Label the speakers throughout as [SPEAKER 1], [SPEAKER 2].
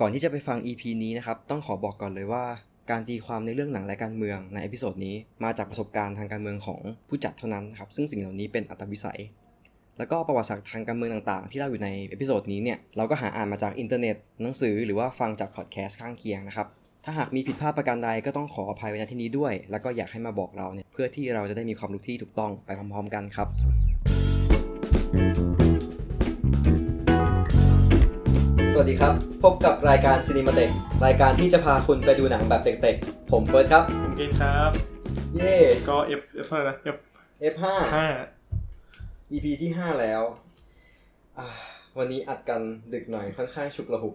[SPEAKER 1] ก่อนที่จะไปฟัง EP นี้นะครับ ต้องขอบอกก่อนเลยว่า การตีความในเรื่องหนังและการเมืองในเอพิโซดนี้มาจากประสบการณ์ทางการเมืองของผู้จัดเท่านั้นนะครับซึ่งสิ่งเหล่านี้เป็นอัตวิสัย แล้วก็ประวัติศาสตร์ทางการเมืองต่างๆ ที่เราอยู่ในเอพิโซดนี้เนี่ยเราก็หาอ่านมาจากอินเทอร์เน็ตหนังสือหรือว่าฟังจากพอดแคสต์ข้างเคียงนะครับถ้าหากมีผิดพลาดประการใดก็ต้องขออภัยไว้ณที่นี้ด้วย แล้วก็อยากให้มาบอกเราเนี่ยเพื่อที่เราจะได้มีความรู้ที่ถูกต้องไปพร้อมๆกันครับ สวัสดีครับ พบกับรายการ Cinema t e c h รายการที่จะพาคุณไปดูหนังแบบเด็กๆผมเฟิร์สครับ
[SPEAKER 2] ผมเกณฑ์ครับ
[SPEAKER 1] เย้
[SPEAKER 2] ก็ F F เท่าไหร่นะ F
[SPEAKER 1] F5
[SPEAKER 2] ห้า
[SPEAKER 1] EP ที่ 5 แล้วอ่าวันนี้อัดกันดึกหน่อยค่อนข้างฉุกละหุก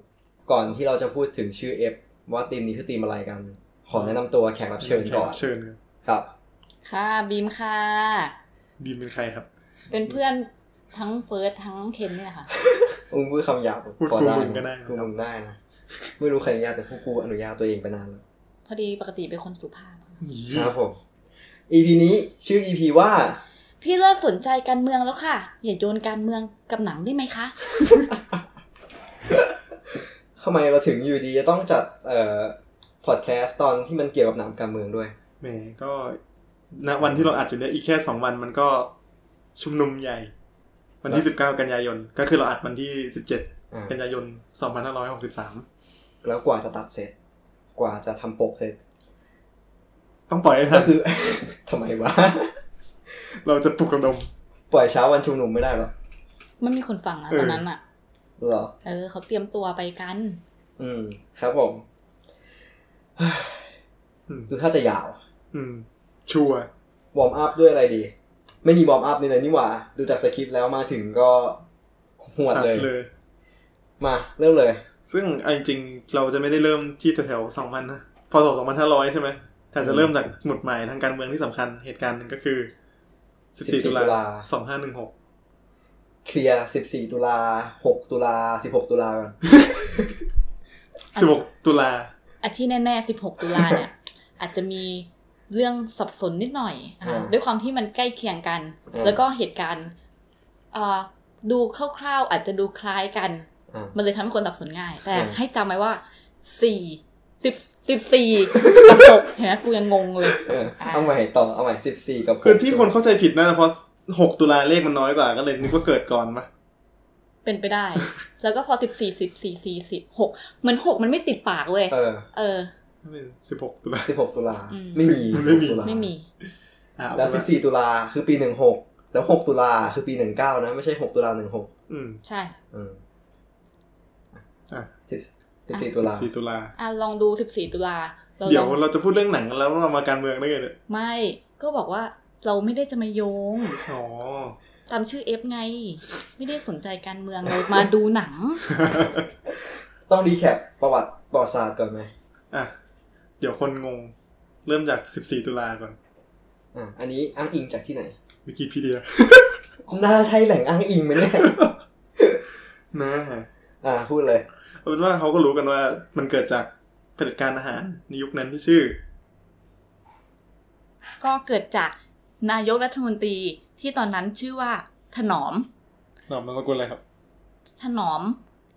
[SPEAKER 1] ก่อนที่เราจะพูดถึงชื่อ F ว่าธีมนี้คือธีมอะไรกัน ขอแนะนำตัวแขกรับเชิญก่อน
[SPEAKER 2] เชิญ
[SPEAKER 1] ครับ
[SPEAKER 3] ค่ะบีมค่ะ
[SPEAKER 2] บีมเป็นใครครับ
[SPEAKER 3] เป็นเพื่อนทั้งเฟิร์สทั้งเคนเนี่ยค่ะ
[SPEAKER 1] มึงพูดคำหยาบ
[SPEAKER 2] พูด
[SPEAKER 1] พอ
[SPEAKER 2] กูมึงก็ได้
[SPEAKER 1] กูมึงได้นะไม่รู้ใครอนุญาตแต่พวกกูอนุญาตตัวเองไปนานแล้ว
[SPEAKER 3] พอดีปกติเป็นคนสุภาพ
[SPEAKER 1] ครับผม EP นี้ชื่อ EP ว่า
[SPEAKER 3] พี่เลิกสนใจการเมืองแล้วค่ะ อย่าโยนการเมืองกับหนังได้ไหมคะ
[SPEAKER 1] ทำไมเราถึงอยู่ดีจะต้องจัดเอ่อพอดแคสต์ตอนที่มันเกี่ยวกับหนังการเมืองด้วย
[SPEAKER 2] แหมก็ณวันที่เราอัดอยู่เนี่ยอีกแค่สองวันมันก็ชุมนุมใหญ่ วันที่สิบเก้ากันยายน ก็คือเราอัดวันที่สิบเจ็ด
[SPEAKER 1] อ่า
[SPEAKER 2] กันยายนสองพันห้าร้อยหกสิบสาม
[SPEAKER 1] แล้วกว่าจะตัดเสร็จ กว่าจะทำปกเสร็จ
[SPEAKER 2] ต้องปล่อยให้ทั
[SPEAKER 1] ก็
[SPEAKER 2] น
[SPEAKER 1] คือ ทำไมวะ
[SPEAKER 2] เราจะปลุกกระดม
[SPEAKER 1] ปล่อยเช้าวันชุมนุมไม่ได้หรอ
[SPEAKER 3] มันมีคนฟังนะ
[SPEAKER 2] เออ
[SPEAKER 3] ตอนนั้นอ่ะ
[SPEAKER 1] เหรอ
[SPEAKER 3] เออเขาเตรียมตัวไปกัน
[SPEAKER 1] อืม ครับผม
[SPEAKER 2] อืม
[SPEAKER 1] ดูถ้าจะยาว
[SPEAKER 2] อืม ชัวร์
[SPEAKER 1] วอร์มอัพด้วยอะไรดี ไม่มีวอร์มอัพในเลยนี่หว่า ดูจากสคริปต์แล้วมาถึงก็หวด
[SPEAKER 2] สัต
[SPEAKER 1] เลย
[SPEAKER 2] ว์เลย
[SPEAKER 1] มาเริ่มเลย
[SPEAKER 2] ซึ่งเอาจริงๆเราจะไม่ได้เริ่มที่แถวๆสองพันนะพอสองพันห้าร้อยใช่ไหมแต่จะเริ่มจากหมุดหมายทางการเมืองที่สำคัญเหตุการณ์หนึ่งก็คือสิบสี่
[SPEAKER 1] ตุ
[SPEAKER 2] ตุ
[SPEAKER 1] ลา
[SPEAKER 2] ลาสองห้าหนึ่งหก
[SPEAKER 1] เคลียร์ 14 ตุลา 6 ตุลา 16 ตุลาก่อน
[SPEAKER 3] อ่ะ
[SPEAKER 2] สิบหกตุลา
[SPEAKER 3] อาที่แน่ๆ 16 ตุลาเนี่ย อาจจะมีเรื่องสับสนนิดหน่อยอ่ะ
[SPEAKER 1] า
[SPEAKER 3] ด้วยความที่มันใกล้เคียงกัน
[SPEAKER 1] อ่า
[SPEAKER 3] แล้วก็เหตุการณ์เอ่อดูคร่าวๆอาจจะดูคล้ายกัน
[SPEAKER 1] อ่ะ
[SPEAKER 3] มันเลยทำให้คนสับสนง่าย แต่
[SPEAKER 1] อืม
[SPEAKER 3] ให้จำไว้ว่าสี่สิบสิบสี่สิบหกเห็นไหมกูยังงงเลย
[SPEAKER 1] เออเอาใหม่ต่อ เอาใหม่ 14 กับ
[SPEAKER 2] คือที่คนเข้าใจผิดน่าจะเพราะหกตุลาเลขมันน้อยกว่าก็เลยนึกว่าเกิดก่อนปะ
[SPEAKER 3] เป็นไปได้ แล้วก็พอสิบสี่สิบสี่สี่สิบหกเหมือนหกมันไม่ติดปากเว้ย
[SPEAKER 1] เออ
[SPEAKER 3] เออ
[SPEAKER 2] สิบหกตุลา
[SPEAKER 1] 16 ตุลา
[SPEAKER 3] อืม
[SPEAKER 1] ไม่มี
[SPEAKER 2] ไม่
[SPEAKER 1] 16
[SPEAKER 2] มี
[SPEAKER 1] ตุลา
[SPEAKER 3] ไม่มี
[SPEAKER 2] อ่ะ
[SPEAKER 1] แล้ว 14 ตุลาคือปี 16 แล้ว 6 ตุลาคือปี 19 นะ ไม่ใช่ 6 ตุลา 16
[SPEAKER 2] อืม
[SPEAKER 3] ใช่
[SPEAKER 1] อืม
[SPEAKER 2] อ่ะ
[SPEAKER 1] สิบ14 ตุลา
[SPEAKER 2] สี่ตุลา
[SPEAKER 3] อ่ะลองดูสิบสี่ตุลาเรา
[SPEAKER 2] เดี๋ยว
[SPEAKER 3] ลอง
[SPEAKER 2] เราจะพูดเรื่องหนังกันแล้วเรามาการเมืองได้ไงเนี่ย
[SPEAKER 3] ไม่ ก็บอกว่าเราไม่ได้จะมาโยง
[SPEAKER 2] อ๋อ
[SPEAKER 3] ตามชื่อเอฟไง ไม่ได้สนใจการเมืองเรามาดูหนัง
[SPEAKER 1] ต้องรีแคปประวัติประวัติศาสตร์ก่อนไหม
[SPEAKER 2] อ่ะเดี๋ยวคนงงเริ่มจากสิบสี่ตุลาก่อน
[SPEAKER 1] อ่ะอันนี้อ้างอิงจากที่ไหน
[SPEAKER 2] วิกิพีเดีย
[SPEAKER 1] น่าใช่แหล่งอ้างอิงไหม เนี่ย
[SPEAKER 2] นะ
[SPEAKER 1] อ่า พูดเลย
[SPEAKER 2] เอาเป็นว่าเขาก็รู้กันว่ามันเกิดจากเผด็จการอาหารในยุคนั้นที่ชื่อ
[SPEAKER 3] ก็เกิดจากนายกรัฐมนตรีที่ตอนนั้นชื่อว่าถนอม
[SPEAKER 2] หนอมนามสกุลอะไรครับ
[SPEAKER 3] ถนอม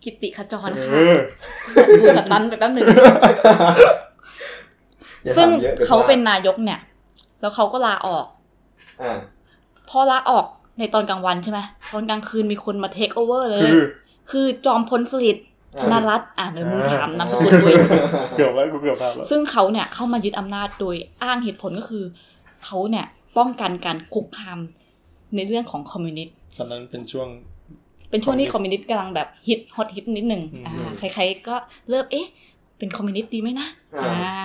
[SPEAKER 3] กิติขจร
[SPEAKER 2] เอ
[SPEAKER 3] ค่ะ
[SPEAKER 2] อ
[SPEAKER 3] ดูสตันไปแป๊บหนึ่ง
[SPEAKER 1] อย่า
[SPEAKER 3] ซึ่ง
[SPEAKER 1] ทำยอะดี๋ยว
[SPEAKER 3] เขาเป็น
[SPEAKER 1] พลด
[SPEAKER 3] นายกเนี่ย แล้วเขาก็ลาออก
[SPEAKER 1] อ่า
[SPEAKER 3] พอลาออกในตอนกลางวันใช่ไหมตอนกลางคืนมีคนมาเทคโอเวอร์เลย
[SPEAKER 2] คือ
[SPEAKER 3] คือจอมพลสฤษดิ์
[SPEAKER 1] อ่า
[SPEAKER 3] ธนรัตน์อ่านเลยมึงถามนามสกุลกูเอง
[SPEAKER 2] เกือบแล้วกูเกือบพลาดแล้ว
[SPEAKER 3] ซึ่งเขาเนี่ยเข้ามายึดอำนาจโดยอ้างเหตุผลก็คือ เขาเนี่ยป้องกันการคุกคามในเรื่องของคอมมิวนิสต์
[SPEAKER 2] ตอนนั้นเป็นช่วง
[SPEAKER 3] เป็นช่วงที่
[SPEAKER 2] ค
[SPEAKER 3] ค
[SPEAKER 2] อ
[SPEAKER 3] อ
[SPEAKER 2] ม
[SPEAKER 3] ม
[SPEAKER 2] มิว
[SPEAKER 3] มิว
[SPEAKER 2] นิส
[SPEAKER 3] นิส
[SPEAKER 2] ต์
[SPEAKER 3] ต์กำลังแบบฮิตฮอตฮิตนิดหนึ่ง
[SPEAKER 2] อืม
[SPEAKER 3] อ่าใครๆก็เริ่มเอ๊ะ เป็นคอมมิวนิสต์ดีไหมนะ
[SPEAKER 1] อ่า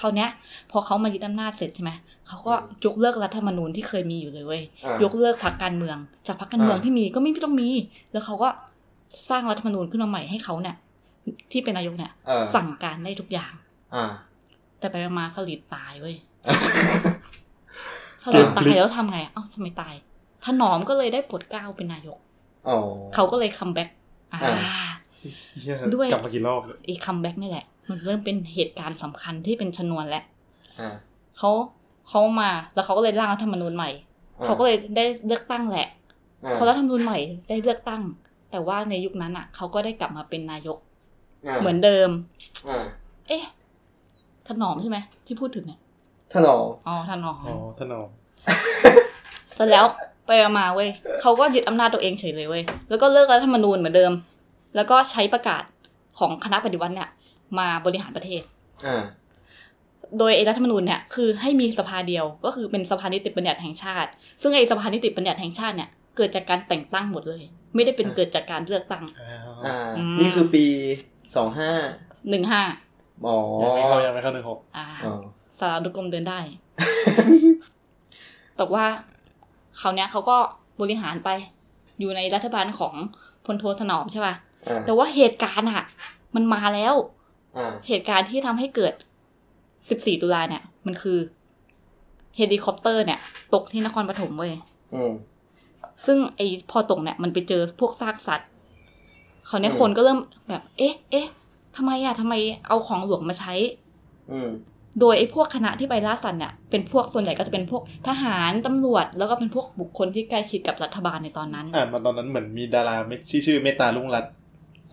[SPEAKER 3] คราวเนี้ย พอเขามายึดอำนาจเสร็จใช่ไหมเขาก็ยกเลิกรัฐธรรมนูญที่เคยมีอยู่เลยเว้ย
[SPEAKER 1] อ่าย
[SPEAKER 3] ยกเลิกพรรคการเมือง จากพรรคการเมือง
[SPEAKER 1] อ่า
[SPEAKER 3] ที่มีก็ไม่ต้องมี แล้วเขาก็สร้างรัฐธรรมนูญขึ้นมาใหม่ให้เขาเนี่ย ที่เป็นนายกเนี่ย
[SPEAKER 1] เออ
[SPEAKER 3] สั่งการได้ทุกอย่าง
[SPEAKER 1] อ่า
[SPEAKER 3] แต่ไปมาสลิดตายเว้ยส
[SPEAKER 1] เก
[SPEAKER 3] ลิด
[SPEAKER 1] มพ
[SPEAKER 3] ตา
[SPEAKER 1] ลิก
[SPEAKER 3] ยแล้วทำไงเอ้าทำไมตายถนอมก็เลยได้โปลดเกล้าเป็นนายก
[SPEAKER 1] อ๋อ
[SPEAKER 3] เขาก็เลยคัมแบ็กอ่า
[SPEAKER 1] อ่า
[SPEAKER 2] เหี้ย
[SPEAKER 3] ด้วย
[SPEAKER 2] กลับมากี่รอบเลย
[SPEAKER 3] ไอ้คัมแบ็กนี่แหละ มันเริ่มเป็นเหตุการณ์สำคัญที่เป็นชนวนแล้ว
[SPEAKER 1] อ่า
[SPEAKER 3] เขาเขามาแล้วเขาก็เลยร่างรัฐธรรมนูญใหม่ เขาก็เลยได้เลือกตั้งแหละ
[SPEAKER 1] อ่า
[SPEAKER 3] พอรัฐธรรมนูญใหม่ได้เลือกตั้ง แต่ว่าในยุคนั้นอ่ะเขาก็ได้กลับมาเป็นนายก
[SPEAKER 4] อ่า
[SPEAKER 3] เหมือนเดิม
[SPEAKER 4] อ่า
[SPEAKER 3] เอ๊ะถนอมใช่ไหมที่พูดถึงเนี่ย
[SPEAKER 4] ถนอม
[SPEAKER 3] อ๋อถนอม
[SPEAKER 2] อ๋อถนอม
[SPEAKER 3] เสร็จแล้วไปมาเว้ยเขาก็ยึดอำนาจตัวเองเฉยเลยเว้ยแล้วก็เลิกรัฐธรรมนูญเหมือนเดิม แล้วก็ใช้ประกาศของคณะปฏิวัติเนี่ย มาบริหารประเทศ
[SPEAKER 4] อ่า
[SPEAKER 3] โดยไอ้รัฐธรรมนูญเนี่ยคือให้มีสภาเดียวก็คือเป็นสภานิติบัญญัติแห่งชาติ ซึ่งไอ้สภานิติบัญญัติแห่งชาติเนี่ยเกิดจากการแต่งตั้งหมดเลย ไม่ได้เป็นเกิดจากการเลือกตั้ง
[SPEAKER 2] อ้าว
[SPEAKER 4] อ่า
[SPEAKER 3] อืม
[SPEAKER 4] นี่คือปีสองห้า
[SPEAKER 3] หนึ่งห้า
[SPEAKER 4] อ๋อ
[SPEAKER 2] ยังไม่เข้ายังไม่เข้าหนึ่งหก
[SPEAKER 3] อ่า
[SPEAKER 4] อ๋อ
[SPEAKER 3] สารานุกรมเดินได้ แต่ว่าเขาวเนี้ยเขาก็บริหารไป อยู่ในรัฐบาลของพลโทถนอมใช่ป่ะ
[SPEAKER 4] อ่า
[SPEAKER 3] แต่ว่าเหตุการณ์อะมันมาแล้ว
[SPEAKER 4] อ่า
[SPEAKER 3] เหตุการณ์ที่ทำให้เกิด 14 ตุลาเนี่ย มันคือเฮลิคอปเตอร์เนี่ย ตกที่นครปฐมเว้ย
[SPEAKER 4] อืม
[SPEAKER 3] ซึ่งไอ้พอตกเนี่ยมันไปเจอพวกซากสัตว์เขาวเนี้ย
[SPEAKER 4] อืม
[SPEAKER 3] คนก็เริ่มแบบ เอ๊ะ เอ๊ะทำไมอะทำไมเอาของหลวงมาใช้
[SPEAKER 4] อืม
[SPEAKER 3] โดยไอ้พวกคณะที่ไปล่าสัตว์เนี่ยเป็นพวกส่วนใหญ่ก็จะเป็นพวกทหาร ตำรวจ แล้วก็เป็นพวกบุคคลที่ใกล้ชิดกับรัฐบาลในตอนนั้น
[SPEAKER 2] อ่านมาตอนนั้นเหมือนมีดาราเมชื่อชื่อเมตตาลุงรัตน์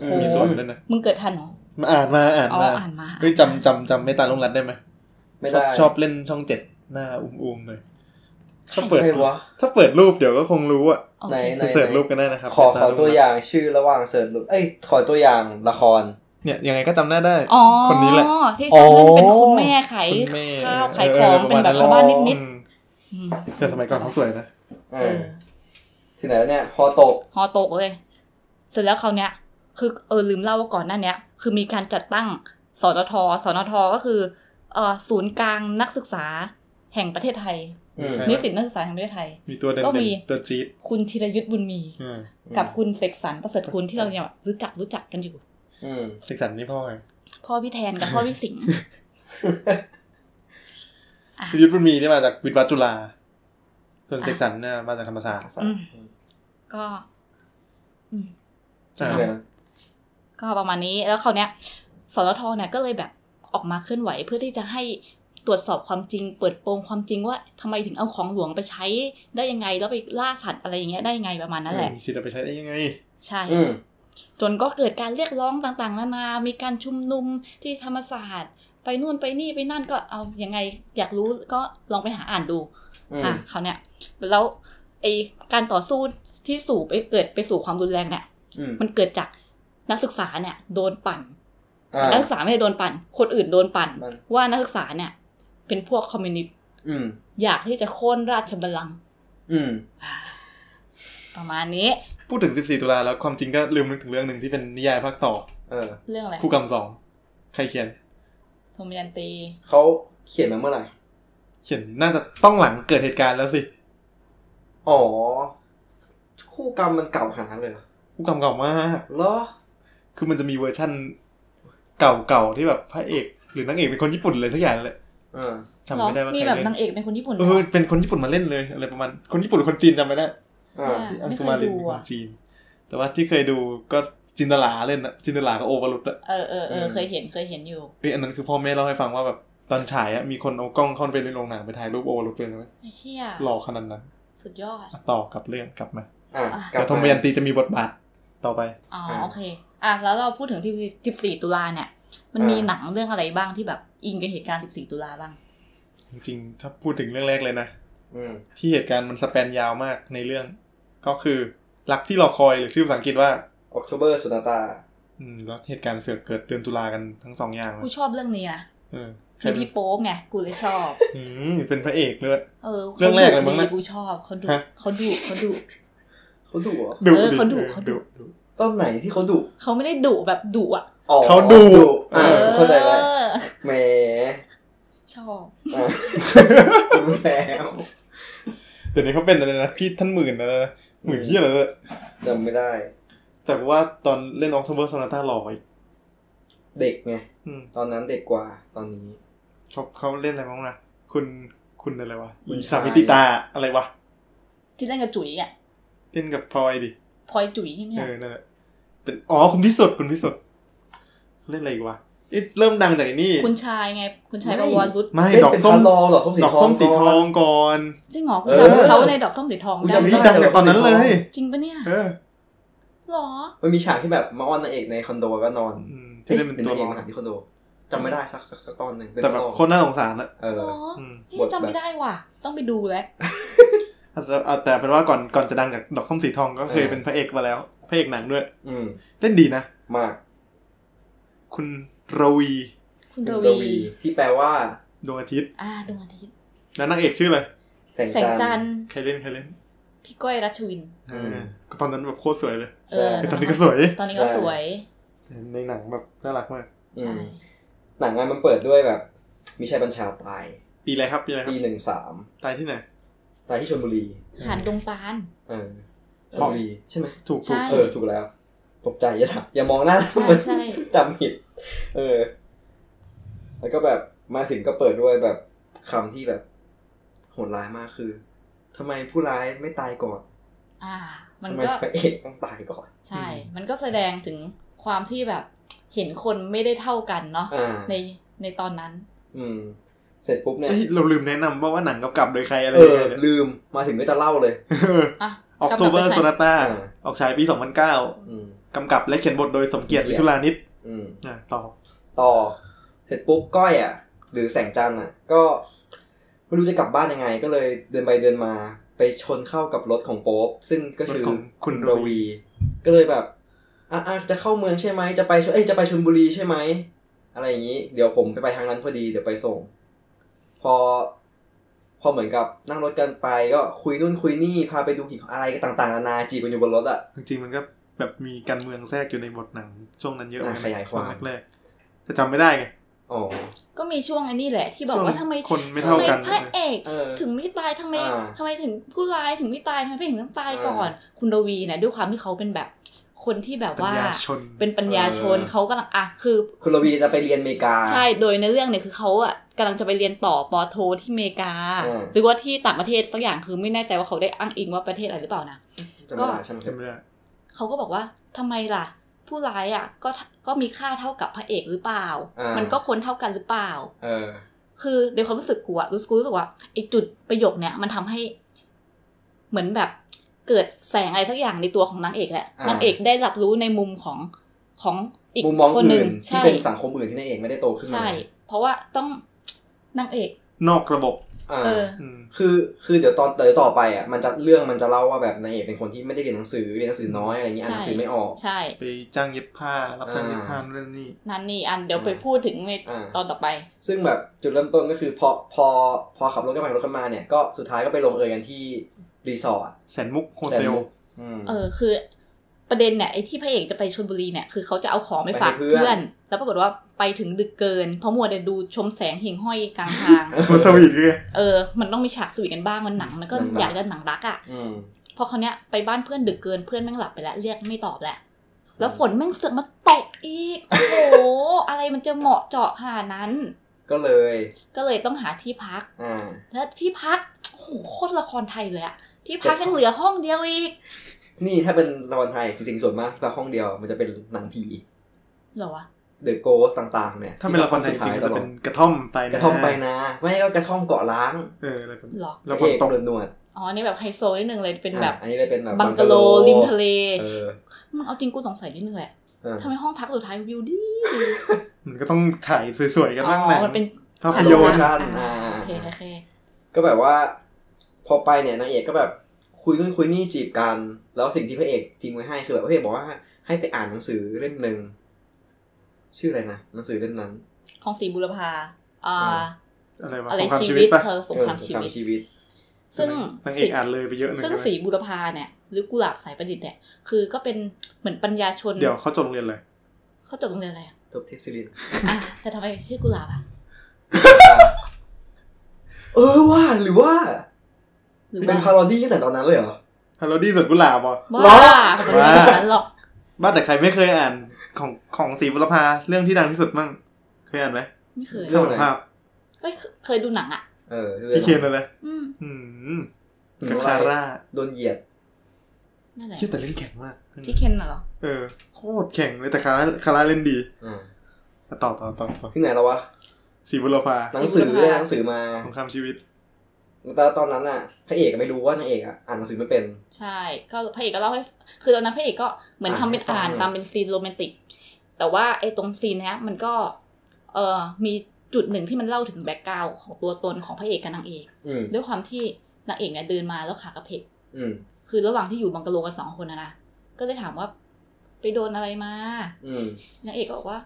[SPEAKER 4] อื
[SPEAKER 3] โอ้
[SPEAKER 2] มีส่วนด้วยนะ
[SPEAKER 3] มึงเกิดทันเหรอ
[SPEAKER 2] มาอ่านมาอ่าน
[SPEAKER 3] อ๋อ
[SPEAKER 2] มา
[SPEAKER 3] อ่านมา
[SPEAKER 2] เฮ้ยจำจำจำเมตตาลุงรัตน์ได้ไหม
[SPEAKER 4] ไม่ได้
[SPEAKER 2] ชอบชอบเล่นช่องเจ็ดหน้าอุ้มๆหน่อยถ้าเปิด
[SPEAKER 4] ใครวะ
[SPEAKER 2] ถ้าเปิดรูปเดี๋ยวก็คงรู้อะ
[SPEAKER 3] โอ
[SPEAKER 4] ไหน
[SPEAKER 3] เค
[SPEAKER 4] ไหน
[SPEAKER 2] ไปเสิร์ชรูปกันได้นะครับ
[SPEAKER 4] ขอขอตัวอ
[SPEAKER 2] เมตตลุงรัตน์
[SPEAKER 4] ย่างชื่อระหว่างเสิร์ชรูปเอ้ยขอตัวอย่างละคร
[SPEAKER 2] เนี่ยยังไงก็จำหน้าได้
[SPEAKER 3] อ๋อ
[SPEAKER 2] คนนี้แหละ
[SPEAKER 3] ที่ชอบเล่นเป็นคุณแม่ขาย
[SPEAKER 2] คุณแม่
[SPEAKER 3] ข้าวขายของเป็นแบบชาวบ้านนิด
[SPEAKER 2] อืม
[SPEAKER 3] ๆอืม
[SPEAKER 2] แต่สมัยก่อนเขาสวยนะ
[SPEAKER 4] เอ
[SPEAKER 3] เอ
[SPEAKER 4] อ
[SPEAKER 3] อ
[SPEAKER 4] ที่ไหนแล้วเนี่ยพอตก
[SPEAKER 3] ฮอโตกเลยเสร็จแล้วเขาวเนี้ย คือเออลืมเล่าว่าก่อนหน้าเนี้ย คือมีการจัดตั้งสนทสนทก็คือเออศูนย์กลางนักศึกษาแห่งประเทศไทย
[SPEAKER 4] อืม
[SPEAKER 2] ใช่
[SPEAKER 3] นิสิตนักศึกษาแห่งประเทศไทย
[SPEAKER 2] มีตัวเด่
[SPEAKER 3] ก็มี
[SPEAKER 2] นๆตัวจี๊ด
[SPEAKER 3] คุณธีรยุทธบุญมี
[SPEAKER 2] อืม
[SPEAKER 3] กับคุณเสกสรรประเสริฐกุลที่เราเนี่ยรู้จักรู้จักกันอยู่
[SPEAKER 4] อืม
[SPEAKER 2] เสกสรรนี่พ่อไง
[SPEAKER 3] พ่อพี่แทนกับพ่อพี่สิง ห์ อ่ะ
[SPEAKER 2] คือยุทธบุญมีนี่มาจากวิทยาจุฬาส่วนเสกสรรเนี่ยมาจากธรรมศาสตร์
[SPEAKER 3] อืม ก็อืม
[SPEAKER 2] อ่า
[SPEAKER 4] เดี๋ยวนะ
[SPEAKER 3] ก็ประมาณนี้แล้วเขาวเนี้ยสนทเนี่ยก็เลยแบบออกมาเคลื่อนไหวเพื่อที่จะให้ตรวจสอบความจริง เปิดโปงความจริงว่าทำไมถึงเอาของหลวงไปใช้ได้ยังไงแล้วไปล่าสัตว์อะไรอย่างเงี้ยได้ยังไงประมาณนั้นแหละ
[SPEAKER 2] มีสิทธิ์เอาไปใช้ได้ยังไง
[SPEAKER 3] ใช่
[SPEAKER 4] อืม
[SPEAKER 3] จนก็เกิดการเรียกร้องต่างๆ นานา มีการชุมนุมที่ธรรมศาสตร์ ไปนู่นไปนี่ไปนั่นก็เอายังไงอยากรู้ก็ลองไปหาอ่านดู
[SPEAKER 4] อืม
[SPEAKER 3] อ่ะเขาวเนี่ย แล้วไอการต่อสู้ที่สู่ไปเกิดไปสู่ความรุนแรงเนี่ย
[SPEAKER 4] อืม
[SPEAKER 3] มันเกิดจากนักศึกษาเนี่ยโดนปั่น
[SPEAKER 4] อ่า
[SPEAKER 3] นักศึกษาไม่ได้โดนปั่น คนอื่นโดนปั่น
[SPEAKER 4] มัน
[SPEAKER 3] ว่านักศึกษาเนี่ย เป็นพวกคอมมิวนิสต์
[SPEAKER 4] อืม
[SPEAKER 3] อยากที่จะโค่นราชบัลลังก์
[SPEAKER 4] อืม
[SPEAKER 3] อ่าประมาณนี้
[SPEAKER 2] พูดถึง 14 ตุลาแล้วความจริงก็ลืมนึกถึงเรื่องหนึ่งที่เป็นนิยายภาคต่อ
[SPEAKER 4] เออ
[SPEAKER 3] เรื่องอะไร
[SPEAKER 2] คู่กรรมสองใครเขียน
[SPEAKER 3] สมยันตี
[SPEAKER 4] เขาเขียนมาเมื่อไหร่
[SPEAKER 2] เขียนน่าจะต้องหลังเกิดเหตุการณ์แล้วสิ
[SPEAKER 4] อ๋อ คู่กรรมมันเก่าขนาดนั้นเลยเหรอ
[SPEAKER 2] คู่กรรมเก่ามาก
[SPEAKER 4] เหรอ
[SPEAKER 2] คือมันจะมีเวอร์ชั่นเก่าๆที่แบบพระเอก หรือนางเอกเป็นคนญี่ปุ่นเลยสักอย่างเลย
[SPEAKER 4] เออ
[SPEAKER 2] จำไม่ได้ว่า
[SPEAKER 3] มี
[SPEAKER 2] ใคร
[SPEAKER 3] แบบ
[SPEAKER 2] เล่
[SPEAKER 3] นาน งเอกเป็นคนญี่ปุ่นหร
[SPEAKER 2] เออเป็นคนญี่ปุ่นมาเล่นเลยอะไรประมาณคนญี่ปุ่นหรือคนจีนจำไม่ได้
[SPEAKER 4] อ่า
[SPEAKER 3] อ่ะ
[SPEAKER 2] อัง
[SPEAKER 3] ไม่
[SPEAKER 2] สุ
[SPEAKER 3] เค
[SPEAKER 2] มาย ลิน
[SPEAKER 3] ดู
[SPEAKER 2] เป็นคน
[SPEAKER 3] อ่ะ
[SPEAKER 2] จีน แต่ว่าที่เคยดูก็จินตลาเล่นอะจินตลาก็โอวรุตอะ
[SPEAKER 3] เออเออเออ
[SPEAKER 4] อืม
[SPEAKER 3] เคยเห็นเคยเห็นอยู่
[SPEAKER 2] เอ้ยอันนั้นคือพ่อแม่เล่าให้ฟังว่าแบบตอนฉายอะมีคนเอากล้องเข้าไปในโรงหนังไปถ่ายรูปโอวรุตเลยนะ
[SPEAKER 3] ไอ้เหี้ย
[SPEAKER 2] หล่อขนาดนั้น
[SPEAKER 3] สุดยอด
[SPEAKER 2] อ่ะต่อกลับเรื่องกลับมา
[SPEAKER 4] อ่ะกลับ
[SPEAKER 2] แต่ทอมยันตีจะมีบทบาทต่อไป
[SPEAKER 3] อ๋ออา โอเค อ่ะแล้วเราพูดถึงที่14 ตุลาเนี่ย มันมี
[SPEAKER 4] อ่า
[SPEAKER 3] หนังเรื่องอะไรบ้างที่แบบอิงกับเหตุการณ์ 14 ตุลาบ้าง
[SPEAKER 2] จริงๆถ้าพูดถึงเรื่องแรกเลยนะ
[SPEAKER 4] อืม
[SPEAKER 2] ที่เหตุการณ์มันสแปนยาวมากในเรื่อง ก็คือรักที่รอคอยหรือชื่อภาษาอังกฤษว่า
[SPEAKER 4] October สุนตา
[SPEAKER 2] อืมแล้วเหตุการณ์เสือกเกิดเดือนตุลากันทั้งสองอย่างเลย
[SPEAKER 3] กูชอบเรื่องนี้นะ
[SPEAKER 2] เออใคร
[SPEAKER 3] มี
[SPEAKER 2] เป็น
[SPEAKER 3] พี่โป๊ปไง กูเลยชอบ
[SPEAKER 2] อืมเป็นพระเอกเลย
[SPEAKER 3] เออขา
[SPEAKER 2] เรื่องแรกเลยมั้ง
[SPEAKER 3] ดุ
[SPEAKER 2] นะ
[SPEAKER 3] ดีกูชอบเขาดุ
[SPEAKER 2] ฮะ
[SPEAKER 3] เขาดุเขาดุ
[SPEAKER 4] เขาดุเหรอ
[SPEAKER 2] ดุ
[SPEAKER 3] เออ
[SPEAKER 2] ดิ
[SPEAKER 3] เขาดุ
[SPEAKER 2] ออ
[SPEAKER 3] เขาดุ
[SPEAKER 4] ตอนไหนที่เขาดุ
[SPEAKER 3] เขาไม่ได้ดุแบบดุอ่ะ
[SPEAKER 4] อ๋อ
[SPEAKER 2] เขาดุ
[SPEAKER 4] อ่าเข้าใจแล้ว
[SPEAKER 3] ออ
[SPEAKER 4] แหม
[SPEAKER 3] ชอบ
[SPEAKER 4] อ่ะรู้แล้ว
[SPEAKER 2] เดี๋ยวนี้เขาเป็นอะไรนะพี่ท่านหมื่นนะหมื่นเฮียอะไรเลย
[SPEAKER 4] จำไม่ได้
[SPEAKER 2] แต่ว่าตอนเล่นออกทเบอร์ซานาต้าหล่ออีก
[SPEAKER 4] เด็กไง
[SPEAKER 2] อืม
[SPEAKER 4] ตอนนั้นเด็กกว่าตอนนี้
[SPEAKER 2] เขาเขาเล่นอะไรบ้างนะคุณคุณอะไรวะ
[SPEAKER 4] คุณ
[SPEAKER 2] อี
[SPEAKER 4] ชาย
[SPEAKER 2] สามิติตาอะไรวะ
[SPEAKER 3] ที่เล่นกับจุ๋ยอ่ะ
[SPEAKER 2] เล่นกับพลอยดิ
[SPEAKER 3] พลอยจุ๋ยเนี่
[SPEAKER 2] เอย อนั่นแหละเป็นอ๋อคุณพิสุทธิ์คุณพิสุทธิ์เล่นอะไรอีกวะเอ๊ะเริ่มดังจากไอ้นี่
[SPEAKER 3] คุณชายไง คุณชาย
[SPEAKER 4] ไม่
[SPEAKER 3] ประวรรุต
[SPEAKER 2] ไม่
[SPEAKER 4] เล่น
[SPEAKER 2] ดอก
[SPEAKER 4] เป็น
[SPEAKER 2] ส้ม
[SPEAKER 4] พระรองดอกส้มสี
[SPEAKER 2] ดอกส้มสี
[SPEAKER 4] ท
[SPEAKER 2] ท
[SPEAKER 4] อ
[SPEAKER 2] อง งก่อน
[SPEAKER 3] จริงเหรอกู
[SPEAKER 4] เออ
[SPEAKER 3] จำเขาในดอกส้มสีทอง
[SPEAKER 4] กู
[SPEAKER 3] ได้
[SPEAKER 4] จำ
[SPEAKER 2] นี่
[SPEAKER 4] ได้
[SPEAKER 2] ดังจากตอนนั้นเล
[SPEAKER 4] ดอกส้มสีท
[SPEAKER 2] ย
[SPEAKER 4] อง
[SPEAKER 3] จริงปะเนี่ย
[SPEAKER 2] เออ
[SPEAKER 3] หรอ
[SPEAKER 4] มันมีฉากที่แบบมาอ้อนนางเอกในคอนโดแล้วก็นอน
[SPEAKER 2] อืม ที่ได้เป็น
[SPEAKER 1] เป็น
[SPEAKER 2] ตั
[SPEAKER 1] ตัว วร
[SPEAKER 2] ร้
[SPEAKER 1] อ
[SPEAKER 2] อง
[SPEAKER 1] งที่คอนโดจำไม่ได้สักสักสักตอนหนึ่งเป็น
[SPEAKER 2] แต่
[SPEAKER 1] ตัว
[SPEAKER 2] แบ
[SPEAKER 1] ร
[SPEAKER 2] บ
[SPEAKER 1] อง
[SPEAKER 2] โคนน่าสงสารนะ
[SPEAKER 1] เออ
[SPEAKER 3] หรอ
[SPEAKER 2] อืม
[SPEAKER 3] พี่จำไม่ได้ว่ะ ต้องไปดูแล้ว
[SPEAKER 2] อาจจะเอาแต่เป็นว่าก่อนก่อนจะดังจากดอกส้มสีทองก็เคย
[SPEAKER 1] เออ
[SPEAKER 2] เป็นพระเอกมาแล้วพระเอกหนังด้วย
[SPEAKER 1] อืม
[SPEAKER 2] เล่นดีนะ
[SPEAKER 1] มาก
[SPEAKER 2] คุณรวี
[SPEAKER 3] คุณร
[SPEAKER 1] ร
[SPEAKER 3] วี
[SPEAKER 1] วีที่แปลว่า
[SPEAKER 2] ดวงอาทิตย์
[SPEAKER 3] อ่าดวงอาทิตย์
[SPEAKER 2] แล้วนางเอกชื่ออะไร
[SPEAKER 1] แสง
[SPEAKER 3] แสง
[SPEAKER 1] จั
[SPEAKER 3] จั
[SPEAKER 1] นท
[SPEAKER 3] นท
[SPEAKER 1] ร์
[SPEAKER 3] ร์
[SPEAKER 2] ใครเล่นใครเล่น
[SPEAKER 3] พี่ก้อยรัชวิน
[SPEAKER 1] อืม
[SPEAKER 2] เออก็ตอนนั้นแบบโคตรสวยเลย
[SPEAKER 3] เออ
[SPEAKER 1] ใช่
[SPEAKER 2] แต่ตอนนี้ก็สวย
[SPEAKER 3] ตอนนี้ก็สวย
[SPEAKER 2] ในหนังแบบน่ารักมาก
[SPEAKER 1] อื
[SPEAKER 3] ใช่
[SPEAKER 1] มหนังงานมันเปิดด้วยแบบ มีชายบัญชาตาย
[SPEAKER 2] ปีอะไรครับปีอะไรครับ
[SPEAKER 1] ปีหนึ่งสาม
[SPEAKER 2] ตายที่ไหน
[SPEAKER 1] ตายที่ชลบุรี
[SPEAKER 3] หันดงตาล
[SPEAKER 1] เออ
[SPEAKER 3] เอ
[SPEAKER 1] ช
[SPEAKER 3] อ
[SPEAKER 1] ลบุรีใช่ไหม
[SPEAKER 2] ถูก
[SPEAKER 3] ใช่
[SPEAKER 2] ถูก
[SPEAKER 1] เออถูกแล้ว ตกใจอย่า ถามอย่ามองหน้า
[SPEAKER 3] ใช่ใช่
[SPEAKER 1] จำผิด เออ แล้วก็แบบมาถึงก็เปิดด้วยแบบคำที่แบบโหดร้ายมากคือทำไมผู้ร้ายไม่ตายก่อน
[SPEAKER 3] อ่า มัน
[SPEAKER 1] ทำไม
[SPEAKER 3] ก็
[SPEAKER 1] พระเอกต้องตายก่อน
[SPEAKER 3] ใช่ มันก็แสดงถึงความที่แบบเห็นคนไม่ได้เท่ากันเนาะ
[SPEAKER 1] อ่า
[SPEAKER 3] ในในตอนนั้น
[SPEAKER 1] อืม เสร็จปุ๊บเนี่ย
[SPEAKER 2] เอ้ยเราลืมแนะนำว่าว่าหนังกำกับโดยใครอะไร
[SPEAKER 1] เอ
[SPEAKER 2] ยัง
[SPEAKER 1] อ
[SPEAKER 2] ไงเนี่ย
[SPEAKER 1] ลืมมาถึงก็จะเล่าเลย
[SPEAKER 3] อ่ะ
[SPEAKER 2] ออกทูเบอร์โซนาต้า
[SPEAKER 1] อ่า
[SPEAKER 2] ออกฉายปี 2009
[SPEAKER 1] อืม
[SPEAKER 2] กำกับและเขียนบทโดยสมเกียรติ
[SPEAKER 1] เกี
[SPEAKER 2] วิ
[SPEAKER 1] ยรติ
[SPEAKER 2] ทุลานิต
[SPEAKER 1] อืม
[SPEAKER 2] อ่ะต่อ
[SPEAKER 1] ต่อ เสร็จปุ๊บก้อยอ่ะ หรือแสงจันทร์อ่ะ ก็ไม่รู้จะกลับบ้านยังไง ก็เลยเดินไปเดินมาไปชนเข้ากับรถของโป๊ปซึ่งก็คือ
[SPEAKER 2] รถของคุณ
[SPEAKER 1] ร
[SPEAKER 2] ร
[SPEAKER 1] วี
[SPEAKER 2] วี
[SPEAKER 1] ก็เลยแบบอ่ะอ่ะจะเข้าเมืองใช่ไหมจะไปชเอ้ยจะไปชลบุรีใช่ไหมอะไรอย่างนี้ เดี๋ยวผมไปไปทางนั้นพอดีเดี๋ยวไปส่ง พอ พอเหมือนกับนั่งรถกันไปก็คุยนู่นคุยนี่พาไปดูหินอะไรก็ต่างๆนานาจีบกันอยู่บนรถอ่ะ
[SPEAKER 2] จริงๆมันก็แบบมีการเมืองแทรกอยู่ในบทหนังช่วงนั้นเยอะ
[SPEAKER 1] อ่ะ
[SPEAKER 2] ก
[SPEAKER 1] ขยายความ
[SPEAKER 2] แรกๆแต่จำไม่ได้ไง
[SPEAKER 1] อ๋อ
[SPEAKER 3] ก็มีช่วงอันนี้แหละที่บอกว่าทำไม
[SPEAKER 2] คนไม่เท่า
[SPEAKER 3] ทำไม
[SPEAKER 2] กัน
[SPEAKER 3] พระเอก
[SPEAKER 1] เออ
[SPEAKER 3] ถึงไม่ตายทำไม
[SPEAKER 1] อ่า
[SPEAKER 3] ทำไมถึงผู้ร้ายถึงไม่ตายทำไมพระเอกถึงต้องตาย
[SPEAKER 1] อ่า
[SPEAKER 3] ก่อน คุณดวีเนี่ยด้วยความที่เขาเป็นแบบคนที่แบบ
[SPEAKER 2] ปัญ
[SPEAKER 3] ว่า
[SPEAKER 2] ญาชน
[SPEAKER 3] เป็นปัญญาชน
[SPEAKER 1] เออ
[SPEAKER 3] เขากำลังอ่ะคือ
[SPEAKER 1] คุณรวีจะไปเรียนอเมริกา
[SPEAKER 3] ใช่ โดยในเรื่องเนี่ยคือเขาอ่ะกำลังจะไปเรียนต่อปอโทที่อเมริกา
[SPEAKER 1] อืม
[SPEAKER 3] หรือว่าที่ต่างประเทศสักอย่างคือไม่แน่ใจว่าเขาได้อ้างอิงว่าประเทศอะไรหรือเปล่านะ
[SPEAKER 1] จำไม่ได้ใช่ไหม
[SPEAKER 2] จำไม่ได้
[SPEAKER 3] เขาก็บอกว่าทำไมล่ะ ผู้ร้ายอ่ะก็ก็มีค่าเท่ากับพระเอกหรือเปล่า
[SPEAKER 1] อ่ามั
[SPEAKER 3] มันก็คนเท่ากันหรือเปล่า
[SPEAKER 1] เออ
[SPEAKER 3] คือในความรู้สึกกูอะรู้สึกกูรู้สึกว่าไอ้จุดประโยคเนี่ยมันทำให้ เหมือนแบบเกิดแสงอะไรสักอย่างในตัวของนางเอกแหละ
[SPEAKER 1] อ่าน
[SPEAKER 3] นางเอกได้รับรู้ในมุมของของอีก
[SPEAKER 1] มุมมอง
[SPEAKER 3] คนหนึ่
[SPEAKER 1] อื่
[SPEAKER 3] ง
[SPEAKER 1] นที่
[SPEAKER 3] ใช่
[SPEAKER 1] เป็นสังคมอื่นที่นายเอกไม่ได้โตขึ้นมา
[SPEAKER 3] ใช่ เพราะว่าต้องนางเอก
[SPEAKER 2] นอกระบบ
[SPEAKER 1] อ่า
[SPEAKER 3] เออ
[SPEAKER 2] อืม
[SPEAKER 1] คือคือเดี๋ยวตอนเดี๋ยวต่อไปอ่ะมันจะเรื่องมันจะเล่าว่าแบบนายเอกเป็นคนที่ไม่ได้เรียนหนังสือเรียนหนังสือน้อยอะไรเงี้ยอ่านหนังสือไม่ออก
[SPEAKER 3] ใช่
[SPEAKER 2] ไปจ้างเย็บผ้ารับจ้างเย็บผ้า
[SPEAKER 1] อ่า
[SPEAKER 2] เรื่องนี้
[SPEAKER 3] นั่นนี่อันเดี๋ยว
[SPEAKER 1] อ่า
[SPEAKER 3] ไปพูดถึงใน
[SPEAKER 1] อ่า
[SPEAKER 3] ตอนต่อไป
[SPEAKER 1] ซึ่งแบบจุดเริ่มต้นก็คือพอพอพอขับรถกันไปรถกันมาเนี่ยก็สุดท้ายก็ไปลงเอยกันที่รีสอร์ท
[SPEAKER 2] แสนมุกโฮ
[SPEAKER 1] แซ
[SPEAKER 2] เทล
[SPEAKER 1] มุกอืม
[SPEAKER 3] เออคือ ประเด็นเนี่ยไอ้ที่พระเอกจะไปชลบุรีเนี่ยคือเขาจะเอาของไปฝาก
[SPEAKER 1] ไปให้เพื่อน
[SPEAKER 3] เพื่อน แล้วปรากฏว่าไปถึงดึกเกิน เพราะมัวแต่ดูชมแสงหิ่งห้อยกลางทาง
[SPEAKER 2] มันสวีทเลย
[SPEAKER 3] เออ มันต้องมีฉากสวีทกันบ้างมันหนัง มันก็
[SPEAKER 1] หนังรัก
[SPEAKER 3] อยากได้หนังรักอะ่ะ
[SPEAKER 1] อืม
[SPEAKER 3] พอเขาวเนี้ยไปบ้านเพื่อนดึกเกินเพื่อนแม่งหลับไปแล้วเรียกไม่ตอบแล้ว
[SPEAKER 1] ม
[SPEAKER 3] แล้วฝนแม่งเสือกมาตกอีก โอ้โหอะไรมันจะเหมาะเจาะขนาดนั้น
[SPEAKER 1] ก็เลย
[SPEAKER 3] ก็เลยต้องหาที่พัก
[SPEAKER 1] อ่า
[SPEAKER 3] แล้วที่พักโอ้โหโคตรละครไทยเลยอะที่พักยังเหลือห้องเดียวอีก
[SPEAKER 1] นี่ถ้าเป็นละครไทยจริงๆส่วนมากละห้องเดียวมันจะเป็นหนังผี
[SPEAKER 3] เหรอวะ
[SPEAKER 1] เดอะโกสต่างๆเนี่ย
[SPEAKER 2] ถ้าเป็นละครไทยจริงๆมันจะเป็นกระท่อมไปนะ
[SPEAKER 1] กระท่อมไปนะ ไม่ก็กระท่อมเกาะล้าง
[SPEAKER 2] เอออะไรแบบนี้
[SPEAKER 3] เหรอ
[SPEAKER 2] แล้ว
[SPEAKER 1] พ
[SPEAKER 2] ฝ
[SPEAKER 1] ระ
[SPEAKER 2] น
[SPEAKER 1] เอก
[SPEAKER 2] ตก
[SPEAKER 1] โดนหนวด
[SPEAKER 3] อ๋อ นี่แบบไฮโซนิดนึงเลย เป็นแบบ
[SPEAKER 1] อ่ะอันนี้เลยเป็นแบบ
[SPEAKER 3] บังกะโลริมทะเล
[SPEAKER 1] เออ
[SPEAKER 3] มึงเอาจริงกูสงสัยนิดนึงแหละ
[SPEAKER 1] เออ
[SPEAKER 3] ทำไมห้องพักสุดท้ายวิวดี
[SPEAKER 2] มันก็ต้องถ่ายสวยๆกันบ้าง
[SPEAKER 3] อ๋
[SPEAKER 2] แหละ
[SPEAKER 3] อ มันเป็น
[SPEAKER 2] ภาพยนตร์
[SPEAKER 3] อ่าโอเคโอเค
[SPEAKER 1] ก็แบบว่า พอไปเนี่ยนางเอกก็แบบคุยนู่นคุยนี่จีบกัน แล้วสิ่งที่พระเอกทิ้งไว้ให้คือแบบพระเอกบอกว่าให้ไปอ่านหนังสือเล่มหนึ่งชื่ออะไรนะหนังสือเล่มนั้น
[SPEAKER 3] ของศรีบุรพาอ่า
[SPEAKER 1] อ่า
[SPEAKER 2] อะไรวะ
[SPEAKER 3] อะไร
[SPEAKER 2] สงคราม
[SPEAKER 3] ชี
[SPEAKER 2] ชีวิ
[SPEAKER 3] วิ
[SPEAKER 2] ต
[SPEAKER 3] ต
[SPEAKER 2] ปะ
[SPEAKER 3] เธอสงคราม
[SPEAKER 1] เออ
[SPEAKER 3] ชีวิต
[SPEAKER 1] วิต
[SPEAKER 3] ซึ่ง
[SPEAKER 2] นางเอกอ่านเลยไปเยอะหนึ่ง
[SPEAKER 3] ซึ่ง
[SPEAKER 2] ใช่ไหม
[SPEAKER 3] ศรีบุรพาเนี่ย หรือกุหลาบสายประดิษฐ์เนี่ย คือก็เป็นเหมือนปัญญาชน
[SPEAKER 2] เดี๋ยวเขาจบโรงเรียนเลย
[SPEAKER 3] เขาจบโรงเรียนอะไรอะ
[SPEAKER 1] ทบเทพศิรินทร์
[SPEAKER 3] อ่ะแต่ทำไมชื่อกุหลาบอะ
[SPEAKER 1] เออว่าหรือว่า
[SPEAKER 3] หรือ
[SPEAKER 1] เป็น
[SPEAKER 3] ว่า
[SPEAKER 1] พาโรดี้ตั้งแต่ตอนนั้นเลยเหรอ
[SPEAKER 2] พาโรดี้สวนกุหลาบอ่ะ
[SPEAKER 1] เหรอ
[SPEAKER 3] บ้าคนละแบบนั้นหรอก
[SPEAKER 2] บ้านแต่ใครไม่เคยอ่านของของศรีบุรพาเรื่องที่ดังที่สุดมั่ง เคยอ่านไหม
[SPEAKER 3] ไม่เคย
[SPEAKER 1] เรื่อง
[SPEAKER 2] วภาพ
[SPEAKER 3] เอ้ยเคยดูหนังอะ
[SPEAKER 1] เออ
[SPEAKER 2] พี่เคนเลยนะ
[SPEAKER 3] อืม
[SPEAKER 2] อืม
[SPEAKER 1] หนู
[SPEAKER 2] กับ
[SPEAKER 1] อะไร
[SPEAKER 2] คาร่า
[SPEAKER 1] โดนเหยียด
[SPEAKER 3] นั่นแหละ
[SPEAKER 2] ชื่อแต่เล่นแข็งมาก
[SPEAKER 3] พี่เคนน่ะเหรอ
[SPEAKER 2] เออโคตรแข็งเลยแต่คาร่าคาร่าเล่นดี
[SPEAKER 1] อ่า
[SPEAKER 2] อ่ะต่อต่อต่อต่อ
[SPEAKER 1] ที่ไหนแล้ววะ
[SPEAKER 2] ศรีบุรพา
[SPEAKER 1] หนังสือได้หนังสือมา
[SPEAKER 2] สงครามชีวิต
[SPEAKER 1] แต่ตอนนั้นอ่ะพระเอกไม่รู้ว่านางเอกอ่ะอ่านหนังสือไม่เป็น
[SPEAKER 3] ใช่ ก็พระเอกก็เล่าให้ คือตอนนั้นพระเอกก็เหมือน
[SPEAKER 1] อ่าน
[SPEAKER 3] ทำเป็น
[SPEAKER 1] ให้ฟัง
[SPEAKER 3] อ่าน
[SPEAKER 1] หน่อย
[SPEAKER 3] ตามเป็นซีนโรแมนติก แต่ว่าไอ้ตรงซีนเนี้ยมันก็เออมีจุดหนึ่งที่มันเล่าถึงแบ็กกราวของตัวตนของพระเอกกับนางเอก
[SPEAKER 1] อืม
[SPEAKER 3] ด้วยความที่นางเอกเนี่ยเดินมาแล้วขากระเพก
[SPEAKER 1] อืม
[SPEAKER 3] คือระหว่างที่อยู่บังกะโลกันสองคนนะนะ ก็เลยถามว่าไปโดนอะไรมา
[SPEAKER 1] อืม
[SPEAKER 3] นางเอกก็บอกว่า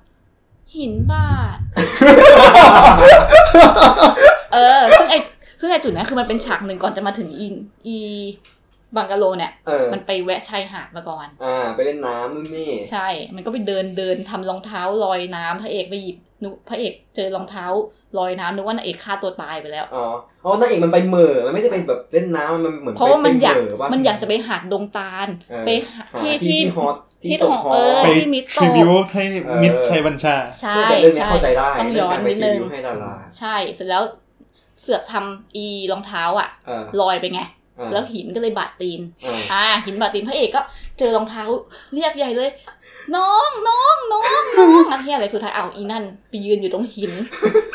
[SPEAKER 3] หินบาด เออ ซึ่งไอซึ่งไอจุดนั้นคือมันเป็นฉากหนึ่งก่อนจะมาถึงอินอีบังกะโลเนี่ย
[SPEAKER 1] เออ
[SPEAKER 3] มันไปแวะชายหาดมาก่อน
[SPEAKER 1] อ่า ไปเล่นน้ำนู่นนี่
[SPEAKER 3] ใช่ มันก็ไปเดินเดินทำรองเท้าลอยน้ำพระเอกไปหยิบนุพระเอกเจอรองเท้าลอยน้ำนึกว่านางเอกฆ่าตัวตายไปแล้ว
[SPEAKER 1] อ๋ออ๋อนางเอกมันไปเหม่อมันไม่ได้ไปแบบเล่นน้ำมันเหมือน
[SPEAKER 3] เพราะว่ามันอยาก
[SPEAKER 1] ไปเห
[SPEAKER 3] มันอยากจะไปหาดดงตาล
[SPEAKER 1] เออ
[SPEAKER 3] ไปหา
[SPEAKER 1] หาที่
[SPEAKER 3] ที่ที่
[SPEAKER 1] ที่ฮอต
[SPEAKER 3] ที่
[SPEAKER 1] ที่ตกฮอ
[SPEAKER 3] เออ
[SPEAKER 1] ต
[SPEAKER 2] ไป
[SPEAKER 3] ที่มิตร
[SPEAKER 2] ทริบิวต์ให้มิตรชัยบัญชา
[SPEAKER 3] ใช่
[SPEAKER 1] แต่เรื่องเนี้ย
[SPEAKER 3] ใช่
[SPEAKER 1] เข้าใจได้
[SPEAKER 3] ต้อง
[SPEAKER 1] เรื่
[SPEAKER 3] ย้
[SPEAKER 1] อง
[SPEAKER 3] อน
[SPEAKER 1] การไป
[SPEAKER 3] นิด
[SPEAKER 1] ที
[SPEAKER 3] นึง
[SPEAKER 1] วิวให้ดารา
[SPEAKER 3] ใช่ เสร็จแล้วเสือกทำอีรองเท้าอ่ะ
[SPEAKER 1] เออ
[SPEAKER 3] ลอยไปไง
[SPEAKER 1] เออ
[SPEAKER 3] แล้วหินก็เลยบาดตีน
[SPEAKER 1] เออ
[SPEAKER 3] อ่า หินบาดตีนพระเอกก็เจอรองเท้าเรียกใหญ่เลย น้องน้องน้องน้องอะเฮียอะไรสุดท้ายเอาวอีนั่นไปยืนอยู่ตรงหิน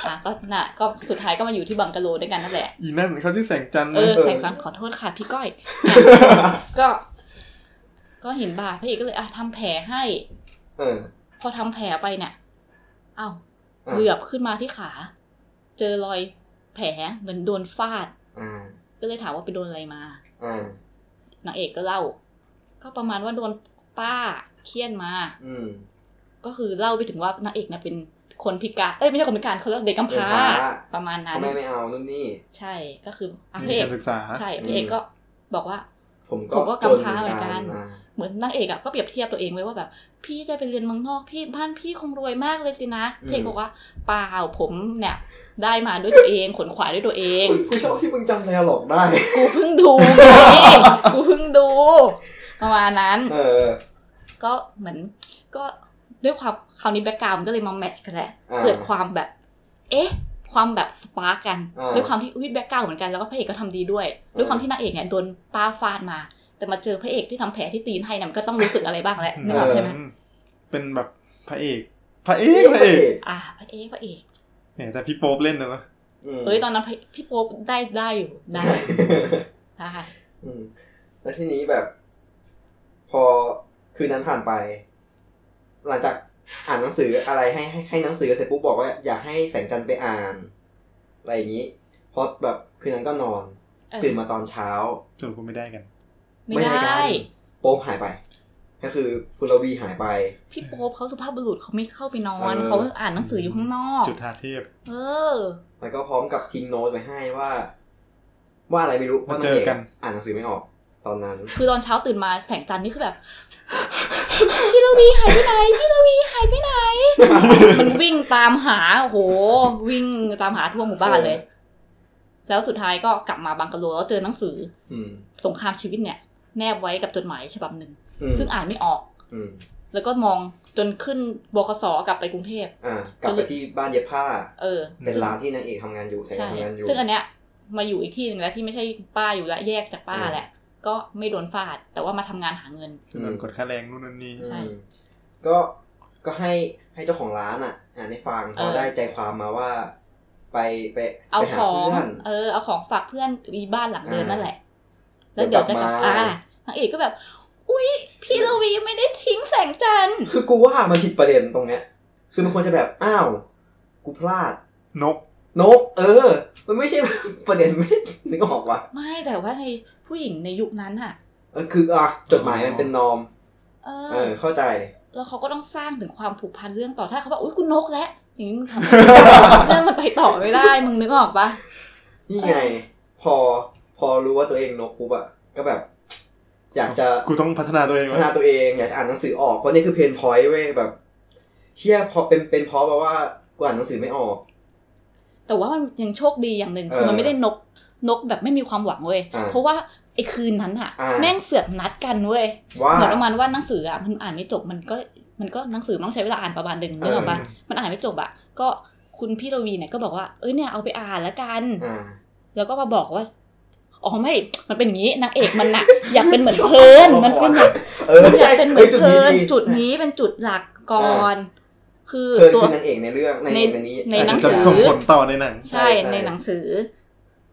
[SPEAKER 3] อ่ะก็น่ะก็สุดท้ายก็มาอยู่ที่บังกะโลด้วยกันนั่นแหละ
[SPEAKER 2] อีนั่นเขาชื่อแสงจันทร์
[SPEAKER 3] เอ
[SPEAKER 2] นะ
[SPEAKER 3] อแสงจันทร์ขอโทษค่ะพี่ ก้อย ก็ ก็หินบาดพระเอกก็เลยอ่ะทำแผลให้
[SPEAKER 1] เออ
[SPEAKER 3] พอทำแผลไปเนี่ยเอ้าว
[SPEAKER 1] อ่ะ
[SPEAKER 3] เหลือบขึ้นมาที่ขา เจอรอยแผลเหมือนโดนฟาด
[SPEAKER 1] อ่า
[SPEAKER 3] ก็เลยถามว่าไปโดนอะไรมา
[SPEAKER 1] อ่าน
[SPEAKER 3] างเอกก็เล่า ก็ประมาณว่าโดนป้าเคี่ยนมา
[SPEAKER 1] อืม
[SPEAKER 3] ก็คือเล่าไปถึงว่านางเอกเนี่ยเป็นคนพิการ เอ้ยไม่ใช่คนพิการเขาเรียกเด็กกำพร้า ประมาณ
[SPEAKER 1] พ่
[SPEAKER 3] นั้
[SPEAKER 1] อน แม่ไม่เอานู่นนี่
[SPEAKER 3] ใช่ก็คืออ่ะพ
[SPEAKER 2] มี
[SPEAKER 3] ระเอก
[SPEAKER 2] การศึกษา
[SPEAKER 3] ใช่พระเอกก็บอกว่า
[SPEAKER 1] ผม
[SPEAKER 3] ผ
[SPEAKER 1] ก็
[SPEAKER 3] มก็
[SPEAKER 1] จ
[SPEAKER 3] กำพร้าเหมือนกัน
[SPEAKER 1] อ่า
[SPEAKER 3] เหมือนนางเอกอะก็เปรียบเทียบตัวเองไว้ว่าแบบ พี่จะไปเรียนเมืองนอกพี่บ้านพี่คงรวยมากเลยสินะพระเอกบอกว่าเปล่าผมเนี่ย ได้มาด้วยตัวเองขนขวายด้วยตัวเอง
[SPEAKER 1] อุ๊ยกูชอบที่มึงจำไดอะล็อกได้
[SPEAKER 3] กูเพิ่งดู ไงกูเพิ่งดูประมาณนั้น
[SPEAKER 1] เออ
[SPEAKER 3] ก็เหมือน ก็ด้วยความคราวนี้แบ็กกราวมันก็เลยมาแมทช์กันแหละ
[SPEAKER 1] อ่า
[SPEAKER 3] เกิดความแบบ เอ๊ะ ความแบบสปาร์กกัน
[SPEAKER 1] อ่า
[SPEAKER 3] ด้วยความที่อุ้ยแบ็กกราวเหมือนกันแล้วก็พระเอกก็ทำดีด้วย ด้วยความที่นางเอกเนี่ยโดนป้าฟาดมา แต่มาเจอพระเอกที่ทำแผลที่ตีนให้เนี่ยมันก็ต้องรู้สึกอะไรบ้างแหละนึกออกใช่ไหม
[SPEAKER 2] อืมเป็นแบบพระเอก พระเอกพระเอก
[SPEAKER 3] อ่าพระเอกพระเอก
[SPEAKER 2] เนี่ยแต่พี่โป๊ปเล่นนะเนอะ
[SPEAKER 1] ม
[SPEAKER 3] เอ้ยตอนนั้นพระพี่โป๊ปได้ได้อยู่ได้ได้
[SPEAKER 1] อืมแล้วทีนี้แบบ พอคืนนั้นผ่านไป หลังจากอ่านหนังสืออะไรให้ให้ให้หนังสือเสร็จปุ๊บบอกว่าอยากให้แสงจันทร์ไปอ่าน อะไรอย่างนี้พอแบบคืนนั้นก็นอน
[SPEAKER 3] เออ
[SPEAKER 1] ตื่นมาตอนเช้า
[SPEAKER 2] จนกูไม่ได้กัน
[SPEAKER 3] ไม่ได้
[SPEAKER 1] กันโป๊บหายไป ก็คือคุณระวีหายไป
[SPEAKER 3] พี่โป๊ปเขาสุภาพบุรุษเขาไม่เข้าไปนอน
[SPEAKER 1] เออ
[SPEAKER 3] เขาอ่านหนังสืออยู่ข้างนอก
[SPEAKER 2] จุดทาเทพ
[SPEAKER 3] เออ
[SPEAKER 1] แล้วก็พร้อมกับทิ้งโน้ตไว้ให้ว่า ว่าอะไรไม่รู้ว่า
[SPEAKER 2] เจอกัน
[SPEAKER 1] งอ่านหนังสือไม่ออก ตอน นั้น
[SPEAKER 3] คือตอนเช้าตื่นมาแสงจันทร์นี่คือแบบ พี่ลวีหายไปไหน พี่ลวีหายไปไหน มันวิ่งตามหาโอ้โห วิ่งตามหาทั่วหมู่บ้านเลย แล้วสุดท้ายก็กลับมาบังกะโลแล้วเจอหนังสือ
[SPEAKER 1] อืม
[SPEAKER 3] สงครามชีวิตเนี่ย แนบไว้กับจดหมายฉบับหนึ่ง
[SPEAKER 1] อืม
[SPEAKER 3] ซึ่งอ่านไม่ออก
[SPEAKER 1] อืม
[SPEAKER 3] แล้วก็มองจนขึ้นบกสกลับไปกรุงเทพ
[SPEAKER 1] อ่ากลับไปที่บ้านเย็บผ้า
[SPEAKER 3] เออ
[SPEAKER 1] เป็นร้านที่นางเอกทำงานอยู่แสง
[SPEAKER 3] ใช่
[SPEAKER 1] ทำงานอยู่
[SPEAKER 3] ซึ่งอันเนี้ยมาอยู่อีกที่หนึ่งแล้วที่ไม่ใช่ป้าอยู่แล้วแยกจากป้าแหละ ก็ไม่โดนฟาด แต่ว่ามาทำงานหาเงิน
[SPEAKER 2] คือแบบกดค่าแรงนู่นนั่นนี่
[SPEAKER 3] ใช่
[SPEAKER 1] อืมก็ก็ให้ให้เจ้าของร้านอ่ะ อ่านให้ฟัง
[SPEAKER 3] เอ
[SPEAKER 1] พ
[SPEAKER 3] อ
[SPEAKER 1] อได้ใจความมาว่า ไปไป
[SPEAKER 3] เอา
[SPEAKER 1] ไปหา
[SPEAKER 3] ของ
[SPEAKER 1] เพื่อน
[SPEAKER 3] เออเอาของฝากเพื่อนอีบ้านหลังเดิม
[SPEAKER 1] อ่า
[SPEAKER 3] นั่นแหละ แล้วเดี๋ยวจะกลับ
[SPEAKER 1] เดี๋ยวกลับมา
[SPEAKER 3] อ่านางเอกก็แบบ อุ๊ย พี่ลวีไม่ได้ทิ้งแสงจันทร์
[SPEAKER 1] คือกูว่ามันผิดประเด็นตรงเนี้ย คือมันควรจะแบบอ้าว กูพลาด
[SPEAKER 2] นก
[SPEAKER 1] นก เออ มันไม่ใช่ ประเด็นไม่นึกออกว่ะ
[SPEAKER 3] ไม่แต่ว่าในผู้หญิงในยุคนั้นอ่ะ
[SPEAKER 1] เออคืออ่ะจดหมายมันเป็นนอม
[SPEAKER 3] เอ
[SPEAKER 1] เอ
[SPEAKER 3] อ
[SPEAKER 1] อ เข้าใจ
[SPEAKER 3] แล้วเขาก็ต้องสร้างถึงความผูกพันเรื่องต่อถ้าเขาบอกอุ๊ยคุณนกแล้วอย่างนี้มึง ทำไม่ได้เรื่องมันไปต่อไม่ได้ มึงนึกออกปะ
[SPEAKER 1] นี่ไง พอพอรู้ว่าตัวเองนกปุ๊บอะก็แบบ อยากจะ
[SPEAKER 2] กูต้องพัฒนาตัวเอง
[SPEAKER 1] พัฒนาตัวเองอยากจะอ่านหนังสือออกเพราะนี่คือเพนพอยต์เว้ยแบบเชี่ยพอเป็นเป็นเพราะแบบว่ากูอ่านหนังสือไม่ออก
[SPEAKER 3] แต่ว่ามันยังโชคดีอย่างหนึ่ง
[SPEAKER 1] เออ
[SPEAKER 3] คือมันไม่ได้นกนกแบบไม่มีความหวังเว้ย
[SPEAKER 1] อ่า
[SPEAKER 3] เพราะว่าไอ้คืนนั้นอ่ะ
[SPEAKER 1] อ่า
[SPEAKER 3] แม่งเสือกนัดกันเว้ย
[SPEAKER 1] ว่า
[SPEAKER 3] เหมือนประมาณว่าหนังสืออ่ะมันอ่านไม่จบมันก็มันก็หนังสือมันต้องใช้เวลาอ่านประมาณหนึ่งนึกออกปะ
[SPEAKER 1] เออ
[SPEAKER 3] มันอ่านไม่จบอ่ะก็คุณพี่รวีเนี่ยก็บอกว่าเอ้ยเนี่ยเอาไปอ่านแล้วกัน
[SPEAKER 1] อ่า
[SPEAKER 3] แล้วก็มาบอกว่าอ๋อไม่ มันเป็นอย่างนี้นางเอกมันน่ะ อยากเป็นเหมือนเพลิ นมันเป็นแบบ
[SPEAKER 1] เออ
[SPEAKER 3] มันอยา
[SPEAKER 1] ใช่
[SPEAKER 3] กเป็นเหมื
[SPEAKER 1] ฮ้
[SPEAKER 3] อย นเพลินจุด
[SPEAKER 1] ดี
[SPEAKER 3] นี้เป็นจุดหลักก่อน คือ
[SPEAKER 1] เพลิน
[SPEAKER 3] ตัว
[SPEAKER 1] คือนางเอกในเรื่องใน
[SPEAKER 3] ใน
[SPEAKER 1] ในนี้
[SPEAKER 3] ในหนังสื
[SPEAKER 2] จะ
[SPEAKER 3] อ
[SPEAKER 2] ส่งผลต่อในหนัง
[SPEAKER 3] ใช่
[SPEAKER 1] ใช่
[SPEAKER 3] ในหนังสือ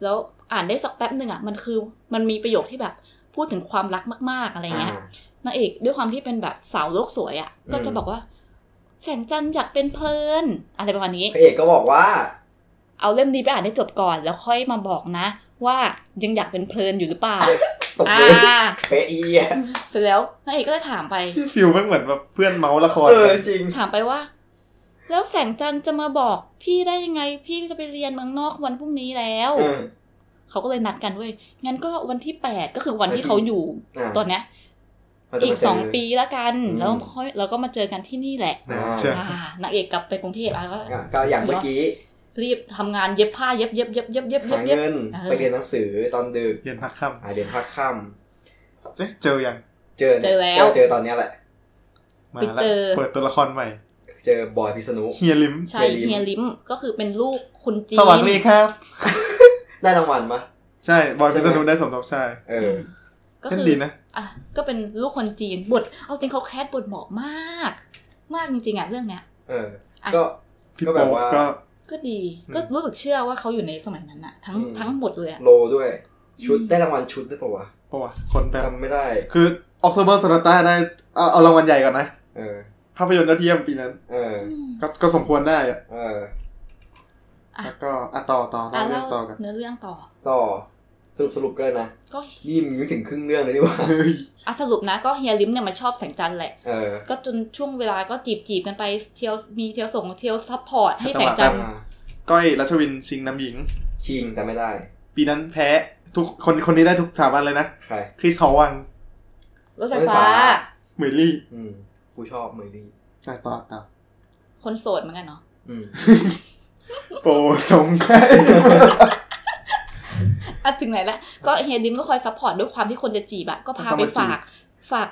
[SPEAKER 3] แล้วอ่านได้สักแป๊บหนึ่งอ่ะมันคือมันมีประโยคที่แบบพูดถึงความรักมาก ๆอะไรเงี้ย
[SPEAKER 1] อ่า
[SPEAKER 3] นางเอกด้วยความที่เป็นแบบสาวโลกสวยอะ่ะ
[SPEAKER 1] อืม
[SPEAKER 3] ก็จะบอกว่า แสงจันทร์อยากเป็นเพลินอะไรประมาณนี้
[SPEAKER 1] พระเอกก็บอกว่า
[SPEAKER 3] เอาเล่มนี้ไปอ่านให้จบก่อนแล้วค่อยมาบอกนะ ว่ายังอยากเป็นเพลินอยู่หรื อเปล่า
[SPEAKER 1] ตก
[SPEAKER 3] อ่า
[SPEAKER 1] เลยเป๊ะอีอะ
[SPEAKER 3] เสร็จแล้วนางเอกก็เลยถามไป
[SPEAKER 2] ที่ฟิลแม่งเหมือนแบบเพื่อนเมาส์ละคร
[SPEAKER 1] เออจริง
[SPEAKER 3] ถามไปว่า แล้วแสงจันทร์จะมาบอกพี่ได้ยังไง พี่ก็จะไปเรียนเมืองนอกวันพรุ่งนี้แล้ว
[SPEAKER 1] เออ
[SPEAKER 3] เขาก็เลยนัดกันเว้ยงั้นก็วันที่แปดก็คือวันที่เขาอยู่
[SPEAKER 1] อ่า
[SPEAKER 3] ตอนเนี้ย
[SPEAKER 1] เราจะ
[SPEAKER 3] อี
[SPEAKER 1] มาก เจ
[SPEAKER 3] สองปีแล้วกัน
[SPEAKER 1] อืม
[SPEAKER 3] แล้วค่อยเราก็มาเจอกันที่นี่แหละ
[SPEAKER 2] นะเชื่อ
[SPEAKER 3] อ่านางเอกกลับไปกรุงเทพอ่ะก็
[SPEAKER 1] อ่ะก็อย่างเมื่อกี้
[SPEAKER 3] รีบทำงานเย็บผ้าเย็บเย็บเย็บเย็บเย็บเย็
[SPEAKER 1] หา
[SPEAKER 3] บเย็บ
[SPEAKER 1] เงิน
[SPEAKER 3] เออ
[SPEAKER 1] ไปเรียนหนังสือตอนดึก
[SPEAKER 2] เรียนพักค่
[SPEAKER 1] อ่ะเรียนภาคค่
[SPEAKER 2] ำเอ๊ะเจอยัง
[SPEAKER 1] ำเจอ
[SPEAKER 3] เจอแล้ว
[SPEAKER 1] เจอตอนเนี้ยแหละ
[SPEAKER 2] มา
[SPEAKER 3] ไป
[SPEAKER 2] แล้ว
[SPEAKER 3] เจอ
[SPEAKER 2] เปิดตัวละครใหม่
[SPEAKER 1] เจอบอยพิษณุ
[SPEAKER 2] เฮียลิม
[SPEAKER 3] ใช่
[SPEAKER 1] เฮียลิ้ม
[SPEAKER 3] เฮียลิมก็คือเป็นลูกคุณจีน
[SPEAKER 2] สวัสดีครับ
[SPEAKER 1] ได้รางวัลมะ
[SPEAKER 2] ใช่บอยพิษณุได้สมทบชาย
[SPEAKER 1] เอ
[SPEAKER 3] อื
[SPEAKER 1] อ
[SPEAKER 3] มก็
[SPEAKER 2] เล่น
[SPEAKER 3] คือ
[SPEAKER 2] ดีนะ
[SPEAKER 3] อ่ะก็เป็นลูกคนจีนบทเอาจริงเขาแคสบทเหมาะมาก มากจริงๆอ่ะเรื่องเนี้ย
[SPEAKER 1] เออ
[SPEAKER 3] อ่ะ
[SPEAKER 1] ก็
[SPEAKER 2] พี่
[SPEAKER 1] ก็แบ
[SPEAKER 2] โป๊
[SPEAKER 1] บ
[SPEAKER 2] ก
[SPEAKER 1] ว่า
[SPEAKER 2] ก็
[SPEAKER 3] ก็ดี
[SPEAKER 2] อืม
[SPEAKER 3] ก็รู้สึกเชื่อว่าเขาอยู่ในสมัยนั้นอะทั้ง
[SPEAKER 1] อืม
[SPEAKER 3] ทั้งหมดเลยอะ
[SPEAKER 1] โลด้วย ชุด
[SPEAKER 3] อืม
[SPEAKER 1] ได้รางวัลชุดด้วยปะวะ
[SPEAKER 2] ปะวะคนแบบ
[SPEAKER 1] จำไม่ได้
[SPEAKER 2] คือออกซ b เบอร์สตาได้เอาเอารางวัลใหญ่ก่อนนะ
[SPEAKER 1] เออ
[SPEAKER 2] ภาพยนตร์ยอดเยี่ยมปีนั้น
[SPEAKER 1] เออ
[SPEAKER 3] อืม
[SPEAKER 2] ก็ก็สมควรได้อะ
[SPEAKER 1] เออ
[SPEAKER 3] อ่ะ
[SPEAKER 2] แล้วก็อ่ะต่อต่อต่อ
[SPEAKER 3] อ่ะ
[SPEAKER 2] เรื่
[SPEAKER 3] เล่า
[SPEAKER 2] องต่อกัน
[SPEAKER 3] เนื้อเรื่องต่อ
[SPEAKER 1] ต่อสรุปสรุปก็เลยนะ
[SPEAKER 3] ก็
[SPEAKER 1] นี่มึงไม่ถึงครึ่งเรื่องเลยนี่หว่า
[SPEAKER 2] เฮ้ย
[SPEAKER 3] อ่ะสรุปนะ ก็เฮียลิมเนี่ยมาชอบแสงจันทร์แหละ
[SPEAKER 1] เออ
[SPEAKER 3] ก็จนช่วงเวลาก็จีบจีบๆกันไปเที่ยวมีเที่ยวส่งเที่ยวซัพพอร์ตให้แสงจันทร์
[SPEAKER 1] อ่า
[SPEAKER 2] ก้อยรัชวินชิงนำหญิง
[SPEAKER 1] ชิงแต่ไม่ได้
[SPEAKER 2] ปีนั้นแพ้ทุกคนคนนี้ได้ทุกสถาบันเลยนะ
[SPEAKER 1] ใคร
[SPEAKER 2] คริสฮอวัง
[SPEAKER 3] รถไฟ
[SPEAKER 1] รถไฟ
[SPEAKER 3] ฟ้า
[SPEAKER 1] ฟ้า
[SPEAKER 2] เมยลี่
[SPEAKER 1] อืมกูชอบเมลี่
[SPEAKER 2] อ่ะต่อต่อ
[SPEAKER 3] คนโสดเหมือนกันเนาะ
[SPEAKER 1] อืม
[SPEAKER 2] โปรสงไข่
[SPEAKER 3] อ่ะถึงไหนละก็เฮียลิมก็คอยซัพพอร์ตด้วยความที่คนจะจีบอะก็พาไปฝาก ฝาก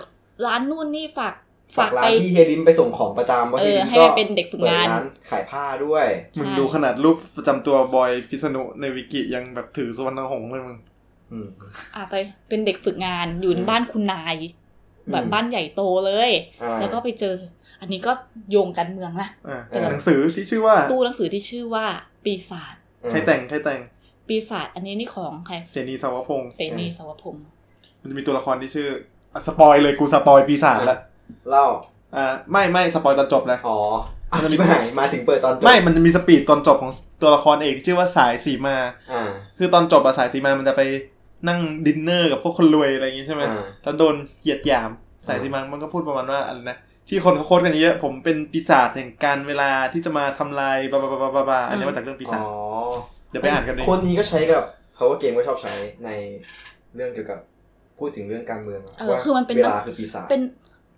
[SPEAKER 3] ร้านนู่นนี่ฝาก
[SPEAKER 1] ฝา
[SPEAKER 3] ฝาก ก
[SPEAKER 1] ร้า
[SPEAKER 3] ไป
[SPEAKER 1] นที่เฮยลิมไปส่งของประจำว่าะ
[SPEAKER 3] เอ
[SPEAKER 1] เฮย
[SPEAKER 3] อ
[SPEAKER 1] ลิม
[SPEAKER 3] ให้
[SPEAKER 1] ก็
[SPEAKER 3] เป็นเด็กฝึกงาน
[SPEAKER 1] เปิดร้ขายผ้าด้วย
[SPEAKER 2] มึง
[SPEAKER 3] ใช่
[SPEAKER 2] ดูขนาดรูปประจำตัวบอยพิษณุในวิกิยังแบบถือสวรรณหงส์เลยมึง
[SPEAKER 1] อืม
[SPEAKER 3] อ่ะไปเป็นเด็กฝึกงานอยู่ใน
[SPEAKER 1] อืม
[SPEAKER 3] บ้านคุณนาย แบบ
[SPEAKER 1] อืม
[SPEAKER 3] บ้านใหญ่โตเลย
[SPEAKER 1] อ่า
[SPEAKER 3] แล้วก็ไปเจอ อันนี้ก็โยงกันเมืองนะ
[SPEAKER 2] อ่า
[SPEAKER 1] เออ
[SPEAKER 2] หนังสือที่ชื่อว่า
[SPEAKER 3] ตู้หนังสือที่ชื่อว่าปีศาจ
[SPEAKER 2] ใครแต่งใครแต่ง
[SPEAKER 3] ปีศาจอันนี้นี่ของใคร
[SPEAKER 2] เสนีสาวพงศ์
[SPEAKER 3] เสนีสาวพงศ์
[SPEAKER 2] มันจะมีตัวละครที่ชื่ออ่ะสปอยเลยกูสปอยปีศาจละ
[SPEAKER 1] เล่า
[SPEAKER 2] อ่าไม่ไม่สปอยตอนจบนะ
[SPEAKER 1] อ๋ออ่ะ
[SPEAKER 2] มันจะ
[SPEAKER 1] ชิ
[SPEAKER 2] มี
[SPEAKER 1] บหายมาถึงเปิดตอนจบ
[SPEAKER 2] ไม่มันจะมีสปีดตอนจบของตัวละครเอกที่ชื่อว่าสายสีมา
[SPEAKER 1] อ่า
[SPEAKER 2] คือตอนจบอะสายสีมามันจะไปนั่งดินเนอร์กับพวกคนรวยอะไรอย่างงี้ใช่ไหม
[SPEAKER 1] อ่า
[SPEAKER 2] แล้วโดนเหยียดหยาม สายสีมามันก็พูดประมาณว่าอะไรนะ ที่คนเขาโคตรกันเยอะ ผมเป็นปีศาจแห่งการเวลาที่จะมาทำลายบาบาบาบาบาบาอันนี้มาจากเรื่องปีศาจ
[SPEAKER 1] อ๋อ
[SPEAKER 2] เดี๋ยวไปอ่านกันเลย
[SPEAKER 1] คนนี้ก็ใช้กับ power game ก็ชอบใช้ในเรื่องเกี่ยวกับพูดถึงเรื่องการเมืองอะ
[SPEAKER 3] เออ
[SPEAKER 1] ว่า
[SPEAKER 3] คือมันเป็น
[SPEAKER 1] เวลาคือปีศาจ
[SPEAKER 3] เป็น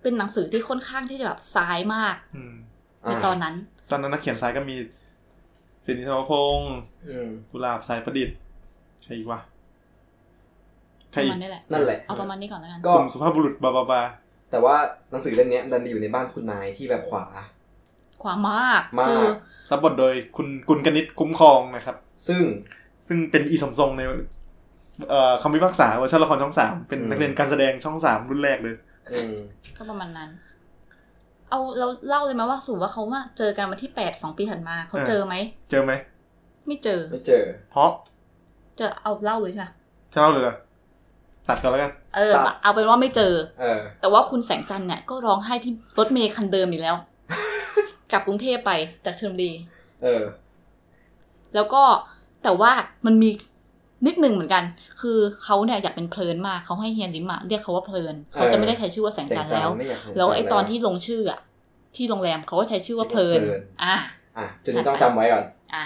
[SPEAKER 3] เป็นหนังสือที่ค่อนข้างที่จะแบบซ้ายมาก
[SPEAKER 2] อืม
[SPEAKER 1] อ่า
[SPEAKER 3] ในตอนนั้น
[SPEAKER 2] ตอนนั้นนักเขียนสายก็มีสินิธรรมพงศ์
[SPEAKER 1] อืม
[SPEAKER 2] กุหลาบสายประดิษฐ์ใครอีกวะใค
[SPEAKER 3] ป
[SPEAKER 2] ร
[SPEAKER 3] ระ
[SPEAKER 2] อี
[SPEAKER 3] มาณ
[SPEAKER 2] ก
[SPEAKER 3] นี้แหละ
[SPEAKER 1] นั่นแหละ
[SPEAKER 3] เอาประมาณนี้ก่อนแล้วกัน
[SPEAKER 1] ก็
[SPEAKER 2] กลุ่มสุภาพบุรุษบาบาบา
[SPEAKER 1] แต่ว่าหนังสือเล่มเนี้ยดันไปอยู่ในบ้านคุณนายที่แบบขวา
[SPEAKER 3] ความมาก
[SPEAKER 1] มาก
[SPEAKER 3] คือ
[SPEAKER 2] รับบทโดยคุณกุลกนิษฐ์คุ้มครองนะครับ
[SPEAKER 1] ซึ่ง
[SPEAKER 2] ซึ่งเป็นอีสมทรงในเอ่อคำพิพากษาเวอร์ชันละครช่องสามเป็น
[SPEAKER 1] อืม
[SPEAKER 2] นักเรียนการแสดงช่องสามรุ่นแรกเลย
[SPEAKER 1] อืม
[SPEAKER 3] ก็ประมาณนั้น เอาเราเล่าเลยไหมว่าสมมุติว่าเขาว่าเจอกันวันที่แปดสองปีถัดมาเขา
[SPEAKER 2] อ่า
[SPEAKER 3] เจอไหม
[SPEAKER 2] เจอไหม
[SPEAKER 3] ไม่เจอ
[SPEAKER 1] ไม่เจอ
[SPEAKER 2] เพราะ
[SPEAKER 3] เจอเอาเล่าเลยใช่ไหม
[SPEAKER 2] เช่าเลยเหรอตัดก่อนแล้วกัน
[SPEAKER 3] เออ
[SPEAKER 1] ตัด
[SPEAKER 3] เอาเป็นว่าไม่เจอ
[SPEAKER 1] เออ
[SPEAKER 3] แต่ว่าคุณแสงจันทร์เนี่ยก็ร้องไห้ที่รถเมย์คันเดิมอีก แล้ว กลับกรุงเทพไปจากชลบุรี
[SPEAKER 1] เออ
[SPEAKER 3] แล้วก็แต่ว่ามันมีนิดหนึ่งเหมือนกัน คือเขาเนี่ยอยากเป็นเพลินมากเขาให้เฮียนลิมอะเรียกเขาว่าเพลินเขาจะไม่ได้ใช้ชื่อว่าแสงจันทร์แล้ว
[SPEAKER 1] ไม่อยากให้
[SPEAKER 3] แล้วไอ้
[SPEAKER 1] จำ
[SPEAKER 3] ตอนที่ลงชื่ออะที่โรงแรมเขาก็ใช้ชื่อว่าเพลิน อ่ะ
[SPEAKER 1] อ่ะจุดนี้ต้องจำไว้ก่อน
[SPEAKER 3] อ่ะ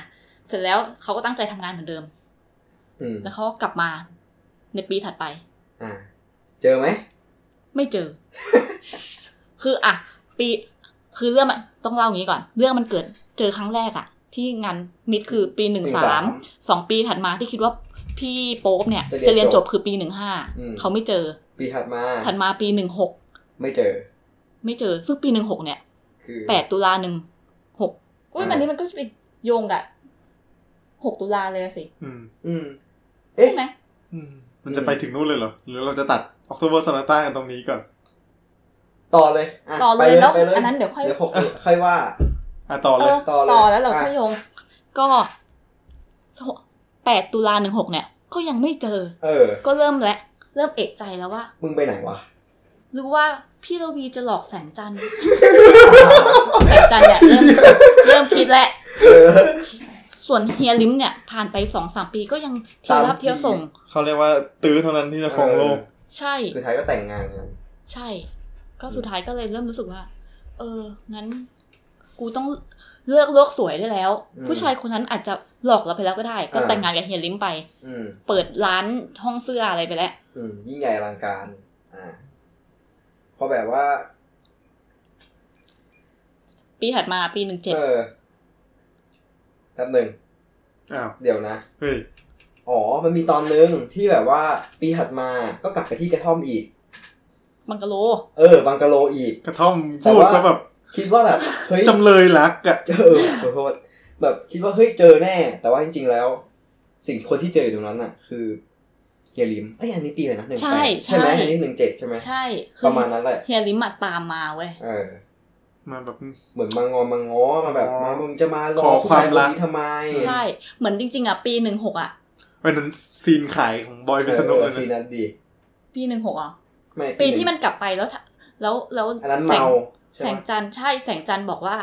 [SPEAKER 3] เสร็จแล้วเขาก็ตั้งใจทำงานเหมือนเดิม
[SPEAKER 1] อืม
[SPEAKER 3] แล้วเขาก็กลับมาในปีถัดไป
[SPEAKER 1] อ่ะเจอไหม
[SPEAKER 3] ไม่เจอ คืออ่ะ ปี คือเรื่องมันต้องเล่าอย่างนี้ก่อน เรื่องมันเกิดเจอครั้งแรกอะที่งานมิดคือปีหนึ่งสามสองปีถัดมาที่คิดว่าพี่โป๊ปเนี่ย
[SPEAKER 1] จะเรียน
[SPEAKER 3] จะเรียนจบ
[SPEAKER 1] จบ
[SPEAKER 3] คือปีหนึ่งห้า
[SPEAKER 1] อืม
[SPEAKER 3] เขาไม่เจอ
[SPEAKER 1] ปีถัดมา
[SPEAKER 3] ถัดมาปีหนึ่งหก
[SPEAKER 1] ไม่เจอ
[SPEAKER 3] ไม่เจอ ซึ่งปีหนึ่งหกเนี่ย
[SPEAKER 1] คือ
[SPEAKER 3] แปดตุลาหนึ่งหกอุ้ย
[SPEAKER 1] อ่า
[SPEAKER 3] มันนี้มันก็จะไปโยงกับหกตุลาเลยอะสิ
[SPEAKER 2] อืม
[SPEAKER 1] อืม เอ๊ะ
[SPEAKER 3] ใช่ไหม
[SPEAKER 2] อืมมันจะไปถึงนู่นเลยเหรอ หรือเราจะตัดออก o เ e อร์ซ n นต้ากันตรงนี้ก่อน
[SPEAKER 1] ต่อเลยะ
[SPEAKER 3] ต่อเลย
[SPEAKER 1] ไป
[SPEAKER 3] แล้ว
[SPEAKER 1] ไปเลย
[SPEAKER 3] อันนั้นเดี๋ยวค่อย
[SPEAKER 1] เดี๋ยวผมค่อยว่า
[SPEAKER 2] อ่ะต่อ
[SPEAKER 3] เอ
[SPEAKER 2] เลย
[SPEAKER 3] อ
[SPEAKER 1] ต่อเลย
[SPEAKER 3] ต่อแล้วเรา
[SPEAKER 1] อ่ะ
[SPEAKER 3] ค่อยโยง ก็แปดตุลาหนึ่งหกเนี่ย ก็ยังไม่เจอ
[SPEAKER 1] เออ
[SPEAKER 3] ก็เริ่มแล้วเริ่มเอกใจแล้วว่า
[SPEAKER 1] มึงไปไหนวะ
[SPEAKER 3] หรือว่าพี่ระวีจะหลอกแสงจันทร์ แสงจันทร์เนี่ยเริ่มเริ่มคิดแล้ว
[SPEAKER 1] เออ
[SPEAKER 3] ส่วนเฮียลิมเนี่ย ผ่านไปสองสามปีก็ยังเที่ยวรับ
[SPEAKER 1] ตามจีบ
[SPEAKER 3] เที่ยวส่ง
[SPEAKER 2] เขาเรียกว่าตื้อเท่านั้นที่จะครองโลก
[SPEAKER 3] ใช่
[SPEAKER 1] สุดท้ายก็แต่งงานกัน
[SPEAKER 3] ใช่ ก็สุดท้ายก็เลยเริ่มรู้สึกว่า เออ งั้น กูต้องเลือกโลกสวยได้แล้ว ผู้ชายคนนั้นอาจจะหลอกเราไปแล้วก็ได้ ก็แต่งงานกับเฮียลิมไป
[SPEAKER 1] อืม
[SPEAKER 3] เปิดร้านห้องเสื้ออะไรไปแล้ว
[SPEAKER 1] อืม ยิ่งใหญ่อลังการ อ่า พอแบบว่า
[SPEAKER 3] ปีถัดมาปีหนึ่งเจ็ด
[SPEAKER 1] เออแป๊บหนึ่ง
[SPEAKER 2] อ้าว
[SPEAKER 1] เดี๋ยวนะ
[SPEAKER 2] เฮ้ย
[SPEAKER 1] อ๋อ มันมีตอนนึงที่แบบว่าปีถัดมาก็กลับไปที่กระท่อมอีก
[SPEAKER 3] บังกะโล
[SPEAKER 1] เออ บังกะโลอีก
[SPEAKER 2] กระท่อมพูดซะแบบ
[SPEAKER 1] คิดว่าแบบ เฮ้ย
[SPEAKER 2] จำเลยรักอะ
[SPEAKER 1] เจอขอโทษแบบคิดว่าเฮ้ยเจอแน่ แต่ว่าจริงๆแล้ว สิ่งคนที่เจออยู่ตรงนั้นน่ะ คือเฮียลิมไอ้ยอันนี้ปีอะไรนะหนึ่ง
[SPEAKER 3] ใช่
[SPEAKER 1] ใช่ไหม
[SPEAKER 3] ใช่
[SPEAKER 1] อันนี้หนึ่งเจ็ดใช่ไหม
[SPEAKER 3] ใช่คื
[SPEAKER 1] ป
[SPEAKER 3] อ
[SPEAKER 1] ระมาณนั้นแหละ
[SPEAKER 3] เฮียลิมมาตามมาเว้ย
[SPEAKER 1] เออ
[SPEAKER 2] มาแบบ
[SPEAKER 1] เหมือนมางอมางอมาแบบ
[SPEAKER 2] อ๋อ
[SPEAKER 1] มามึงจะมาหล
[SPEAKER 2] ขอ
[SPEAKER 1] ผู้
[SPEAKER 2] ควา
[SPEAKER 1] ชาม ยคน
[SPEAKER 2] รัก
[SPEAKER 1] นี้ทำไม
[SPEAKER 3] ใช่ เหมือนจริง ๆ อ่ะ ปีหนึ่งหกอ่ะ
[SPEAKER 2] เป็นนั้นซีนขายของบอยพิษณุ
[SPEAKER 1] เอ
[SPEAKER 2] เล
[SPEAKER 1] อย ซี
[SPEAKER 2] นะ
[SPEAKER 1] นั้นดี
[SPEAKER 3] ปีหนึ่งหกอ่ะ
[SPEAKER 1] ไม่
[SPEAKER 3] ปี
[SPEAKER 1] หง
[SPEAKER 3] ที่มันกลับไปแล้วถ้าแล้วแล้ว
[SPEAKER 1] อันนั้น
[SPEAKER 3] แสง
[SPEAKER 1] เมาใช่
[SPEAKER 3] แส
[SPEAKER 1] ไหม
[SPEAKER 3] งจันทร์ใช่แสงจันทร์บอกว่า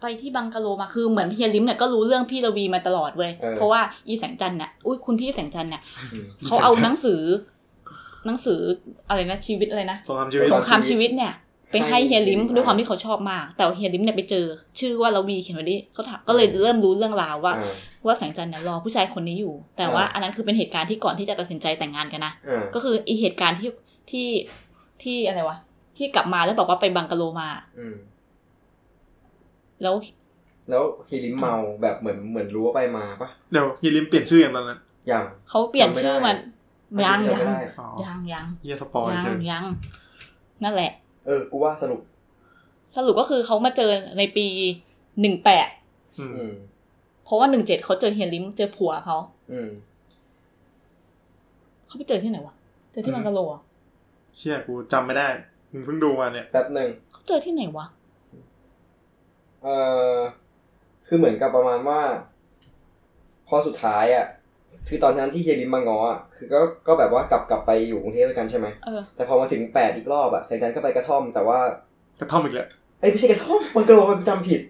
[SPEAKER 3] ไปที่บังกะโลมาคือเหมือนเฮียลิมเนี่ยก็รู้เรื่องพี่ระวีมาตลอดเว้ยเพราะว่าอีแสงจันทร์เนี่ยอุ้ยคุณพี่แสงจันทร์เนี่ย
[SPEAKER 1] อืม
[SPEAKER 3] เขาเอาหนังสือ หนังสืออะไรนะชีวิตอะไรนะ
[SPEAKER 2] สงครามชีวิต
[SPEAKER 3] สงครามชีวิตเนี่ย ไปให้เฮียลิม
[SPEAKER 1] ให้เฮียลิม
[SPEAKER 3] ด้วยความที่เขาชอบมาก แต่ว่าเฮียลิมเนี่ยไปเจอ ชื่อว่าระวีเขียนไว้ดิเขาถามก็เลยเริ่มรู้เรื่องราวว่า
[SPEAKER 1] อ่า
[SPEAKER 3] ว่าแสงจันทร์เนี่ยรอผู้ชายคนนี้อยู่ แต่ว่า
[SPEAKER 1] อ่า
[SPEAKER 3] อันนั้นคือเป็นเหตุการณ์ที่ก่อนที่จะตัดสินใจแต่งงานกันนะ
[SPEAKER 1] อ่า
[SPEAKER 3] ก็คืออีเหตุการณ์ที่ที่ที่อะไรวะที่กลับมาแล้วบอกว่าไปบังกะโลมา
[SPEAKER 1] อืม
[SPEAKER 3] แล้ว
[SPEAKER 1] แล้วเฮียลิมเมาแบบเหมือนเหมือนรู้ว่าไปมาปะ
[SPEAKER 2] เดี๋ยวอย่าลืมเปลี่ยนชื่ออย่างตอนนั้น
[SPEAKER 1] อย่าง
[SPEAKER 3] เขาเปลี่ยนชื่อมันยัง
[SPEAKER 1] จำ
[SPEAKER 3] ยั
[SPEAKER 1] ไม่
[SPEAKER 3] ง
[SPEAKER 1] ได้
[SPEAKER 2] อ๋อ
[SPEAKER 3] ยังยัง
[SPEAKER 2] เฮียสปอย
[SPEAKER 3] ยั
[SPEAKER 2] เช
[SPEAKER 3] ง
[SPEAKER 2] ย
[SPEAKER 3] ยังนั่นแหละ
[SPEAKER 1] เออกูว่าสรุป
[SPEAKER 3] สรุปก็คือเขามาเจอในปีหนึ่งแปด
[SPEAKER 2] อืม
[SPEAKER 1] อืม
[SPEAKER 3] เพราะว่าหนึ่งเจ็ดเขาเจอเฮียลิมเจอผัวเขา
[SPEAKER 1] อืม
[SPEAKER 3] เขาไปเจอที่ไหนวะเจอที่บังกะโลเหรอ
[SPEAKER 2] เชี่ยกูจำไม่ได้มึงเพิ่งดูมาเนี่ย
[SPEAKER 1] แป๊บหนึ่ง
[SPEAKER 3] เขาเจอที่ไหนวะ
[SPEAKER 1] เออคือเหมือนกับประมาณว่า พอสุดท้ายอ่ะ คือตอนนั้นที่เฮียลิมมาง้ออ่ะ คือก็ก็แบบว่ากลับกลับไปอยู่กรุงเทพด้วยกันใช่ไหม
[SPEAKER 3] เออ
[SPEAKER 1] แต่พอมาถึงแปดอีกรอบอ่ะแสงจันทร์ก็ไปกระท่อม แต่ว่าก
[SPEAKER 2] ระท่อมอีกแล้ว
[SPEAKER 1] เอ้ยไม่ใช่กระท่อมมันกระโดดมันจำผิด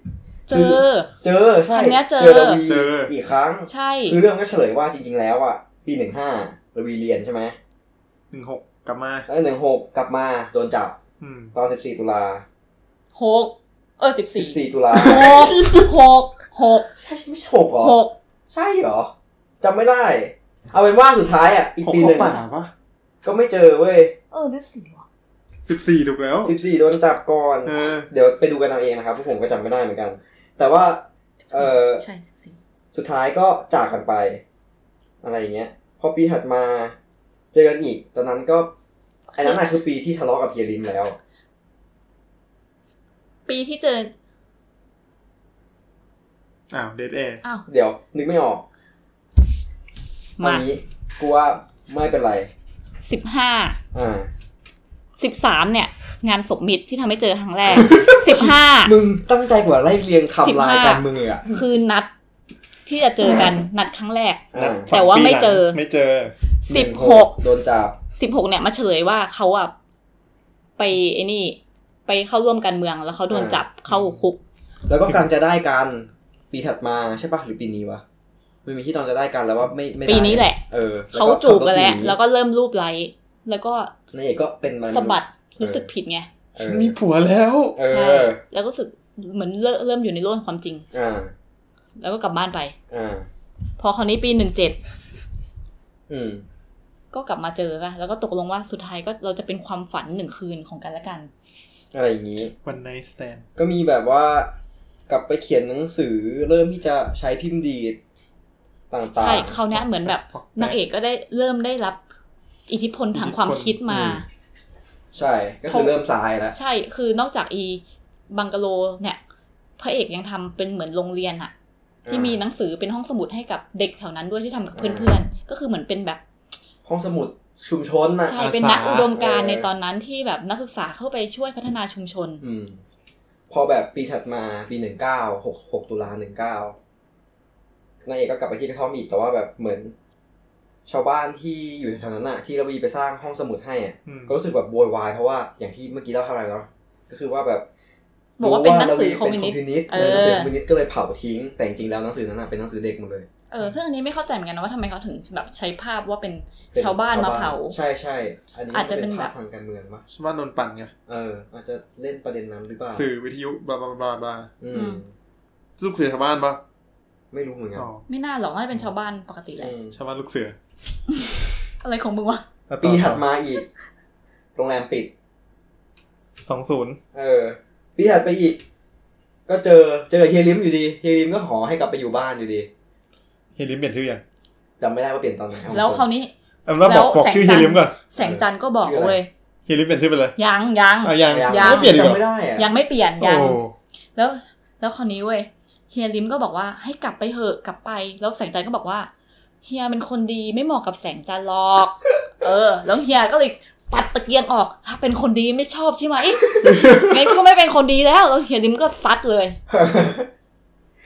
[SPEAKER 3] เจ
[SPEAKER 1] คือ อ เจอใช่
[SPEAKER 3] ครั้งเนี้ยเจอ
[SPEAKER 1] ระวี
[SPEAKER 2] เจอ
[SPEAKER 1] อีกครั้ง
[SPEAKER 3] ใช่
[SPEAKER 1] คือเรื่องก็เฉลยว่าจริง ๆ แล้วอ่ะ ปีหนึ่งห้าระวีเรียนใช่ไหม
[SPEAKER 2] หนึ่งหกกลับมา
[SPEAKER 1] แล้วหนึ่งหกกลับมาโดนจับ
[SPEAKER 2] อืม
[SPEAKER 1] ตอนสิบสี่ตุลา
[SPEAKER 3] หกเออสิบ
[SPEAKER 1] สิ
[SPEAKER 3] สี่
[SPEAKER 1] บสี่ตุลา
[SPEAKER 3] หกหกหก
[SPEAKER 1] ใช่ไม่ใช่หกเหรอ
[SPEAKER 3] หก
[SPEAKER 1] ใช่เหรอจำไม่ได้ เอาเป็นว่าสุดท้ายอ่ะ อีก
[SPEAKER 2] หก
[SPEAKER 1] ปีห
[SPEAKER 2] เข้า
[SPEAKER 1] นึ่ง
[SPEAKER 2] ป่าปะ
[SPEAKER 1] ก็ไม่เจอเว้ย
[SPEAKER 3] เออสิบสี่วะ
[SPEAKER 2] สิบสี่ถูกแล้ว
[SPEAKER 1] สิบสี่โดนจับก่อน
[SPEAKER 2] เออ
[SPEAKER 1] เดี๋ยวไปดูกันเอาเองนะครับพวกผมก็จำไม่ได้เหมือนกัน แต่ว่า เออ
[SPEAKER 3] ใช่สิบสี่
[SPEAKER 1] สุดท้ายก็จากกันไป อะไรอย่างเงี้ย พอปีถัดมา เจอกันอีก ตอนนั้นก็ไอ้นั้นน่ะคือปีที่ทะเลาะกับเฮียลิมแล้ว
[SPEAKER 3] ปีที่เจอ
[SPEAKER 2] อ้าวเดทแอร์
[SPEAKER 3] อ้าว
[SPEAKER 1] เดี๋ยว นึกไม่ออกตอน
[SPEAKER 3] มา
[SPEAKER 1] นี้กูว่าไม่เป็นไร
[SPEAKER 3] สิบห้า
[SPEAKER 1] อ่า
[SPEAKER 3] สิบสามเนี่ย งานศพมิตรที่ทำให้เจอครั้งแรก สิบห้า
[SPEAKER 1] มึงตั้งใจกว่าไล่เรียงไทำลาย
[SPEAKER 3] 15
[SPEAKER 1] การเมืองเลยอ่ะ
[SPEAKER 3] คือนัดที่จะเจอกันนัดครั้งแรก
[SPEAKER 1] อ่า
[SPEAKER 3] แต่ว่าไม่เจอ
[SPEAKER 2] ไม่เจอ
[SPEAKER 3] สิบหก
[SPEAKER 1] โดนจับ
[SPEAKER 3] สิบหกเนี่ยมาเฉลยว่าเขาอะไปไอ้นี่ ไปเข้าร่วมการเมืองแล้วเขาโดน
[SPEAKER 1] อ่า
[SPEAKER 3] จับเข้าคุก
[SPEAKER 1] แล้วก็กำลังจะได้กันปีถัดมาใช่ปะหรือปีนี้วะมันมีที่ตอนจะได้กันแล้วว่าไม่ไม่ได้
[SPEAKER 3] ปีนี้แหละ
[SPEAKER 1] เออ
[SPEAKER 3] เขา
[SPEAKER 1] ก็
[SPEAKER 3] จูบกัน
[SPEAKER 1] ขั
[SPEAKER 3] แล้ว
[SPEAKER 1] รถห
[SPEAKER 3] แล้วก็เริ่มรูปไล้แล้วก็
[SPEAKER 1] นายเอกก็เป็นมัน
[SPEAKER 3] สะบัดรู้สึกผิดไง
[SPEAKER 1] เอ
[SPEAKER 2] ฉั
[SPEAKER 1] อน
[SPEAKER 2] มีผัวแล้ว
[SPEAKER 1] เอ
[SPEAKER 3] ใช่
[SPEAKER 1] อ
[SPEAKER 3] แล้วก็รู้สึกเหมือนเริ่มเริ่มอยู่ในโลกแห่งความจริง
[SPEAKER 1] อ่า
[SPEAKER 3] แล้วก็กลับบ้านไป
[SPEAKER 1] อ่า
[SPEAKER 3] พอคราวนี้ปีหนึ่งเจ็ด
[SPEAKER 1] อืม
[SPEAKER 3] ก็กลับมาเจอป่ะ แล้วก็ตกลงว่าสุดท้ายก็เราจะเป็นความฝันหนึ่งคืนของกันและกัน
[SPEAKER 1] อะไรอย่างนี้
[SPEAKER 2] วันไนสแตน
[SPEAKER 1] ก็มีแบบว่ากลับไปเขียนหนังสือเริ่มที่จะใช้พิมพ์ดีดต่างๆ
[SPEAKER 3] ใช่คราวเนี้ยเหมือนแบบนางเอกก็ได้เริ่มได้รับอิทธิพลทางความคิดมา
[SPEAKER 1] อืม ใช่ก็คือเริ่มสายแล้ว
[SPEAKER 3] ใช่ คือนอกจากอีบังกะโลเนี่ย พระเอกยังทำเป็นเหมือนโรงเรียนอะที่มีหนังสือเป็นห้องสมุดให้กับเด็กแถวนั้นด้วยที่ทำกับเพื่อนๆ ก็คือเหมือนเป็นแบบ
[SPEAKER 1] ห้องสมุดชุมชนน่ะ
[SPEAKER 3] ใช่เป็นนักอุดมการณ์ในตอนนั้นที่แบบนักศึกษาเข้าไปช่วยพัฒนาชุมชน
[SPEAKER 1] อืม พอแบบปีถัดมาปีหนึ่งเก้าหกหกตุลาหนึ่งเก้านางเอกก็กลับไปที่กระท่อมอีกแต่ว่าแบบเหมือน ชาวบ้านที่อยู่แถวๆนั้นน่ะที่ระวีไปสร้างห้องสมุดให้อ่ะ
[SPEAKER 2] อืม
[SPEAKER 1] ก็รู้สึกแบบโวยวายเพราะว่าอย่างที่เมื่อกี้เล่าทำอะไรเนาะก็คือว่าแบบ
[SPEAKER 3] บอกว่าเป็นหนังสือ
[SPEAKER 1] รู้
[SPEAKER 3] คอมมิวนิสต์
[SPEAKER 1] เป็น
[SPEAKER 3] เอ
[SPEAKER 1] ห
[SPEAKER 3] อ
[SPEAKER 1] นังสือคอมมิวนิสต์ก็เลยเผาทิ้ง แต่จริงๆแล้วหนังสือนั้นน่ะเป็นหนังสือเด็กหมดเลย
[SPEAKER 3] เออซึ่งอันนี้ไม่เข้าใจเหมือนกันนะว่าทำไมเขาถึงแบบใช้ภาพว่าเป็น
[SPEAKER 1] เป็
[SPEAKER 3] ชาวบ้านมาเผา
[SPEAKER 1] ใช่ใช่อันนี้
[SPEAKER 3] อาจ
[SPEAKER 1] จะ
[SPEAKER 3] จะ
[SPEAKER 1] เป็น
[SPEAKER 3] เป็น
[SPEAKER 1] ภาพ
[SPEAKER 3] แบบ
[SPEAKER 1] ทางการเมืองมั้ย
[SPEAKER 2] ชาวบ้านโดนปั่นไง
[SPEAKER 1] เออ อาจจะเล่นประเด็นนั้นหรือเปล่า
[SPEAKER 2] สื่อวิทยุบลาบลาบลาบลา
[SPEAKER 1] อื
[SPEAKER 3] อื
[SPEAKER 1] ม
[SPEAKER 3] ม
[SPEAKER 2] ลูกเสือชาวบ้านปะ
[SPEAKER 1] ไม่รู้เหมือนกัน
[SPEAKER 2] อ๋อ
[SPEAKER 3] ไม่น่าหรอกน่าจะเป็นชาวบ้านปกติแหละ
[SPEAKER 1] อืม
[SPEAKER 2] ชาวบ้านลูกเสือ
[SPEAKER 3] อะไรของมึงวะ
[SPEAKER 2] แล้วต่
[SPEAKER 1] ปี
[SPEAKER 2] อ
[SPEAKER 1] ถัดมาอีก โรงแรมปิด
[SPEAKER 2] สองศูนย์
[SPEAKER 1] เออปีถัดไปอีก ก็เจอเจอเฮียลิมอยู่ดีเฮียลิมก็ขอให้กลับไปอยู่บ้านอยู่ดี
[SPEAKER 2] เฮลิมเปลี่ยนชื่อยัง
[SPEAKER 1] จำไม่ได้ว่าเปลี่ยนตอนไหนเอา
[SPEAKER 3] แล้วค
[SPEAKER 1] ตร
[SPEAKER 3] ราง วนี้
[SPEAKER 2] เอันแรกบอก
[SPEAKER 3] แล้ว
[SPEAKER 2] บอกชื่อ
[SPEAKER 3] แส
[SPEAKER 2] เฮ
[SPEAKER 3] งจันทร์
[SPEAKER 2] ลิมก่อน
[SPEAKER 3] แสงจันทร์ก็บอก
[SPEAKER 1] ชื่ออะไร
[SPEAKER 3] เว้ย
[SPEAKER 2] เฮลิมเปลี่ยนชื่อไปเลย
[SPEAKER 3] ยังยัง
[SPEAKER 2] เอายัง
[SPEAKER 1] ยัง
[SPEAKER 2] ไม่เปลี่ยนอีกเห
[SPEAKER 1] จำ
[SPEAKER 2] รอ
[SPEAKER 1] ไม่ได้อะ
[SPEAKER 3] ยังไม่เปลี่ยนยัง
[SPEAKER 2] โอ้
[SPEAKER 3] แล้วแล้วคราวนี้เว้ยเฮียลิมก็บอกว่าให้กลับไปเหอะกลับไป แล้วแสงจันทร์ก็บอกว่า เฮียเป็นคนดีไม่เหมาะกับแสงจันทร์หรอก เออ แล้วเฮียก็เลยปัดตะเกียงออก ถ้าเป็นคนดีไม่ชอบใช่ไหม งั้นก็ไม่เป็นคนดีแล้วแล้วเฮียลิมก็ซัดเลย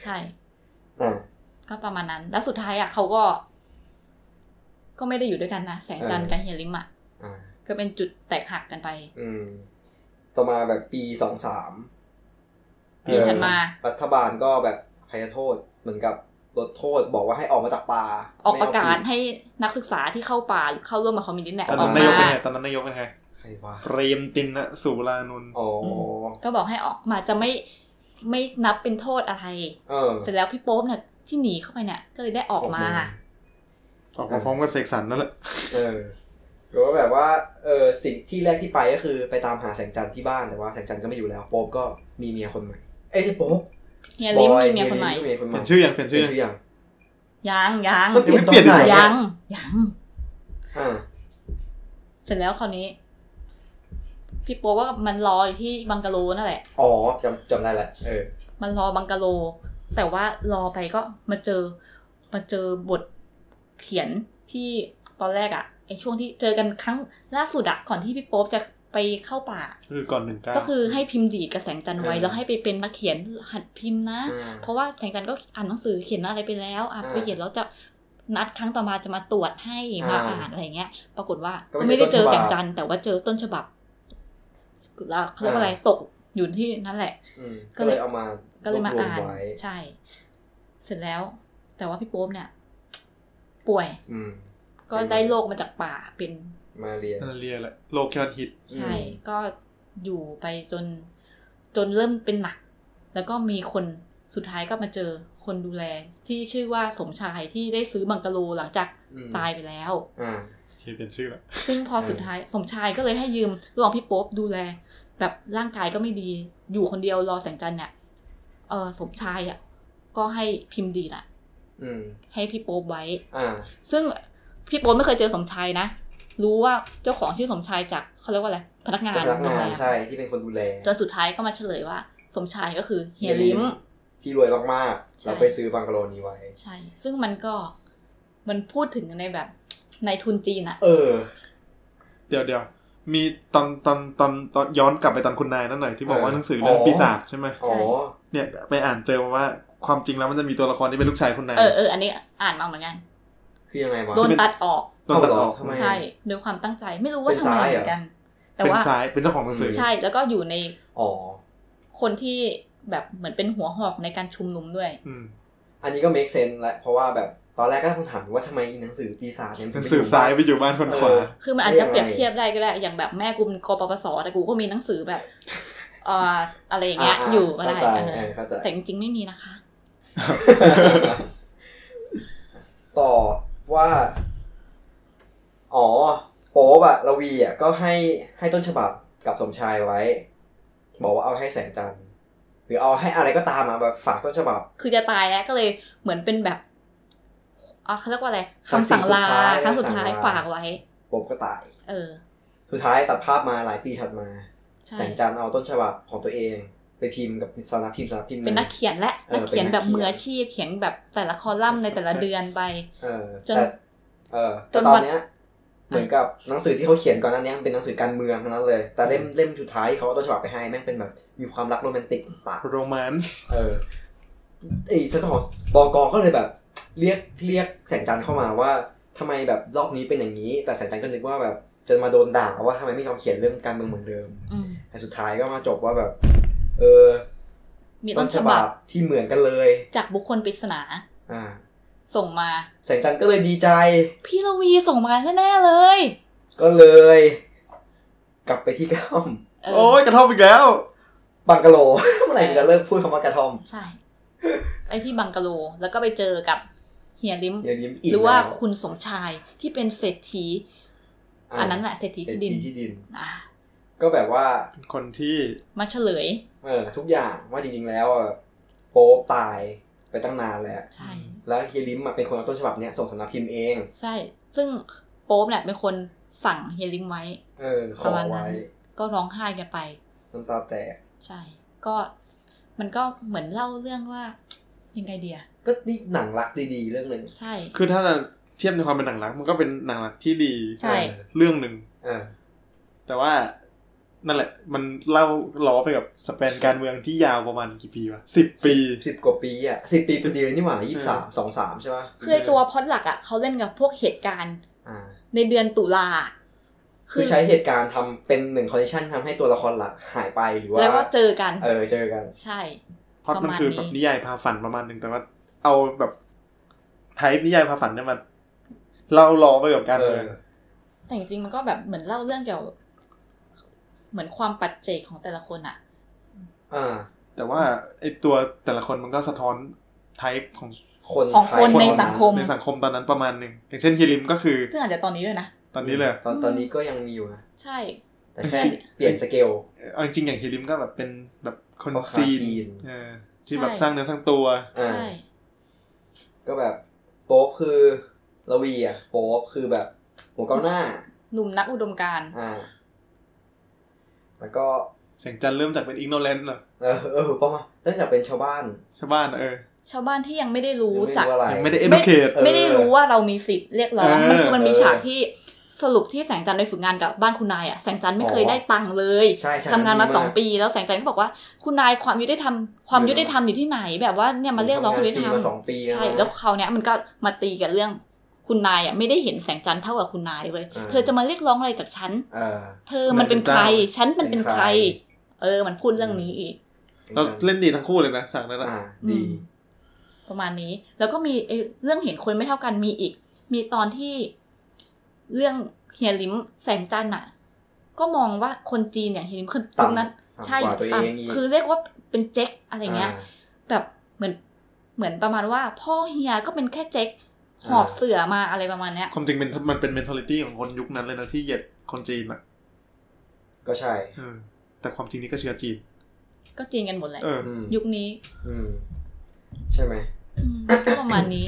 [SPEAKER 3] ใช่
[SPEAKER 1] อ่ะ
[SPEAKER 3] ก็ประมาณนั้น แล้วสุดท้ายอ่ะเขาก็ ก็ไม่ได้อยู่ด้วยกันนะแสงจันทร์กับเฮียลิมอ่ะ
[SPEAKER 1] อ่ะ
[SPEAKER 3] ก็เป็นจุดแตกหักกันไป
[SPEAKER 1] อืมต่อมาแบบปีสองสาม
[SPEAKER 3] ปีถัดมา
[SPEAKER 1] รัฐบาลก็แบบพยโทษเหมือนกับลดโทษบอกว่าให้ออกมาจากป่า
[SPEAKER 3] ออกประกาศ
[SPEAKER 1] ไม่เ
[SPEAKER 3] ให้นักศึกษาที่เข้าป่าหรือเข้าร่วมมาคอมมิวนิสต์เนี่ย
[SPEAKER 2] ตอน
[SPEAKER 3] อ
[SPEAKER 2] นั้น
[SPEAKER 3] อกม
[SPEAKER 2] นายกเป็น
[SPEAKER 3] า
[SPEAKER 2] ไงตอนนั้นนายกเป็นไง
[SPEAKER 1] อาใครวะ
[SPEAKER 2] เปรมตินนะสุรานนท์
[SPEAKER 1] อ๋ออ
[SPEAKER 3] ม ก็บอกให้ออกมาจะไม่ไม่นับเป็นโทษอะไร
[SPEAKER 1] เออ
[SPEAKER 3] เสร็จแล้วพี่โป๊ปเนี่ยที่หนีเข้าไปเนี่ยก็เลยได้ออกมา
[SPEAKER 2] ออกมาพร้อมกับเสกสรรนั่นแหละ
[SPEAKER 1] เออหรือว่าแบบว่า เออสิ่งที่แรกที่ไปก็คือไปตามหาแสงจันทร์ที่บ้านแต่ว่าแสงจันทร์ก็ไม่อยู่แล้วโป๊ปก็มีเมียคนใหม่ เอ้ยที่โป๊ป
[SPEAKER 3] เฮียลิม
[SPEAKER 1] บอ
[SPEAKER 3] มีเมียคนใหม่
[SPEAKER 1] ฮีลิก็เมียคนให
[SPEAKER 2] เปลี่
[SPEAKER 1] ม่
[SPEAKER 2] ยนชื่อยังเปลี่ยน
[SPEAKER 1] เป
[SPEAKER 2] ชื่
[SPEAKER 1] ลี่
[SPEAKER 2] อย
[SPEAKER 1] น
[SPEAKER 2] ยัง
[SPEAKER 1] ชื่อยัง
[SPEAKER 3] ยังยัง
[SPEAKER 1] มันเปลี่ยนตอนไหน
[SPEAKER 2] ยัง
[SPEAKER 3] ยังยัง
[SPEAKER 1] อ่า
[SPEAKER 3] เสร็จแล้วคราวนี้ พี่โป๊ปว่ามันรออยู่ที่บังกะโลนั่นแหละ
[SPEAKER 1] อ๋อจำจำได้แหละเออ
[SPEAKER 3] มันรอบังกะโล แต่ว่ารอไปก็มาเจอมาเจอบทเขียนที่ตอนแรกอะไอช่วงที่เจอกันครั้งล่าสุดอะก่อนที่พี่โป๊ปจะไปเข้าป่า
[SPEAKER 2] คือก่อนหนึ่งเก้า
[SPEAKER 3] ก็คือให้พิมพ์ดีดกระแสงจันทร์ไว้แล้วให้ไปเป็นนักเขียนหัดพิมพ์นะ
[SPEAKER 1] อ่า
[SPEAKER 3] เพราะว่าแสงจันทร์ก็อ่านหนังสือเขียนอะไรไปแล้วอ่ะ
[SPEAKER 1] อ่า
[SPEAKER 3] ไปเขียนแล้วจะนัดครั้งต่อมาจะมาตรวจให้มา
[SPEAKER 1] อ่า
[SPEAKER 3] อ่านอะไรเงี้ย ปรากฏว่า
[SPEAKER 1] ก็
[SPEAKER 3] ก็
[SPEAKER 1] ไม่
[SPEAKER 3] ไม่
[SPEAKER 1] ได้
[SPEAKER 3] ได้เจอ
[SPEAKER 1] ต้นฉบับ
[SPEAKER 3] แสงจันทร์แต่ว่าเจอต้นฉบับแล้วเขาเรียกว่าอะไร
[SPEAKER 1] อ่า
[SPEAKER 3] ตกอยู่ที่นั่นแหละ
[SPEAKER 1] อืม
[SPEAKER 3] ก็
[SPEAKER 1] ก็
[SPEAKER 3] เล
[SPEAKER 1] เลย ยเอามา
[SPEAKER 3] ก็เลยมาร
[SPEAKER 1] วบรว
[SPEAKER 3] อ่าน
[SPEAKER 1] ไว้
[SPEAKER 3] ใช่ เสร็จแล้ว แต่ว่าพี่โป๊ปเนี่ย ป่วย
[SPEAKER 1] อืม
[SPEAKER 3] ก็
[SPEAKER 1] เป็นไง
[SPEAKER 3] ได้โรคมาจากป่าเป็น
[SPEAKER 1] มาเรียน
[SPEAKER 2] นาเรียแหละโลกยอดฮิต
[SPEAKER 3] ใช่
[SPEAKER 1] อืม
[SPEAKER 3] ก็อยู่ไปจน จนเริ่มเป็นหนัก แล้วก็มีคนสุดท้ายก็มาเจอคนดูแล ที่ชื่อว่าสมชายที่ได้ซื้อบังกะโลหลังจาก
[SPEAKER 1] อืม
[SPEAKER 3] ตายไปแล้ว
[SPEAKER 1] อ่า
[SPEAKER 2] โอเคเปลี่ยนชื่อละ
[SPEAKER 3] ซึ่งพอ
[SPEAKER 1] เออ
[SPEAKER 3] สุดท้ายสมชายก็เลยให้ยืมระหว่างพี่โป๊ปดูแล แบบร่างกายก็ไม่ดี อยู่คนเดียวรอแสงจันทร์เนี่ยเออสมชายอ่ะก็ให้พิมพ์ดีดอ่ะ
[SPEAKER 1] อืม
[SPEAKER 3] ให้พี่โป๊ปไว้
[SPEAKER 1] อ่า
[SPEAKER 3] ซึ่งพี่โป๊ปไม่เคยเจอสมชายนะ รู้ว่าเจ้าของชื่อสมชายจากเขาเรียกว่าอะไรพนักงาน
[SPEAKER 1] จากพนั
[SPEAKER 3] โรง
[SPEAKER 1] กา
[SPEAKER 3] แร
[SPEAKER 1] น
[SPEAKER 3] ม
[SPEAKER 1] ใช่ที่เป็นคนดูแล
[SPEAKER 3] จนสุดท้ายก็มาเฉลยว่า สมชายก็คือเฮียลิม
[SPEAKER 1] ที่รวยมากๆ
[SPEAKER 3] ใช่
[SPEAKER 1] เราไปซื้อบังกะโลนี้ไว้
[SPEAKER 3] ใช่ ซึ่งมันก็มันพูดถึงในแบบในทุนจีนอ่ะ
[SPEAKER 1] เออ
[SPEAKER 2] เดี๋ยวเดี๋ยวมีตอนตอนตอนตอนย้อนกลับไปตอนคุณนายนั่นหน่อยที่บอกว่า
[SPEAKER 1] เออ
[SPEAKER 2] หนังสือเรื่อง
[SPEAKER 1] อ๋อ
[SPEAKER 2] ปีศาจใช่ไหม
[SPEAKER 1] อ๋อ
[SPEAKER 2] เนี่ยไปอ่านเจอมาว่าความจริงแล้วมันจะมีตัวละครที่เป็นลูกชายคุณนาย
[SPEAKER 3] เออเอออันนี้อ่านมาเหมือนกัน
[SPEAKER 1] คือยังไงวะ
[SPEAKER 3] โดนตัดออก
[SPEAKER 2] โดนตัดออก
[SPEAKER 1] เอาเหรอทำไม
[SPEAKER 3] ใช่โดยความตั้งใจไม่รู้ว่า
[SPEAKER 1] เป็น
[SPEAKER 3] ทำไม
[SPEAKER 1] ซ้าย
[SPEAKER 3] เห
[SPEAKER 1] เหรอ
[SPEAKER 3] มือนกัน แต่
[SPEAKER 2] เป็น
[SPEAKER 3] ว่า
[SPEAKER 2] ซ้ายเป็นเจ้าของหนังสือ
[SPEAKER 3] ใช่แล้วก็อยู่ใน
[SPEAKER 1] อ๋อ
[SPEAKER 3] คนที่แบบเหมือนเป็นหัวหอกในการชุมนุมด้วย
[SPEAKER 2] อืม
[SPEAKER 1] อันนี้ก็ make sense แหละเพราะว่าแบบตอนแรกก็ต้องถามว่าทำไมหนังสือปีศาจเนี่ยมั
[SPEAKER 2] หนัง
[SPEAKER 1] ไม่
[SPEAKER 2] สือ
[SPEAKER 1] ถูก
[SPEAKER 2] ซ้ายไปอยู่บ้านคนขวา
[SPEAKER 1] เออ
[SPEAKER 3] คือมันอาจจะเปรียบเทียบได้ก็ได้ อย่างแบบแม่กูเป็นกปปสแต่กูก็มีหนังสือแบบเอ่ออะไรอย่างเงี้ยอยู่ก็ได้
[SPEAKER 1] เข้าใจ
[SPEAKER 3] เอ
[SPEAKER 1] เอ
[SPEAKER 3] อ
[SPEAKER 1] อเข้าใจ
[SPEAKER 3] แต่จริงๆไม่มีนะคะ
[SPEAKER 1] ต่อว่า อ๋อโป๊บอะระวีอะก็ให้ให้ต้นฉบับกับสมชายไว้ บอกว่าเอาให้แสงจันทร์หรือเอาให้อะไรก็ตามอะแบบฝากต้นฉบับ
[SPEAKER 3] คือจะตายแล้วก็เลยเหมือนเป็นแบบอ่ะเขาเรียกว่าอะไร
[SPEAKER 1] คำ
[SPEAKER 3] คำ
[SPEAKER 1] สั่
[SPEAKER 3] สั่
[SPEAKER 1] ง
[SPEAKER 3] ง
[SPEAKER 1] สุด
[SPEAKER 3] ลา
[SPEAKER 1] ท้าย
[SPEAKER 3] ครั้งสุดท้าย
[SPEAKER 1] คำสั่งลา
[SPEAKER 3] ฝากไว้
[SPEAKER 1] โป๊บก็ตาย
[SPEAKER 3] เออ
[SPEAKER 1] สุดท้ายตัดภาพมาหลายปีถัดมา
[SPEAKER 3] ใช่
[SPEAKER 1] แสงจันทร์เอาต้นฉบับของตัวเอง ไปพิมพ์กับสำนักพิมพ์สำนักพิมพ์ห
[SPEAKER 3] เป็น
[SPEAKER 1] ง
[SPEAKER 3] นักเขียนและ
[SPEAKER 1] เออ
[SPEAKER 3] นักเขียน
[SPEAKER 1] เป็นนัก
[SPEAKER 3] แบบ
[SPEAKER 1] เขียน
[SPEAKER 3] มืออาชีพเขียนแบบแต่ละคอลัมน์ในแต่ละเดือนไป
[SPEAKER 1] เออ
[SPEAKER 3] จน
[SPEAKER 1] แต่เออ
[SPEAKER 3] จ
[SPEAKER 1] แต่
[SPEAKER 3] น
[SPEAKER 1] ตอ
[SPEAKER 3] วัน น
[SPEAKER 1] เนี้ย เหมือนกับหนังสือที่เขาเขียนก่อนหน้านี้เป็นหนังสือการเมืองทั้งนั้นเลย แต่เล่มเล่มสุดท้ายที่เขาเอาต้นฉบับไปให้แม่งเป็นแบบมีความรักโรแมนติกต่าง
[SPEAKER 2] โรแมนส์
[SPEAKER 1] ๆเออไอ้สนอสบกก็เลยแบบ เรียกเรียกแสงจันทร์เข้ามาว่า ทำไมแบบรอบนี้เป็นอย่างนี้ แต่แสงจันทร์ก็นึกว่าแบบจะมาโดนด่าว่าทำไมไม่ยอมเขียนเรื่องการเมืองเหมือนเดิม
[SPEAKER 3] อืม
[SPEAKER 1] แต่สุดท้ายก็มาจบว่าแบบ เออ
[SPEAKER 3] มีต้นฉบับ
[SPEAKER 1] ที่เหมือนกันเลย
[SPEAKER 3] จากบุคคลปริศนา
[SPEAKER 1] อ่า
[SPEAKER 3] ส่งมา
[SPEAKER 1] แสงจันทร์ก็เลยดีใจ
[SPEAKER 3] พี่ระวีส่งมาแน่ๆเลย
[SPEAKER 1] ก็เลย กลับไปที่กระท่อม
[SPEAKER 3] เออ
[SPEAKER 2] โอ้ยกระท่อมอีกแล้ว
[SPEAKER 1] บังกะโล เมื่อไหร่มันจะเลิกพูดคำว่ากระท่อม
[SPEAKER 3] ใช่ ไปที่บังกะโล แล้วก็ไปเจอกับเฮียลิม
[SPEAKER 1] อย่างนี้อีก
[SPEAKER 3] หรือว่า
[SPEAKER 1] แล้ว
[SPEAKER 3] คุณสมชายที่เป็นเศรษฐี อันนั้นแหละเศรษฐี
[SPEAKER 1] เป็น
[SPEAKER 3] ที่ดิน
[SPEAKER 1] ที่ที่ดิน
[SPEAKER 3] อ่ะ
[SPEAKER 1] ก็แบบว่า
[SPEAKER 2] คนที่
[SPEAKER 3] มาเฉลย
[SPEAKER 1] เออทุกอย่างว่าจริงๆแล้วอ่ะโป๊ปตายไปตั้งนานแล้ว
[SPEAKER 3] ใช่
[SPEAKER 1] แล้วเฮียลิมอ่ะเป็นคนเอาต้นฉบับเนี้ยส่งสำนักพิมพ์เอง
[SPEAKER 3] ใช่ ซึ่งโป๊ปเนี่ยเป็นคนสั่งเฮียลิมไว้
[SPEAKER 1] เออขอ
[SPEAKER 3] ประมาณนั้
[SPEAKER 1] ไว้
[SPEAKER 3] น ก็ร้องไห้กันไป
[SPEAKER 1] น้ำตาแตก
[SPEAKER 3] ใช่ ก็มันก็เหมือนเล่าเรื่องว่า ยังไงเดีย
[SPEAKER 1] ก็นี่หนังรักดีๆเรื่องหนึ่ง
[SPEAKER 3] ใช่
[SPEAKER 2] คือถ้าจะเทียบในความเป็นหนังรัก มันก็เป็นหนังรักที่ดี
[SPEAKER 3] ใช่
[SPEAKER 2] เรื่องหนึ่ง
[SPEAKER 1] เออ
[SPEAKER 2] แต่ว่านั่นแหละ มันเล่าล้อไปกับสเปนการเมืองที่ยาวประมาณกี่ปีวะสิบปี
[SPEAKER 1] สิบกว่าปีอ่ะสิบปีพอดีเลยนี่หว่ายี่สิบสามสองสามใช่ปะ
[SPEAKER 3] คือไอตัวพล็อดหลักอะ่ะเขาเล่นกับพวกเหตุการณ์
[SPEAKER 1] อ่า
[SPEAKER 3] ในเดือนตุลา
[SPEAKER 1] คือใช้เหตุการณ์ทำเป็นหนึ่งคอนดิชันทำให้ตัวละครหลักหายไปหรือว่า
[SPEAKER 3] แล้วก็เจอกัน
[SPEAKER 1] เออเจอกัน
[SPEAKER 3] ใช่
[SPEAKER 2] เพราะมัน
[SPEAKER 3] ประมาณ
[SPEAKER 2] คือแบบ
[SPEAKER 3] นี้
[SPEAKER 2] นิยายพาฝันประมาณหนึ่งแต่ว่า เอาแบบไทป์นิยายพาฝันเนี่ยมันเล่าล้อไปกับการ
[SPEAKER 1] เอ
[SPEAKER 2] เมื
[SPEAKER 1] อ
[SPEAKER 2] อง
[SPEAKER 3] แต่จริงๆมันก็แบบเหมือนเล่าเรื่องเกี่ยว เหมือนความปัจเจกของแต่ละคนอะ่ะ
[SPEAKER 1] อ่า
[SPEAKER 2] แต่ว่าไอตัวแต่ละคนมันก็สะท้อนไทป์ของ
[SPEAKER 1] คน
[SPEAKER 3] ของ
[SPEAKER 1] ไทย
[SPEAKER 3] คนใน
[SPEAKER 1] ตอ
[SPEAKER 3] สังคม
[SPEAKER 2] ในสังคมตอนนั้นประมาณหนึ่งอย่างเช่นฮิริมก็คือ
[SPEAKER 3] ซึ่งอาจจะตอนนี้ด้วยนะ
[SPEAKER 2] ตอนนี้เลย
[SPEAKER 1] ตอนตอนนี้ก็ยังมีอยู่นะ
[SPEAKER 3] ใช่
[SPEAKER 1] แต่แค่
[SPEAKER 3] จริง
[SPEAKER 1] เปลี่ยนสเกล
[SPEAKER 2] เอาจริงๆอย่างฮิริมก็แบบเป็นแบบคน
[SPEAKER 1] พ่อค้า
[SPEAKER 2] จีน
[SPEAKER 1] จีน
[SPEAKER 2] เออที่แบบ
[SPEAKER 3] ใช่
[SPEAKER 2] สร้างเนื้อสร้างตัว
[SPEAKER 1] อ่า
[SPEAKER 3] ใช่
[SPEAKER 1] ก็แบบโป๊ปคือระวีอ่ะโป๊ปคือแบบหัวเก้าวหน้า
[SPEAKER 3] หนุ่มนักอุดมการณ์
[SPEAKER 1] อ่า แล้วก็
[SPEAKER 2] เสียงจันทร์เริ่มจากเป็นอิกโนเลนต์เหรอ
[SPEAKER 1] เออเออประมาณเนื่องจากเป็นชาวบ้าน
[SPEAKER 2] ชาวบ้านเออ
[SPEAKER 3] ชาวบ้านที่ยังไม่ได้รู้
[SPEAKER 1] ยังไม่
[SPEAKER 3] จัก
[SPEAKER 1] รู้อะไร
[SPEAKER 2] ยังไม่ได้ educate
[SPEAKER 3] ไม่ได้รู้ว่าเรามีสิทธิ์เรียกร้อง
[SPEAKER 2] เออ
[SPEAKER 3] มันคือมันมี
[SPEAKER 1] เออ
[SPEAKER 3] ฉากที่สรุปที่แสงจันทร์ไปฝึกงานกับบ้านคุณนายอ่ะแสงจันทร์ไม่เคย
[SPEAKER 1] อ๋อ
[SPEAKER 3] ได้ตังค์เลย
[SPEAKER 1] ใช่ใช่
[SPEAKER 3] ทำงานมา
[SPEAKER 1] ดีมาก
[SPEAKER 3] สองปี แล้วแสงจันทร์ก็บอกว่าคุณนายความยุติธรรมความยุติธรรมอยู่ที่ไหน แบบว่าเนี่ยมาเรียกร้องความยุติธรรม
[SPEAKER 1] ทำงานปีมาสองปีแล้วนะ
[SPEAKER 3] ใช่แล้วคราวเนี้ยมันก็มาตีกันเรื่องคุณนายอ่ะไม่ได้เห็นแสงจันทร์เท่ากับคุณนายเลย
[SPEAKER 1] อ่า
[SPEAKER 3] เธอจะมาเรียกร้องอะไรจากฉัน
[SPEAKER 1] เออ
[SPEAKER 3] เธอมันเป็นใคร
[SPEAKER 2] เป็นเจ้า
[SPEAKER 3] ฉันมันเป็น
[SPEAKER 1] เป็น
[SPEAKER 3] ใค
[SPEAKER 1] ใค
[SPEAKER 3] ร
[SPEAKER 1] ร
[SPEAKER 3] เออ มันพูดเรื่องนี้อีก
[SPEAKER 2] เราเล่นดีทั้งคู่เลยนะฉากนั้นอะ
[SPEAKER 1] อ่า
[SPEAKER 3] อืม
[SPEAKER 1] ดี
[SPEAKER 3] ประมาณนี้ แล้วก็มีไอ้เรื่องเห็นคนไม่เท่ากันมีอีก มีตอนที่เรื่องเฮียลิมแสงจันทร์อ่ะ ก็มองว่าคนจีนอย่างเฮียลิมคือ
[SPEAKER 1] ต่ำ
[SPEAKER 3] ยุคนั้น
[SPEAKER 1] ต่ำ
[SPEAKER 3] ใช่
[SPEAKER 1] กว่าตัวเองอีก
[SPEAKER 3] คือเรียกว่าเป็นเจ๊กอะไรเงี้ย
[SPEAKER 1] อ่า
[SPEAKER 3] แบบเหมือนเหมือนประมาณว่า พ่อเฮียก็เป็นแค่เจ๊กหอบ
[SPEAKER 1] อ่า
[SPEAKER 3] เสือมาอะไรประมาณเนี้ย
[SPEAKER 2] ความจริงเป็นมันเป็น mentality ของคนยุคนั้นเลยนะที่เหยียดคนจีนอะ
[SPEAKER 1] ก็ใช่
[SPEAKER 2] เออแต่ความจริงนี่ก็เชื้อจีน
[SPEAKER 3] ก็จีนกันหมดแหละ
[SPEAKER 2] เออ
[SPEAKER 1] อืม
[SPEAKER 3] ยุคนี้
[SPEAKER 1] อืมใช่ไหม
[SPEAKER 3] อืมก็ประมาณนี้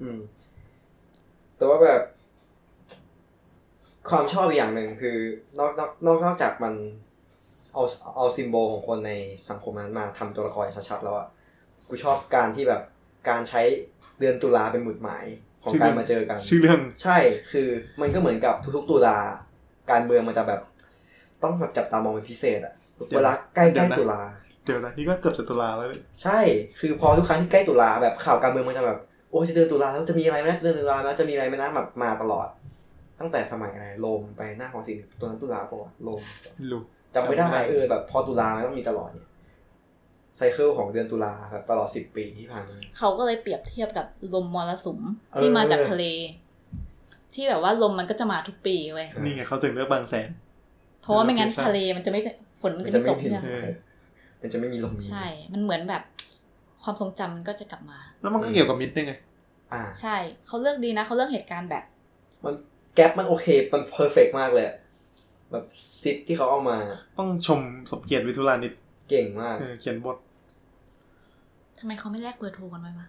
[SPEAKER 1] อืม แต่ว่าแบบ ความชอบอีกอย่างหนึ่งคือนอกนอกนอกนอกจากมันเอาเอาซิมโบลของคนในสังคมนั้นมาทำตัวละครชัดๆแล้วอะกูชอบการที่แบบการใช้เดือนตุลาเป็นหมุดหมายของการมาเจอกัน
[SPEAKER 2] ชื่อเรื่อง
[SPEAKER 1] ใช่คือมันก็เหมือนกับทุกๆตุลาการเมืองมันจะแบบ ต้องแบบจับตามองเป็นพิเศษอะเวลาใกล้ใกล้ๆตุลา
[SPEAKER 2] เดี๋ยวนะนี่ก็เกือบจะตุลาแล้วเลย
[SPEAKER 1] ใช่ คือพอทุกครั้งที่ใกล้ตุลาแบบข่าวการเมืองมันจะแบบ โอ้ยจะเดือนตุลาแล้วจะมีอะไรไหมนะเดือนตุลาแล้วจะมีอะไรไหมนะแบบมาตลอด ตั้งแต่สมัยอะไรโรมไปหน้าของสินตัวนั้นตุลาปะวะโรม
[SPEAKER 2] ไม่รู้
[SPEAKER 1] จำไม่ได้
[SPEAKER 2] จำไม่ได้
[SPEAKER 1] เออแบบพอตุลามันต้องมีตลอดเนี่ยไซเคิลของเดือนตุลาแบบตลอดสิบปีที่ผ่านมา
[SPEAKER 3] เขาก็เลยเปรียบเทียบกับลมมรสุม
[SPEAKER 1] เออ
[SPEAKER 3] ที่มาจากทะเล ที่แบบว่าลมมันก็จะมาทุกปีเว้ย
[SPEAKER 2] นี่ไงเขาถึงเลือกบางแสน
[SPEAKER 3] เพราะว่าไม่งั้น
[SPEAKER 2] ใช่
[SPEAKER 3] ทะเลมันจะไม่ฝนมันจะไม่ตกเนี่ย
[SPEAKER 1] เออมันจะไม่มีลม
[SPEAKER 3] ใช่ มันเหมือนแบบความทรงจำมันก็จะกลับมา
[SPEAKER 2] แล้วมันก็เกี่ยวกับมิตรได้ไง
[SPEAKER 1] อ่า
[SPEAKER 3] ใช่เขาเลือกดีนะเขาเลือกเหตุการณ์แบบ
[SPEAKER 1] มันแก๊ปมันโอเค มันเพอร์เฟกมากเลยอะแบบซิทที่เขาเอามา
[SPEAKER 2] ต้องชมสมเกียรติวิทุลานิต
[SPEAKER 1] เก่งมาก
[SPEAKER 2] เออเขียนบท
[SPEAKER 3] ทำไมเขาไม่แลกเบอร์โทรกันไว้วะ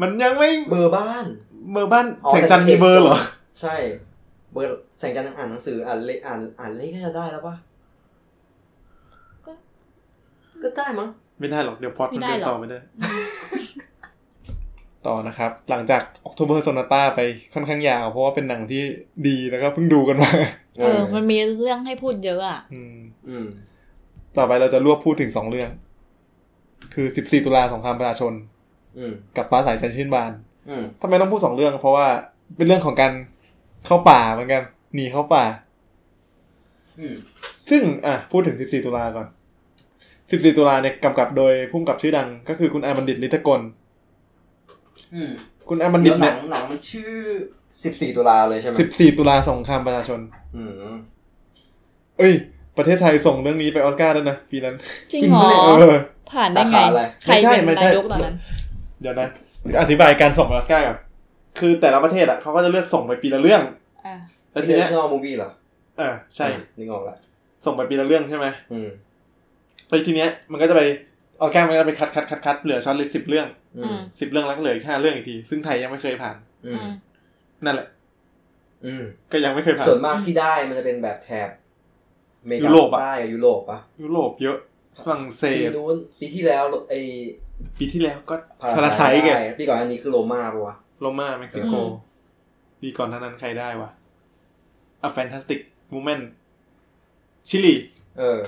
[SPEAKER 2] มันยังไม่
[SPEAKER 1] เบอร์บ้าน
[SPEAKER 2] เบอร์บ้าน
[SPEAKER 1] อ๋อ
[SPEAKER 2] แสงจันทร์มีเบอร์เหรอ
[SPEAKER 1] ใช่ เบอร์แสงจันทร์อ่านหนังสืออ่านเลอ่านอ่านเลขก็จะได้แล้วปะก็ได้มั้ง
[SPEAKER 2] ไม่ได้หรอกเดี๋ยวพอดมันเดินต่อไม่ได้ ต่อนะครับ หลังจากออก o b เบอร์โซนาต้าไปค่อนข้างยาว เพราะว่าเป็นหนังที่ดีแล้วก็เพิ่งดูกัน มา
[SPEAKER 3] เออ มันมีเรื่องให้พูดเยอะอ่ะ
[SPEAKER 2] อืม
[SPEAKER 1] อืม
[SPEAKER 2] ต่อไปเราจะรวบพูดถึงสองเรื่อง คือ 14 ตุลาสงครามประชาชน
[SPEAKER 1] อืม
[SPEAKER 2] กับฟ้าสายจันทร์ชื่นบาน
[SPEAKER 1] อืม
[SPEAKER 2] ทำไมต้องพูดสองเรื่อง เพราะว่า เป็นเรื่องของการเข้าป่าเหมือนกันหนีเข้าป่า
[SPEAKER 1] อืม
[SPEAKER 2] ซึ่งอ่ะพูดถึง 14 ตุลาก่อน 14 ตุลาเนี่ยกำกับโดยผู้กำกับชื่อดัง ก็คือคุณอาบัณฑิตนิตกล
[SPEAKER 1] อืม
[SPEAKER 2] คุณอาบัณฑิ
[SPEAKER 1] แล้ว
[SPEAKER 2] ต
[SPEAKER 1] ห
[SPEAKER 2] เนี่
[SPEAKER 1] นั
[SPEAKER 2] ย
[SPEAKER 1] งหนังมันชื่อสิบสี่ตุลาเลยใช่ไหม
[SPEAKER 2] 14 ตุลาสงครามประชาชน
[SPEAKER 1] อืม
[SPEAKER 2] เอ้ย ประเทศไทยส่งเรื่องนี้ไปออสการ์แล้วนะปีนั้น
[SPEAKER 3] จริงเหร
[SPEAKER 1] จริงปะ
[SPEAKER 3] อ
[SPEAKER 1] เนี่ย
[SPEAKER 2] เออ
[SPEAKER 3] ผ่านได้
[SPEAKER 1] สา
[SPEAKER 3] ไง
[SPEAKER 1] ขาอะไร
[SPEAKER 3] ใครเป็น
[SPEAKER 2] ไม่ใช่
[SPEAKER 3] นายกตอนนั้น
[SPEAKER 2] เดี๋ยวนะ อธิบายการส่งไปออสการ์ก่อนคือแต่ละประเทศอ่ะเขาก็จะเลือกส่งไปปีละเรื่อง
[SPEAKER 3] อ่ะ
[SPEAKER 2] แล้วทีเนี้ย
[SPEAKER 1] International Movie เหรอ
[SPEAKER 2] เออใช่
[SPEAKER 1] อืมนึกออกละ
[SPEAKER 2] ส่งไปปีละเรื่องใช่ไหม
[SPEAKER 1] อืม
[SPEAKER 2] ไปทีเนี้ยมันก็จะไปออสการ์มันก็จะไปคัดคัดคัดคัดเหลือช็อตลิสต์สิบเรื่อง
[SPEAKER 1] อื
[SPEAKER 3] อื
[SPEAKER 1] ม
[SPEAKER 3] ม
[SPEAKER 2] สิบเรื่องแล้วก็เหลืออีกห้าเรื่องอีกที ซึ่งไทยยังไม่เคยผ่าน
[SPEAKER 1] อืม
[SPEAKER 3] อืม
[SPEAKER 2] นั่นแหละ
[SPEAKER 1] อืม
[SPEAKER 2] ก็ยังไม่เคยผ่าน
[SPEAKER 1] ส่วนมากที่ได้มันจะเป็นแบบแถบอเมริ
[SPEAKER 2] ยุ
[SPEAKER 1] กา
[SPEAKER 2] โรปอะ
[SPEAKER 1] ใต้กับยุโรปปะ
[SPEAKER 2] ยุโรปเยอะฝรั่งเศ
[SPEAKER 1] ปี
[SPEAKER 2] ส
[SPEAKER 1] นู้นปีที่แล้วไอ
[SPEAKER 2] ปีที่แล้วก็
[SPEAKER 1] พารา
[SPEAKER 2] พาราไซ
[SPEAKER 1] ไซต์
[SPEAKER 2] ต์แก
[SPEAKER 1] ได้พี่ก่อนอันนี้คือโรม่าปะวะ
[SPEAKER 2] โรม่าเม็กซิโก
[SPEAKER 3] อืม
[SPEAKER 2] ปีก่อนหนานั้นใครได้วะอะแฟนตาสติกมูเมนต์ชิลี
[SPEAKER 1] เออ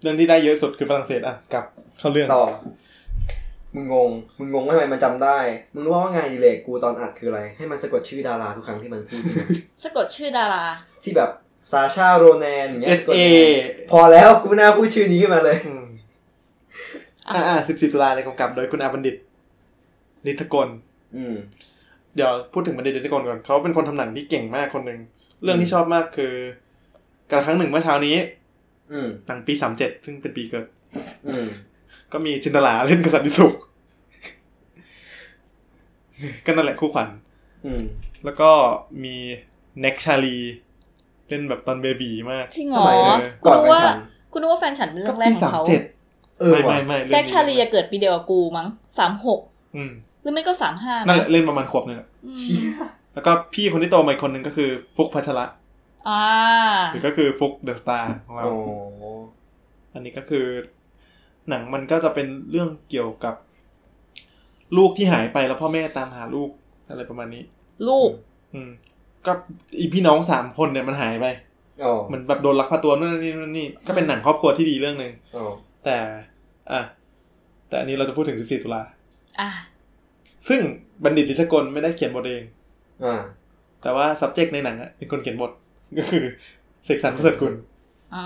[SPEAKER 2] เรื่องที่ได้เยอะสุดคือฝรั่งเศสอ่ะกลับเข้าเรื่อง
[SPEAKER 1] ต่อ มึงงง มึงงงว่าทำไมมันจำได้ มึงรู้ว่าไงานอดีเลกกูตอนอัดคืออะไร ให้มันสะกดชื่อดาราทุกครั้งที่มันพูด
[SPEAKER 3] สะกดชื่อดารา
[SPEAKER 1] ที่แบบซาชาโรแนนอย่างเงี้ย
[SPEAKER 2] S
[SPEAKER 1] สะกด
[SPEAKER 2] A
[SPEAKER 1] ยังไงพอแล้วกูไม่น่าพูดชื่อนี้ขึ้นมาเลย
[SPEAKER 2] อ่าอ่าสิบสี่ตุลาในกำกับโดยคุณอาบัณฑิต นิตกล
[SPEAKER 1] อืม
[SPEAKER 2] เดี๋ยวพูดถึงบัณฑิตนิตกลก่อนเขาเป็นคนทำหนังที่เก่งมากคนหนึ่ง เรื่องที่ชอบมากคือการครั้งหนึ่งเมื่อเช้านี้
[SPEAKER 1] อืม
[SPEAKER 2] หนังปีสามเจ็ดซึ่งเป็นปีเกิด
[SPEAKER 1] อืม
[SPEAKER 2] ก็มีจินตลาเล่นกษัตริย์ดิสุข ก็นั่นแหละคู่ขวัญ
[SPEAKER 1] อืม
[SPEAKER 2] แล้วก็มีเน็กชาลีเล่นแบบตอนเบบีมาก
[SPEAKER 3] จริงเห
[SPEAKER 1] ส
[SPEAKER 3] รอ
[SPEAKER 1] มัยเลย
[SPEAKER 3] กู
[SPEAKER 1] ก่อน
[SPEAKER 3] รู้
[SPEAKER 1] แฟน
[SPEAKER 3] ว่า
[SPEAKER 1] ฉัน
[SPEAKER 3] กูรู้ว่าแฟนฉันเป็นเรื่
[SPEAKER 2] ก็
[SPEAKER 3] องแรก
[SPEAKER 2] ปี
[SPEAKER 3] ข
[SPEAKER 2] สา
[SPEAKER 3] อ
[SPEAKER 2] ม
[SPEAKER 3] งเขา
[SPEAKER 2] เจ็ด
[SPEAKER 1] เออ
[SPEAKER 2] ไม่
[SPEAKER 1] ว่ะ
[SPEAKER 2] ไม่ไม่
[SPEAKER 3] แจ็
[SPEAKER 2] เรื่อง
[SPEAKER 3] ค
[SPEAKER 2] นี้
[SPEAKER 3] ชาลีอะเกิดปีเดียวกับกูมั้งสามหก
[SPEAKER 2] อืม
[SPEAKER 3] หรือไม่ก็สามห้า
[SPEAKER 2] นั่นแหละเล่นประมาณขวบหนึงอะ
[SPEAKER 1] เชี่ย
[SPEAKER 2] แล้วก็พี่คนที่โตมาอีกคนหนึ่งก็คือฟุกพัชระ
[SPEAKER 3] อ่า
[SPEAKER 2] หรือก็คือฟุกเดอะสตาร์ของเรา
[SPEAKER 1] โอ้
[SPEAKER 2] อันนี้ก็คือ หนังมันก็จะเป็นเรื่องเกี่ยวกับ ลูกที่หายไปแล้วพ่อแม่ตามหาลูกอะไรประมาณนี้
[SPEAKER 3] ลูก
[SPEAKER 2] อืม ก็อีพี่น้องสามคนเนี่ยมันหายไป
[SPEAKER 1] อ๋อ
[SPEAKER 2] เหมันแบบโดนลักพาตัวนู่นนนนี่นู่นนี่ก็เป็นหนังครอบครัวที่ดีเรื่องหนึ่ง
[SPEAKER 1] อ๋อ
[SPEAKER 2] แต่อ่ะแต่อันนี้เราจะพูดถึง 14 ตุลา
[SPEAKER 3] อ่ะ
[SPEAKER 2] ซึ่งบัณฑิตลิทกลไม่ได้เขียนบทเอง
[SPEAKER 1] อ่า
[SPEAKER 2] แต่ว่า subject ในหนังอะเป็นคนเขียนบท ก็คือเสกสรรประเสริฐกุล
[SPEAKER 3] อ่า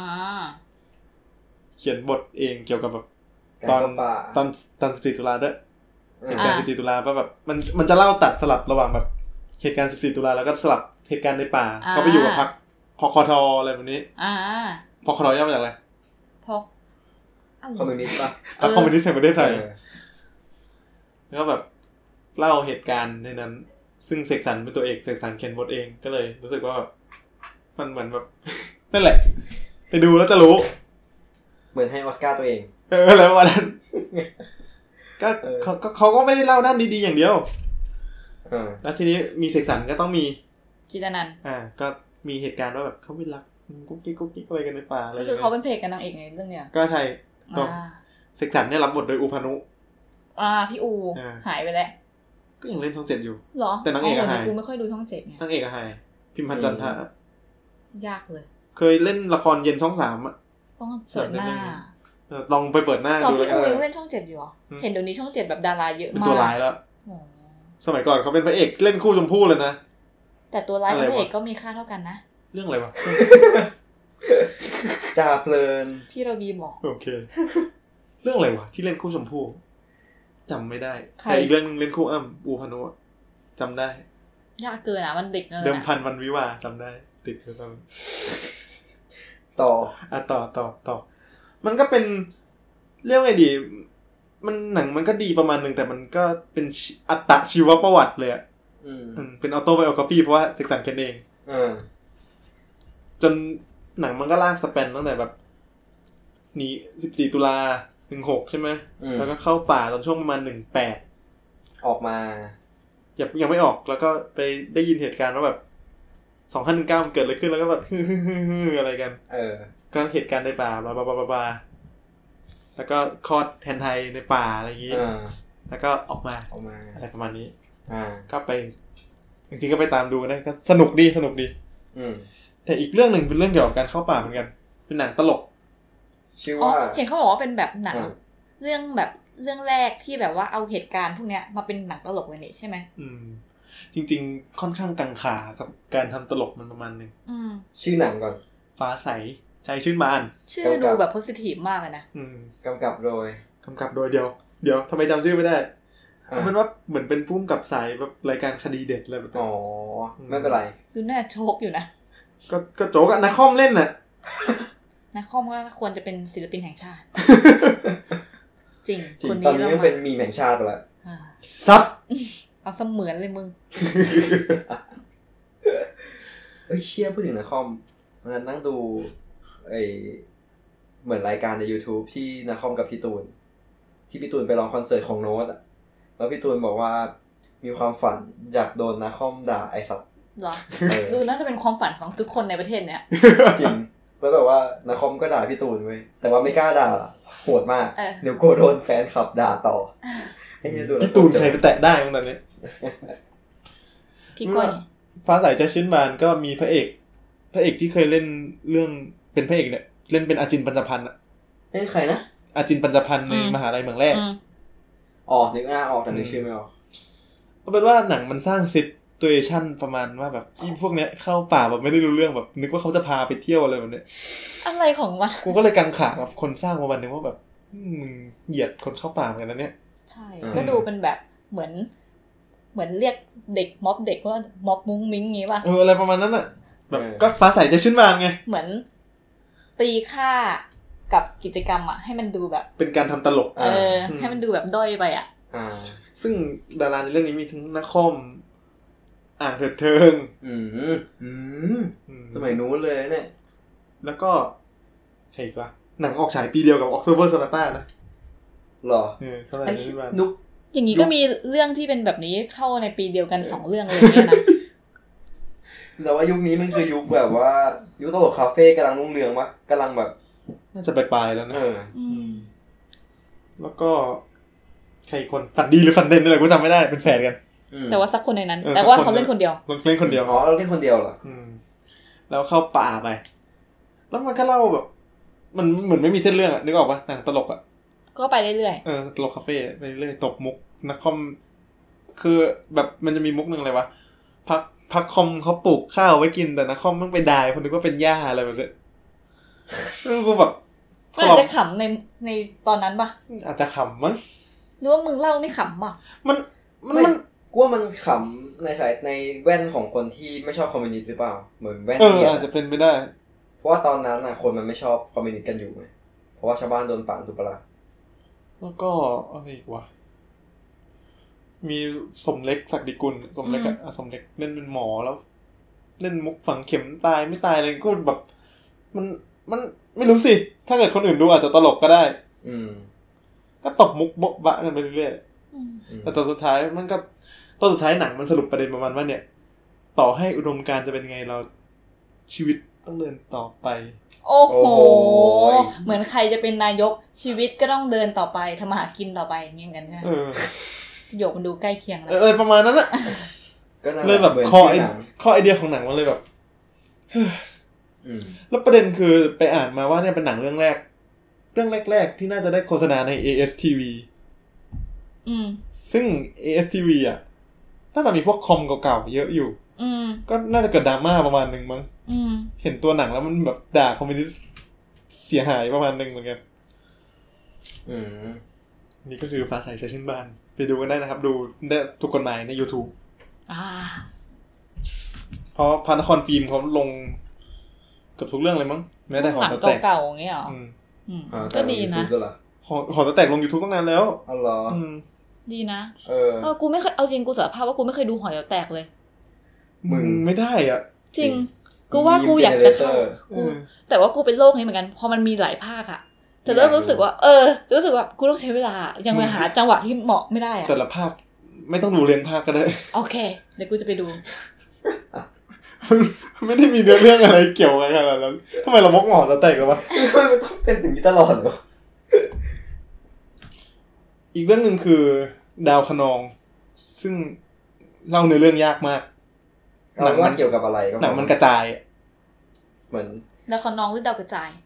[SPEAKER 2] เขียนบทเองเกี่ยวกับแบบ
[SPEAKER 1] การ
[SPEAKER 2] ตอน
[SPEAKER 1] เข้าป่า
[SPEAKER 2] ตอนตอน 14 ตุลาด้วยเหตุ
[SPEAKER 1] อ่า
[SPEAKER 2] การณ์ 14 ตุลาว่าแบบมันมันจะเล่าตัดสลับระหว่างแบบเหตุการณ์ 14 ตุลาแล้วก็สลับเหตุการณ์ในป่า เขาไปอยู่กับพรรคพคทอะไรแบบนี้
[SPEAKER 3] อ่า
[SPEAKER 2] พคทย่อมาจากอะไร
[SPEAKER 3] พออะไร
[SPEAKER 1] คอมมิวนิสต์ป่ะ
[SPEAKER 2] พรรคคอมมิวนิสต์แห่งประเทศไทย
[SPEAKER 1] เออ
[SPEAKER 2] แล้วก็แบบเล่าเหตุการณ์ในนั้น ซึ่งเสกสรรเป็นตัวเอกเสกสรรเขียนบทเองก็เลย รู้สึกว่าแบบมันเหมือนแบบ นั่นแหละ ไปดูแล้วจะรู้
[SPEAKER 1] เหมือนให้ออสการ์ตัวเอง
[SPEAKER 2] เออแล้ววันนั้น ก็
[SPEAKER 1] เออ
[SPEAKER 2] เขาก็เขาก็ไม่ได้เล่าด้านดีๆอย่างเดียว
[SPEAKER 1] อ่า
[SPEAKER 2] แล้วทีนี้มีเสกสรรก็ต้องมี
[SPEAKER 3] จิตรนันท์
[SPEAKER 2] อ่า ก็มีเหตุการณ์ว่าแบบเขาไม่รักกุ๊กกิ๊กกุ๊กกิ๊กอะไรกันในป่าอะไร
[SPEAKER 3] ก็
[SPEAKER 2] ย่ง
[SPEAKER 3] คือ
[SPEAKER 2] งี้ย
[SPEAKER 3] เขาเป็นเพลงกับนางเอกในเรื่องเนี้ย
[SPEAKER 2] ก็ใช่ก็
[SPEAKER 3] อ่า
[SPEAKER 2] เสกสรรเนี่ยรับบทโดยอุพานุ
[SPEAKER 3] อ่าพี่อู
[SPEAKER 2] อ่า
[SPEAKER 3] หายไปแล้ว
[SPEAKER 2] ก็ยังเล่นช่องเจ็ดอยู่
[SPEAKER 3] เหรอ
[SPEAKER 2] แต่นางเอกอะหาย
[SPEAKER 3] กูไม่ค่อยดูช่องเจ็ดไง
[SPEAKER 2] นางเอกอะไฮพิมพันธ์จันทะ
[SPEAKER 3] ยากเลย
[SPEAKER 2] เคยเล่นละครเย็นช่องสามอะ
[SPEAKER 3] ต้องเสิร์ชหน้า
[SPEAKER 2] เสิร์ชได้ไหม เออลองไปเปิดหน้า
[SPEAKER 3] ตอน
[SPEAKER 2] ดู
[SPEAKER 3] พี่
[SPEAKER 2] แล้วกั
[SPEAKER 3] อู
[SPEAKER 2] น
[SPEAKER 3] ยังเล่นช่องเจ็ดอยู่เหรอ
[SPEAKER 2] อืม
[SPEAKER 3] เห็นเดี๋ยวนี้ช่องเจ็ดแบบดาราเยอะ
[SPEAKER 2] เป็น
[SPEAKER 3] มา
[SPEAKER 2] ตัวร้าก ยแล้ว
[SPEAKER 3] โอ้
[SPEAKER 2] สมัยก่อนเขาเป็นพระเอกเล่นคู่ชมพู่เลยนะ
[SPEAKER 3] แต่ตัวร้ายกับ
[SPEAKER 2] อะไร
[SPEAKER 3] พ
[SPEAKER 2] วะ
[SPEAKER 3] ระเอกก็มีค่าเท่ากันนะ
[SPEAKER 2] เรื่องอะไร วะ
[SPEAKER 1] จ่าเพลิน
[SPEAKER 3] พี่ระบีบอก
[SPEAKER 2] โอเค เรื่องอะไรวะที่เล่นคู่ชมพู่จำไม่ได้
[SPEAKER 3] ใคร
[SPEAKER 2] แต่อีกเรื่องนึงเล่นคู่อ้ำอูพานุอะจำได้
[SPEAKER 3] ยากเกินอ่ะ มันเด็กเกิน
[SPEAKER 2] เดิม
[SPEAKER 3] อ่ะ
[SPEAKER 2] พันวันวิวาห์จำได้ ติดอยู่ตอน
[SPEAKER 1] ต่อ
[SPEAKER 2] อ่ะต่อต่อต่อมันก็เป็นเรื่องไงดี มันหนังมันก็ดีประมาณหนึ่งแต่มันก็เป็นชีอัตชีวประวัติเลยอะ
[SPEAKER 1] อืม
[SPEAKER 2] อืมเป็นออโต้ไบโอกราฟีเพราะว่าเสกสรรเขียนเอง
[SPEAKER 1] อ่า
[SPEAKER 2] จนหนังมันก็ลากสเปนตั้งแต่แบบหนีสิบสี่ตุลาหนึ่งหกใช่ไหม
[SPEAKER 1] อืม
[SPEAKER 2] แล้วก็เข้าป่าตอนช่วงประมาณหนึ่งแปด
[SPEAKER 1] ออกมา
[SPEAKER 2] ยังยังไม่ออกแล้วก็ไปได้ยินเหตุการณ์ว่าแบบสองพันหนึ่งเก้ามันเกิดอะไรขึ้นแล้วก็แบบ อะไรกัน
[SPEAKER 1] เออ
[SPEAKER 2] ก็เหตุการณ์ในป่าบลาบลาบลาบลาบลาแล้วก็คลอดแทนไทยในป่าอะไรอย่างงี้
[SPEAKER 1] อ่า
[SPEAKER 2] แล้วก็ออกมา
[SPEAKER 1] ออกมา
[SPEAKER 2] อะไรประมาณนี้
[SPEAKER 1] อ่า
[SPEAKER 2] ก็ไป จริงๆก็ไปตามดูได้ก็สนุกดีสนุกดี
[SPEAKER 1] อืม
[SPEAKER 2] แต่อีกเรื่องหนึ่งเป็นเรื่องเกี่ยวกับการเข้าป่าเหมือนกัน เป็นหนังตลก
[SPEAKER 1] ชื่อ
[SPEAKER 3] อ๋อ
[SPEAKER 1] ว่า
[SPEAKER 3] เห็นเขาบอกว่าเป็นแบบหนัง
[SPEAKER 1] อ่า
[SPEAKER 3] เรื่องแบบเรื่องแรกที่แบบว่าเอาเหตุการณ์พวกเนี้ยมาเป็นหนังตลกเลยนี่ใช่ไหม
[SPEAKER 2] อืม จริง ๆ ค่อนข้างกังขากับการทำตลกมันประมาณหนึง
[SPEAKER 3] อืม
[SPEAKER 1] ชื่อหนังก่อน
[SPEAKER 2] ฟ้าใสใจชื่นบาน
[SPEAKER 3] ชื่
[SPEAKER 1] กำกั
[SPEAKER 3] อบ ดูแบบโพสิทีฟมากอะนะ
[SPEAKER 2] อืม
[SPEAKER 1] กำกับโดย
[SPEAKER 2] กำกับโดยเดียว เดี๋ยวทำไมจำชื่อไม่ได้
[SPEAKER 1] อ่ะ
[SPEAKER 2] เอาเป็นว่าเหมือนเป็นพุ่มกับสายแบบรายการคดีเด็ดอะไรแบบ
[SPEAKER 1] อ๋อ
[SPEAKER 2] นั้
[SPEAKER 1] น ไม่เป็นไร
[SPEAKER 3] ดูน่าโชคอยู่นะ
[SPEAKER 2] ก็ก็โจ๊กอะนักคอมเล่นน่ะ
[SPEAKER 3] นาคอมก็ควรจะเป็นศิลปินแห่งชาติ จริง
[SPEAKER 1] จริ
[SPEAKER 3] ค
[SPEAKER 1] ง
[SPEAKER 3] น
[SPEAKER 1] ตอ
[SPEAKER 3] นี้
[SPEAKER 1] นนี้มัน
[SPEAKER 3] เรามา
[SPEAKER 1] เป็นมีมแห่งชาติไปแล้ว
[SPEAKER 3] อ่า
[SPEAKER 2] ซัด
[SPEAKER 3] เอาเสมือนเลยมึง
[SPEAKER 1] เอ้ยเชี่ยพูดถึงนะคอมวันนั้นนั่งดูไอเหมือนรายการใน YouTube ที่นาคอมกับพี่ตูน ที่พี่ตูนไปร้องคอนเสิร์ตของโน้ตอ่ะ แล้วพี่ตูนบอกว่ามีความฝันอยากโดนนาคอมด่าไอสัตว์
[SPEAKER 3] เหรอ
[SPEAKER 1] เออ
[SPEAKER 3] ดูน่าจะเป็นความฝันของทุกคนในประเทศเนี้ย
[SPEAKER 1] จริงแล้วแบบว่านาคอมก็ด่าพี่ตูนเว้ยแต่ว่าไม่กล้าด่าโหดมาก
[SPEAKER 3] เออ
[SPEAKER 1] เดี๋ยวกลัวโดนแฟนคลับด่าต่อไอ้เหี้ยดูแล้ว
[SPEAKER 2] พี่ตูนใครไปแตะได้มั้งตอนนี้
[SPEAKER 3] พี่ก้อย
[SPEAKER 2] ฟ้าใสใจชื่นบานก็มีพระเอก พระเอกที่เคยเล่นเรื่องเป็นพระเอกเนี่ย เล่นเป็นอาจินปัญจพันธ์อะ
[SPEAKER 1] เอ้ยใครนะ
[SPEAKER 2] อาจินปัญจพันธ์ในมหาลัยเมืองแรก
[SPEAKER 3] อืม
[SPEAKER 1] อ๋อนึกหน้าออกแต่นึกชื่อไม่ออก
[SPEAKER 2] ก็เป็นว่าหนังมันสร้างซิตูเอชั่นประมาณว่าแบบที่พวกเนี้ยเข้าป่าแบบไม่ได้รู้เรื่องแบบ นึกว่าเขาจะพาไปเที่ยวอะไรแบบเนี้ย
[SPEAKER 3] อะไรของมัน
[SPEAKER 2] กูก็เลยกังขากับคนสร้างมาวันหนึงว่าแบบอืมมึงเหยียดคนเข้าป่าเหมือนกันนะเนี่ย
[SPEAKER 3] ใช่
[SPEAKER 2] อืม
[SPEAKER 3] ก็ดูเป็นแบบเหมือน เหมือนเรียกเด็กม็อบเด็กว่าม็อบมุ้งมิ้งงี้ป่ะ
[SPEAKER 2] เอออะไรประมาณนั้นอะแบบ
[SPEAKER 1] เออ
[SPEAKER 2] ก็ฟ้าใสใจชื่นบานไง
[SPEAKER 3] เหมือนตีค่ากับกิจกรรมอะให้มันดูแบบ
[SPEAKER 2] เป็นการทำตลก
[SPEAKER 3] เออ ให้มันดูแบบด้อยไปอะ
[SPEAKER 1] อ่า
[SPEAKER 2] ซึ่งดาราในเรื่องนี้มีทั้งนักคอม อ่างเถิดเทิง
[SPEAKER 1] อืมอืม
[SPEAKER 2] อื
[SPEAKER 1] สมัยนู้นเลยเนี่ย
[SPEAKER 2] แล้วก็ใครอีกวะหนังออกฉายปีเดียวกับ October Sonata นะ
[SPEAKER 1] หรอ
[SPEAKER 2] เออเท่าไหร่
[SPEAKER 1] ไอ้
[SPEAKER 2] ไม่รู้ว่า
[SPEAKER 1] นุก
[SPEAKER 3] อย่างนี้ก็มีเรื่องที่เป็นแบบนี้เข้าในปีเดียวกันสองเรื่องเลยเนี่ยนะ
[SPEAKER 1] แต่ว่ายุคนี้มันคือยุคแบบว่า ยุคตลกคาเฟ่กำลังรุ่งเรืองวะกำลังแบบ
[SPEAKER 2] น่าจะปลายๆแล้วนะ
[SPEAKER 1] เออ
[SPEAKER 3] อืม
[SPEAKER 2] แล้วก็ ใครอีกคนฝันดีหรือฝันเด่นนี่แหละกูจำไม่ได้เป็นแฟนกัน
[SPEAKER 1] อืม
[SPEAKER 3] แต่ว่าสักคนในนั้น
[SPEAKER 2] เออ
[SPEAKER 3] แต่ว่า
[SPEAKER 2] สักคน
[SPEAKER 3] เขาเล่นคนเดียว
[SPEAKER 2] เล่นคนเดียว
[SPEAKER 1] อ๋อเราเล่นคนเดียวเหรอ
[SPEAKER 2] มแล้วเข้าป่าไป แล้วมันก็เล่าแบบ มันเหมือนไม่มีเส้นเรื่องอะนึกออกปะหนังตลกอะ
[SPEAKER 3] ก็ไปเรื่อย
[SPEAKER 2] เออตลกคาเฟ่ไปเรื่อยตบมุกนักคอม คือแบบมันจะมีมุกหนึ่งอะไรวะพักพักคอมเขาปลูกข้าวไว้กินแต่นักคอมมันไปดายคนนึกว่าเป็นหญ้าอะไรแบบเนี้ยเออกูแบบ
[SPEAKER 3] ๆก็อาจจะขำในในตอนนั้นป่ะ
[SPEAKER 2] อาจจะขำมั้ง
[SPEAKER 3] หรือว่ามึงเล่าไม่ขำป่ะ
[SPEAKER 2] มันมัน
[SPEAKER 1] ไม่
[SPEAKER 2] มัน
[SPEAKER 1] กลัวมันขำในสายในแว่นของคนที่ไม่ชอบคอมมิวนิสต์หรือเปล่า เหมือนแว่น
[SPEAKER 2] เออ
[SPEAKER 1] เกียร์
[SPEAKER 2] อาจจะเป็นไปได้
[SPEAKER 1] เพราะว่าตอนนั้นน่ะคนมันไม่ชอบคอมมิวนิสต์กันอยู่ไงเพราะว่าชาวบ้านโดนป่านถูกปะล่ะ
[SPEAKER 2] แล้วก็อะไรอีกวะมีสมเล็กศักดิกุลสมเล็กอะอ่ะสมเล็กเล่นเป็นหมอแล้ว เล่นมุกฝังเข็มตายไม่ตายอะไรก็แบบ มันมันไม่รู้สิ ถ้าเกิดคนอื่นดูอาจจะตลกก็ได้
[SPEAKER 1] อืม
[SPEAKER 2] ก็ตบมุกโบ๊ะบะกันไปเรื่อย
[SPEAKER 1] อืม
[SPEAKER 2] ๆแต่ตอนสุดท้ายมันก็ตอนสุดท้ายหนังมันสรุปประเด็นประมาณว่าเนี่ย ต่อให้อุดมการณ์จะเป็นไงเราชีวิตต้องเดินต่อไป
[SPEAKER 3] โอ้โห เหมือนใครจะเป็นนายกชีวิตก็ต้องเดินต่อไปทำมาหากินต่อไปอย่างเงี้ยกันใช่ไหม
[SPEAKER 2] เออ
[SPEAKER 3] ประโยคมันดูใกล้เคียงแล้ว
[SPEAKER 2] เอออะไรประมาณนั้นอะ
[SPEAKER 1] ก็นั่นหะ
[SPEAKER 2] เลยแบบ
[SPEAKER 1] หมือน
[SPEAKER 2] ข้อไอ
[SPEAKER 1] ชื่หนัง
[SPEAKER 2] ข้อไอเดียของหนังมันเลยแบบ
[SPEAKER 1] อืม
[SPEAKER 2] แล้วประเด็นคือไปอ่านมาว่าเนี่ยเป็นหนังเรื่องแรก เรื่องแรก ๆ ที่น่าจะได้โฆษณาใน ASTV
[SPEAKER 3] อืม
[SPEAKER 2] ซึ่ง ASTV อ่ะน่าจะมีพวกคอมเก่าๆเยอะอยู่
[SPEAKER 3] อืม
[SPEAKER 2] ก็น่าจะเกิดดราม่าประมาณหนึ่งมั้ง
[SPEAKER 3] อืม
[SPEAKER 2] เห็นตัวหนังแล้วมันแบบด่าคอมมิวนิสต์เสียหายประมาณหนึ่งเหมือนกัน
[SPEAKER 1] อืม
[SPEAKER 2] นี่ก็คือฟ้าใสใจชื่นบาน ไปดูกันได้นะครับ ดูได้ถูกกฎหมายใน YouTube
[SPEAKER 3] อ่า
[SPEAKER 2] เพราะพานครฟิล์มเขาลงเกับทุกเรื่องเลยมั้งแม้แต่หอ
[SPEAKER 3] หนัง
[SPEAKER 2] จะแตก
[SPEAKER 3] เก่าๆอย่างเงี้ยเหรอ
[SPEAKER 2] อืม
[SPEAKER 3] อืม
[SPEAKER 1] อ่าแต่
[SPEAKER 3] ก็
[SPEAKER 1] ลง
[SPEAKER 3] ดีนะ
[SPEAKER 1] YouTube ด้วยเหรอ
[SPEAKER 2] หอหอจะแตกลง YouTube ตั้งนานแล้ว
[SPEAKER 1] อ๋อเหรอ
[SPEAKER 2] อืม
[SPEAKER 3] ดีนะ
[SPEAKER 1] เออ
[SPEAKER 3] เออ กูไม่เคย เอาจริง กูสารภาพว่ากูไม่เคยดูหอยเอาแตกเลย
[SPEAKER 1] มึง
[SPEAKER 2] ไม่ได้อ่ะ
[SPEAKER 3] จริง กูว่ากูอยากจะเข้า กู แต่ว่ากูเป็นโรคนี้เหมือนกัน พอมันมีหลายภาคอะจะเริ่มรู้สึกว่า เออ รู้สึกว่ากูต้องใช้เวลา ยังไปหาจังหวะที่เหมาะไม่ได้อะ
[SPEAKER 2] แต่ละภาคไม่ต้องดูเรียงภาคก็ได้
[SPEAKER 3] โอเค เดี๋ยวกูจะไปดู
[SPEAKER 2] ไม่ได้มีเนื้อเรื่องอะไรเกี่ยวกันขนาดนั้นทำไมเรามกหมอจะแตกหรอวะ
[SPEAKER 1] ไม่มันต้องเป็นอย่างนี้ตลอดเหรอ
[SPEAKER 2] อีกเรื่องหนึ่งคือ ดาวคะนอง ซึ่งเล่าเนื้อเรื่องยากมาก
[SPEAKER 1] หนังว่าเกี่ยวกับอะไรก็
[SPEAKER 2] หนังมันกระจายอะ
[SPEAKER 1] เหมือน
[SPEAKER 3] แล้วขนองหรือดาวกระจาย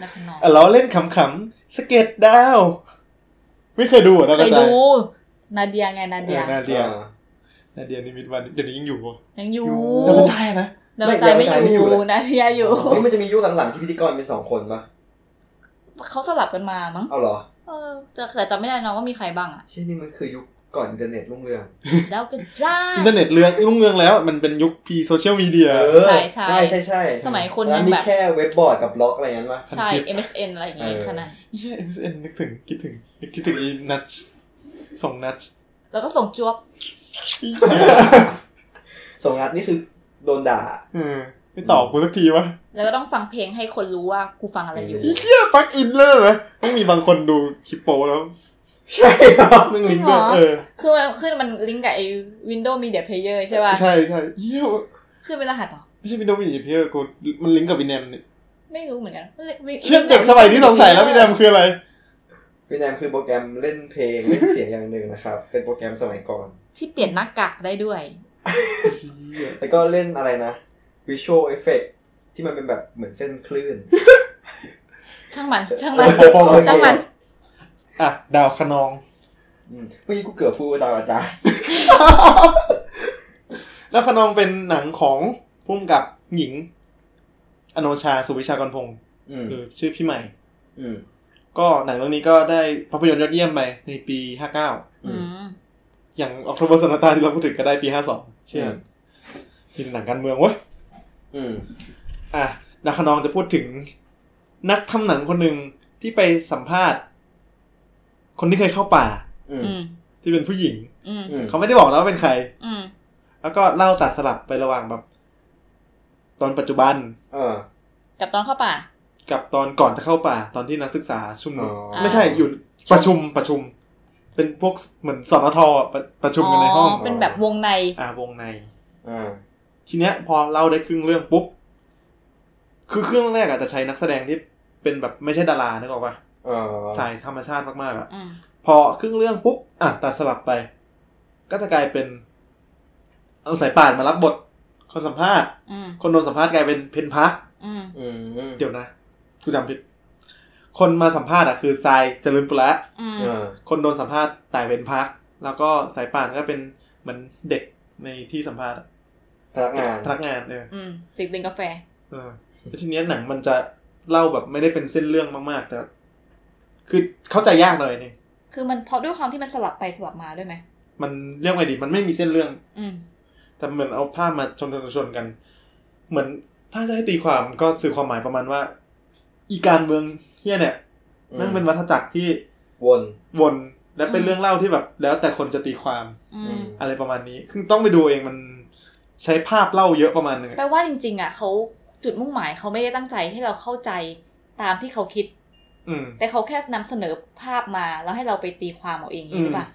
[SPEAKER 3] แล้วขนอง
[SPEAKER 2] อ่ะเราเล่นขำๆสเก็ตดาว ไม่เคยดูอ่ะดาว
[SPEAKER 3] เค
[SPEAKER 2] ก
[SPEAKER 3] ย
[SPEAKER 2] ระจาย
[SPEAKER 3] ดู นาเดียไงนาเดีย
[SPEAKER 2] ออนาเดีย
[SPEAKER 1] อ่า
[SPEAKER 2] นาเดียนิมิตวันเดี๋ยวนี้ยังอยู่ปะ
[SPEAKER 3] ยังอยู่
[SPEAKER 2] แล้วก็ใช่นะ
[SPEAKER 3] ดาวกระจายไม่อยู่นะเทียอยู่
[SPEAKER 1] เฮ้ยมันจะมียุคหลังๆที่พิธีกรเป็นสองคนปะ
[SPEAKER 3] เขาสลับกันมามั้ง
[SPEAKER 1] เอาเหรอ
[SPEAKER 3] เออแต่แต่จำไม่ได้นะว่ามีใครบ้างอะ
[SPEAKER 1] เช่นนี่มันคือยุคก่อนอินเทอร์เน็ตรุ่งเรือง
[SPEAKER 3] ดาวกระจาย
[SPEAKER 2] อินเทอร์เน็ตเรื่องรุ่งเรืองแล้ว มันเป็นยุคพีโซเชียลมีเดีย
[SPEAKER 1] เออ
[SPEAKER 3] ใช่ใช่
[SPEAKER 1] ใช่ใช่
[SPEAKER 3] สมัยคนยัง
[SPEAKER 1] แล้วมี
[SPEAKER 3] แบบ
[SPEAKER 1] แค่เว็บบอร์ดกับบล็อกอะไรงั้นปะ
[SPEAKER 3] ใช่ MSN อะไรอย่างเงี้ย
[SPEAKER 1] เออ
[SPEAKER 3] ขนาด
[SPEAKER 2] เหี้ย MSN นึกถึงคิดถึงคิดถึงอีนัทส่งนัท
[SPEAKER 3] แล้วก็ส่งจวบ
[SPEAKER 1] ส่งนัดนี่คือโดนด่า
[SPEAKER 2] เออไม่ตอบกูสักทีวะ
[SPEAKER 3] แล้วก็ต้องฟังเพลงให้คนรู้ว่ากูฟังอะไรอยู่
[SPEAKER 1] เออ
[SPEAKER 2] เหี้ยฟักอินเลยนะต้องมีบางคนดูคลิปโปแล้ว
[SPEAKER 1] ใช่เหรอ
[SPEAKER 2] มึ
[SPEAKER 3] จริงเหรอ
[SPEAKER 2] ด้วยเออ
[SPEAKER 3] คือมันขึ้นมันลิงก์กับไอ้ Windows Media Player ใช่ป่ะ
[SPEAKER 2] ใช่ใช่เหี้ย
[SPEAKER 3] ขึ้นเป็นรหัสเหรอ
[SPEAKER 2] ไม่ใช่วินโดว์มีเพียกูมันลิงก์กับวินแอมนี่
[SPEAKER 3] ไม่รู้เหมือนกัน
[SPEAKER 2] เชี่ยเด็กสมัยนี้สงสัยแล้ววินแอมคืออะไร
[SPEAKER 1] วินแอมคือโปรแกรมเล่นเพลงเล่นเสียง อย่างหนึ่งนะครับ เป็นโปรแกรมสมัยก่อน
[SPEAKER 3] ที่เปลี่ยนหน้ากากได้ด้วย
[SPEAKER 1] แล้วก็เล่นอะไรนะ Visual Effect ที่มันเป็นแบบเหมือนเส้นคลื่น
[SPEAKER 3] ช่าง มัน ช่างมัน
[SPEAKER 2] โอ้โห
[SPEAKER 3] ช่างมัน
[SPEAKER 2] อ่ะดาวคะนอง
[SPEAKER 1] อืมเมื่อกี้กูเกือบพูดว่าดาวอาจารย์
[SPEAKER 2] แล้วคะนองเป็นหนังของพุ่มกับหญิง อโนชาสุวิชากรพงศ์
[SPEAKER 1] อืม
[SPEAKER 2] หรือชื่อพี่ใหม่
[SPEAKER 1] อืม
[SPEAKER 2] ก็หนังเรื่องนี้ก็ได้ภาพยนตร์ยอดเยี่ยมไปในปี 59
[SPEAKER 1] อื
[SPEAKER 3] อื
[SPEAKER 1] ม
[SPEAKER 3] ม
[SPEAKER 2] อย่างออกโทเบอร์สนาตาที่เราพูดถึงก็ได้ปี 52 เชื่อ
[SPEAKER 1] อืม
[SPEAKER 2] เป็นหนังการเมืองเว้ย
[SPEAKER 1] อืม
[SPEAKER 2] อ่ะนักขนองจะพูดถึงนักทำหนังคนหนึ่งที่ไปสัมภาษณ์ คนที่เคยเข้าป่า
[SPEAKER 1] อืม
[SPEAKER 3] อืม
[SPEAKER 2] ที่เป็นผู้หญิง
[SPEAKER 3] อืม
[SPEAKER 1] อืม
[SPEAKER 2] เขาไม่ได้บอกนะว่าเป็นใคร
[SPEAKER 3] อืม
[SPEAKER 2] แล้วก็เล่าตัดสลับไประหว่างแบบ ตอนปัจจุบัน
[SPEAKER 1] เออ
[SPEAKER 3] กับตอนเข้าป่า
[SPEAKER 2] กับตอนก่อนจะเข้าป่าตอนที่นักศึกษาชุมนุม
[SPEAKER 1] อ๋อ
[SPEAKER 2] ไม่ใช่อยู่ประชุมประชุม เป็นพวกเหมือนสนทอะประประชุมกันในห้อง
[SPEAKER 3] เป็นแบบวงใน
[SPEAKER 2] อ่าวงใน
[SPEAKER 1] อ่า
[SPEAKER 2] ทีเนี้ยพอเล่าได้ครึ่งเรื่องปุ๊บ คือเครื่องแรกอาจจะใช้นักแสดงที่เป็นแบบไม่ใช่ดารานึกออกปะ
[SPEAKER 1] เออ
[SPEAKER 2] สายธรรมชาติมากๆอ่ะ
[SPEAKER 3] อืม
[SPEAKER 2] พอครึ่งเรื่องปุ๊บอ่ะตัดสลับไป ก็จะกลายเป็น เอาสายป่านมารับบท คนสัมภาษณ์
[SPEAKER 3] อืม
[SPEAKER 2] คนโดนสัมภาษณ์กลายเป็นเพนพัก
[SPEAKER 3] อืม
[SPEAKER 1] อืม
[SPEAKER 2] เดี๋ยวนะกูจำผิด คนมาสัมภาษณ์อ่ะคือทรายเจริญปุระ
[SPEAKER 3] อืม
[SPEAKER 1] เออ
[SPEAKER 2] คนโดนสัมภาษณ์ตายเป็นพัก แล้วก็สายป่านก็เป็นเหมือนเด็กในที่สัมภาษณ์อะ
[SPEAKER 1] พนักงาน
[SPEAKER 2] พนักงานเออ
[SPEAKER 3] อืมติดลิงกาแฟ
[SPEAKER 2] เออแล้วทีเนี้ยหนังมันจะเล่าแบบไม่ได้เป็นเส้นเรื่องมาก ๆ แต่ คือเข้าใจยากหน่อยหนึง
[SPEAKER 3] คือมันเพราะด้วยความที่มันสลับไปสลับมาด้วยไหม
[SPEAKER 2] มันเรียกไงดีมันไม่มีเส้นเรื่อง
[SPEAKER 3] อืม
[SPEAKER 2] แต่เหมือนเอาภาพมาชนชนชนกัน เหมือนถ้าจะให้ตีความก็สื่อความหมายประมาณว่า อีการเมืองเฮียเนี่ยแมันเป็นวัฏจักรที่
[SPEAKER 1] วน
[SPEAKER 2] วนและเป็น
[SPEAKER 3] อืม
[SPEAKER 2] เรื่องเล่าที่แบบ แล้วแต่คนจะตีความ
[SPEAKER 3] อื
[SPEAKER 1] อื
[SPEAKER 3] ม
[SPEAKER 1] ม
[SPEAKER 2] อะไรประมาณนี้ คือต้องไปดูเองมันใช้ภาพเล่าเยอะประมาณหนึง
[SPEAKER 3] แปลว่าจริงๆ อ่ะเขาจุดมุ่งหมายเขาไม่ได้ตั้งใจให้เราเข้าใจตามที่เขาคิด
[SPEAKER 2] อืม
[SPEAKER 3] แต่เขาแค่นำเสนอภาพมาแล้วให้เราไปตีความเอาเอง
[SPEAKER 2] อืม
[SPEAKER 3] ใช่ปะ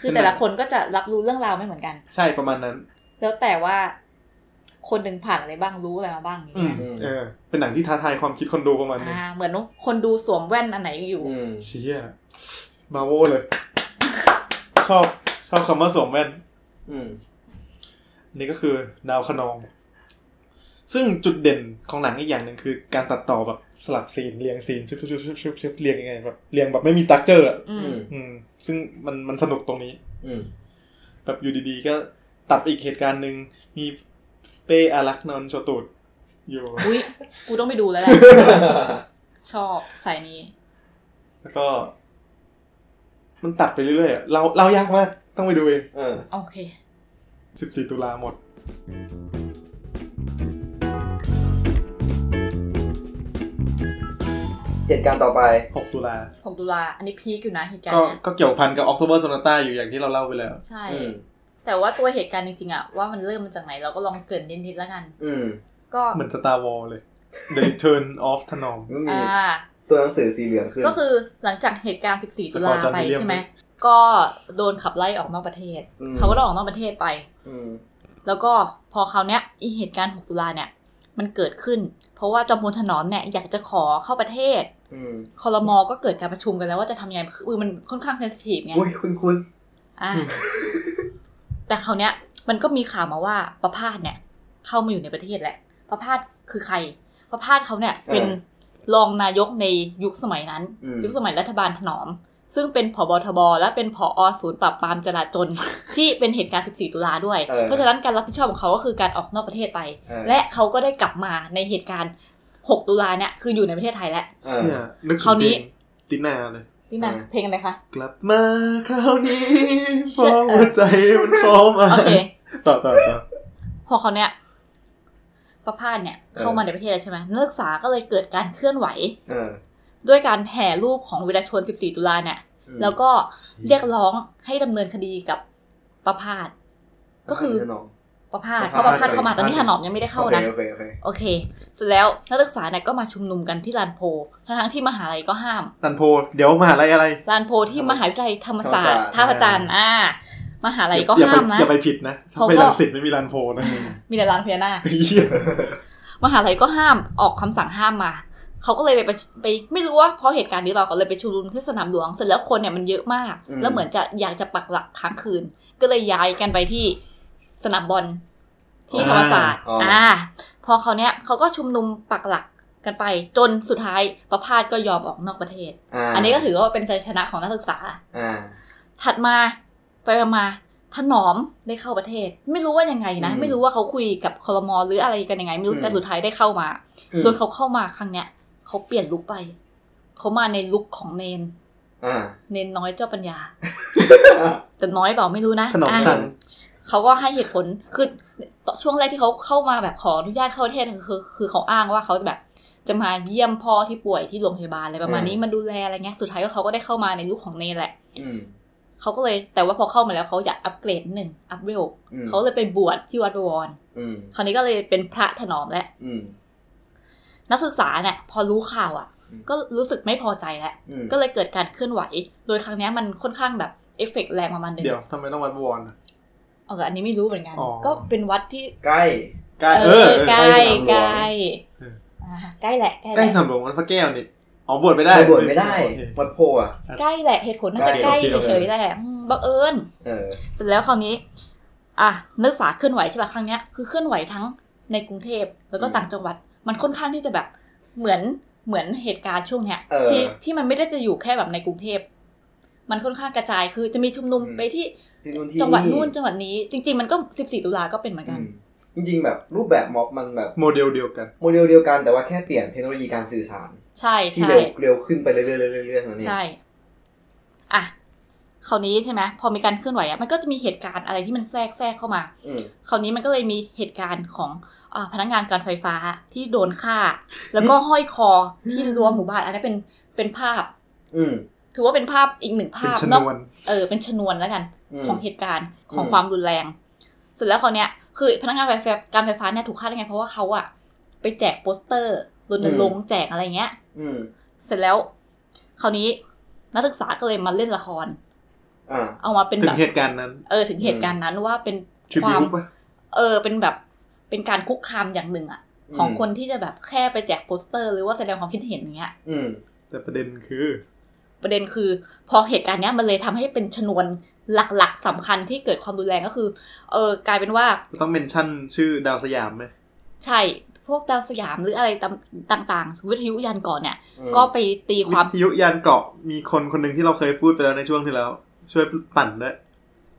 [SPEAKER 3] คือแต่ละคนก็จะรับรู้เรื่องราวไม่เหมือนกัน
[SPEAKER 2] ใช่ประมาณนั้น
[SPEAKER 3] แล้วแต่ว่าคนหนึ่งผ่านอะไรบ้างรู้อะไรมาบ้างอย่าง
[SPEAKER 2] อืม
[SPEAKER 3] เงี้ย
[SPEAKER 2] เออ เป็นหนังที่ท้าทายความคิดคนดูประมาณหนึง
[SPEAKER 3] อ่า เหมือนคนดูสวมแว่นอันไหนอยู่
[SPEAKER 1] อืม
[SPEAKER 2] เชี่ยมาโวเลย ชอบชอบคำว่าสวมแว่น
[SPEAKER 1] อืม
[SPEAKER 2] นี่ก็คือดาวคะนอง ซึ่งจุดเด่นของหนังอีกอย่างหนึ่งคือ การตัดต่อแบบสลับซีนเรียงซีนชุบชุบชุบชุบชุบชุบเรียงยังไงแบบเรียงแบบไม่มีตักเจอร์อ่ะ
[SPEAKER 3] อื
[SPEAKER 1] อื
[SPEAKER 3] ม
[SPEAKER 1] ม
[SPEAKER 2] อืม ซึ่งมันมันสนุกตรงนี้
[SPEAKER 1] อืม
[SPEAKER 2] แบบอยู่ดีๆ ก็ตัดอีกเหตุการณ์หนึ่งมีเป้อารักษ์นอนโชตูดอยู่
[SPEAKER 3] อุ้ยกูต้องไปดู แล้วแหละ ชอบสายนี้
[SPEAKER 2] แล้วก็ มันตัดไปเรื่อยๆอะเราเรายากมาก ต้องไปดูเอง
[SPEAKER 1] เออ
[SPEAKER 3] โอเค
[SPEAKER 2] สิบสี่ตุลาหมด
[SPEAKER 1] เหตุการณ์ต่อไป
[SPEAKER 2] หกตุลา
[SPEAKER 3] 6 ตุลา อันนี้พีคอยู่นะเหตุการ
[SPEAKER 2] ก็
[SPEAKER 3] ณ์เนี้ย
[SPEAKER 2] ก็เกี่ยวพันกับออก o b เบอร์โซนต้าอยู่อย่างที่เราเล่าไปแล้ว
[SPEAKER 3] ใช่
[SPEAKER 1] อืม
[SPEAKER 3] แต่ว่าตัวเหตุการณ์จริงๆอะว่ามันเริ่มมาจากไหนเราก็ลองเกรินนิดๆแล้วกัน
[SPEAKER 1] อืม
[SPEAKER 3] ก็
[SPEAKER 2] เหมือนสตาร์วอลเลย The Return of ถนอม
[SPEAKER 1] มันมี
[SPEAKER 3] อ่า
[SPEAKER 1] ตัวหนังสือสีเหลืองขึ้น
[SPEAKER 3] ก็คือหลังจากเหตุการณ์ 14 ตุลา
[SPEAKER 2] สกอร์จอห์น
[SPEAKER 3] ไป
[SPEAKER 2] วิลเลียม
[SPEAKER 3] ใช่ไหม ก็โดนขับไล่ออกนอกประเทศ
[SPEAKER 1] ม
[SPEAKER 3] เขาก็ต้องออกนอกประเทศไป
[SPEAKER 1] อืม
[SPEAKER 3] แล้วก็พอคราวเนี้ยอีเหตุการณ์ 6 ตุลาเนี่ย มันเกิดขึ้น เพราะว่าจอมพลถนอมเนี่ยอยากจะขอเข้าประเทศ
[SPEAKER 1] อืม
[SPEAKER 3] คอรมอก็เกิดการประชุมกันแล้วว่าจะทำยังไงคือมันค่อนข้างเซนซิทีฟไง
[SPEAKER 1] อุ้ยคุณคุณ
[SPEAKER 3] อ่ะแต่คราวเนี้ย มันก็มีข่าวมาว่าประพาสเนี่ย เข้ามาอยู่ในประเทศแหละ ประพาสคือใคร ประพาสเขาเนี่ย เป็นรองนายกในยุคสมัยนั้น
[SPEAKER 1] อืม
[SPEAKER 3] ยุคสมัยรัฐบาลถนอม ซึ่งเป็นผบทบและเป็นผอศูนย์ปรา บปรามจราจร ที่เป็นเหตุการณ์ 14 ตุลาด้วย
[SPEAKER 1] เออ
[SPEAKER 3] เพราะฉะนั้นการรับผิดชอบของเขาก็คือการออกนอกประเทศไป
[SPEAKER 1] เออ
[SPEAKER 3] และเขาก็ได้กลับมาในเหตุการณ์ 6 ตุลาเนี่ยคืออยู่ในประเทศไทยแล้ว
[SPEAKER 1] เออ
[SPEAKER 2] เนี่ยนึก
[SPEAKER 3] คราวนี้
[SPEAKER 2] ถึงเพลงตินาเลย
[SPEAKER 3] นี่นะ
[SPEAKER 1] เออ
[SPEAKER 3] เพลงอะไรคะ
[SPEAKER 2] กลับมาคราวนี้
[SPEAKER 3] เชื่
[SPEAKER 2] เพราะ
[SPEAKER 3] อ
[SPEAKER 2] หัวใจมันขอมา
[SPEAKER 3] โอเค
[SPEAKER 2] ต่อต่อต่อ
[SPEAKER 3] พอเขาเนี่ยประพาสเนี่ย
[SPEAKER 1] เออ
[SPEAKER 3] เข้ามาในประเทศแล้วใช่ไหมนักศึกษาก็เลยเกิดการเคลื่อนไหว
[SPEAKER 1] เออ
[SPEAKER 3] ด้วยการแห่รูปของวีรชน 14 ตุลาเนี่ย
[SPEAKER 1] อืม
[SPEAKER 3] แล้วก็เรียกร้องให้ดำเนินคดีกับประพาสก็คือ
[SPEAKER 1] ขนม
[SPEAKER 3] ประพาส
[SPEAKER 1] ป
[SPEAKER 3] เพ
[SPEAKER 1] ระพาส
[SPEAKER 3] ราะประพาสเข้ามาตอนนี้ถนอมยังไม่ได้เข้า
[SPEAKER 1] โอเค
[SPEAKER 3] นะ
[SPEAKER 1] โอเคโอเค
[SPEAKER 3] โอเคเสร็จแล้วนักศึกษาเนี่ยก็มาชุมนุมกันที่ลานโพลทั้งๆที่มหาลัยก็ห้าม
[SPEAKER 2] ตันโพเดี๋ยวมหาลัยอะไร
[SPEAKER 3] ลานโพลที่มหาวิทยาลัยธรรมศาสตร์ท่าพระจันทร์อ่ามหาลัยก็
[SPEAKER 2] อย่า
[SPEAKER 3] ห้า
[SPEAKER 2] ไป
[SPEAKER 3] มนะ
[SPEAKER 2] อย่าไปผิดนะถ้า
[SPEAKER 3] เขาก็
[SPEAKER 2] ไปรังสิตไม่มีรันโพนะ
[SPEAKER 3] มีแต่ลานพญานาค
[SPEAKER 2] เหี้ย
[SPEAKER 3] มหาลัยก็ห้ามออกคำสั่งห้ามมา เขาก็เลยไปไปไปไม่รู้ว่าเพราะเหตุการณ์นี้เราก็เลยไปชุมนุมที่สนามหลวงเสร็จแล้วคนเนี่ยมันเยอะมาก แล้วเหมือนจะอยากจะปักหลักค้างคืน ก็เลยย้ายกันไปที่สนามบอลที่ธรรมศาสตร์อ่าพอเขาวเนี้ยเขาก็ชุมนุมปักหลักกันไปจนสุดท้ายประพาสก็ยอมออกนอกประเทศ
[SPEAKER 1] า
[SPEAKER 3] อันนี้ก็ถือว่าเป็นใจชนะของนักศึกษา
[SPEAKER 1] อ่า
[SPEAKER 3] ถัดมาไปมาถนอมได้เข้าประเทศ ไม่รู้ว่ายังไงนะ
[SPEAKER 1] อืม
[SPEAKER 3] ไม่รู้ว่าเขาคุยกับคอรมอหรืออะไรกันยังไง ไม่รู้
[SPEAKER 1] อืม
[SPEAKER 3] แต่สุดท้ายได้เข้ามา
[SPEAKER 1] อืม
[SPEAKER 3] โดยเขาเข้ามาครั้งเนี้ยเขาเปลี่ยนลุคไป เขามาในลุคของเนน
[SPEAKER 1] อ่า
[SPEAKER 3] เนนน้อยเจ้าปัญ ญา แต่น้อยเปล่าไม่รู้นะ
[SPEAKER 2] ขนม
[SPEAKER 3] อ่ะ
[SPEAKER 2] สั่ง
[SPEAKER 3] เขาก็ให้เหตุผลคือช่วงแรกที่เขาเข้ามาแบบขออนุญาตเข้าประเทศคือคือคือเขาอ้างว่าเขาแบบ จะมาเยี่ยมพ่อที่ป่วยที่โรงพยาบาลอะไรประมาณนี้
[SPEAKER 1] อืม
[SPEAKER 3] มาดูแลอะไรเงี้ยสุดท้ายก็เขาก็ได้เข้ามาในลุคของเนนแหละ
[SPEAKER 1] อืม
[SPEAKER 3] เขาก็เลยแต่ว่าพอเข้ามาแล้วเขาอยากอัปเกรดหนึ่งอัพเวล
[SPEAKER 1] อืม
[SPEAKER 3] เขาเลยไปบวชที่วัดบวร
[SPEAKER 1] อืม
[SPEAKER 3] คราวนี้ก็เลยเป็นพระถนอมและ
[SPEAKER 1] อืม
[SPEAKER 3] นักศึกษาเนี่ยพอรู้ข่าวอ่ะ
[SPEAKER 1] อืม
[SPEAKER 3] ก็รู้สึกไม่พอใจแล้ว
[SPEAKER 1] อืม
[SPEAKER 3] ก็เลยเกิดการเคลื่อนไหว โดยครั้งเนี้ยมันค่อนข้างแบบเอฟเฟกต์แรงประมาณหนึง
[SPEAKER 2] เดี๋ยวทำไมต้องวัดบวรนะ
[SPEAKER 3] เอาแต่อันนี้ไม่รู้เหมือนกัน
[SPEAKER 2] อ๋อ
[SPEAKER 3] ก็เป็นวัดที่
[SPEAKER 1] ใกล้
[SPEAKER 2] ใกล้เออเออ
[SPEAKER 3] ใกล้
[SPEAKER 1] ใก
[SPEAKER 3] ใก
[SPEAKER 1] ล้
[SPEAKER 3] ล้
[SPEAKER 2] เออ
[SPEAKER 3] อ่าใกล้แหละใกล้
[SPEAKER 2] ใกล้
[SPEAKER 3] แห
[SPEAKER 2] สนา
[SPEAKER 3] ละ
[SPEAKER 2] มหลวงวัดพระแก้วนี่อ๋อบวชไม่ได้
[SPEAKER 1] ไปบวชไม่ได้
[SPEAKER 2] โอเค
[SPEAKER 1] วัดโพอ่ะ
[SPEAKER 3] ใกล้แหละเหตุผลน่าจะ
[SPEAKER 1] ใก
[SPEAKER 3] ใก
[SPEAKER 1] ล้
[SPEAKER 3] ล้
[SPEAKER 1] โอเคโอเค
[SPEAKER 3] เฉยๆแหละอืมบังเอิญ
[SPEAKER 1] เออ
[SPEAKER 3] เสร็จแล้วคราวนี้ อ่ะนักศึกษาเคลื่อนไหวใช่ป่ะครั้งเนี้ยคือเคลื่อนไหวทั้งในกรุงเทพแล้วก็
[SPEAKER 1] อืม
[SPEAKER 3] ต่างจังหวัด มันค่อนข้างที่จะแบบเหมือนเหมือนเหตุการณ์ช่วงเนี้ย
[SPEAKER 1] เออ
[SPEAKER 3] ที่ที่มันไม่ได้จะอยู่แค่แบบในกรุงเทพมันค่อนข้างกระจายคือจะมีชุมนุม
[SPEAKER 1] อืม
[SPEAKER 3] ไปที่
[SPEAKER 1] ที่นู่นที่
[SPEAKER 3] จังหวัดนู่นจังหวัดนี้ จริง ๆ มันก็ 14 ตุลาก็เป็นเหมือน
[SPEAKER 1] อื
[SPEAKER 3] กัน
[SPEAKER 1] มจริงๆแบบรูปแบบม็อบมันแบบ
[SPEAKER 2] โมเดลเดียวกัน
[SPEAKER 1] โมเดลเดียวกันแต่ว่าแค่เปลี่ยนเทคโนโลยีการสื่อสาร
[SPEAKER 3] ใช่
[SPEAKER 1] ที่
[SPEAKER 3] ใช่
[SPEAKER 1] เร็วเร็วขึ้นไปเรื่อยๆเรื่อยๆเรื่อยๆนั่นเอง
[SPEAKER 3] ใช่ อ่ะคราวนี้ใช่ไหมพอมีการเคลื่อนไหวอ่ะมันก็จะมีเหตุการณ์อะไรที่มันแทรกแทรกเข้ามา
[SPEAKER 1] อืม
[SPEAKER 3] คราวนี้มันก็เลยมีเหตุการณ์ของอาพนักงานการไฟฟ้าที่โดนฆ่า แล้วก็ห้อยคอที่รั้วหมู่บ้านอันนั้นเป็นเป็นภาพ
[SPEAKER 1] อืม
[SPEAKER 3] ถือว่าเป็นภาพอีกหนึ่ง
[SPEAKER 2] เป็น
[SPEAKER 3] ภาพ
[SPEAKER 2] ชน
[SPEAKER 3] เนาะ
[SPEAKER 2] วน
[SPEAKER 3] เออเป็นชนวนแล้วกัน
[SPEAKER 1] อืม
[SPEAKER 3] ของเหตุการณ์ของ
[SPEAKER 1] อืม
[SPEAKER 3] ความรุนแรง เสร็จแล้วคราวเนี้ยคือพนักงานไฟฟ้าการไฟฟ้าเนี่ยถูกฆ่าได้ไงเพราะว่าเขาอะไปแจกโปสเตอร์รณรงค์แจกอะไรเงี้ย
[SPEAKER 1] อืม
[SPEAKER 3] เสร็จแล้ว คราวนี้นักศึกษาก็เลยมาเล่นละคร
[SPEAKER 1] อ่า
[SPEAKER 3] เอามาเป็น
[SPEAKER 2] ถึ
[SPEAKER 3] แบ
[SPEAKER 2] ง
[SPEAKER 3] บ
[SPEAKER 2] เหตุการณ์นั้น
[SPEAKER 3] เออถึงเหตุการณ์นั้นว่าเป็น
[SPEAKER 2] ทริ
[SPEAKER 3] ควา
[SPEAKER 2] บิว
[SPEAKER 3] ม
[SPEAKER 2] ปะ
[SPEAKER 3] เออเป็นแบบเป็นการคุกคามอย่างหนึ่งอะ
[SPEAKER 1] อืม
[SPEAKER 3] ของคนที่จะแบบแค่ไปแจกโปสเตอร์ หรือว่าแสดงความคิดเห็นอย่างเงี้ย
[SPEAKER 1] อืม
[SPEAKER 2] แต่ประเด็นคือ
[SPEAKER 3] ประเด็นคือ พอเหตุการณ์เนี้ยมันเลยทำให้เป็นชนวนหลักๆสำคัญที่เกิดความรุนแรงก็คือ เออกลายเป็นว่า
[SPEAKER 2] ต้องเมนชั่นชื่อดาวสยามไหม
[SPEAKER 3] ใช่พวกดาวสยามหรืออะไรตต่างๆ วิทยุยานก่อนเนี่ย
[SPEAKER 1] อืม
[SPEAKER 3] ก็ไปตีความ
[SPEAKER 2] วิทยุยานเกราะมีคนคนหนึ่งที่เราเคยพูดไปแล้วในช่วงที่แล้ว ช่วยปั่นด้วย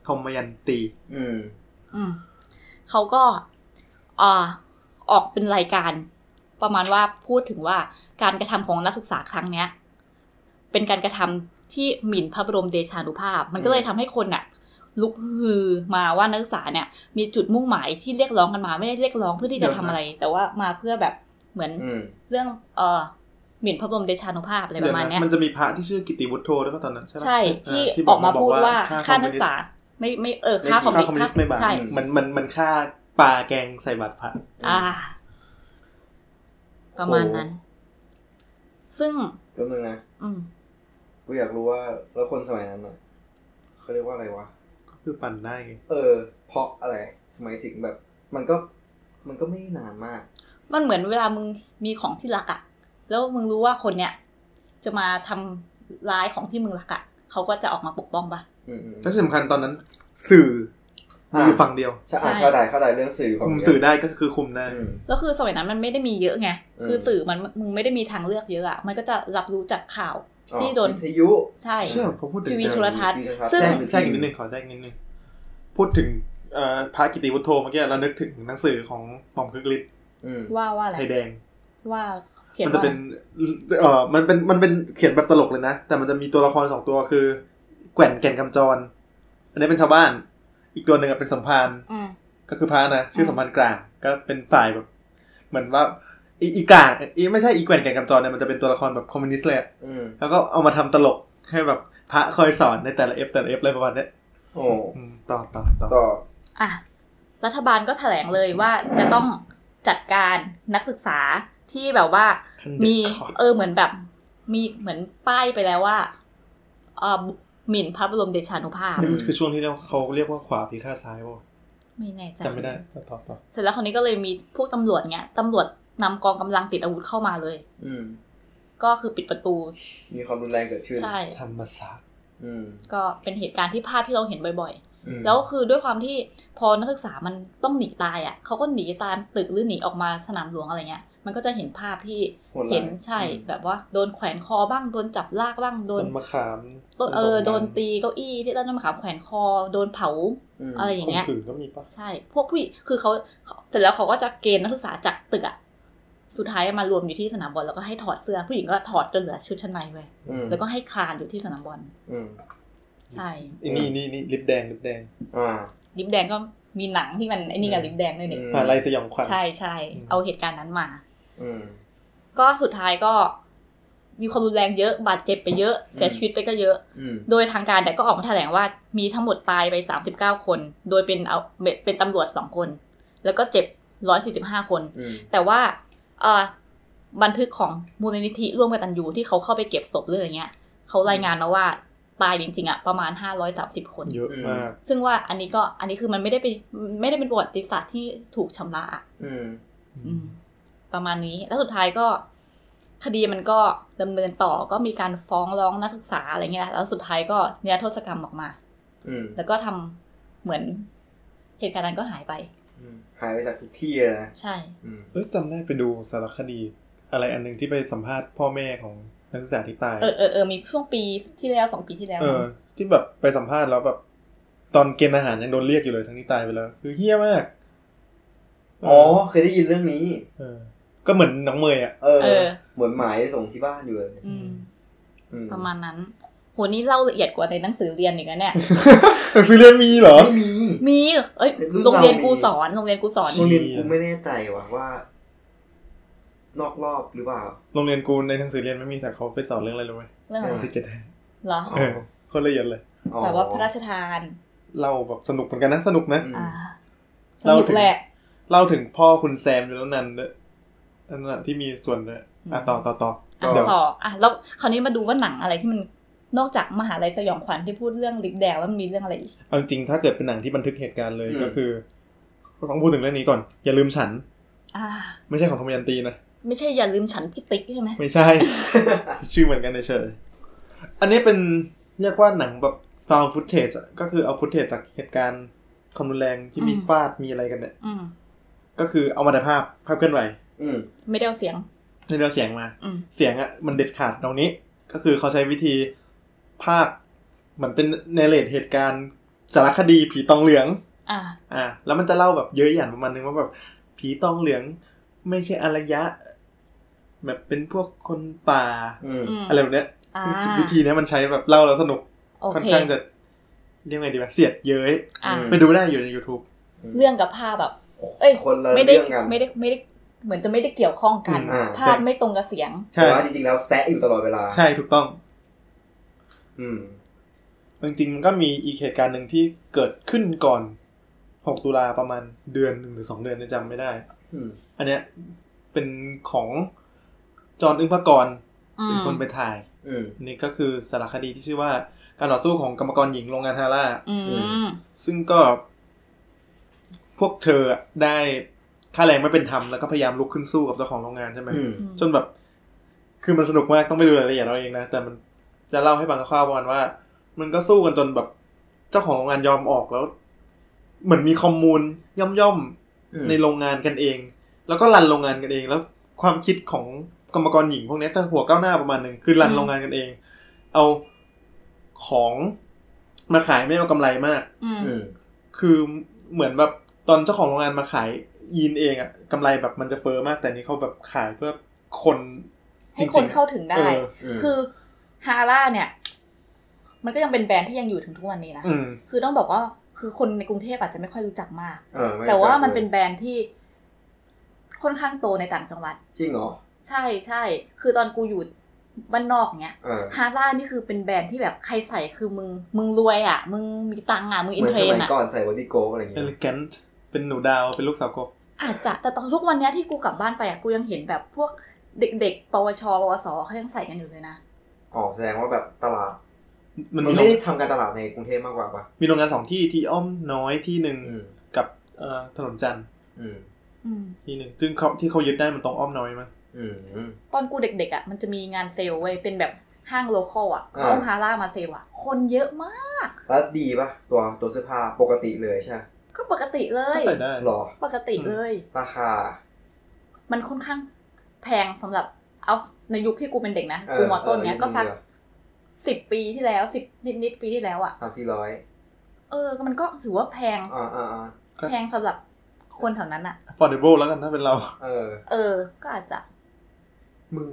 [SPEAKER 2] ทอมยันตี
[SPEAKER 1] อืม
[SPEAKER 3] อืมเขาก็เอ่อออกเป็นรายการ ประมาณว่าพูดถึงว่าการกระทำของนักศึกษาครั้งเนี้ย เป็นการกระทำที่หมิ่นพระบรมเดชานุภาพ มันก็เลยทำให้คนน่ะ ลุกฮือมาว่านักศึกษาเนี่ย มีจุดมุ่งหมายที่เรียกร้องกันมาไม่ได้เรียกร้องเพื่อที่จะทำอะไร แต่ว่ามาเพื่อแบบเหมือน
[SPEAKER 1] อืม
[SPEAKER 3] เรื่องเอ่อหมิ่นพระบรมเดชานุภาพอะไรประมาณเนี้ย
[SPEAKER 2] มันจะมีพระที่ชื่อกิติวุฒโธด้วยป่ะตอนนั้นใช่ปะ
[SPEAKER 3] ใช่
[SPEAKER 2] เ
[SPEAKER 3] ที่
[SPEAKER 2] บ
[SPEAKER 3] ออกมาพูด
[SPEAKER 2] บ
[SPEAKER 3] ว่า
[SPEAKER 2] ฆ่
[SPEAKER 3] ค่านักศึกษา ไม่ไม่เออค่าคอมมิว
[SPEAKER 2] ฆ่า
[SPEAKER 3] นิ
[SPEAKER 2] คอมมิวนิส
[SPEAKER 3] สต์
[SPEAKER 2] ต์ไม่บาป
[SPEAKER 3] ใช่
[SPEAKER 1] อื
[SPEAKER 2] มันมันมันฆ่าปลาแกงใส่บาตรพระ
[SPEAKER 3] อ่า ประมาณนั้น ซึ่ง
[SPEAKER 1] แป๊บนึงนะ
[SPEAKER 3] อืม
[SPEAKER 1] กูอยากรู้ว่า แล้วคนสมัยนั้นอ่ะเขาเรียกว่าอะไรวะ
[SPEAKER 2] ก็คือปั่นได้ไง
[SPEAKER 1] เออ เพราะอะไร หมายถึงแบบ มันก็ มันก็ไม่ได้นานมาก
[SPEAKER 3] มันเหมือนเวลามึงมีของที่รักอะแล้วมึงรู้ว่าคนเนี้ยจะมาทำร้ายของที่มึงรักอะเขาก็จะออกมาปกป้องปะ
[SPEAKER 1] อืมอืม
[SPEAKER 2] และที่สำคัญตอนนั้น สื่อมีอยู่
[SPEAKER 1] อ่า
[SPEAKER 2] ฝั่งเดียว
[SPEAKER 1] ใช่
[SPEAKER 3] ใช่
[SPEAKER 1] อ่ะเข้าใจเข้าใจเรื่องสื่อ
[SPEAKER 2] คุมสื่อได้ก็คือคุมได้
[SPEAKER 1] อืม
[SPEAKER 3] แล้วคือสมัยนั้นมันไม่ได้มีเยอะไง
[SPEAKER 1] อืม
[SPEAKER 3] คือสื่อมันมึงไม่ได้มีทางเลือกเยอะอะมันก็จะรับรู้จากข่าว
[SPEAKER 1] อ๋อ
[SPEAKER 3] ที่โดน
[SPEAKER 1] วิทยุ
[SPEAKER 3] ใช่
[SPEAKER 2] เชื่อผมพูดถึง
[SPEAKER 3] ทีวีโทรทัศน์
[SPEAKER 1] ทีวีโทรทัศน์
[SPEAKER 3] ซึ่ง
[SPEAKER 1] แทรก
[SPEAKER 2] แทรกอีกนิดนึงขอแทรกอีกนิดนึงพูดถึงเอ่อพระกิติวุฒโธเมื่อกี้เรานึกถึงหนังสือของหม่อมคึกฤทธิ์
[SPEAKER 1] อืม
[SPEAKER 3] ว่าว่าอะไร
[SPEAKER 2] ไทยแดง
[SPEAKER 3] ว่าเขียน
[SPEAKER 2] มันจะ
[SPEAKER 3] ว่า
[SPEAKER 2] เป็นเออมันเป็น มันเป็นเขียนแบบตลกเลยนะ แต่มันจะมีตัวละครสองตัวคือ แกว่นแก่นคำจร อันนี้เป็นชาวบ้าน อีกตัวหนึ่งอะเป็นสัมพันธ์
[SPEAKER 3] อืม
[SPEAKER 2] ก็คือพระนะชื่อ
[SPEAKER 3] อืม
[SPEAKER 2] สัมพันธ์กลางก็เป็นฝ่ายแบบ เหมือนว่าอีอีกลางอีไม่ใช่อีแกว่นแก่นคำจรเนี่ยมันจะเป็นตัวละครแบบคอมมิวนิสต์เลยอะ
[SPEAKER 1] อืม
[SPEAKER 2] แล้วก็เอามาทำตลกให้แบบพระคอยสอนในแต่ละเอฟแต่ละเอฟอะไรประมาณเนี้ย
[SPEAKER 1] โอ้
[SPEAKER 2] อืมต่อต่อต่อ
[SPEAKER 1] ต่อ
[SPEAKER 3] อ่ะรัฐบาลก็แถลงเลยว่าจะต้องจัดการนักศึกษาที่แบบว่า
[SPEAKER 2] ขั้นเด็ด
[SPEAKER 3] มี
[SPEAKER 2] ขาด
[SPEAKER 3] เออเหมือนแบบ มีเหมือนป้ายไปแล้วว่าเออหมิ่นพระบรมเดชานุภาพ
[SPEAKER 2] นี่มันคือช่วงที่เราเขาเรียกว่าขวาพิฆาตซ้ายป่ะ
[SPEAKER 3] ไม่แน่ใจ
[SPEAKER 2] จำไม่ได้ต่อต่อต่อ
[SPEAKER 3] เสร็จแล้วคนนี้ก็เลยมีพวกตำรวจเนี้ยตำรวจนำกองกำลังติดอาวุธเข้ามาเลย
[SPEAKER 1] อืม
[SPEAKER 3] ก็คือปิดประตู
[SPEAKER 1] มีความรุนแรงเกิดขึ้น
[SPEAKER 3] ใช่
[SPEAKER 2] ธรรมศาสตร์
[SPEAKER 1] อืม
[SPEAKER 3] ก็เป็นเหตุการณ์ที่ภาพที่เราเห็นบ่อย
[SPEAKER 1] อืม
[SPEAKER 3] ๆ แล้วคือด้วยความที่พอนักศึกษามันต้องหนีตายอ่ะเขาก็หนีตามตึกหรือหนีออกมาสนามหลวงอะไรเงี้ย มันก็จะเห็นภาพที่
[SPEAKER 1] โหดร้าย
[SPEAKER 3] เห็นใช่แบบว่าโดนแขวนคอบ้างโดนจับลากบ้างโด
[SPEAKER 2] ต้
[SPEAKER 3] น
[SPEAKER 2] นมะขาม
[SPEAKER 3] ต้นเออโดน
[SPEAKER 2] มั
[SPEAKER 3] ตีเก้าอี้ที่ต้นมะขามแขวนคอ โดนเผา
[SPEAKER 1] ม
[SPEAKER 3] อะไรอย่างเงี้ย
[SPEAKER 2] ข่มขืนก็มีปะ
[SPEAKER 3] ใช่ พวกผู้หญิงคือเขาเขาเสร็จแล้วเขาก็จะเกณฑ์นักศึกษาจากตึกอะสุดท้ายมารวมอยู่ที่สนามบอลแล้วก็ให้ถอดเสื้อผู้หญิงก็ถอดจนเหลือชุดชั้นในไว้ย
[SPEAKER 1] อืม
[SPEAKER 3] แล้วก็ให้คลานอยู่ที่สนามบอล
[SPEAKER 1] อืม
[SPEAKER 3] ใช่
[SPEAKER 2] ไอ้นี่นี่นี่ลิปแดงลิปแดง
[SPEAKER 1] อ่า
[SPEAKER 3] ลิปแดงก็มีหนังที่มันไอ้นี่กับลิปแดงด้วยเนี่ย
[SPEAKER 1] อื
[SPEAKER 2] มหาลายสยองขวัญ
[SPEAKER 3] ใช่ใช่
[SPEAKER 2] อืม
[SPEAKER 3] เอาเหตุการณ์นั้นมา
[SPEAKER 1] อืม
[SPEAKER 3] ก็สุดท้ายก็มีความรุนแรงเยอะบาดเจ็บไปเยอะเสียชีวิตไปก็เยอะ
[SPEAKER 1] อืม
[SPEAKER 3] โดยทางการแต่ยก็ออกมาแถลงว่ามีทั้งหมดตายไป 39 คน โดยเป็นเอาเป็นตำรวจ 2 คน แล้วก็เจ็บ 145 คน
[SPEAKER 1] อืม
[SPEAKER 3] แต่ว่าเอ่อบันทึกของมูลนิธิร่วมกับตันยูที่เขาเข้าไปเก็บศพเรื่องอะไรเงี้ยเขารายงานมาว่าตายจริงๆอะประมาณ 530 คน
[SPEAKER 2] เยอะมาก
[SPEAKER 3] ซึ่งว่าอันนี้ก็อันนี้คือมันไม่ได้เป็นไม่ได้เป็นประวัติศาสตร์ที่ถูกชำระอะ
[SPEAKER 1] อืม
[SPEAKER 3] อืมประมาณนี้แล้วสุดท้ายก็คดีมันก็ดำเนินต่อก็มีการฟ้องร้องนักศึกษาอะไรเงี้ยแล้วสุดท้ายก็นิรโทษกรรมออกมา
[SPEAKER 1] อืม
[SPEAKER 3] แล้วก็ทำเหมือนเหตุการณ์นั้นก็หายไป
[SPEAKER 1] อืมหายไปจากทุกที่เลยนะ
[SPEAKER 3] ใช่
[SPEAKER 1] อืม
[SPEAKER 2] เอ้ยจำได้ไปดูสารคดี อะไรอันหนึ่งที่ไปสัมภาษณ์พ่อแม่ของนักศึกษาที่ตาย
[SPEAKER 3] เออเออเออมีช่วงปีที่แล้วสองปีที่แล้ว
[SPEAKER 2] เออ ที่แบบไปสัมภาษณ์แล้วแบบตอนเกณฑ์อาหารยังโดนเรียกอยู่เลยทั้งที่ตายไปแล้ว คือเฮี้ยมาก
[SPEAKER 1] อ๋อเคยได้ยินเรื่องนี้
[SPEAKER 2] เออ ก็เหมือนหน้องเมยอ่ะ
[SPEAKER 1] เออ
[SPEAKER 3] เออ
[SPEAKER 1] เหมือนหมายส่งที่บ้านอยู่เลย
[SPEAKER 3] อืม
[SPEAKER 1] อืม
[SPEAKER 3] ประมาณนั้นโหนี่เล่าละเอียดกว่าในหนังสือเรียนอีกนะเนี่ย
[SPEAKER 2] หนังสือเรียนมีเหรอ
[SPEAKER 1] ไม่มี
[SPEAKER 3] มีเอ้ย
[SPEAKER 1] เรื่อง
[SPEAKER 3] โรงเรียน
[SPEAKER 1] เรามี
[SPEAKER 3] กูสอนโรงเรียนกูสอน
[SPEAKER 1] โรงเรียนกูไม่แน่ใจว่ะว่า นอกรอบหรือเปล่า
[SPEAKER 2] โรงเรียนกูในหนังสือเรียนไม่มีแต่เขาไปสอนเรื่อง อะไรรู้ไหม
[SPEAKER 3] เรื่อง
[SPEAKER 1] เออ
[SPEAKER 3] อะไร
[SPEAKER 2] สิเกต
[SPEAKER 3] เหรอ
[SPEAKER 2] เออโคนละเอียดเลย
[SPEAKER 1] อ๋อ
[SPEAKER 3] แบบว่าพระราชทาน
[SPEAKER 2] เล่าแบบสนุกเหมือนกันนะสนุกนะ
[SPEAKER 1] อืม
[SPEAKER 3] อ่าส
[SPEAKER 2] เล่า
[SPEAKER 3] นุก
[SPEAKER 2] ถึง
[SPEAKER 3] แหละ
[SPEAKER 2] เล่าถึงพ่อคุณแซมแล้วนันด้วยนั่นน่ะที่มีส่วนด้วยอ่ะต่อต่อต่อ
[SPEAKER 3] อ่ะ
[SPEAKER 2] เดี๋ยว
[SPEAKER 3] ต่ออ่ะแล้วคราวนี้มาดูว่าหนังอะไรที่มันนอกจากมหาลัยสยองขวัญที่พูดเรื่องลิปแดงแล้วมันมีเรื่องอะไรอีก
[SPEAKER 2] เอาจริงๆถ้าเกิดเป็นหนังที่บันทึกเหตุการณ์เลย
[SPEAKER 1] อืม
[SPEAKER 2] ก็คือต้องพูดถึงเรื่องนี้ก่อน อย่าลืมฉัน
[SPEAKER 3] อ่า
[SPEAKER 2] ไม่ใช่ของธมยันตีนะ
[SPEAKER 3] ไม่ใช่อย่าลืมฉันพี่ติ๊กใช่ไหม
[SPEAKER 2] ไม่ใช่ ชื่อเหมือนกันเฉยๆอันนี้เป็นเรียกว่าหนังแบบฟาวฟุตเทจก็คือเอาฟุตเทจจากเหตุการณ์ความรุนแรงที่มีฟาดมีอะไรกันเนี่ย
[SPEAKER 3] อืม
[SPEAKER 2] ก็คือเอามาแต่ภาพภาพเคลื่อนไหว
[SPEAKER 1] อืม
[SPEAKER 3] ไม่ได้เอาเสียง
[SPEAKER 2] ในเรือเสียงมา
[SPEAKER 3] อืม
[SPEAKER 2] เสียงอะ่ะมันเด็ดขาดตรงนี้ ก็คือเขาใช้วิธีภาคเหมือนเป็นเนเรตเหตุการณ์สารคดีผีตองเหลือง
[SPEAKER 3] อ่า
[SPEAKER 2] อ่ะแล้วมันจะเล่าแบบเยอะหยันประมาณนึงว่าแบบผีตองเหลือง ไม่ใช่อารยะ แบบเป็นพวกคนป่า
[SPEAKER 1] อืม
[SPEAKER 3] อืม
[SPEAKER 2] อะไรแบบเนี้ย
[SPEAKER 3] อ่า
[SPEAKER 2] วิธีเนี้ยมันใช้แบบเล่าแล้วสนุก
[SPEAKER 3] โอ
[SPEAKER 2] ค่อน
[SPEAKER 3] เค
[SPEAKER 2] ข้างจะเรียกไงดีวะเสียดเย้ย
[SPEAKER 3] อ่า
[SPEAKER 1] อืม
[SPEAKER 2] ไปดูได้อยู่ใน YouTube
[SPEAKER 3] เรื่องกับภาพแบบ เอ้ย
[SPEAKER 1] คนละ
[SPEAKER 3] ไม่ได้
[SPEAKER 1] เรื่องกัน
[SPEAKER 3] ไม่ได้ไม่ได้เหมือนจะไม่ได้เกี่ยวข้องกัน
[SPEAKER 2] อืม
[SPEAKER 1] อ่า
[SPEAKER 3] ภาพไม่ตรงกับเสียง
[SPEAKER 2] ใช่
[SPEAKER 1] แต่ว่าจริงๆแล้วแซะอยู่ตลอดเวลา
[SPEAKER 2] ใช่ถูกต้อง
[SPEAKER 1] อืม
[SPEAKER 2] จริงๆมันก็มีอีกเหตุการณ์หนึ่งที่เกิดขึ้นก่อน 6 ตุลาประมาณเดือนหนึ่งหรือสองเดือนเนี่ยจำไม่ได้
[SPEAKER 1] อืม
[SPEAKER 2] อันเนี้ยเป็นของจอห์นอึ้งพกรณ์
[SPEAKER 3] อื
[SPEAKER 2] เป็น
[SPEAKER 3] ม
[SPEAKER 2] คนไปถ่าย
[SPEAKER 1] อืม
[SPEAKER 2] นี่ก็คือสารคดีที่ชื่อว่าการต่อสู้ของกรรมกรหญิงโรงงานฮาร่า
[SPEAKER 3] อืม
[SPEAKER 2] ซึ่งก็ พวกเธออะได้ค่าแรงไม่เป็นธรรมแล้วก็พยายามลุกขึ้นสู้กับเจ้าของโรงงานใช่ไหม
[SPEAKER 1] อืม
[SPEAKER 2] จนแบบ คือมันสนุกมากต้องไปดูรายละเอียดเอาเองนะ แต่มันจะเล่าให้ฟังคร่าวๆประมาณว่า มันก็สู้กันจนแบบเจ้าของโรงงานยอมออกแล้ว เหมือนมีคอมมูนย่อม
[SPEAKER 1] อืม
[SPEAKER 2] ๆในโรงงานกันเอง แล้วก็รันโรงงานกันเอง แล้วความคิดของกรรมกรหญิงพวกเนี้ยจะหัวก้าวหน้าประมาณหนึ่งคือรันโรงงานกันเอง เอาของมาขายไม่เอากำไรมาก
[SPEAKER 3] อืม
[SPEAKER 1] อืม
[SPEAKER 2] คือเหมือนแบบตอนเจ้าของโรงงานมาขายยีนเองอะกำไรแบบมันจะเฟอร์มากแต่นี่เขาแบบขายเพื่อคนจ
[SPEAKER 3] ให้
[SPEAKER 2] ริงๆ
[SPEAKER 3] คนเข้าถึงได้
[SPEAKER 2] เออ
[SPEAKER 1] ม
[SPEAKER 3] คือฮาร่าเนี่ย มันก็ยังเป็นแบรนด์ที่ยังอยู่ถึงทุกวันนี้นะ
[SPEAKER 2] อืม
[SPEAKER 3] คือต้องบอกว่าคือคนในกรุงเทพอาจจะไม่ค่อยรู้จักมาก
[SPEAKER 1] เออไ
[SPEAKER 3] แต่ว่ามัน
[SPEAKER 1] จัดลย
[SPEAKER 3] เป็นแบรนด์ที่ค่อนข้างโตในต่างจังหวัด
[SPEAKER 1] จริงเหรอ
[SPEAKER 3] ใช่ใช่ คือตอนกูอยู่บ้านนอกเนี้ย
[SPEAKER 1] เออ
[SPEAKER 3] ฮาร่านี่คือเป็นแบรนด์ที่แบบใครใส่คือมึง มึงรวยอ่ะ มึงมีตังค์อ่ะ มึง
[SPEAKER 1] เห
[SPEAKER 3] อิน
[SPEAKER 1] มือน
[SPEAKER 3] เทร
[SPEAKER 1] ส
[SPEAKER 3] น
[SPEAKER 1] มัย
[SPEAKER 3] อ่ะ
[SPEAKER 1] ก่อนใส่วอติโกอะไรอย่างเงี้ย
[SPEAKER 2] elegant เป็นหนูดาวเป็นลูกสาวกบ
[SPEAKER 3] อาจจะ แต่ตอนทุกวันเนี้ยที่กูกลับบ้านไปอ่ะ กูยังเห็นแบบพวกเด็กๆ ปวช ปวสเขายังใส่กันอยู่เลยนะ
[SPEAKER 1] อ๋อแสดงว่าแบบตลาด
[SPEAKER 2] มั
[SPEAKER 1] มันน
[SPEAKER 2] มีโร
[SPEAKER 1] ไม่
[SPEAKER 2] ง
[SPEAKER 1] ได้ทำการตลาดในกรุงเทพมากกว่าปะ
[SPEAKER 2] มีโรงงานสองที่ที่อ้อมน้อยที่หนึ่ง
[SPEAKER 1] อืม
[SPEAKER 2] กับเอ่อถนนจันทร์
[SPEAKER 1] อืม
[SPEAKER 3] อืม
[SPEAKER 2] ที่หนึ่งซึ่งเขาที่เขายึดได้มันตรงอ้อมน้อยมั้ง
[SPEAKER 1] อืมอืม
[SPEAKER 3] ตอนกูเด็กๆอ่ะ มันจะมีงานเซลล์เว้ย เป็นแบบห้างโลคอลอ่ะ
[SPEAKER 1] อ่า
[SPEAKER 3] เขาเอาฮาร่ามาเซลล์อ่ะ คนเยอะมาก
[SPEAKER 1] แล้วดีปะตัวตัวเสื้อผ้าปกติเลยใช่ไหม
[SPEAKER 3] ก็ปกติเลย
[SPEAKER 2] ก็ใส่ได้
[SPEAKER 1] หรอ
[SPEAKER 3] ปกติเลย
[SPEAKER 1] ราคา
[SPEAKER 3] มันค่อนข้างแพงสำหรับเอาในยุคที่กูเป็นเด็กนะ
[SPEAKER 1] เออ
[SPEAKER 3] กูมอต้นเนี้ย
[SPEAKER 1] เออ
[SPEAKER 3] ก็สัก
[SPEAKER 1] ยุคนี้
[SPEAKER 3] สิบปีที่แล้วสิบนิดๆปีที่แล้วอ่ะ
[SPEAKER 1] สามสี่ร้อย
[SPEAKER 3] เออ มันก็ถือว่าแพง
[SPEAKER 1] อ่าอ่าอ่า
[SPEAKER 2] ก็
[SPEAKER 3] แพงสำหรับคนแถวนั้นอ่ะ
[SPEAKER 2] affordable แล้วกันถ้าเป็นเรา
[SPEAKER 1] เออ
[SPEAKER 3] เออ ก็อาจจะ
[SPEAKER 1] มึง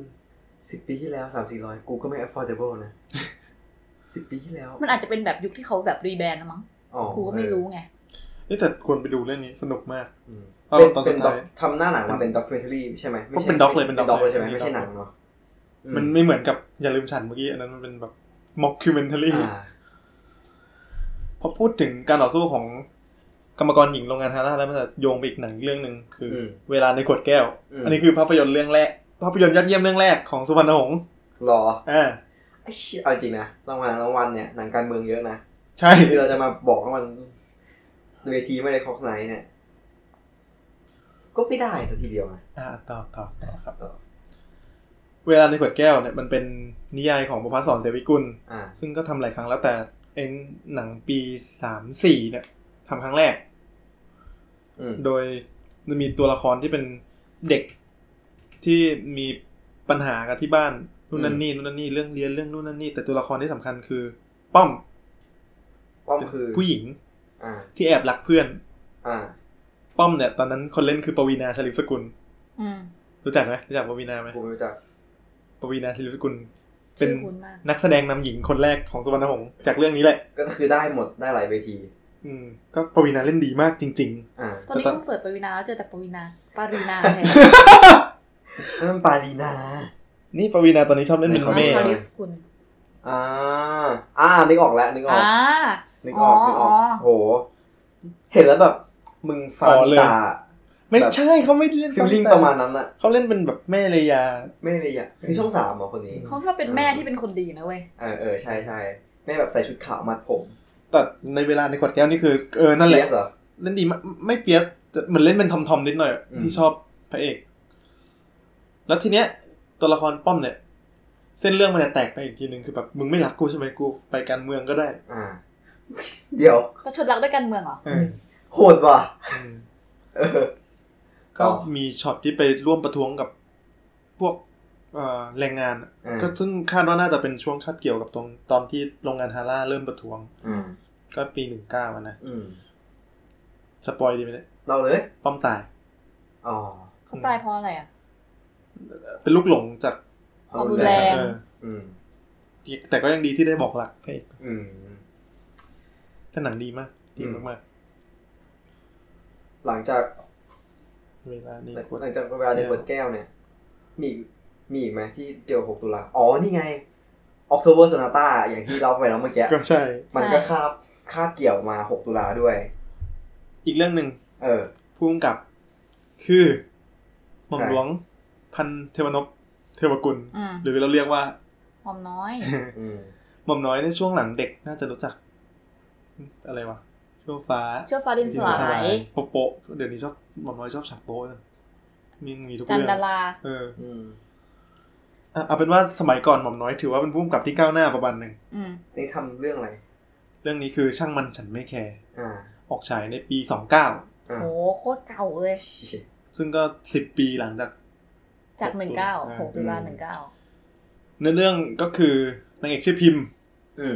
[SPEAKER 1] สิบปีที่แล้วสามสี่ร้อยกูก็ไม่ affordable นะสิบปีที่แล้ว
[SPEAKER 3] มันอาจจะเป็นแบบยุคที่เขาแบบรีแบรนด์นะมั้ง
[SPEAKER 1] อ๋อ
[SPEAKER 3] กูก็ไม่รู้ไง
[SPEAKER 2] นี่แต่ควรไปดูเรื่องนี้สนุกมาก
[SPEAKER 1] อืม
[SPEAKER 2] เอา
[SPEAKER 1] เป็น
[SPEAKER 2] ตอนสุด
[SPEAKER 1] เป็นด็อก
[SPEAKER 2] ท้าย
[SPEAKER 1] ทำหน้าหนังมาเป็นด็อก m e n t a r y ใช่ไหมไม่
[SPEAKER 2] ก็
[SPEAKER 1] ใช่
[SPEAKER 2] เป็น doc เลยเป็น doc
[SPEAKER 1] ด็อกเลย
[SPEAKER 2] เลย
[SPEAKER 1] ใช่ไหม
[SPEAKER 2] เป็น doc
[SPEAKER 1] ไม่ใช่หนังเนาะอื
[SPEAKER 2] มันไม่เหมือนกับอย่าลืมฉันเมื่อกี้อันนั้นมันเป็นแบบ mockumentary
[SPEAKER 1] อ่า
[SPEAKER 2] พอพูดถึงการต่อสู้ของกรรมกรหญิงโรงงานฮาร่าแล้วมันจะโยงไปอีกหนังเรื่องหนึ่งคืออ
[SPEAKER 1] อืม
[SPEAKER 2] เวลาในขวดแก้ว
[SPEAKER 1] อืม
[SPEAKER 2] อันนี้คือภาพยนตร์เรื่องแรก ภาพยนตร์ยอดเยี่ยมเรื่องแรกของสุพรรณหงษ์
[SPEAKER 1] หรอ
[SPEAKER 2] อ่า
[SPEAKER 1] ไอ้เชี่ยเอาจริงนะรางวัลรางวัลเนี่ยหนังการเมืองเยอะ นะ
[SPEAKER 2] ใช่
[SPEAKER 1] คือเราจะมาบอกว่ามันเวทีไม่ได้คอกไนท์เนี่ย ก็ไม่ได้สักทีเดียวนะ
[SPEAKER 2] อ่าต่อต่อต่อครับ
[SPEAKER 1] ต่อ
[SPEAKER 2] เวลาในขวดแก้วเนี่ยมันเป็นนิยายของประพัฒน์สอนเสวิกุล
[SPEAKER 1] อ่า
[SPEAKER 2] ซึ่งก็ทำหลายครั้งแล้วแต่เอ็นหนังปีสามสี่เนี่ยทำครั้งแรก
[SPEAKER 1] อืม
[SPEAKER 2] โดยจะมีตัวละครที่เป็นเด็กที่มีปัญหากับที่บ้านนู่นนั่นนี่นู่นนั่นนี่เรื่องเรียนเรื่องนู่นนั่นนี่ แต่ตัวละครที่สำคัญคือ ป้อม
[SPEAKER 1] ป้อมคือ
[SPEAKER 2] ผู้หญิง
[SPEAKER 1] อ่า
[SPEAKER 2] ที่แอบรักเพื่อน
[SPEAKER 1] อ่า
[SPEAKER 2] ป้อมเนี่ย ตอนนั้นคนเล่นคือปวีนาชลิปสกุล
[SPEAKER 3] อืม
[SPEAKER 2] รู้จักไหมรู้จักปวีนาไหม
[SPEAKER 1] กูไม่รู้จัก
[SPEAKER 2] ปวีนาชลิปสกุล เป็
[SPEAKER 3] ชื่
[SPEAKER 2] น
[SPEAKER 3] อคุณมาก
[SPEAKER 2] นักแสดงนำหญิงคนแรกของสุวรรณหงษ์จากเรื่องนี้แหละ
[SPEAKER 1] ก็คือได้หมดได้หลายเวที
[SPEAKER 2] อืมก็ปวีนาเล่นดีมากจริง
[SPEAKER 1] อ่า
[SPEAKER 3] ตอนนี้
[SPEAKER 2] แต่ตอน
[SPEAKER 3] กูเสิร์ชปวีนาแล้วเจอแต่ปวีนาปารี นาแทน
[SPEAKER 1] นั่นมันปาลีนา
[SPEAKER 2] ๆ นี่ปวีนาตอนนี้ชอบเล่นเป็น
[SPEAKER 1] ข
[SPEAKER 3] มา
[SPEAKER 2] แม่
[SPEAKER 3] ชา
[SPEAKER 1] ไห
[SPEAKER 3] ลิสกุล
[SPEAKER 1] อ่า อ่า นึกออกแล้ว นึกออก
[SPEAKER 3] อ่า
[SPEAKER 1] นึกออก
[SPEAKER 3] อ๋อ
[SPEAKER 1] นึกออก
[SPEAKER 3] อ๋อ
[SPEAKER 1] โห เห็นแล้วแบบ มึงฟาลิตา
[SPEAKER 2] ไม่ใช่เขาไม่ได้เล่น
[SPEAKER 1] ฟิลลิ่ง
[SPEAKER 2] ปวีน
[SPEAKER 1] ประมาณนั้นอะ
[SPEAKER 2] เขาเล่นเป็นแบบแม่เลยยา
[SPEAKER 1] ไม่เลยอะคือช่องสามเหรอคนนี้
[SPEAKER 3] เขาชอบเป็นแม่ที่เป็นคนดีนะเว้ย
[SPEAKER 1] เออเออใช่ใช่แม่แบบใส่ชุดขาวมัดผม
[SPEAKER 2] แต่ในเวลาในขวดแก้วนี่คือเออนั่นแหละ
[SPEAKER 1] เยสเหรอ
[SPEAKER 2] เล่นดีมากไม่เปียกแต่เหมือนเล่นเป็นทอมทอมนิดหน่อย
[SPEAKER 1] อืม
[SPEAKER 2] ที่ชอบพระเอก แล้วทีเนี้ย ตัวละครป้อมเนี่ย เส้นเรื่องมันจะแตกไปอีกทีหนึ่งคือแบบมึงไม่รักกูใช่ไหมกูไปการเมืองก็ได้
[SPEAKER 1] อ่า เดี๋ยว
[SPEAKER 3] ประชดรักด้วยการเมืองเหรอ
[SPEAKER 2] เออ
[SPEAKER 1] โหดว่ะ
[SPEAKER 2] อืม
[SPEAKER 1] เออ
[SPEAKER 2] ก็มีช็อตที่ไปร่วมประท้วงกับพวกเอ่อแรงงานอะ
[SPEAKER 1] อืม
[SPEAKER 2] ก็ซึ่งคาดว่าน่าจะเป็นช่วงคาบเกี่ยวกับตรงตอนที่โรงงานฮาร่าเริ่มประท้วง
[SPEAKER 1] อืม
[SPEAKER 2] ก็ปีหนึ่งเก้าอะนะ
[SPEAKER 1] อืม
[SPEAKER 2] สปอยดีไหมเนี่ย
[SPEAKER 1] เราเลย
[SPEAKER 2] ป้อมตาย
[SPEAKER 1] อ๋อ
[SPEAKER 3] เขาตายเพราะอะไรอ่ะ
[SPEAKER 2] เป็นลูกหลงจาก
[SPEAKER 3] ความรุนแรง
[SPEAKER 2] เออ
[SPEAKER 1] อืม
[SPEAKER 2] แต่ก็ยังดีที่ได้บอกหลักให้
[SPEAKER 1] อืม
[SPEAKER 2] ถ้าหนังดีมาก ดีมากมาก
[SPEAKER 1] หลังจาก
[SPEAKER 2] ๆเวลานี้ควร
[SPEAKER 1] หลังจากเวลาในขวดแก้วเนี่ย มีมีอีกไหมที่เกี่ยวกับ6ตุลาอ๋อ นี่ไง October Sonata อย่างที่เราไปแล้วเมื่อกี้
[SPEAKER 2] ก็ใช่
[SPEAKER 1] มันก็คาบคาบเกี่ยวมา 6 ตุลาด้วย
[SPEAKER 2] อีกเรื่องหนึ่ง
[SPEAKER 1] เออ
[SPEAKER 2] ผู้กำกับ คือหม่อม
[SPEAKER 1] ใคร
[SPEAKER 2] หลวงพันเทวนพเทวกุล
[SPEAKER 3] อืม
[SPEAKER 2] หรือเราเรียกว่า
[SPEAKER 3] หอมน้อย
[SPEAKER 1] อืม
[SPEAKER 2] หม่อมน้อยในช่วงหลังเด็กน่าจะรู้จัก อะไรวะช่วงฟ้า
[SPEAKER 3] เชื่อฟ้าดินสลาย
[SPEAKER 2] โปะโปะเดี๋ยวนี้ชอบหม่อมน้อยชอบฉากโป๊ะนะมีมีทุก
[SPEAKER 3] จัน
[SPEAKER 2] เรื่อง
[SPEAKER 3] ดารา
[SPEAKER 2] เออ
[SPEAKER 1] อืม
[SPEAKER 2] อ่ะเอาเป็นว่าสมัยก่อนหม่อมน้อยถือว่าเป็นผู้กำกับที่ก้าวหน้าประมาณหนึ่ง
[SPEAKER 3] อืม
[SPEAKER 1] นี่ทำเรื่องอะไร
[SPEAKER 2] เรื่องนี้คือช่างมันฉันไม่แคร์
[SPEAKER 1] อ่า
[SPEAKER 2] ออกฉายในปีสองเก้า
[SPEAKER 1] อ่า
[SPEAKER 3] โห โคตรเก่าเลย
[SPEAKER 1] เชี่ย
[SPEAKER 2] ซึ่งก็สิบปีหลังจาก
[SPEAKER 3] จากหนึ่งเก้า
[SPEAKER 2] อ่
[SPEAKER 3] หกตุลาหนึ่งเก้า
[SPEAKER 2] เนื้อเรื่องก็คือ นางเอกชื่อพิมพ์
[SPEAKER 1] อืม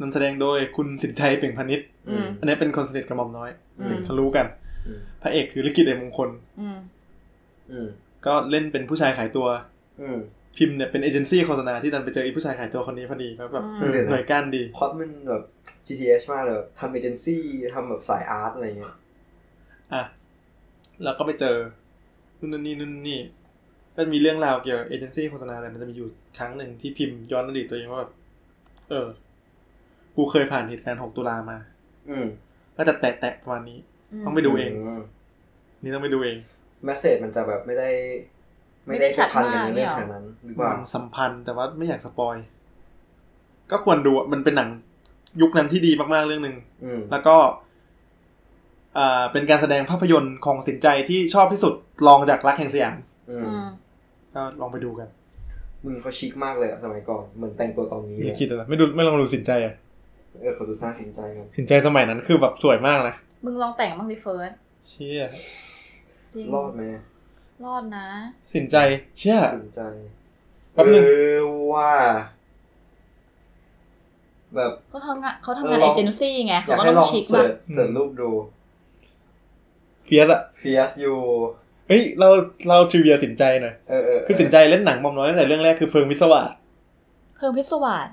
[SPEAKER 2] นำแสดงโดยคุณสินชัยเป่งพานิช
[SPEAKER 3] อืม
[SPEAKER 2] อันนี้เป็นคนสนิทกับหม่อมน้อย
[SPEAKER 1] อืม
[SPEAKER 2] เขารู้กัน
[SPEAKER 1] อืม
[SPEAKER 2] พระเอกคือลิขิตเดชมงคล
[SPEAKER 3] อืม
[SPEAKER 1] อืม
[SPEAKER 2] ก็เล่นเป็นผู้ชายขายตัว
[SPEAKER 1] อืม
[SPEAKER 2] พิมพ์เนี่ยเป็นเอเจนซี่โฆษณาที่ดันไปเจออีผู้ชายขายตัวคนนี้พอดีแล้วแบบ
[SPEAKER 3] อืม
[SPEAKER 2] เออหน่วยก้านดี
[SPEAKER 1] พล็อดมันแบบ GTH มากเลยทำเอเจนซี่ทำแบบสายอาร์ตอะไรเงี้ย
[SPEAKER 2] อ่ะ แล้วก็ไปเจอนู่นนนนี่นู่นนนนี่ก็มีเรื่องราวเกี่ยวกับเอเจนซี่โฆษณาแต่มันจะมีอยู่ครั้งหนึ่งที่พิมพ์ย้อนอดีตตัวเองว่าแบบเออ กูเคยผ่านเหตุการณ์ 6 ตุลามา
[SPEAKER 1] อืม
[SPEAKER 2] ก็จะแตะแตะๆประมาณนี้ ต้องไปดูเอง นี่ต้องไปดูเอง
[SPEAKER 1] แมสเซจมันจะแบบไม่ได้
[SPEAKER 3] ไม่ได้ชัด
[SPEAKER 1] ผูกพันกับ
[SPEAKER 3] มาก
[SPEAKER 1] เนื้อเรื่องข
[SPEAKER 3] เนี่ย
[SPEAKER 1] นาดนั้นหรือเป
[SPEAKER 2] มั
[SPEAKER 1] ล่าน
[SPEAKER 2] สัมพันธ์แต่ว่าไม่อยากสปอย ก็ควรดูอะมันเป็นหนังยุคนั้นที่ดีมากๆเรื่องหนึ่ง
[SPEAKER 1] อืม
[SPEAKER 2] แล้วก็อ่าเป็นการแสดงภาพยนตร์ของสินใจที่ชอบที่สุดรองจากรักแห่งสยาม
[SPEAKER 1] อืม
[SPEAKER 3] อืม
[SPEAKER 2] ก็ลองไปดูกัน
[SPEAKER 1] มึงเขาชิคมากเลยอะสมัยก่อนเหมือนแต่งตัวตอนนี้เล
[SPEAKER 2] นี่
[SPEAKER 1] ย
[SPEAKER 2] คิดนะไม่ดูไม่ลองดูสินใจอ่ะ
[SPEAKER 1] เออเขาดูน่าสนใจกัน
[SPEAKER 2] สินใจสมัยนั้นคือแบบสวยมากนะ
[SPEAKER 3] มึงลองแต่งบ้างดิเฟิร์ส
[SPEAKER 2] เชี่ย
[SPEAKER 3] จริง
[SPEAKER 1] รอดไหม
[SPEAKER 3] รอดนะ
[SPEAKER 2] สินใจเชี่ย
[SPEAKER 1] สนใจ
[SPEAKER 2] แป๊บนึง
[SPEAKER 1] เออว่า แบบ
[SPEAKER 3] ก็เขาทำงานเขาทำงาน
[SPEAKER 1] เออล
[SPEAKER 3] เอ
[SPEAKER 1] อง
[SPEAKER 3] เจนซี่ไง
[SPEAKER 1] อ
[SPEAKER 3] เขา
[SPEAKER 1] ยาก
[SPEAKER 3] ก็
[SPEAKER 1] ให้ล
[SPEAKER 3] ต้อ
[SPEAKER 1] อง ง
[SPEAKER 3] ชิค
[SPEAKER 1] เสิ
[SPEAKER 3] มาก
[SPEAKER 1] ร์ชเสิร์ชรูปดู
[SPEAKER 2] เฟียสอ่ะ
[SPEAKER 1] เฟียสยู
[SPEAKER 2] เฮ้ยเราเราทริเวียสินใจหน่อย
[SPEAKER 1] เออเออ
[SPEAKER 2] คือสินใจเล่นหนังมอมน้อยตั้งแต่เรื่องแรกคือเพลิงวิศวะ
[SPEAKER 3] เพิ่มพิศวาส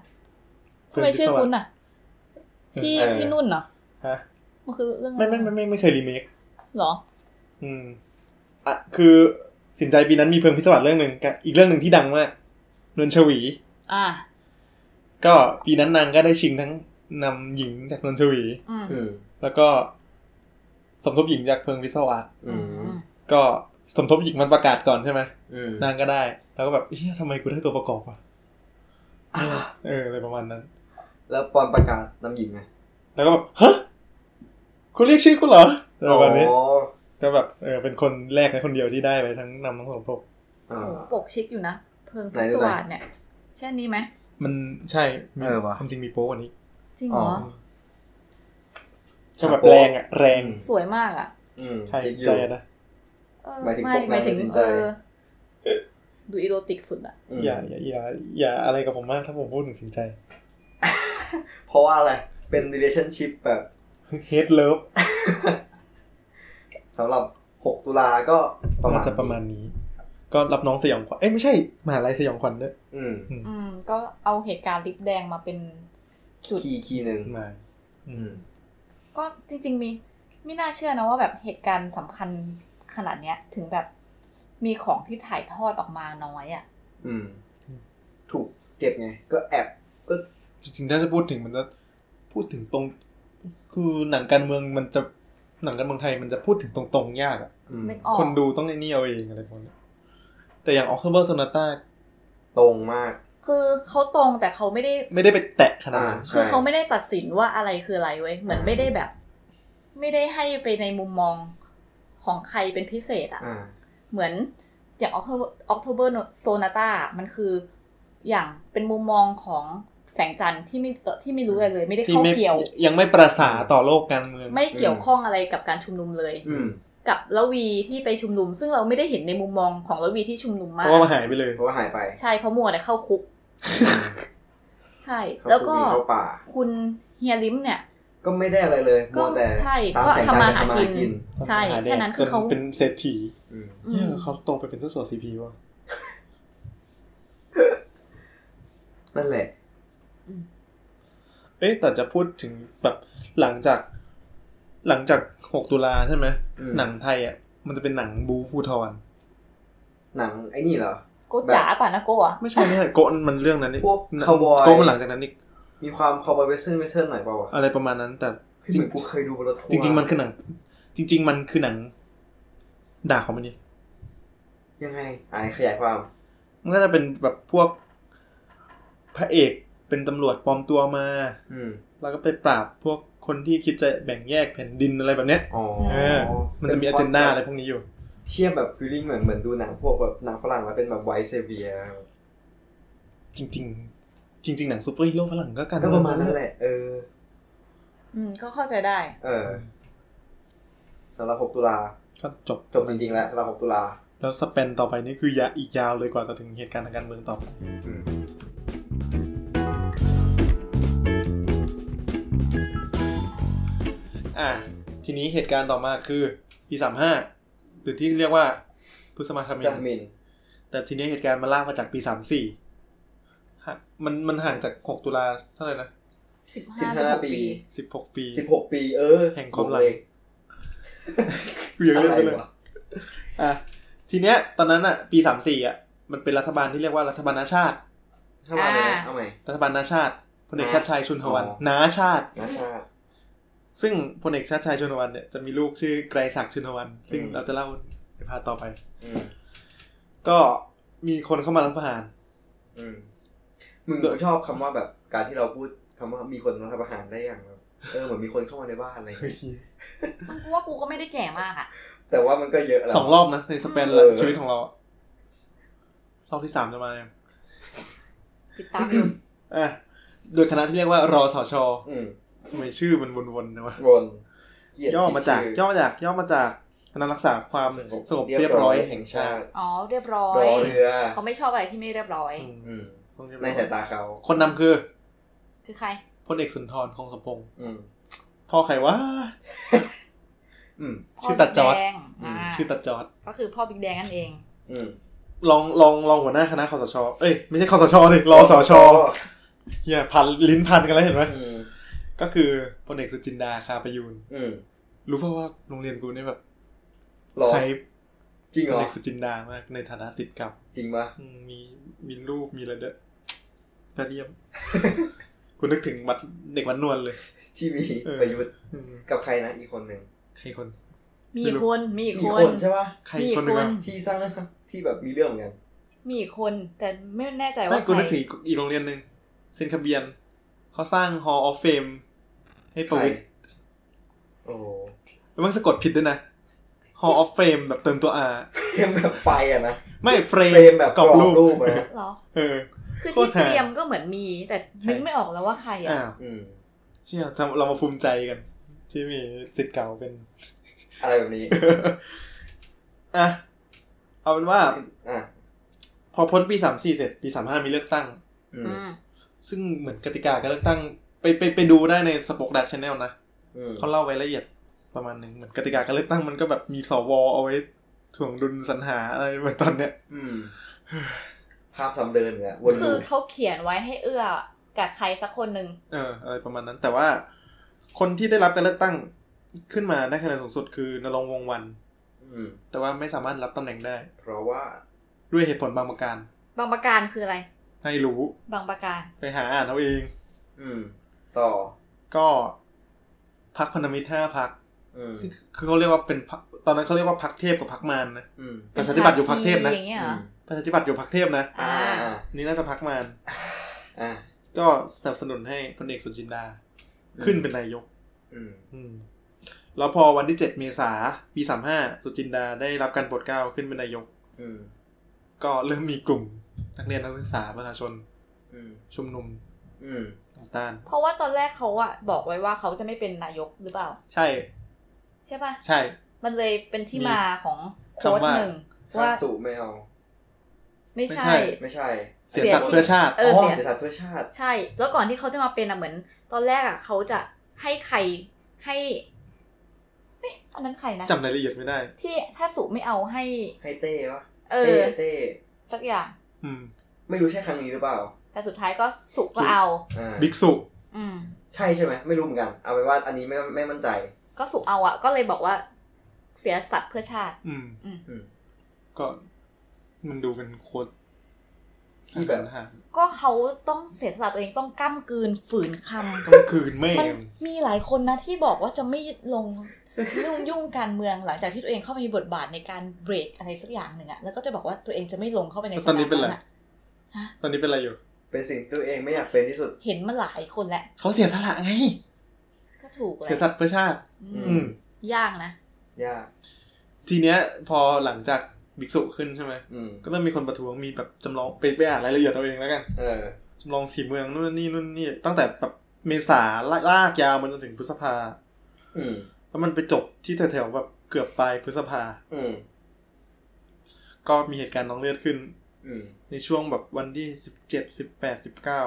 [SPEAKER 2] เพิ่
[SPEAKER 3] ทำ
[SPEAKER 2] ม
[SPEAKER 3] ไม
[SPEAKER 2] พิศวาส
[SPEAKER 3] ชื่อคุณอ่ะ พี่
[SPEAKER 1] เออ
[SPEAKER 3] พี่นุ่นเหรอ
[SPEAKER 2] ฮะ
[SPEAKER 3] มันคือเรื่องอะร
[SPEAKER 2] ไม่ไม่ไมไม่ไม่เคยรีเมค
[SPEAKER 3] เหรอ
[SPEAKER 2] อืมอ่ะคือสินใจปีนั้นมีเพลิงพิศวะเรื่องหนึ่งกับอีกเรื่องหนึ่งที่ดังมากนวลชวี
[SPEAKER 3] อ่า
[SPEAKER 2] ก็ปีนั้นนางก็ได้ชิงทั้งนำหญิงจากนนทวี
[SPEAKER 3] อืม
[SPEAKER 1] อืม
[SPEAKER 2] แล้วก็สมทบหญิงจากเพิงวิศวะ
[SPEAKER 1] อืม
[SPEAKER 3] อืม
[SPEAKER 2] ก็สมทบหญิงมันประกาศก่อนใช่ไหม
[SPEAKER 1] อืม
[SPEAKER 2] นางก็ได้ แล้วก็แบบเฮ้ยทำไมกูได้ตัวประกอบวะ
[SPEAKER 1] อ่ะ
[SPEAKER 2] เอออะไรประมาณนั้น
[SPEAKER 1] แล้วปอนประกาศนำหญิงไง
[SPEAKER 2] แล้วก็แบบฮะคุณเรียกชื่อกูเหรออะไรประมาณนี้
[SPEAKER 1] อ๋อ
[SPEAKER 2] ก็แบบเออเป็นคนแรกและคนเดียวที่ได้ไปทั้งนำทั้งสมทบ
[SPEAKER 1] อ่า
[SPEAKER 3] โหปกชิคอยู่นะ เพิ่งพิศวาสเนี่ยใช่อันนี้ไหม
[SPEAKER 2] มันใช่มี
[SPEAKER 1] เออว่ะ
[SPEAKER 2] ความจริงมีโป๊กว่านี้
[SPEAKER 3] จริงเหรอ
[SPEAKER 2] ก็แบบแรงอะแรง
[SPEAKER 3] สวยมากอ่ะ
[SPEAKER 1] อืม
[SPEAKER 2] ใคร
[SPEAKER 1] จิกอ
[SPEAKER 2] ใจ
[SPEAKER 1] ยู่
[SPEAKER 2] อะนะ
[SPEAKER 3] เออ
[SPEAKER 1] หมายถึง
[SPEAKER 3] ไม่
[SPEAKER 1] ปกนาง
[SPEAKER 3] หมายถึ
[SPEAKER 1] ตั
[SPEAKER 3] ง
[SPEAKER 1] ดสินใจ
[SPEAKER 3] เออดูอีโรติกสุดอ่ะ
[SPEAKER 1] อืม
[SPEAKER 2] อย่าอย่าอย่าอย่าอะไรกับผมมากถ้าผมพูดถึงสินใจ
[SPEAKER 1] เพราะว่าอะไร เป็น relationship แบบ
[SPEAKER 2] เฮดเลิฟ
[SPEAKER 1] สำหรับ 6 ตุลาก็ประมา
[SPEAKER 2] น่า
[SPEAKER 1] ณ
[SPEAKER 2] จะประมาณนี้ ก็รับน้องสยองขวัญเอ้ยไม่ใช่มหาลัยสยองขวัญด้วย
[SPEAKER 1] อืม
[SPEAKER 3] อืม ก็เอาเหตุการณ์ลิปแดงมาเป็นจุด
[SPEAKER 1] คีย์คีย์หนึ่ง
[SPEAKER 2] มา
[SPEAKER 1] อืม
[SPEAKER 3] ก็จริง ๆ มีไม่น่าเชื่อนะว่าแบบเหตุการณ์สำคัญขนาดเนี้ย ถึงแบบมีของที่ถ่ายทอดออกมาน้อยอะ่ะ
[SPEAKER 1] อืม ถูกเก็บไง ก็แอบก็
[SPEAKER 2] จริงๆถ้าจะพูดถึงมันจะพูดถึงตรง คือหนังการเมืองมันจะหนังการเมืองไทยมันจะพูดถึงตรงๆ ยากอะ
[SPEAKER 1] อืม
[SPEAKER 3] นึกออก
[SPEAKER 2] คนดูต้องไอ้นี่เอาเองอะไรพวกนี้แต่อย่างออกเทเบอร์โซนาต้า
[SPEAKER 1] ตรงมาก
[SPEAKER 3] คือเขาตรงแต่เขาไม่ได้
[SPEAKER 2] ไม่ได้ไปแตะขนาดนั้น
[SPEAKER 1] อ่า
[SPEAKER 3] คือเขาไม่ได้ตัดสินว่าอะไรคืออะไรเว้ย เหมือน
[SPEAKER 1] อ่า
[SPEAKER 3] ไม่ได้แบบ ไม่ได้ให้ไปในมุมมองของใครเป็นพิเศษอะ่ะ
[SPEAKER 1] อ่า
[SPEAKER 3] เหมือนอย่างออกโทเบอร์โซนาตามันคืออย่างเป็นมุมมองของแสงจันทร์ที่ไม่ที่ไม่รู้อะไรเลย ไม่ได้
[SPEAKER 2] ที่
[SPEAKER 3] เข้า
[SPEAKER 2] ไม่
[SPEAKER 3] เกี่ยว
[SPEAKER 2] ยังไม่ประสาต่อโลกการเมือง
[SPEAKER 3] ไม่เกี่ยวข้องอะไรกับการชุมนุมเลย
[SPEAKER 1] อืม
[SPEAKER 3] กับละวีที่ไปชุมนุม ซึ่งเราไม่ได้เห็นในมุมมองของละวีที่ชุมนุม
[SPEAKER 2] เพ
[SPEAKER 3] มาก
[SPEAKER 2] ราะว่ามันหายไปเลย
[SPEAKER 1] เพราะว่าหายไป
[SPEAKER 3] ใช่เพราะมัวแต่เข้าคุก ใช่
[SPEAKER 1] เขา
[SPEAKER 3] แล้วก็
[SPEAKER 1] หนีเข้าป่า
[SPEAKER 3] คุณเฮียลิมเนี่ย
[SPEAKER 1] ก็ไม่ได้อะไรเลย
[SPEAKER 3] ก็
[SPEAKER 1] มัวแต่
[SPEAKER 3] ใช่
[SPEAKER 1] ตาม
[SPEAKER 3] ก็
[SPEAKER 1] แสง
[SPEAKER 3] ทำ
[SPEAKER 1] จั
[SPEAKER 3] มา
[SPEAKER 1] ท
[SPEAKER 3] น
[SPEAKER 1] ร์ทำมา
[SPEAKER 3] หา
[SPEAKER 1] หา
[SPEAKER 3] กิ
[SPEAKER 1] กิ
[SPEAKER 3] น
[SPEAKER 1] น
[SPEAKER 3] ใช่แค่นั้นคือเขา
[SPEAKER 2] จเป็นเศรษฐี
[SPEAKER 1] อืม
[SPEAKER 3] อืม
[SPEAKER 2] เนี่ยเขาโตไปเป็นเจ้าสัวซีพีว่ะ
[SPEAKER 1] นั่นแหละ
[SPEAKER 3] อืม
[SPEAKER 2] เอ๊ะแต่จะพูดถึงแบบหลังจาก หลังจากหกตุลาใช่ไหม
[SPEAKER 1] อืม
[SPEAKER 2] หนังไทยอ่ะมันจะเป็นหนังบูพูทอน
[SPEAKER 1] หนังไอ้นี่เหรอ
[SPEAKER 3] โกจ๋าป่ะนะโกอ่ะ
[SPEAKER 2] ไม่ใช่ไม่ใช่โกะมันเรื่องนั้นนี่
[SPEAKER 1] พวก cowboy
[SPEAKER 2] โกะมันหลังจากนั้นนี่
[SPEAKER 1] มีความคอร์บอยเวสเทิร์นเวสเทิร์นหน่อยเปล่าวะ
[SPEAKER 2] อะไรประมาณนั้น แต่
[SPEAKER 1] พี่
[SPEAKER 2] จ
[SPEAKER 1] เห
[SPEAKER 2] ริง
[SPEAKER 1] มือนกูเคยดูบนรถทัวร์
[SPEAKER 2] จริง ๆ มันคือหนัง จริง ๆ มันคือหนัง ด่าคอมมิวนิสต์
[SPEAKER 1] ยังไงอ่าขยายความ
[SPEAKER 2] มันก็จะเป็นแบบพวกพระเอกเป็นตำรวจปลอมตัวมา
[SPEAKER 1] อืม
[SPEAKER 2] แล้วก็ไปปราบพวกคนที่คิดจะแบ่งแยกแผ่นดินอะไรแบบเนี้ย
[SPEAKER 1] อ๋อ
[SPEAKER 2] เออ มันจะมีอเจนดาอะไรพวกนี้อยู่
[SPEAKER 1] เทียบแบบฟีลลิ่งเหมือนเหมือนดูหนังพวกแบบหนังฝรั่งแล้วเป็นแบบไวท์เซเวีย
[SPEAKER 2] จริง ๆ จริง ๆ หนังซูเปอร์ฮีโร่ฝรั่งก็กัน
[SPEAKER 1] ก็ประมาณนั้นแหละ เออ
[SPEAKER 3] อืม ก็เข้าใจได้
[SPEAKER 1] เออสำหรับ 6 ตุลา
[SPEAKER 2] ก็จบ
[SPEAKER 1] จบจริงๆแล้วสำหรับ 6 ตุลา
[SPEAKER 2] แล้วสเปนต่อไปนี่คือยาอีกยาวเลยกว่าจะถึงเหตุการณ์ทางการเมืองต่อไป
[SPEAKER 1] อืม
[SPEAKER 5] Thank
[SPEAKER 2] อ่ะทีนี้เหตุการณ์ต่อมาคือปีสามห้าหรือที่เรียกว่าพฤษภาธมิ
[SPEAKER 1] จัด
[SPEAKER 2] น
[SPEAKER 1] มิน
[SPEAKER 2] แต่ทีนี้เหตุการณ์มันลากมาจากปีสามสี่มันมันห่างจากหกตุลาเท่าไหร่นะ
[SPEAKER 3] สิบ
[SPEAKER 1] สิบ
[SPEAKER 3] ห้า
[SPEAKER 1] ห้า
[SPEAKER 3] ปี
[SPEAKER 1] ปี
[SPEAKER 2] สิบหกปี
[SPEAKER 1] สิบหกปีเออ
[SPEAKER 2] แห่งความหลัง
[SPEAKER 1] บวก
[SPEAKER 2] เวียง
[SPEAKER 1] เล
[SPEAKER 2] เล่น
[SPEAKER 1] ข
[SPEAKER 2] ไป
[SPEAKER 1] อะ
[SPEAKER 2] เลยว
[SPEAKER 1] ไระ
[SPEAKER 2] อ่ะทีเนี้ย ตอนนั้นอ่ะ ปีสามสี่อ่ะ มันเป็นรัฐบาลที่เรียกว่ารัฐบาลนาชาติ
[SPEAKER 1] ทำไม
[SPEAKER 3] อ่า
[SPEAKER 1] เอาใหม่
[SPEAKER 2] รัฐบาลนาชาติพลเอกชาติชายชุนทวัน
[SPEAKER 1] อ๋อ
[SPEAKER 2] นาชาติ
[SPEAKER 1] นาชาติ
[SPEAKER 2] ซึ่งพลเอกชาติชายชุนทวันเนี่ยจะมีลูกชื่อไกรศักดิ์ชุนทวัน ซึ่ง
[SPEAKER 1] อืม
[SPEAKER 2] เราจะเล่าในพาร์ทต่อไป
[SPEAKER 1] อืม
[SPEAKER 2] ก็มีคนเข้ามารัฐประหาร
[SPEAKER 1] อืมมึงชอบคำว่าแบบการที่เราพูดคำว่ามีคนรัฐประหารได้อย่างแบบเออเหมือนมีคนเข้ามาในบ้านอะไรอย่างเงี้ย
[SPEAKER 3] มึงกูว่ากูก็ไม่ได้แก่มากอ่ะ
[SPEAKER 1] แต่ว่ามันก็เยอะแล้ว
[SPEAKER 2] สองรอบนะ ในสเปน
[SPEAKER 1] เออ
[SPEAKER 2] ชีวิตของเราอะรอบที่สามจะมายัง
[SPEAKER 3] ติดตามอยู่
[SPEAKER 2] อ่ะโดยคณะที่เรียกว่ารอสช
[SPEAKER 1] อืม
[SPEAKER 2] ทำไมชื่อมันวนๆนะวะ
[SPEAKER 1] วนเลีด
[SPEAKER 2] ย่อมาจาก
[SPEAKER 1] ที่
[SPEAKER 2] ย่อมาจากย่อมาจากคณะรักษาความ
[SPEAKER 1] ชื่อ
[SPEAKER 2] สงบเรียบร้อย
[SPEAKER 1] แห่งชาติ
[SPEAKER 3] อ๋อเรียบร้อ
[SPEAKER 1] ร
[SPEAKER 3] ย
[SPEAKER 1] อเรือ
[SPEAKER 3] เขาไม่ชอบอะไรที่ไม่เรียบร้อย
[SPEAKER 2] อืม
[SPEAKER 1] อืม
[SPEAKER 2] ต้องเรียบ
[SPEAKER 1] ใน
[SPEAKER 2] ร้อย
[SPEAKER 1] สายตาเขา
[SPEAKER 2] คนนำคือ
[SPEAKER 3] คือใคร
[SPEAKER 2] พลเอกสุนทรคงสมพงษ์
[SPEAKER 1] อืม
[SPEAKER 2] พ่อใครวะ
[SPEAKER 1] อืม
[SPEAKER 3] พ่
[SPEAKER 2] ชื่อตัดจอร์จ
[SPEAKER 3] บิ๊กแง
[SPEAKER 1] อืม
[SPEAKER 3] อ่า
[SPEAKER 2] ชื่อตัดจอด
[SPEAKER 3] ก็คือพ่อบิ๊กแดงนั่นเอง
[SPEAKER 1] อืม
[SPEAKER 2] ลองลองลองหัวหน้าคณะคอสช เอ้ยไม่ใช่คอสชเลยรอสชเฮียพันลิ้นพันกันแล้วเห็นไหม
[SPEAKER 1] อืม
[SPEAKER 2] ก็คือพลเอกสุจินดาคาประยูน
[SPEAKER 1] อืม
[SPEAKER 2] รู้เปล่าว่าโรงเรียนกูเนี่ยแบบ
[SPEAKER 1] รอ
[SPEAKER 2] ไฮ
[SPEAKER 1] จริงเหร
[SPEAKER 2] พล
[SPEAKER 1] อ
[SPEAKER 2] เอกสุจินดามากในฐานะสิทธิ์เก่า
[SPEAKER 1] จริงปะ
[SPEAKER 2] อืมมีมีรูปมีอะไรด้วยยอดเยี่ย ม คุณนึกถึงวัดเด็กวัดนวลเลย
[SPEAKER 1] ที่มี
[SPEAKER 2] เออ
[SPEAKER 1] ประยุทธ์
[SPEAKER 2] อืม
[SPEAKER 1] กับใครนะอีกคนหนึ่ง
[SPEAKER 2] ใครคน
[SPEAKER 3] มี
[SPEAKER 2] ไม่รู้
[SPEAKER 3] คนมีอีก
[SPEAKER 1] มี
[SPEAKER 3] ค
[SPEAKER 1] คน นใช่ปะ
[SPEAKER 2] ใครอีกคนหนึ่ง
[SPEAKER 3] มี
[SPEAKER 2] อะ
[SPEAKER 3] คน
[SPEAKER 1] ที่สร้างเรื่องที่แบบมีเรื่องเหมือนกัน
[SPEAKER 3] มีอีกคนแต่ไม่แน่ใจ
[SPEAKER 2] ไม่
[SPEAKER 3] ว่า
[SPEAKER 2] กู
[SPEAKER 3] ใคร
[SPEAKER 2] นึกถึงอีกอีกโรงเรียนหนึ่งเซนคาเบียนเขาสร้าง Hall of Fame ให้ประวิตร
[SPEAKER 1] โอ้โห
[SPEAKER 2] แล้วมันสะกดผิดด้วยนะ Hall of Frame แบบเติมตัว R
[SPEAKER 1] เฟรมแบบไฟอะนะ
[SPEAKER 2] ไม่
[SPEAKER 1] เฟรม
[SPEAKER 2] Frame
[SPEAKER 1] แบบก
[SPEAKER 2] ก
[SPEAKER 1] ร
[SPEAKER 2] ร
[SPEAKER 1] อ
[SPEAKER 2] อ
[SPEAKER 1] บบ รู
[SPEAKER 2] รู
[SPEAKER 1] ป
[SPEAKER 2] ป
[SPEAKER 1] อะนะ
[SPEAKER 3] เหรอ
[SPEAKER 2] เออ
[SPEAKER 3] คือ
[SPEAKER 2] โคตร
[SPEAKER 3] ที่เต
[SPEAKER 2] หา
[SPEAKER 3] รียมก็เหมือนมี แต่นึกไม่ออกแล้วว่าใครอ่ะ
[SPEAKER 2] อ้าว
[SPEAKER 1] อืม
[SPEAKER 2] เชี่ยทำเรามาภูมิใจกัน ที่มีสิทธิ์เก่าเป็น
[SPEAKER 1] อะไรแบบนี้
[SPEAKER 2] อ่ะ เอาเป็นว่า
[SPEAKER 1] อ่ะ
[SPEAKER 2] พอพ้นปีสามสี่เสร็จ ปีสามห้ามีเลือกตั้ง
[SPEAKER 1] อืม
[SPEAKER 3] อืม
[SPEAKER 2] ซึ่งเหมือนกติกาการเลือกตั้ง ไปไปไปดูได้ในสปอคดักชแนลนะ
[SPEAKER 1] อืม
[SPEAKER 2] เขาเล่าไว้ละเอียดประมาณหนึ่งเหมือนกติกาการเลือกตั้งมันก็แบบมีสวเอาไว้ถ่วงดุลสรรหาอะไรเหมือนตอนเนี้ย
[SPEAKER 1] อืม ภาพซ้ำเดินเนี่ยวน
[SPEAKER 3] คือเขาเขียนไว้ให้เอื้อกับใครสักคนหนึ่ง
[SPEAKER 2] เอออะไรประมาณนั้นแต่ว่าคนที่ได้รับการเลือกตั้งขึ้นมาได้คะแนนสูงสุดคือนรงค์วงศ์วัน
[SPEAKER 1] อืม
[SPEAKER 2] แต่ว่าไม่สามารถรับตำแหน่งได้
[SPEAKER 1] เพราะว่า
[SPEAKER 2] ด้วยเหตุผลบางประการ
[SPEAKER 3] บางประการคืออะไร
[SPEAKER 2] ให้รู้
[SPEAKER 3] บางประการ
[SPEAKER 2] ไปหาอ่านเอาเอง
[SPEAKER 1] อืม ต่อ
[SPEAKER 2] ก็พักพันธมิตรห้าพัก
[SPEAKER 1] อืม
[SPEAKER 2] คือเขาเรียกว่าเป็นพรรคตอนนั้นเขาเรียกว่าพักเทพกับพักมารนะ
[SPEAKER 1] อืม
[SPEAKER 2] ประชาธิปัตย์อยู่พักเทพนะ
[SPEAKER 3] เป็นภาคีอย่างเงี้ยเหรอ
[SPEAKER 2] ประชาธิปัตย์อยู่พักเทพนะ
[SPEAKER 1] อ่า อ่า
[SPEAKER 2] นี่น่าจะพักมาร
[SPEAKER 1] อ่า
[SPEAKER 2] ก็สนับสนุนให้พลเอกสุจินดาขึ้นเป็นนายก
[SPEAKER 1] อืม
[SPEAKER 2] อืมแล้วพอวันที่ 7 เมษาปี 35 สุจินดาได้รับการโปรดเกล้าขึ้นเป็นนายก
[SPEAKER 1] อืม
[SPEAKER 2] ก็เริ่มมีกลุ่ม นักเรียนนักศึกษาประชาชน
[SPEAKER 1] อืม
[SPEAKER 2] ชุมนุม
[SPEAKER 1] อืม
[SPEAKER 2] ต่อต้าน
[SPEAKER 3] เพราะว่าตอนแรกเขาอ่ะบอกไว้ว่าเขาจะไม่เป็นนายกหรือเปล่า
[SPEAKER 2] ใช่
[SPEAKER 3] ใช่ป่ะ
[SPEAKER 2] ใช่
[SPEAKER 3] มันเลยเป็นที่มาของโค้ดหนึ่ง
[SPEAKER 1] ถ้า
[SPEAKER 3] ว่า
[SPEAKER 1] สู่ไม่เอา
[SPEAKER 3] ไม่ใช่
[SPEAKER 1] ไม่ใช่
[SPEAKER 2] เสียสัตว์เพื่อชาติ
[SPEAKER 3] เอ
[SPEAKER 1] อ๋อ
[SPEAKER 3] อเสีย
[SPEAKER 1] เสียสัตว์เพื่อชาติ
[SPEAKER 3] ใช่ แล้วก่อนที่เขาจะมาเป็นอะเหมือน ตอนแรกอะเขาจะให้ใครให้เอ๊ะอันนั้นใครนะ
[SPEAKER 2] จำรายละเอียดไม่ได้
[SPEAKER 3] ที่ถ้าสุไม่เอาให้
[SPEAKER 1] ให้เต้ปะ
[SPEAKER 3] เอ
[SPEAKER 1] เต้
[SPEAKER 3] อ
[SPEAKER 1] เต้
[SPEAKER 3] สักอย่าง
[SPEAKER 2] อืม
[SPEAKER 1] ไม่รู้ใช่ครั้งนี้หรือเปล่า
[SPEAKER 3] แต่สุดท้ายก็สุก็เอา
[SPEAKER 1] อ่า
[SPEAKER 2] บิ๊กสุ
[SPEAKER 3] อืม
[SPEAKER 1] ใช่ใช่ไหม ไม่รู้เหมือนกัน เอาไปนว่าอันนี้ไม่ไม่มั่นใจ
[SPEAKER 3] ก็สุเอาอะก็เลยบอกว่า เสียสัตว์เพื่อชาติ
[SPEAKER 2] อืม
[SPEAKER 1] อืม
[SPEAKER 2] ก็มันดูเป็นโค้ด
[SPEAKER 1] ที่แบบ
[SPEAKER 2] ทหาร
[SPEAKER 3] ก็เขาต้องเสียสละตัวเองต้องก้ากลืนฝืนคำ
[SPEAKER 2] ต้องคืนแม่
[SPEAKER 3] มัน
[SPEAKER 2] ง
[SPEAKER 3] มีหลายคนนะที่บอกว่าจะไม่ลงยุ่งยุ่งการเมืองหลังจากที่ตัวเองเข้าไปมีบทบาทในการเบรกอะไรสักอย่างหนึ่งอะแล้วก็จะบอกว่าตัวเองจะไม่ลงเข้าไปใน
[SPEAKER 2] แล้วตอนนี้เป็นอะไร
[SPEAKER 3] สามอะ ฮะ
[SPEAKER 2] ตอนนี้เป็นอะไรอยู่
[SPEAKER 1] เป็นสิ่งที่ตัวเองไม่อยากเป็นที่สุด
[SPEAKER 3] เห็นมาหลายคนแล้ว
[SPEAKER 2] เขาเสียสละไง
[SPEAKER 3] ก็ถูกแหละ
[SPEAKER 2] เสียสัตว์เพื่อชาติ
[SPEAKER 3] อื
[SPEAKER 1] อื
[SPEAKER 3] ม
[SPEAKER 2] อื
[SPEAKER 1] ม
[SPEAKER 2] ม
[SPEAKER 3] ยากนะ
[SPEAKER 1] ยาก
[SPEAKER 2] ทีเนี้ย พอหลังจากบิ๊กสุขึ้นใช่ไหม
[SPEAKER 1] อืม
[SPEAKER 2] ก็เริ่มมีคนประท้วงมีแบบจำลองไปไปอ่านรายละเอียดเอาเองแล้วกัน
[SPEAKER 1] เออ
[SPEAKER 2] จำลองสีเมืองนู่นนี่นู่นนี่ตั้งแต่แบบเมษาลากลากยาวมาจนถึงพฤษภา
[SPEAKER 1] อืม
[SPEAKER 2] แล้วมันไปจบที่แถวๆแบบเกือบปลายพฤษภา
[SPEAKER 1] อืม
[SPEAKER 2] ก็มีเหตุการณ์น้องเลือดขึ้น
[SPEAKER 1] อืม
[SPEAKER 2] ในช่วงแบบวันที่สิบเจ็ดสิบแปดสิบเก้า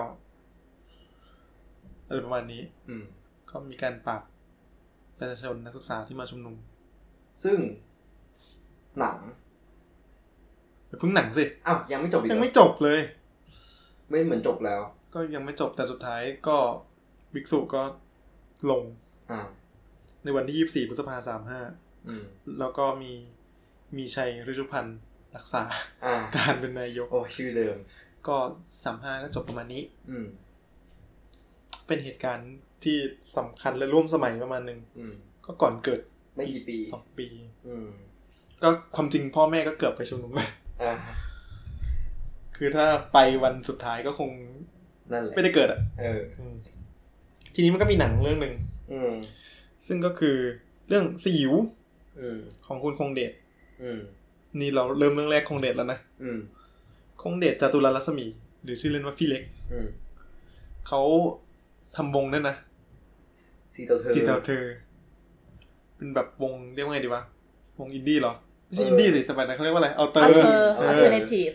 [SPEAKER 2] อะไรประมาณนี้
[SPEAKER 1] อืม
[SPEAKER 2] ก็มีการปราบ ประชาชนนักศึกษาที่มาชุมนุม
[SPEAKER 1] ซึ่ง หนัง
[SPEAKER 2] อย่าเพิ่งหนังสิ
[SPEAKER 1] อ้าวยังไม่จบอีกเหร
[SPEAKER 2] ยั
[SPEAKER 1] อง
[SPEAKER 2] ไม่จบเลย
[SPEAKER 1] ไม่เหมือนจบแล้ว
[SPEAKER 2] ก็ยังไม่จบแต่สุดท้ายก็บิ๊กซูก็ลง
[SPEAKER 1] อ่า
[SPEAKER 2] ในวันที่ 24พฤษภาสามห้า
[SPEAKER 1] อืม
[SPEAKER 2] แล้วก็มีมีชัยฤชุพันธ์รักษา
[SPEAKER 1] อ่า
[SPEAKER 2] การเป็นนายก
[SPEAKER 1] โอ้ชื่อเดิม
[SPEAKER 2] ก็สามห้าก็จบประมาณนี้
[SPEAKER 1] อืม
[SPEAKER 2] เป็นเหตุการณ์ที่สำคัญและร่วมสมัยประมาณหนึ่ง
[SPEAKER 1] อืม
[SPEAKER 2] ก็ก่อนเกิด
[SPEAKER 1] ไม่กี่ปี
[SPEAKER 2] สองปี
[SPEAKER 1] อืม
[SPEAKER 2] ก็ความจริงพ่อแม่ก็เกือบไปชุมนุมเลย
[SPEAKER 1] อ่า
[SPEAKER 2] คือถ้าไปวันสุดท้ายก็คง
[SPEAKER 1] นั่นแหละ
[SPEAKER 2] ไม่ได้เกิดอ่ะ
[SPEAKER 1] เออ
[SPEAKER 2] ทีนี้มันก็มีหนังเรื่องหนึ่ง
[SPEAKER 1] อืม
[SPEAKER 2] ซึ่งก็คือเรื่องสยิว
[SPEAKER 1] อืม
[SPEAKER 2] ของคุณคงเดช
[SPEAKER 1] อืม
[SPEAKER 2] นี่เราเริ่มเรื่องแรกคงเดชแล้วนะ
[SPEAKER 1] อืม
[SPEAKER 2] คงเดชจาตุรรัศมี หรือชื่อเล่นว่าพี่เล็ก
[SPEAKER 1] อืม
[SPEAKER 2] เขาทำวงด้วยนะ
[SPEAKER 1] สีเตาเธอ
[SPEAKER 2] สีเทาเธอ เป็นแบบวงเรียกว่าไงดีวะ วงอินดี้เหรอ ไม่ใช่อินดี้สิสมัยนั้นเขาเรียกว่าอะไร เอาเตอ
[SPEAKER 3] เอา
[SPEAKER 2] ร์
[SPEAKER 3] เธอ alternative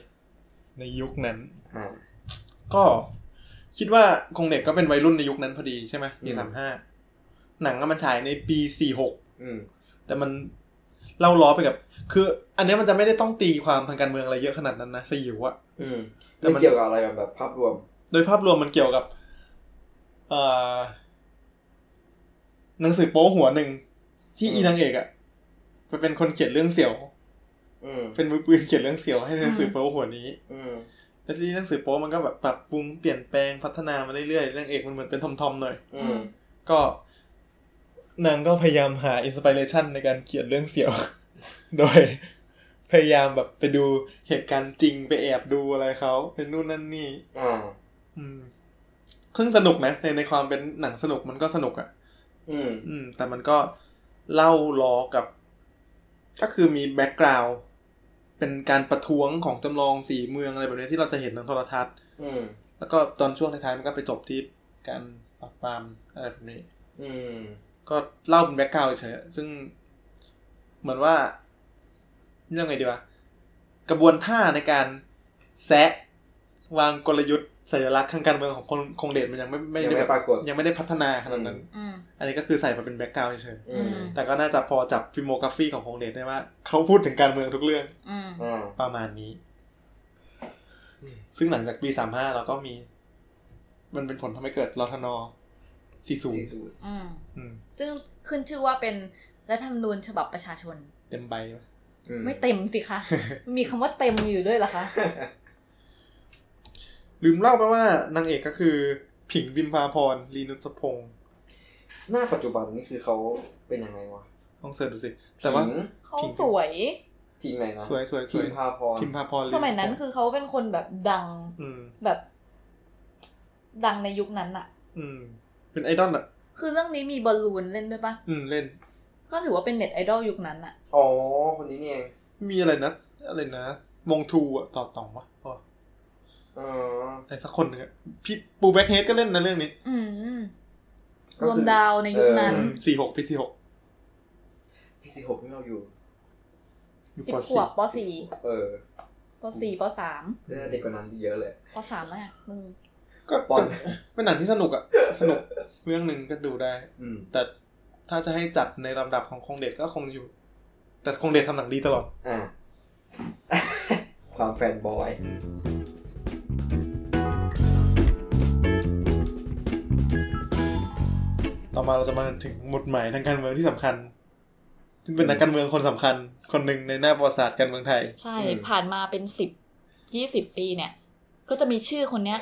[SPEAKER 2] ในยุคนั้น
[SPEAKER 1] อ่า
[SPEAKER 2] ก็คิดว่าคงเดชก็เป็นวัยรุ่นในยุคนั้นพอดีใช่ไหมปี
[SPEAKER 1] อืม
[SPEAKER 2] สามห้าหนังก็มันฉายในปีสี่หก
[SPEAKER 1] อืม
[SPEAKER 2] แต่มันเล่าล้อไปกับ คือ อันเนี้ยมันจะไม่ได้ต้องตีความทางการเมืองอะไรเยอะขนาดนั้นนะสยิวอะ
[SPEAKER 1] อืม
[SPEAKER 2] แต่
[SPEAKER 1] ไม่
[SPEAKER 2] มัน
[SPEAKER 1] เกี่ยวกับอะไรแบบแบบภาพรวม
[SPEAKER 2] โดยภาพรวมมันเกี่ยวกับเอ่อหนังสือโป๊หัวหนึ่งที่
[SPEAKER 1] อืม
[SPEAKER 2] อีนางเอกอะไปเป็นคนเขียนเรื่องเสี่ยว
[SPEAKER 1] อืม
[SPEAKER 2] เป็นมือปืนเขียนเรื่องเสี่ยวให้หนังสือโป๊หัวนี้
[SPEAKER 1] อืม
[SPEAKER 2] แล้วทีนี้หนังสือโป๊มันก็แบบปรับปรุงเปลี่ยนแปลงพัฒนามาเรื่อยๆนางเอกมันเหมือนเป็นทอมๆหน่อย
[SPEAKER 1] อืม
[SPEAKER 2] ก็นางก็พยายามหาอินสปิเรชันในการเขียนเรื่องเสี่ยว โดย พยายามแบบไปดูเหตุการณ์จริงไปแอบดูอะไรเขาเป็นนู่นนั่นนี่
[SPEAKER 1] อ่า
[SPEAKER 2] อืมซึ่งสนุกนะในในความเป็นหนังสนุกมันก็สนุกอะ่ะ
[SPEAKER 1] อืม
[SPEAKER 2] อืม แต่มันก็เล่าล้อกับ ก็คือมีแบ็กกราวด์เป็นการประท้วงของจำลองสีเมืองอะไรแบบนี้ที่เราจะเห็นทางโทรทัศน์
[SPEAKER 1] อืม
[SPEAKER 2] แล้วก็ตอนช่วงท้ายๆมันก็ไปจบที่การปราบปรามอะไรแบบนี้
[SPEAKER 1] อืม
[SPEAKER 2] ก็เล่าเป็นแบ็กกราวด์เฉยๆซึ่งเหมือนว่าเรื่องไงดีวะ กระบวนท่าในการแซะวางกลยุทธ์สัญลักษณ์ทางการเมืองของคนคงเดชมันยังไม่ไม่
[SPEAKER 1] ยัง
[SPEAKER 2] ด้
[SPEAKER 1] ไม่
[SPEAKER 2] แบบ
[SPEAKER 1] ปรากฏ
[SPEAKER 2] ยังไม่ได้พัฒนาขนาดนั้น
[SPEAKER 3] อืม
[SPEAKER 2] อันนี้ก็คือใส่มาเป็นแบ็กกราวด์เฉย
[SPEAKER 1] อืม
[SPEAKER 2] ๆแต่ก็น่าจะพอจับฟิโมกราฟีของคงเดชได้ว่า เขาพูดถึงการเมืองทุกเรื่อง
[SPEAKER 3] อืม
[SPEAKER 1] อ่า
[SPEAKER 2] ประมาณนี้
[SPEAKER 1] อืม
[SPEAKER 2] ซึ่งหลังจากปีสามห้าเราก็มี มันเป็นผลทำให้เกิดรทนสี่ศูน
[SPEAKER 1] สี่
[SPEAKER 2] ย์
[SPEAKER 1] สูตร
[SPEAKER 3] อืม ซึ่งขึ้นชื่อว่าเป็นรัฐธรรมนูญฉบับประชาชน
[SPEAKER 2] เต็มใบไหม
[SPEAKER 1] อื
[SPEAKER 3] ไม่เต็มสิคะ มีคำว่าเต็มอยู่ด้วยเหรอคะ
[SPEAKER 2] ลืมเล่าไปว่านางเอกก็คือ ผิงบิมพาพรลีนุสพงศ์
[SPEAKER 1] หน้าปัจจุบันนี่คือเขาเป็นยังไงวะ
[SPEAKER 2] ต้องเสิร์ชดูสิ แต่ว่า
[SPEAKER 1] พิมพ์
[SPEAKER 3] เขาสวย
[SPEAKER 1] พิมพ์ไหนนะ
[SPEAKER 2] สวยสวยส
[SPEAKER 1] พิ
[SPEAKER 2] วย
[SPEAKER 1] มพาพร
[SPEAKER 2] พิมพาพรลี
[SPEAKER 3] สมัยนั้นคือเขาเป็นคนแบบดัง
[SPEAKER 2] อืม
[SPEAKER 3] แบบ ดังในยุคนั้นอะ
[SPEAKER 2] อืม เป็นไอดอลอ่ะ
[SPEAKER 3] คือเรื่องนี้มีบอลลูนเล่นด้วยปะ
[SPEAKER 2] อืม เล่น
[SPEAKER 3] ก็ถือว่าเป็นเน็ตไอดอลยุคนั้นอะ
[SPEAKER 1] อ๋อ คนนี้นี่เอง
[SPEAKER 2] มีอะไรนะ อะไรนะ วงทูอ่ะ ต่อต่องวะอ๋อ
[SPEAKER 1] อ๋อ
[SPEAKER 2] ไอสักคนหนึงอ่ะ พี่ปูแบ็กเฮดก็เล่นในเรื่องนี้
[SPEAKER 3] อืม
[SPEAKER 1] ก็คือ
[SPEAKER 3] รวมดาวในยุคนั้น
[SPEAKER 1] เออ
[SPEAKER 2] สี่หกพี่สี่หก
[SPEAKER 1] พี่สิหกที่เราอยู่
[SPEAKER 2] อยู่
[SPEAKER 3] สิบ
[SPEAKER 2] ป
[SPEAKER 3] ข
[SPEAKER 2] สี่
[SPEAKER 3] วบปสี่
[SPEAKER 1] เออ
[SPEAKER 3] ปสี่ปสาม
[SPEAKER 1] เล่นเด็กกว่านั้นเยอะเลย
[SPEAKER 3] ปสามแล้วอะมึง
[SPEAKER 2] ก็
[SPEAKER 1] ปอน
[SPEAKER 2] เป็นเป็นหนังที่สนุกอ่ะ สนุก เรื่องหนึ่งก็ดูได้
[SPEAKER 1] อืม
[SPEAKER 2] แต่ถ้าจะให้จัดในลำดับของคงเดชก็คงอยู่ แต่คงเดชทำหนังดีตลอด
[SPEAKER 1] อ่า ความแฟนบอย
[SPEAKER 2] ต่อมาเราจะมาถึงหมุดหมายทางการเมืองที่สำคัญ ซึ่งเป็นนักการเมืองคนสำคัญ คนหนึ่งในหน้าประวัติศาสตร์การเมืองไทย
[SPEAKER 3] ใช่
[SPEAKER 1] อืม
[SPEAKER 3] ผ่านมาเป็นสิบยี่สิบปีเนี่ย ก็จะมีชื่อคนเนี้ย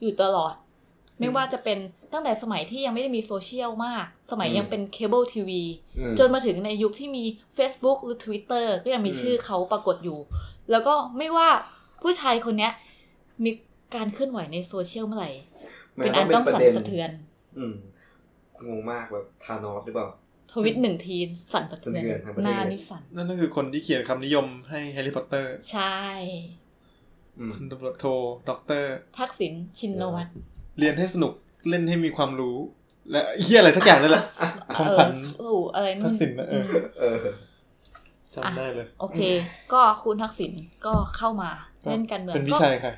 [SPEAKER 3] อยู่ตลอด ไม่ว่าจะเป็นตั้งแต่สมัยที่ยังไม่ได้มีโซเชียลมาก สมัยยังเป็นเคเบิลทีวี
[SPEAKER 1] อืม
[SPEAKER 3] จนมาถึงในยุคที่มี Facebook หรือ Twitter ก็ยังมี
[SPEAKER 1] อืม
[SPEAKER 3] ชื่อเขาปรากฏอยู่ แล้วก็ไม่ว่าผู้ชายคนเนี้ย มีการเคลื่อนไหวในโซเชียลเมื่อไหร่
[SPEAKER 1] มั
[SPEAKER 3] เป็นอันต้องสั่นสะเทือน
[SPEAKER 1] อืมงงมากแบบทานอสหรือเปล่า
[SPEAKER 3] ทวิตหนึ่งทีสั่นสะเทือน
[SPEAKER 1] สะเทือนทั้งประเทศ
[SPEAKER 3] หน้านิสัน
[SPEAKER 2] นั่นก็คือคนที่เขียนคำนิยมให้แฮร์รี่พอตเตอร์
[SPEAKER 3] ใช่
[SPEAKER 1] อืม
[SPEAKER 2] คุณตำรวจโทรด็อกเตอร์
[SPEAKER 3] ทักษิณชินวัตร
[SPEAKER 2] เรียนให้สนุกเล่นให้มีความรู้ และเฮียอะไรสักอย่างนั่นแหละของขวัญ
[SPEAKER 3] เสู่อะไร
[SPEAKER 2] ทั
[SPEAKER 3] นู่
[SPEAKER 2] ก
[SPEAKER 3] น
[SPEAKER 2] ษิณนะเออ
[SPEAKER 1] เออ
[SPEAKER 2] จำได้เลย
[SPEAKER 3] โอเค ก็คุณทักษิณก็เข้ามาเล่นการเมือง
[SPEAKER 2] เป็นพี่
[SPEAKER 3] ก็
[SPEAKER 2] ชายใคร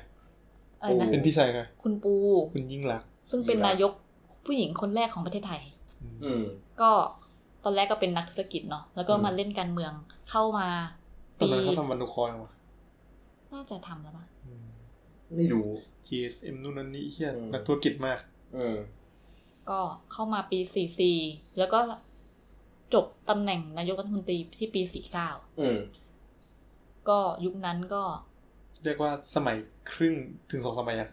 [SPEAKER 3] อะไรนะ
[SPEAKER 1] โอ้
[SPEAKER 2] เป็นพี่ชายใคร
[SPEAKER 3] คุณปู
[SPEAKER 2] คุณยิ่งรักษณ์
[SPEAKER 3] ซึ่งเป็นนายกผู้หญิงคนแรกของประเทศไทย
[SPEAKER 2] อืม
[SPEAKER 1] อืม
[SPEAKER 3] ก็ อนแรกก็เป็นนักธุรกิจเนาะแล้วก็มาเล่นการเมืองเข้ามา
[SPEAKER 2] ตอน
[SPEAKER 3] ปี
[SPEAKER 2] นั้นเขาทำบรรทุคอยมา
[SPEAKER 3] น่าจะทำแล้วปะ
[SPEAKER 2] อืม
[SPEAKER 1] ไม่รู้
[SPEAKER 2] GSM นู่นนั่นนี่เฮีย
[SPEAKER 1] อืม
[SPEAKER 2] นักธุรกิจมาก
[SPEAKER 1] อืม
[SPEAKER 3] ก็เข้ามาปี 44 แล้วก็จบตำแหน่งนายกรัฐมนตรีที่ปี
[SPEAKER 1] อืม
[SPEAKER 3] 49 ก็ยุคนั้นก็
[SPEAKER 2] เรียกว่าสมัยครึ่งถึงสองสมัยอะ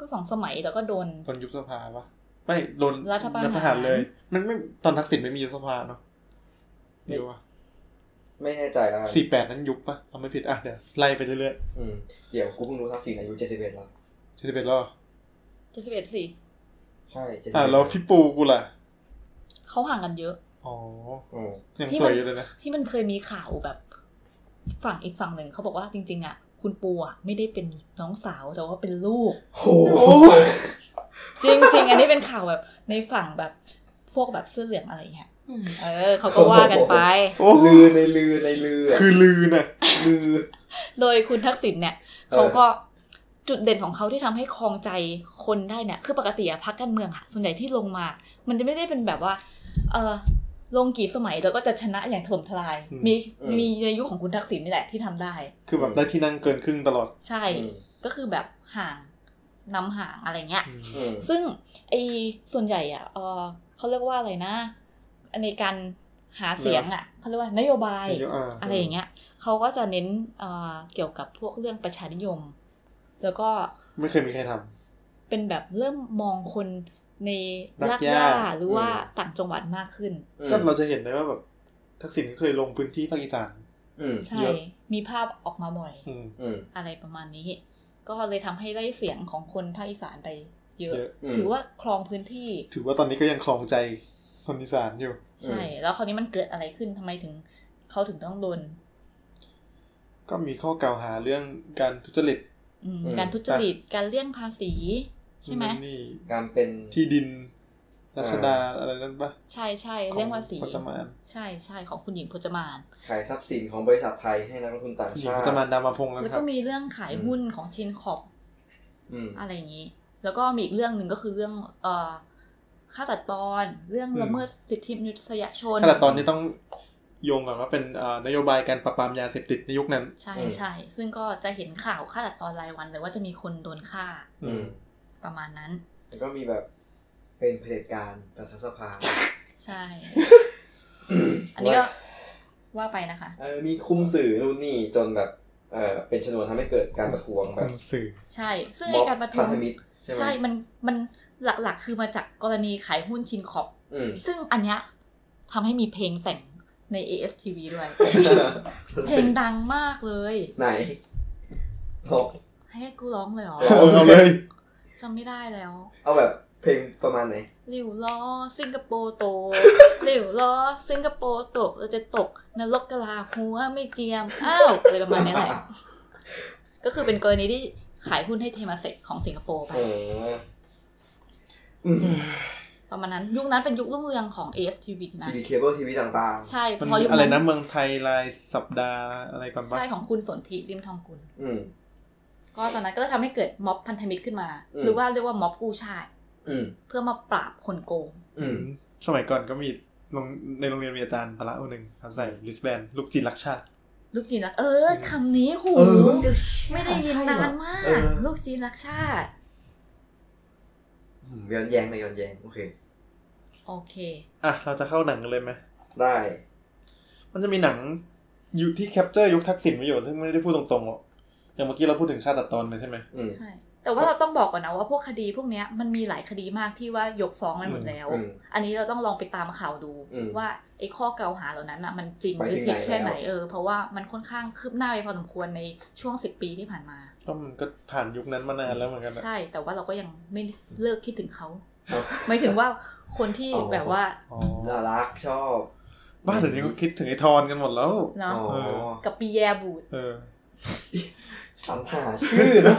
[SPEAKER 3] ก็สองสมัยแล้วก็โดน
[SPEAKER 2] โดนยุบสภาปะไม่โดน
[SPEAKER 3] รัฐประหาร
[SPEAKER 2] ฐเลย มันไม่ตอนทักษิณไม่มียุบสภาเนาะเดี๋ยวอะ
[SPEAKER 1] ไม่แน่ใจแล้วกัน
[SPEAKER 2] สี่แปดนั้นยุบปะทำไม่ผิดอ่ะเดี๋ยวไล่ไปเรื่อย
[SPEAKER 1] อืมเดี๋ยวกูเพิ่งรู้ทักษิณอายุเจ็ดสิบเอ็ดแล้ว
[SPEAKER 2] ๆเจ็ดสิบเอ็ดแล้วเหรอ
[SPEAKER 3] 71สิ
[SPEAKER 1] ใช่เจ็ดสิบ
[SPEAKER 2] อ่ะแล้วพี่ปูกูล่ะ
[SPEAKER 3] เขาห่างกันเยอะ
[SPEAKER 2] อ๋อ
[SPEAKER 1] อืม
[SPEAKER 2] ยัง
[SPEAKER 3] ที่
[SPEAKER 2] สวย
[SPEAKER 3] มัน
[SPEAKER 2] อยู่เลยนะ
[SPEAKER 3] ที่มันเคยมีข่าวแบบ ฝั่งอีกฝั่งหนึ่งเขาบอกว่าจริง ๆ อ่ะ คุณปูอ่ะไม่ได้เป็นน้องสาวแต่ว่าเป็นลูก
[SPEAKER 1] โห
[SPEAKER 3] จริงจริงอันนี้เป็นข่าวแบบในฝั่งแบบพวกแบบเสื้อเหลืองอะไรเงี้ยเออเขาก็ว่ากันไป
[SPEAKER 2] โอ้
[SPEAKER 1] ลือในลือในลืออะ
[SPEAKER 2] คือลือน่ะ
[SPEAKER 1] ลือ
[SPEAKER 3] โดยคุณทักษิณเนี่ย
[SPEAKER 1] เออ
[SPEAKER 3] เขาก็จุดเด่นของเขาที่ทำให้ครองใจคนได้เนี่ย คือปกติอะพักการเมืองอะส่วนใหญ่ที่ลงมา มันจะไม่ได้เป็นแบบว่า เออลงกี่สมัยแล้วก็จะชนะอย่างถล่มทลาย
[SPEAKER 2] อืม
[SPEAKER 3] มี
[SPEAKER 1] อืม
[SPEAKER 3] มีในยุคของคุณทักษิณนี่แหละที่ทำได้
[SPEAKER 2] คือแบบได้ที่นั่งเกินครึ่งตลอด
[SPEAKER 3] ใช่
[SPEAKER 1] อืม
[SPEAKER 3] ก็คือแบบห่างนำห่างอะไรเงี้ย
[SPEAKER 2] อืม
[SPEAKER 1] อืม
[SPEAKER 3] ซึ่งไอส่วนใหญ่อ่ะเออเขาเรียกว่าอะไรนะในการหาเสียงอ่ะเขาเรียกว่านโยบาย
[SPEAKER 2] เดี๋ยวอ่ะ
[SPEAKER 3] อะไรอย่างเงี้ยเขาก็จะเน้นเอ่อเกี่ยวกับพวกเรื่องประชานิยม แล้วก็
[SPEAKER 2] ไม่เคยมีใครทำ
[SPEAKER 3] เป็นแบบเริ่มมองคนใน
[SPEAKER 2] ราร
[SPEAKER 3] าก
[SPEAKER 2] ห
[SPEAKER 3] กห
[SPEAKER 2] ญ้า
[SPEAKER 3] ญ้าหรือว่าต่างจังหวัดมากขึ้น
[SPEAKER 2] ก็เราจะเห็นได้ว่าแบบทักษิณก็เคยลงพื้นที่ภาคอีสาน
[SPEAKER 1] อืม
[SPEAKER 3] ใช่
[SPEAKER 2] เยอะ
[SPEAKER 3] มีภาพออกมาบ่อย
[SPEAKER 2] อืม
[SPEAKER 1] อืม
[SPEAKER 3] อะไรประมาณนี้ ก็เลยทำให้ได้เสียงของคนภาคอีสานไปเยอะ
[SPEAKER 2] เยอะ
[SPEAKER 1] อืม
[SPEAKER 3] ถือว่าครองพื้นที่
[SPEAKER 2] ถือว่าตอนนี้ก็ยังคลองใจคนอีสานอยู่
[SPEAKER 3] ใช่ แล้วคราวนี้มันเกิดอะไรขึ้นทำไมถึงเขาถึงต้องโดน
[SPEAKER 2] ก็มีข้อกล่าวหาเรื่องการทุจริต
[SPEAKER 3] อืม
[SPEAKER 1] อืม
[SPEAKER 3] การทุจริตการเลี่ยงภาษีใช่ไหม
[SPEAKER 2] นู่นนี่
[SPEAKER 1] การเป็น
[SPEAKER 2] ที่ดินรัชดาอะไรนั่นปะ
[SPEAKER 3] ใช่ใช่เลี่ยงภาษี
[SPEAKER 2] ของพจมาน
[SPEAKER 3] ใช่ใช่ของคุณหญิงพจมาน
[SPEAKER 1] ขายทรัพย์สินของบริษัทไทยให้นักลงทุนต่าง
[SPEAKER 2] หญิง
[SPEAKER 1] ชา
[SPEAKER 2] พ
[SPEAKER 1] ติ
[SPEAKER 2] จมานดามาพงศ์นะ
[SPEAKER 3] แล้ว
[SPEAKER 2] ครั
[SPEAKER 3] ก็
[SPEAKER 2] บ
[SPEAKER 3] มีเรื่องขายหุ้นของชินขอบ
[SPEAKER 1] อืม
[SPEAKER 3] อะไรอย่างนี้ แล้วก็มีอีกเรื่องหนึ่งก็คือเรื่องเอ่อฆาตกรเรื่องละเมิดสิทธิมนุษยชน
[SPEAKER 2] ขนาดตอนนี้ต้องโยงก่อนว่าเป็นเอ่อนโยบายการปราบปรามยาเสพติดในยุคนั้น
[SPEAKER 3] ใช่
[SPEAKER 1] อืม
[SPEAKER 3] ใช่ ซึ่งก็จะเห็นข่าวฆาตกรรายวันเลยว่าจะมีคนโดนฆ่า
[SPEAKER 1] อืม
[SPEAKER 3] ประมาณนั้น
[SPEAKER 1] แล้วก็มีแบบเป็นเผด็จการรัฐสภา
[SPEAKER 3] ใช่ อันนี้ก็ว่าไปนะคะ
[SPEAKER 1] เออมีคุมสื่อนู่นนี่จนแบบเออเป็นชนวนทำให้เกิดการประท้วง
[SPEAKER 2] ค
[SPEAKER 1] แบ
[SPEAKER 2] วา
[SPEAKER 1] บ
[SPEAKER 2] มสื่อ
[SPEAKER 3] ใช่ ซึ่งไอการประท้ว
[SPEAKER 1] พั
[SPEAKER 3] ง
[SPEAKER 1] นธมิตรใช่ไหม
[SPEAKER 3] ใช่ มันมันหลักๆ คือมาจากกรณีขายหุ้นชินขอบ
[SPEAKER 1] อืม
[SPEAKER 3] ซึ่งอันเนี้ยทำให้มีเพลงแต่งใน ASTV ด้วย เพลงดังมากเลย
[SPEAKER 1] ไหนลอง
[SPEAKER 3] ให้กูร้องเลยเหรอ
[SPEAKER 1] ร้
[SPEAKER 2] เอาเอาเลย
[SPEAKER 3] จำไม่ได้แล้ว
[SPEAKER 1] เอาแบบเพลงประมาณไหน
[SPEAKER 3] หลิวล้อสิงคโปร์โต หลิวล้อสิงคโปร์โตเราจะตกนรกกะลาหัวไม่เจียม อ้าวอะไรประมาณนี้แหละ ก็คือเป็นกรณีที่ขายหุ้นให้เทมาเซกของสิงคโปร์ไป
[SPEAKER 1] เอออืม
[SPEAKER 3] ประมาณนั้น ยุคนั้นเป็นยุครุ่งเรืองของ ASTV นะ
[SPEAKER 1] ทีวีเคเบิลทีวีต่าง
[SPEAKER 3] ใช่
[SPEAKER 2] มัน
[SPEAKER 3] พอ
[SPEAKER 2] มี
[SPEAKER 3] ยุค
[SPEAKER 2] อะไร
[SPEAKER 3] นั้
[SPEAKER 2] นะ
[SPEAKER 3] น
[SPEAKER 2] เมืองไทยรายสัปดาห์อะไรก่อนปะ
[SPEAKER 3] ใช่ของคุณสนธิริมทองกุล
[SPEAKER 1] ๆ อืม
[SPEAKER 3] ก็ตอนนั้นก็ทำให้เกิดม็อบพันธมิตรขึ้นมา
[SPEAKER 1] อืม
[SPEAKER 3] หรือว่าเรียกว่าม็อบกู้ชาติ
[SPEAKER 1] อืม
[SPEAKER 3] เพื่อมาปราบคนโกง
[SPEAKER 1] อืม
[SPEAKER 2] สมัยก่อนก็มีโรงในโรงเรียนมีอาจารย์พละคนหนึ่งเขาใส่ริสแบนลูกจีนรักชาติ
[SPEAKER 3] ลูกจีนรัก เออคำนี้หู
[SPEAKER 1] เออ
[SPEAKER 3] ไม่ได้ยินนานมาก
[SPEAKER 1] เออ
[SPEAKER 3] ลูกจีนรักชาติ
[SPEAKER 1] อืมย้อนแย้งเลยย้อนแย้งโอเค
[SPEAKER 3] โอเค
[SPEAKER 2] อ่ะ เราจะเข้าหนังกันเลยไหม
[SPEAKER 1] ได้
[SPEAKER 2] มันจะมีหนังอยู่ที่แคปเจอร์ยุคทักษิณไว้อยู่ซึ่งไม่ได้พูดตรงๆหรอกอย่างเมื่อกี้เราพูดถึงค่าตัดตอนเลยใช่ไหม
[SPEAKER 1] อืม
[SPEAKER 3] ใช่ แต่ว่าเราต้องบอกก่อนนะว่าพวกคดีพวกเนี้ยมันมีหลายคดีมากที่ว่ายกฟ้องมันหมดแล้ว
[SPEAKER 1] อืม
[SPEAKER 3] อันนี้เราต้องลองไปตามข่าวดู
[SPEAKER 1] อืม
[SPEAKER 3] ว่าไอ้ข้อกล่าวหาเหล่านั้นอ่ะมันจริง
[SPEAKER 1] ไป
[SPEAKER 3] หรือ
[SPEAKER 1] ถึง
[SPEAKER 3] เท็จแค่
[SPEAKER 1] ไห
[SPEAKER 3] ไห
[SPEAKER 1] นแล้
[SPEAKER 3] น
[SPEAKER 1] ว
[SPEAKER 3] เออเพราะว่ามันค่อนข้างคืบหน้าไปพอสมควรในช่วงสิบปีที่ผ่านมา
[SPEAKER 2] ก็มันก็ผ่านยุคนั้นมานานแล้วเหมือนกันอะ
[SPEAKER 3] ใช่แต่ว่าเราก็ยังไม่เลิกคิดถึงเขา
[SPEAKER 1] เอา
[SPEAKER 3] หมายถึงว่าคนที่
[SPEAKER 1] อ๋อ
[SPEAKER 3] แบบว่า
[SPEAKER 2] อ๋อ
[SPEAKER 1] น่ารักชอบ
[SPEAKER 2] บ้านเดี๋ยวนี้ก็คิดถึงไอ้ทอนกันหมดแล้ว
[SPEAKER 1] อ๋
[SPEAKER 3] เนาะ
[SPEAKER 1] อ
[SPEAKER 3] กับปีแยบูด
[SPEAKER 2] เออ
[SPEAKER 1] สัมหาชื่อนะ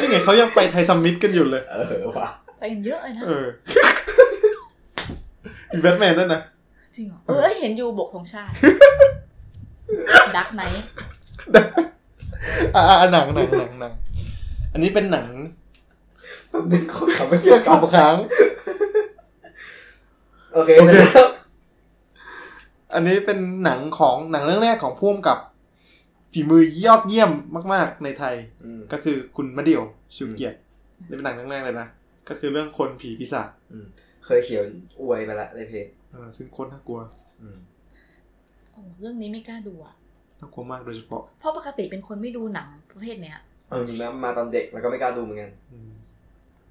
[SPEAKER 2] นี่ไงเขายังไปไทยซัมมิตกันอยู่เลย
[SPEAKER 1] เออว่ะ
[SPEAKER 3] ไปกันเยอะเลยนะ
[SPEAKER 2] เออ อีแบทแมนนั่นนะ
[SPEAKER 3] จริงเหรอเออเห็นอยู่บกของชาติ ดักไหน
[SPEAKER 2] อ่าหนังหนังหนังหนัง อันนี้เป็นหนัง
[SPEAKER 1] มันเป็นคนขับไม่
[SPEAKER 2] เกี่
[SPEAKER 1] เกี่
[SPEAKER 2] ย
[SPEAKER 1] ยว ว
[SPEAKER 2] กั
[SPEAKER 1] กั
[SPEAKER 2] บบ ค้าง
[SPEAKER 1] โอเคนะครับ
[SPEAKER 2] อันนี้เป็นหนังของหนังเรื่องแรกของพ่วงกับ ฝีมือยอดเยี่ยมมาก ๆ ในไทย
[SPEAKER 1] อืม
[SPEAKER 2] ก็คือคุณมะเดี่ยวชิวเกียรตินี่เป็นหนังเรื่องแรกเลยนะ ก็คือเรื่องคนผีปีศาจ
[SPEAKER 1] อืม เคยเขียวอวยไปละในเพจ
[SPEAKER 2] เออซึ่งโคตรน่ากลัว
[SPEAKER 1] อืม
[SPEAKER 3] โอ้เรื่องนี้ไม่กล้าดูอ่ะ
[SPEAKER 2] น่ากลัวมากโดยเฉพาะ
[SPEAKER 3] เพราะปกติเป็นคนไม่ดูหนังประเภทเนี้ย
[SPEAKER 1] เอาจริงๆนะมาตอนเด็กแล้วก็ไม่กล้าดูเหมือนกัน
[SPEAKER 2] อืม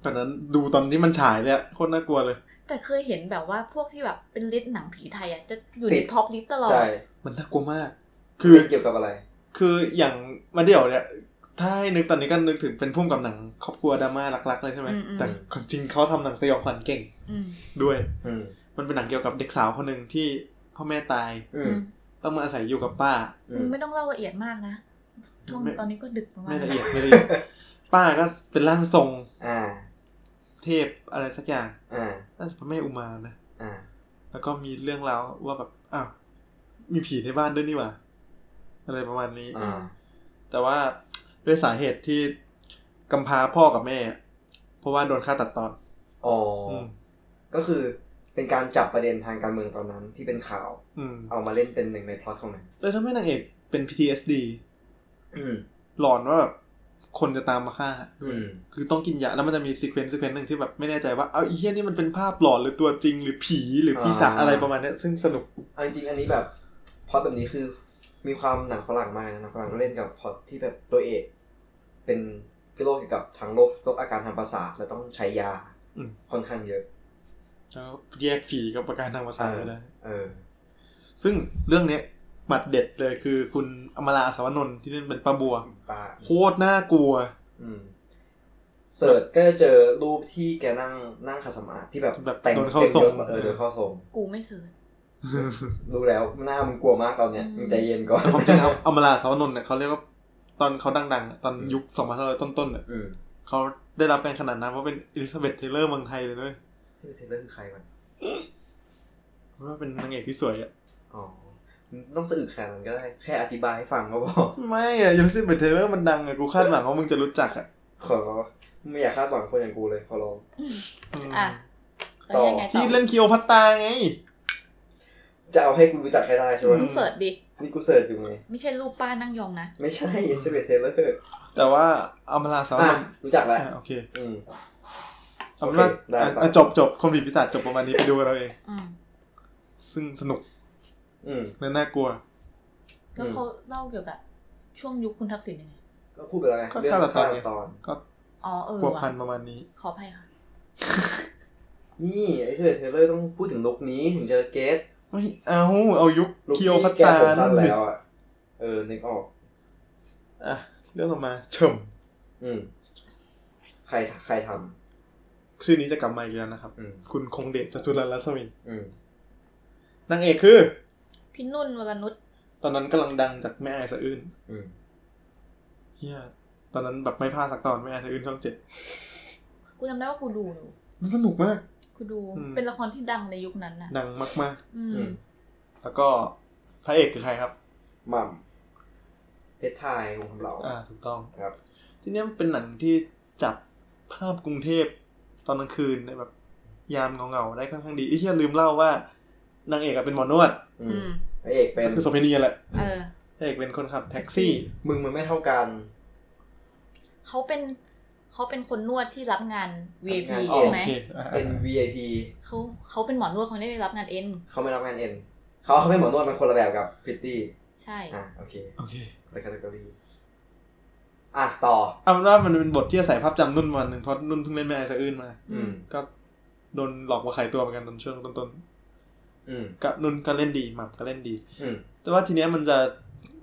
[SPEAKER 2] ตอนนั้นดูตอนที่มันฉายเลยอะโคตรน่ากลัวเลย
[SPEAKER 3] แต่เคยเห็นแบบว่าพวกที่แบบเป็นลิสต์หนังผีไทยอ่ะจะอยู่ใน
[SPEAKER 1] ติด
[SPEAKER 3] ท็อปลิสต์ตลอด
[SPEAKER 1] ใช่
[SPEAKER 2] มันน่ากลัวมาก
[SPEAKER 1] คื
[SPEAKER 2] คือ อ
[SPEAKER 1] เกี่ยวกับอะไร
[SPEAKER 2] คืออย่างมาเดี่ยวเนี่ย ถ้าให้นึกตอนนี้ก็นึกถึงเป็นพุ่มกับหนังครอบครัวดราม่ารักๆเลยใช่ไหม
[SPEAKER 3] อืมอืม
[SPEAKER 2] แต่ความจริงเขาทำหนังสยองขวัญเก่ง
[SPEAKER 3] อืม
[SPEAKER 2] ด้วย
[SPEAKER 1] อืม
[SPEAKER 2] มันเป็นหนังเกี่ยวกับเด็กสาวคนหนึ่งที่พ่อแม่ตาย
[SPEAKER 1] อื
[SPEAKER 3] อื
[SPEAKER 1] ม
[SPEAKER 3] ม
[SPEAKER 2] ต้องมาอาศัยอยู่กับป้า
[SPEAKER 1] อื
[SPEAKER 3] มึ
[SPEAKER 1] ม
[SPEAKER 3] งไม่ต้องเล่าละเอียดมากนะช่วง
[SPEAKER 2] ไม่
[SPEAKER 3] ตอนนี้ก็ดึกประมาณ
[SPEAKER 2] ไม่ละ
[SPEAKER 3] นั้น
[SPEAKER 2] เอียดไม่ละเอียด ป้าก็เป็นร่างทรง
[SPEAKER 1] อ่า
[SPEAKER 2] เทพอะไรสักอย่าง
[SPEAKER 1] อ่า
[SPEAKER 2] น่าจะพระแม่อุมานะ
[SPEAKER 1] อ่า
[SPEAKER 2] แล้วก็มีเรื่องราวว่าแบบ อ้าว มีผีในบ้านด้วยนี่หว่า อะไรประมาณนี้
[SPEAKER 1] อ่า
[SPEAKER 2] แต่ว่าด้วยสาเหตุที่กำพร้าพ่อกับแม่อะเพราะว่าโดนฆ่าตัดตอน
[SPEAKER 1] อ๋ออ
[SPEAKER 2] ม
[SPEAKER 1] ก็คือเป็นการจับประเด็นทางการเมืองตอนนั้นที่เป็นข่าว
[SPEAKER 2] อืม
[SPEAKER 1] เอามาเล่นเป็นหนึ่งในพล็อตของหนัง
[SPEAKER 2] เลยทำให้นางเอกเป็น PTSD
[SPEAKER 1] อืม
[SPEAKER 2] หลอนว่าแบบคนจะตามมาฆ่าด้วย
[SPEAKER 1] อืม
[SPEAKER 2] คือต้องกินยาแล้วมันจะมีซีเควนซ์ซีเควนซ์หนึ่งที่แบบไม่แน่ใจว่าเอาไอีเฮี้ยนี่มันเป็นภาพหลอนหรือตัวจริง หรือผีหรือปีศาจอะไรประมาณเนี้ยซึ่งสนุก
[SPEAKER 1] เอาจริงๆอันนี้แบบพล็อตแบบนี้คือ มีความหนังฝรั่งมากนะหนังฝรั่งก็เล่นกับพล็อตที่แบบตัวเอกเป็นโรคเกี่ยวกับทางโรคโรคอาการทางประสาทและต้องใช้ยา
[SPEAKER 2] อืม
[SPEAKER 1] ค่อนข้างเยอะ
[SPEAKER 2] แล้วแยกผีกับประการทางภาษาทไม่ได้
[SPEAKER 1] เออ
[SPEAKER 2] ซึ่งเรื่องเนี้ยหมัดเด็ดเลยคือคุณอมราสาวนนท์ที่เล่นเป็นป้าบัว
[SPEAKER 1] ป้า
[SPEAKER 2] โคตรน่ากลัว
[SPEAKER 1] อืมเสิร์ชก็จะเจอรูปที่แกนั่งนั่งขัดสมาธิที่แบบ
[SPEAKER 2] แบบ
[SPEAKER 1] แต่ง
[SPEAKER 2] โดนเข้า
[SPEAKER 1] ต็มยศ
[SPEAKER 2] ทรง
[SPEAKER 1] เออเดินเข้าทรง
[SPEAKER 3] กูไม่ซื้อ
[SPEAKER 1] รู้แล้วหน้ามึงกลัวมากตอนเนี้ย
[SPEAKER 3] อืม
[SPEAKER 1] มึงใจเย็นก่อน
[SPEAKER 2] แต่ความจริงแล้ว อมราสาวนนท์เนี่ยเขาเรียกว่าตอนเขาดังๆอะตอน
[SPEAKER 1] อืม
[SPEAKER 2] ยุค2 5 0 0 ต้นๆเนี่ย
[SPEAKER 1] อืม
[SPEAKER 2] เขาได้รับการขนานนามว่าเป็นอลิซาเบธเทเลอร์เมืองไทยเลยด้วย
[SPEAKER 1] ที่เทเลอร์คือใครมัน
[SPEAKER 2] เพราะว่าเป็นนางเอกที่สวยอ่ะ
[SPEAKER 1] อ๋อมึงต้องสื่อขนาดนั้นก็ได้ แค่อธิบายให้ฟังก็พอ
[SPEAKER 2] ไม่อ่ะอลิซาเบธเทเลอร์มันดังอ่ะกูคาดหวังว่ามึงจะรู้จักอ่ะ
[SPEAKER 1] ขอไม่อยากคาดหวังคนอย่างกูเลยขอร้อง
[SPEAKER 2] อืม
[SPEAKER 3] อ่ะแล้ว
[SPEAKER 1] ต่อ
[SPEAKER 3] ยังไงต่
[SPEAKER 2] ที่
[SPEAKER 3] อ
[SPEAKER 2] เล่นคิโอพัตตราไง
[SPEAKER 1] จะเอาให้กูรู้จักให้ได้ใช่ไหม
[SPEAKER 2] อื
[SPEAKER 3] มึงเสิร์ชดิ
[SPEAKER 1] นี่กูเสิร์ชอยู่ไง
[SPEAKER 3] ไม่ใช่รูปป้านั่งยองนะ
[SPEAKER 1] ไม่ใช่อินเซเบเทเลอร์
[SPEAKER 2] แต่ว่าอมราสาวน
[SPEAKER 1] อ่ะ
[SPEAKER 2] นท์
[SPEAKER 1] รู้จักแล้ว
[SPEAKER 2] อ่ะโอเค
[SPEAKER 1] อืม
[SPEAKER 2] อมรา
[SPEAKER 1] โอเคได้ต่ออ่
[SPEAKER 2] ะจบจบคอมบิพิศาจจบประมาณนี้ไปดูกันเราเอง
[SPEAKER 3] อืม
[SPEAKER 2] ซึ่งสนุก
[SPEAKER 1] อืม
[SPEAKER 2] และน่ากลัว
[SPEAKER 3] แล้ว
[SPEAKER 1] อืม
[SPEAKER 3] เขาเล่าเกี่ยวกับช่วงยุคคุณทักษิณยังไง
[SPEAKER 1] ก็พูดไปแล้วไง
[SPEAKER 2] ก็
[SPEAKER 1] เรื่อง
[SPEAKER 2] ฆาตกร
[SPEAKER 1] ฆา
[SPEAKER 2] ไง
[SPEAKER 1] ตตอน
[SPEAKER 2] ก็
[SPEAKER 3] อ๋อเออ
[SPEAKER 2] พัว
[SPEAKER 3] ว่ะ
[SPEAKER 2] พันประมาณนี้
[SPEAKER 3] ขออภัยค่ะ
[SPEAKER 1] นี่ไอ้เซเบเทเลอร์ต้องพูดถึงลุกนี้ถึงจะเก็ต
[SPEAKER 2] ไม่เอาเอายุค
[SPEAKER 1] ลูก
[SPEAKER 2] เคี
[SPEAKER 1] ที่
[SPEAKER 2] ยวพัต
[SPEAKER 1] แก
[SPEAKER 2] ตา
[SPEAKER 1] ผมสั้น
[SPEAKER 2] หนึ่
[SPEAKER 1] แล้
[SPEAKER 2] ง
[SPEAKER 1] วอ่ะ เออ นึกออก
[SPEAKER 2] อ่ะเรื่องต่อมาเฉิม
[SPEAKER 1] อืม ใครใครท
[SPEAKER 2] ชื่อนี้จะกลับมาอีกแล้วนะครับ
[SPEAKER 1] ำอืม
[SPEAKER 2] คุณคงเดชจตุรันลัศมิน
[SPEAKER 1] อืม
[SPEAKER 2] นางเอกคือ
[SPEAKER 3] พี่นุ่นวรนุช
[SPEAKER 2] ตอนนั้นกำลังดังจากแม่ไอายสะอื้น
[SPEAKER 1] อืม
[SPEAKER 2] เฮียตอนนั้นแบบไม่พลาดสักตอนแม่ไอายสะอื้นช่องเจ็ด
[SPEAKER 3] กูจำได้ว่ากูดูอยู่
[SPEAKER 2] มันสนุกมาก
[SPEAKER 3] กูดู
[SPEAKER 2] อืม
[SPEAKER 3] เป็นละครที่ดังในยุคนั้นน่ะ
[SPEAKER 2] ดังมาก
[SPEAKER 3] อื
[SPEAKER 1] อื
[SPEAKER 3] ม
[SPEAKER 1] ม
[SPEAKER 2] ๆ แล้วก็พระเอกคือใครครับ
[SPEAKER 1] หม่ำเพชรไทยวงคำเหล่า
[SPEAKER 2] อ่าถูกต้อง
[SPEAKER 1] ครับ
[SPEAKER 2] ทีเนี้ยมันเป็นหนังที่จับภาพกรุงเทพตอนกลางคืนในแบบ ยามเงาๆได้ค่อนข้างดีไอ้เฮียลืมเล่าว่านางเอกอะเป็นหมอนวด
[SPEAKER 1] อื
[SPEAKER 3] อื
[SPEAKER 1] ม
[SPEAKER 3] ม
[SPEAKER 1] พระเอกเป็น
[SPEAKER 2] ก็คือโสเภณีแหละ
[SPEAKER 3] เออ
[SPEAKER 2] พระเอกเป็นคนขับแท็กซี่
[SPEAKER 1] มึงมันไม่เท่ากัน
[SPEAKER 3] เขาเป็นเขาเป็นคนนวดที่รับงาน VIP
[SPEAKER 1] รับงาน อ๋อ
[SPEAKER 3] ใช่ไหม
[SPEAKER 2] โอเคอ่ะ
[SPEAKER 1] เป็น VIP
[SPEAKER 3] เขาเขาเป็นหมอนวดเขาไม่ได้รับงานเอ็น
[SPEAKER 1] เขาไม่รับงานเอ็น เขาเขาไม่เหมือนนวดมันคนละแบบกับพิตตี้
[SPEAKER 3] ใช่
[SPEAKER 1] อ่ะ โอเค
[SPEAKER 2] โอเค
[SPEAKER 1] คนละแคตตาล็ออ่ะ ต่อ
[SPEAKER 2] เอาเป็นว่ามันเป็นบทที่อาศัยภาพจำนุ่นวันหนึ่งเพราะนุ่นเพิ่งเล่นแม่ไอซะอื่นมา
[SPEAKER 1] อืม
[SPEAKER 2] ก็โดนหลอกมาขายตัวเหมือนกันตอนช่วงต้น
[SPEAKER 1] อืม
[SPEAKER 2] ๆก็นุ่นก็เล่นดีหมับก็เล่นดี
[SPEAKER 1] อืม
[SPEAKER 2] แต่ว่าทีเนี้ยมันจะ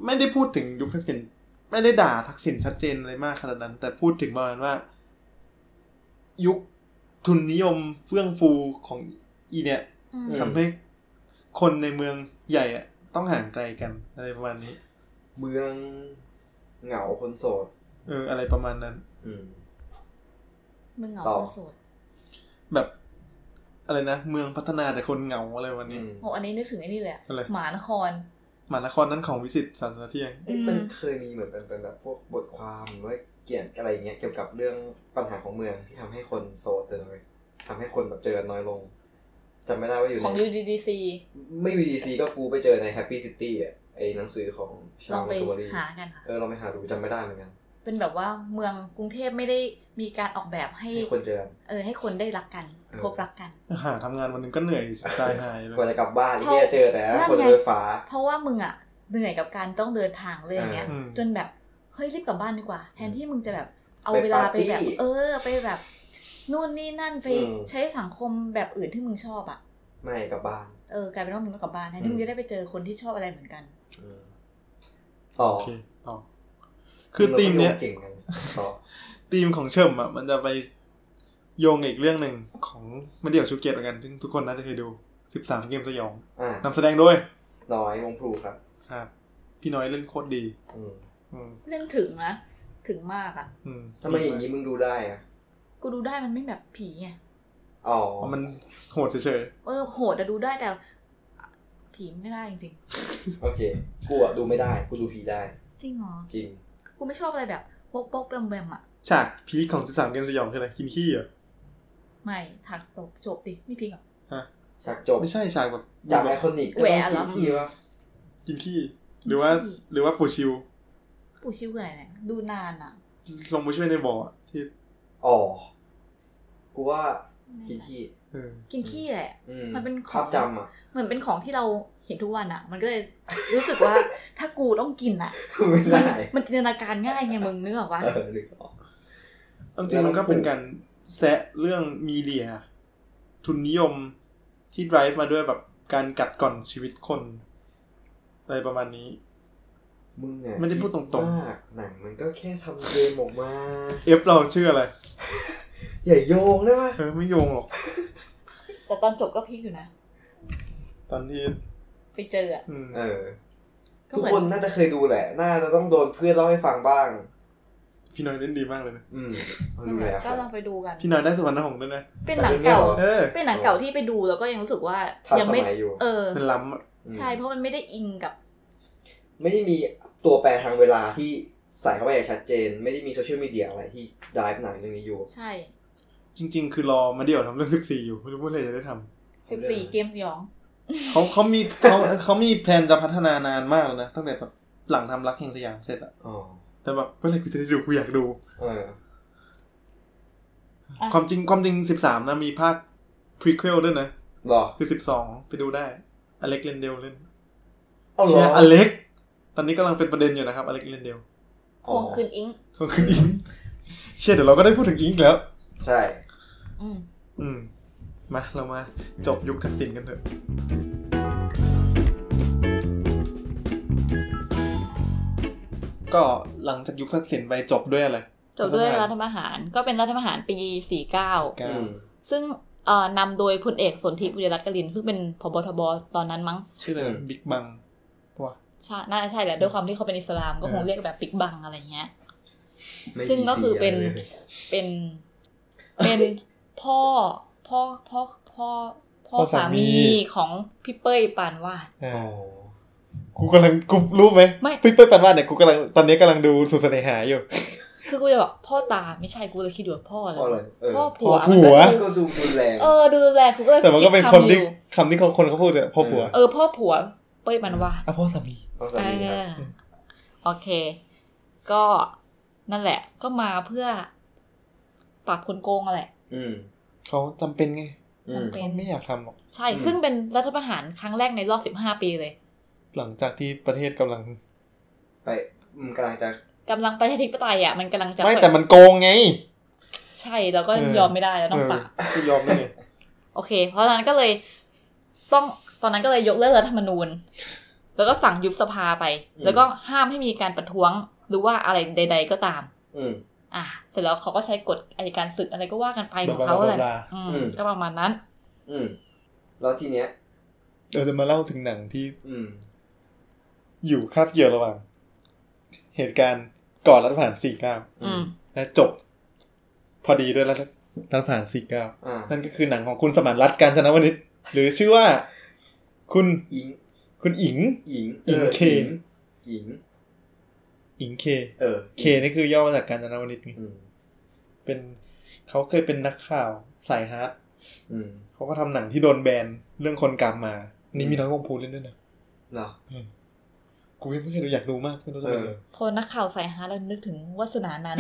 [SPEAKER 2] ไม่ได้พูดถึงยุคทักษิณไม่ได้ด่าทักษิณชัดเจนอะไรมากขนาดนั้น แต่พูดถึงประมาณว่า ยุคทุนนิยมเฟื่องฟูของอีเนี่ย
[SPEAKER 3] อืม
[SPEAKER 1] อืม
[SPEAKER 2] ทำให้คนในเมืองใหญ่อะต้องห่างไกลกันอะไรประมาณนี้
[SPEAKER 1] เมืองเหงาคนโสด
[SPEAKER 2] เอออะไรประมาณนั้น
[SPEAKER 1] อืม
[SPEAKER 3] มึงเหงา
[SPEAKER 1] ต่อ
[SPEAKER 3] คนโสด
[SPEAKER 2] แบบอะไรนะ เมืองพัฒนาแต่คนเหงาอะไรวัน
[SPEAKER 1] อื
[SPEAKER 2] นี้
[SPEAKER 1] ม
[SPEAKER 3] โอ้อันนี้นึกถึงไอ้นี่เลยอะ
[SPEAKER 2] อะไร
[SPEAKER 3] หมานคร
[SPEAKER 2] หมานครนั้นของวิสิตสันสะเทียง
[SPEAKER 1] เอ้ย
[SPEAKER 3] อืม
[SPEAKER 1] มันเคยมีเหมือนเป็นเป็นแบบพวกบทความหรือว่าเกี่ยนอะไรเงี้ยเกี่ยวกับเรื่องปัญหาของเมืองที่ทำให้คนโสดเจอเลยทำให้คนแบบเจอกันน้อยลง จำไม่ได้ว่าอยู่
[SPEAKER 3] ของ
[SPEAKER 1] ใน
[SPEAKER 3] UDDC
[SPEAKER 1] ไม่วีดีซีก็กูไปเจอในแฮปปี้ซิตี้อ่ะไอ้หนังสือของชา
[SPEAKER 3] ลอ
[SPEAKER 1] วม
[SPEAKER 3] งไป
[SPEAKER 1] อนโกเบอรี
[SPEAKER 3] หากันค่ะ
[SPEAKER 1] เออลองไปหาดูจำไม่ได้เหมือนกัน
[SPEAKER 3] เป็นแบบว่าเมืองกรุงเทพไม่ได้มีการออกแบบให้
[SPEAKER 1] ให้คนเจอกัน
[SPEAKER 3] เออให้คนได้รักกัน
[SPEAKER 1] เออ
[SPEAKER 3] พบรักกัน
[SPEAKER 2] หาทำงานวันหนึงก็เหนื่อย จะตายหายเลย
[SPEAKER 1] กว่าจะกลับบ้าน
[SPEAKER 3] เพ
[SPEAKER 1] ไอ้
[SPEAKER 3] ราะ
[SPEAKER 1] เนี่ยเจอแต่
[SPEAKER 3] นั่นไง
[SPEAKER 1] คนรถไฟฟ้า
[SPEAKER 3] เพราะว่ามึงอ่ะเหนื่อยกับการต้องเดินทางเลยอย่างเงี้ย
[SPEAKER 2] อืม
[SPEAKER 3] จนแบบเฮ้ยรีบกลับบ้านดีกว่า แทนที่มึงจะแบบเอา
[SPEAKER 1] ไป
[SPEAKER 3] เวลา
[SPEAKER 1] ปาร์
[SPEAKER 3] ไป
[SPEAKER 1] ตี้
[SPEAKER 3] แบบ เออไปแบบนู่นนี่นั่นไป
[SPEAKER 1] อืม
[SPEAKER 3] ใช้สังคมแบบอื่นที่มึงชอบอ่ะ
[SPEAKER 1] ไม่กลับบ้าน
[SPEAKER 3] เออกลายเป็นว่ามึงต้องกลับบ้านแทนที่
[SPEAKER 1] อืม
[SPEAKER 3] มึงจะได้ไปเจอคนที่ชอบอะไรเหมือนกัน
[SPEAKER 1] อืมต่อ
[SPEAKER 2] โอเคต่อคือ
[SPEAKER 1] เราก็
[SPEAKER 2] ธีมเนี้ย
[SPEAKER 1] ดูเก่งเหมือนกันต่อ
[SPEAKER 2] ธีมของเฉิมอ่ะมันจะไปโยงกับอีกเรื่องหนึ่งของมันเดี่ยวชูเกียรติเหมือนกันซึ่งทุกคนน่าจะเคยดูสิบสามเกมสยอง
[SPEAKER 1] อ่ะ
[SPEAKER 2] นำแสดงด้วย
[SPEAKER 1] น้อยวงพลูครับ
[SPEAKER 2] ครับพี่น้อยเล่นโคตรดี
[SPEAKER 1] อืม
[SPEAKER 2] อืม
[SPEAKER 3] เล่นถึงนะถึงมากอ่ะ
[SPEAKER 2] อืม
[SPEAKER 1] ทำไมอย่างนี้มึงดูได้อ่ะ
[SPEAKER 3] กูดูได้มันไม่แบบผีไง
[SPEAKER 1] อ๋อ
[SPEAKER 2] อ๋อมันโหดเฉย
[SPEAKER 3] เออโหดอะดูได้แต่ ผีไม่ได้จริง
[SPEAKER 1] โอเคกูอ่ะดูไม่ได้กูดูผีได้
[SPEAKER 3] ๆจริงเหรอ
[SPEAKER 1] จริง
[SPEAKER 3] กูไม่ชอบอะไรแบบโป๊กๆแบมๆอ่ะ
[SPEAKER 2] ๆฉากพีคของสิบสามเกมสยองคืออะไรกินขี้เหรอ
[SPEAKER 3] ไม่ถักตบจบดิไม่พิงหรอก
[SPEAKER 1] ฉากจบ
[SPEAKER 2] ไม่ใช่ฉากแบบ
[SPEAKER 1] จากไอคอนิกก็
[SPEAKER 3] แห
[SPEAKER 1] ต้อง
[SPEAKER 3] วะเหร
[SPEAKER 1] กิ
[SPEAKER 3] อ
[SPEAKER 1] นขี้วะ
[SPEAKER 2] กินขี้ หรือว่า หรือว่าปู่ชิว
[SPEAKER 3] ปู่ชิวคืออะไรเนี่ยดูนานอ่ะ
[SPEAKER 2] ลงมาช่วยในบ่ออะที่
[SPEAKER 1] อ๋อกูว่า
[SPEAKER 3] ไม่
[SPEAKER 1] กิน
[SPEAKER 3] ใจ
[SPEAKER 1] ขี้
[SPEAKER 2] เออ
[SPEAKER 3] กินขี้แหละ
[SPEAKER 1] อื
[SPEAKER 3] มันเป็นของ
[SPEAKER 1] ภาพจำอ่ะ
[SPEAKER 3] เหมือนเป็นของที่เราเห็นทุกวันอ่ะ มันก็เลยรู้สึกว่า ถ้ากูต้องกินอ่ะ
[SPEAKER 1] ไม่
[SPEAKER 3] มัน
[SPEAKER 1] ได้
[SPEAKER 3] มันจินตนาการง่ายไงมึงเนื้ออกวะ
[SPEAKER 1] เออนึกออก
[SPEAKER 2] เอาจริงมันก็เป็นการแซะเรื่องมีเดีย ทุนนิยมที่ drive มาด้วยแบบการกัดกร่อนชีวิตคน อะไรประมาณนี้
[SPEAKER 1] มึงอะ
[SPEAKER 2] ไม่ได้พูดตรงๆ
[SPEAKER 1] คิมากหนังมันก็แค่ทำเกมออกมา
[SPEAKER 2] เอฟเราชื่ออะไร
[SPEAKER 1] อย่าโยงได้ปะ
[SPEAKER 2] เออไม่โยงหรอก
[SPEAKER 3] แต่ตอนจบก็พีคอยู่นะ
[SPEAKER 2] ตอนที่
[SPEAKER 3] ไปเจออ่ะ
[SPEAKER 2] อืม
[SPEAKER 1] เออ
[SPEAKER 3] ก็
[SPEAKER 1] ทุก
[SPEAKER 3] เหมือ
[SPEAKER 1] คน
[SPEAKER 3] น
[SPEAKER 1] น่าจะเคยดูแหละ น่าจะต้องโดนเพื่อนเล่าให้ฟังบ้าง
[SPEAKER 2] พี่น้อยเล่นดีมากเลยนะ
[SPEAKER 1] อืมเอาดูแล
[SPEAKER 3] ก็ลองไปดูกัน
[SPEAKER 2] พี่น้อยได้สุวรรณหงส์ด้วยนะ
[SPEAKER 3] เป็นหนังเก่า
[SPEAKER 2] เออ
[SPEAKER 3] เป็นหนังเก่าที่ไปดูแล้วก็ยังรู้สึกว่า
[SPEAKER 1] ทัน
[SPEAKER 3] ยั
[SPEAKER 1] ส
[SPEAKER 3] ไม่
[SPEAKER 1] มัยอยู่
[SPEAKER 3] เออ
[SPEAKER 2] มันล้ำอะ
[SPEAKER 3] ใช่เพราะมันไม่ได้อิงกับ
[SPEAKER 1] ไม่ได้มีตัวแปรทางเวลาที่ใส่เข้าไปอย่างชัดเจน ไม่ได้มีโซเชียลมีเดียอะไรที่ดライブหนังเรื่องนี้อยู่
[SPEAKER 3] ใช่
[SPEAKER 2] จริง ๆ คือรอมาเดี่ยวทำเรื่องสิบสี่อยู่ไม่รู้เมื่อไหร่จะได้ทำ
[SPEAKER 3] สิบสี่เกมสยอง
[SPEAKER 2] เขาเขามีเขาเขามีแพลนจะพัฒนานานมากแล้วนะตั้งแต่แบบหลังทำรักแห่งสยามเสร็จอะ
[SPEAKER 1] อ๋อ
[SPEAKER 2] แต่แบบเมื่อไหร่กูจะได้ดูกูอยากดู
[SPEAKER 1] เออ
[SPEAKER 3] อ่ะ
[SPEAKER 2] ความจริงความจริงสิบสามนะมีภาคพรีเควลด้วยนะ
[SPEAKER 1] หรอ
[SPEAKER 2] คือสิบสองไปดูได้ อเล็กเลนเดลเล่น
[SPEAKER 1] เอาหร
[SPEAKER 2] เชื่
[SPEAKER 1] อ
[SPEAKER 2] ออเล็ก ตอนนี้กำลังเป็นประเด็นอยู่นะครับอเล็กเลนเดล
[SPEAKER 3] ทวงคืนอิง
[SPEAKER 2] ส่วนคือ อิงเชื่อเดี๋ยวเราก็ได้พูดถึงอิงอีกแล้ว
[SPEAKER 1] ใช่
[SPEAKER 3] อืม
[SPEAKER 2] อืม มาเรามาจบยุคทักษิณกันเถอะ ก็หลังจากยุคทักษิณไปจบด้วยอะไร
[SPEAKER 3] จบด้วย
[SPEAKER 2] รัฐประหาร
[SPEAKER 3] รัฐประหารก็เป็นรัฐประหารปี
[SPEAKER 2] กา
[SPEAKER 1] อื
[SPEAKER 2] ร
[SPEAKER 1] ม
[SPEAKER 3] 49 ซึ่งเอ่อนำโดยพลเอกสนธิบุญรัตน์กลิน ซึ่งเป็นพบทบตอนนั้นมั้ง
[SPEAKER 2] ชื่ออะไร
[SPEAKER 1] อืม
[SPEAKER 2] บิ๊กบังว่ะ
[SPEAKER 3] ใช่น่าจะใช่แหละด้วยความที่เขาเป็นอิสลามก็
[SPEAKER 2] เออ
[SPEAKER 3] คงเรียกแบบปิกบังอะไรเงี้ย
[SPEAKER 1] ไม่
[SPEAKER 3] ซึ่งก็คือเป็น
[SPEAKER 1] PC ะไรลย
[SPEAKER 3] เป็นเป็นพ่อพ่อพ่อพ่อพ่อสามีของพี่เป้ยปานวาด
[SPEAKER 2] อ่า
[SPEAKER 1] อ๋อ
[SPEAKER 2] กูกำลังกูรู้ไหม
[SPEAKER 3] ไม่
[SPEAKER 2] ปิ๊กเปิ้ลปันว่าเนี่ยกูกำลังตอนนี้กำลังดูสุดเสน่หาอยู่
[SPEAKER 3] คือกูจะบอกพ่อตาไม่ใช่กูเลยคิดว่าพ่อ
[SPEAKER 1] พ่ออะไร
[SPEAKER 3] เลย
[SPEAKER 1] เออ
[SPEAKER 3] พ่อผัว
[SPEAKER 2] พ่อผัว
[SPEAKER 3] มันก็ดู
[SPEAKER 1] ก็ดูรุนแรง
[SPEAKER 3] เออดูแลกูก็เลย
[SPEAKER 2] แต่มันก็เป็นคนที่
[SPEAKER 3] ดำอยู่
[SPEAKER 2] คำที่คนคนเขาพูดอะพ่อผัว
[SPEAKER 3] เออพ่อผัวเป้ยปานวาด
[SPEAKER 2] อ่ะพ่อสามี
[SPEAKER 1] เอาสามีครับ
[SPEAKER 3] เออโอเค ก็นั่นแหละ ก็มาเพื่อปราบคนโกงอะแหละ
[SPEAKER 1] อืม
[SPEAKER 2] เขาจำเป็นไง
[SPEAKER 1] อืม
[SPEAKER 3] จำเป็
[SPEAKER 2] เขาไม่อยากทำหรอก
[SPEAKER 3] ใช่
[SPEAKER 1] อืม
[SPEAKER 3] ซึ่งเป็นรัฐประหารครั้งแรกในรอบสิบห้าปีเลย
[SPEAKER 2] หลังจากที่ประเทศกำลัง
[SPEAKER 1] ไปอืมกำลังจะ
[SPEAKER 3] กำลังประชาธิปไตยอ่ะมันกำลังจะ
[SPEAKER 2] ไม่แต่มันโกงไง
[SPEAKER 3] ใช่แล้วก็
[SPEAKER 2] เออ
[SPEAKER 3] ยอมไม่ได้แล้วต้องปราบ
[SPEAKER 2] เออจะยอมได้ไง
[SPEAKER 3] โอเค เพราะฉะนั้นก็เลยต้องตอนนั้นก็เลยยกเลิกรัฐธรรมนูญ แล้วก็สั่งยุบสภาไป
[SPEAKER 1] อืม
[SPEAKER 3] แล้วก็ห้ามให้มีการประท้วงหรือว่าอะไรใด ๆ ก็ตาม
[SPEAKER 1] อืม
[SPEAKER 3] อ่ะเสร็จแล้วเขาก็ใช้กฎอัยการศึกอะไรก็ว่ากันไปของ
[SPEAKER 2] แบบ
[SPEAKER 3] เขาแหละ
[SPEAKER 2] บลาบลา
[SPEAKER 3] อืม
[SPEAKER 1] อืม
[SPEAKER 3] ก็ประมาณนั้น
[SPEAKER 1] อืม แล้วทีเนี้ย
[SPEAKER 2] เราจะมาเล่าถึงหนังที่
[SPEAKER 1] อืม
[SPEAKER 2] อยู่คาบเกี่ยวระหว่าง เหตุการณ์ก่อนรัฐประหาร 49
[SPEAKER 3] อืม
[SPEAKER 2] และจบ พอดีด้วยรัฐรัฐประหาร 49
[SPEAKER 1] อ่า
[SPEAKER 2] นั่นก็คือหนังของคุณสมานรัตน์การชนะวนิชหรือชื่อว่า คุณ
[SPEAKER 1] อิง
[SPEAKER 2] คุณอิง
[SPEAKER 1] อิง
[SPEAKER 2] อิงเค
[SPEAKER 1] อิง
[SPEAKER 2] อิงเค
[SPEAKER 1] เออ
[SPEAKER 2] เคนี่คือย่อมาจากการชนะวนิชไง
[SPEAKER 1] อืม
[SPEAKER 2] เป็นเขาเคยเป็นนักข่าวสายฮาร์ด
[SPEAKER 1] อืม
[SPEAKER 2] เขาก็ทำหนังที่โดนแบนเรื่องคนกามมา นี่มีน้อยวงพูนเล่นด้วยนะ
[SPEAKER 1] เหรอ
[SPEAKER 2] กูไม่เคยดูอยากดูมากไม่รู้จะไป
[SPEAKER 1] เออ
[SPEAKER 3] พอนักข่าวสายฮาแล้วนึกถึงวัสนานั้น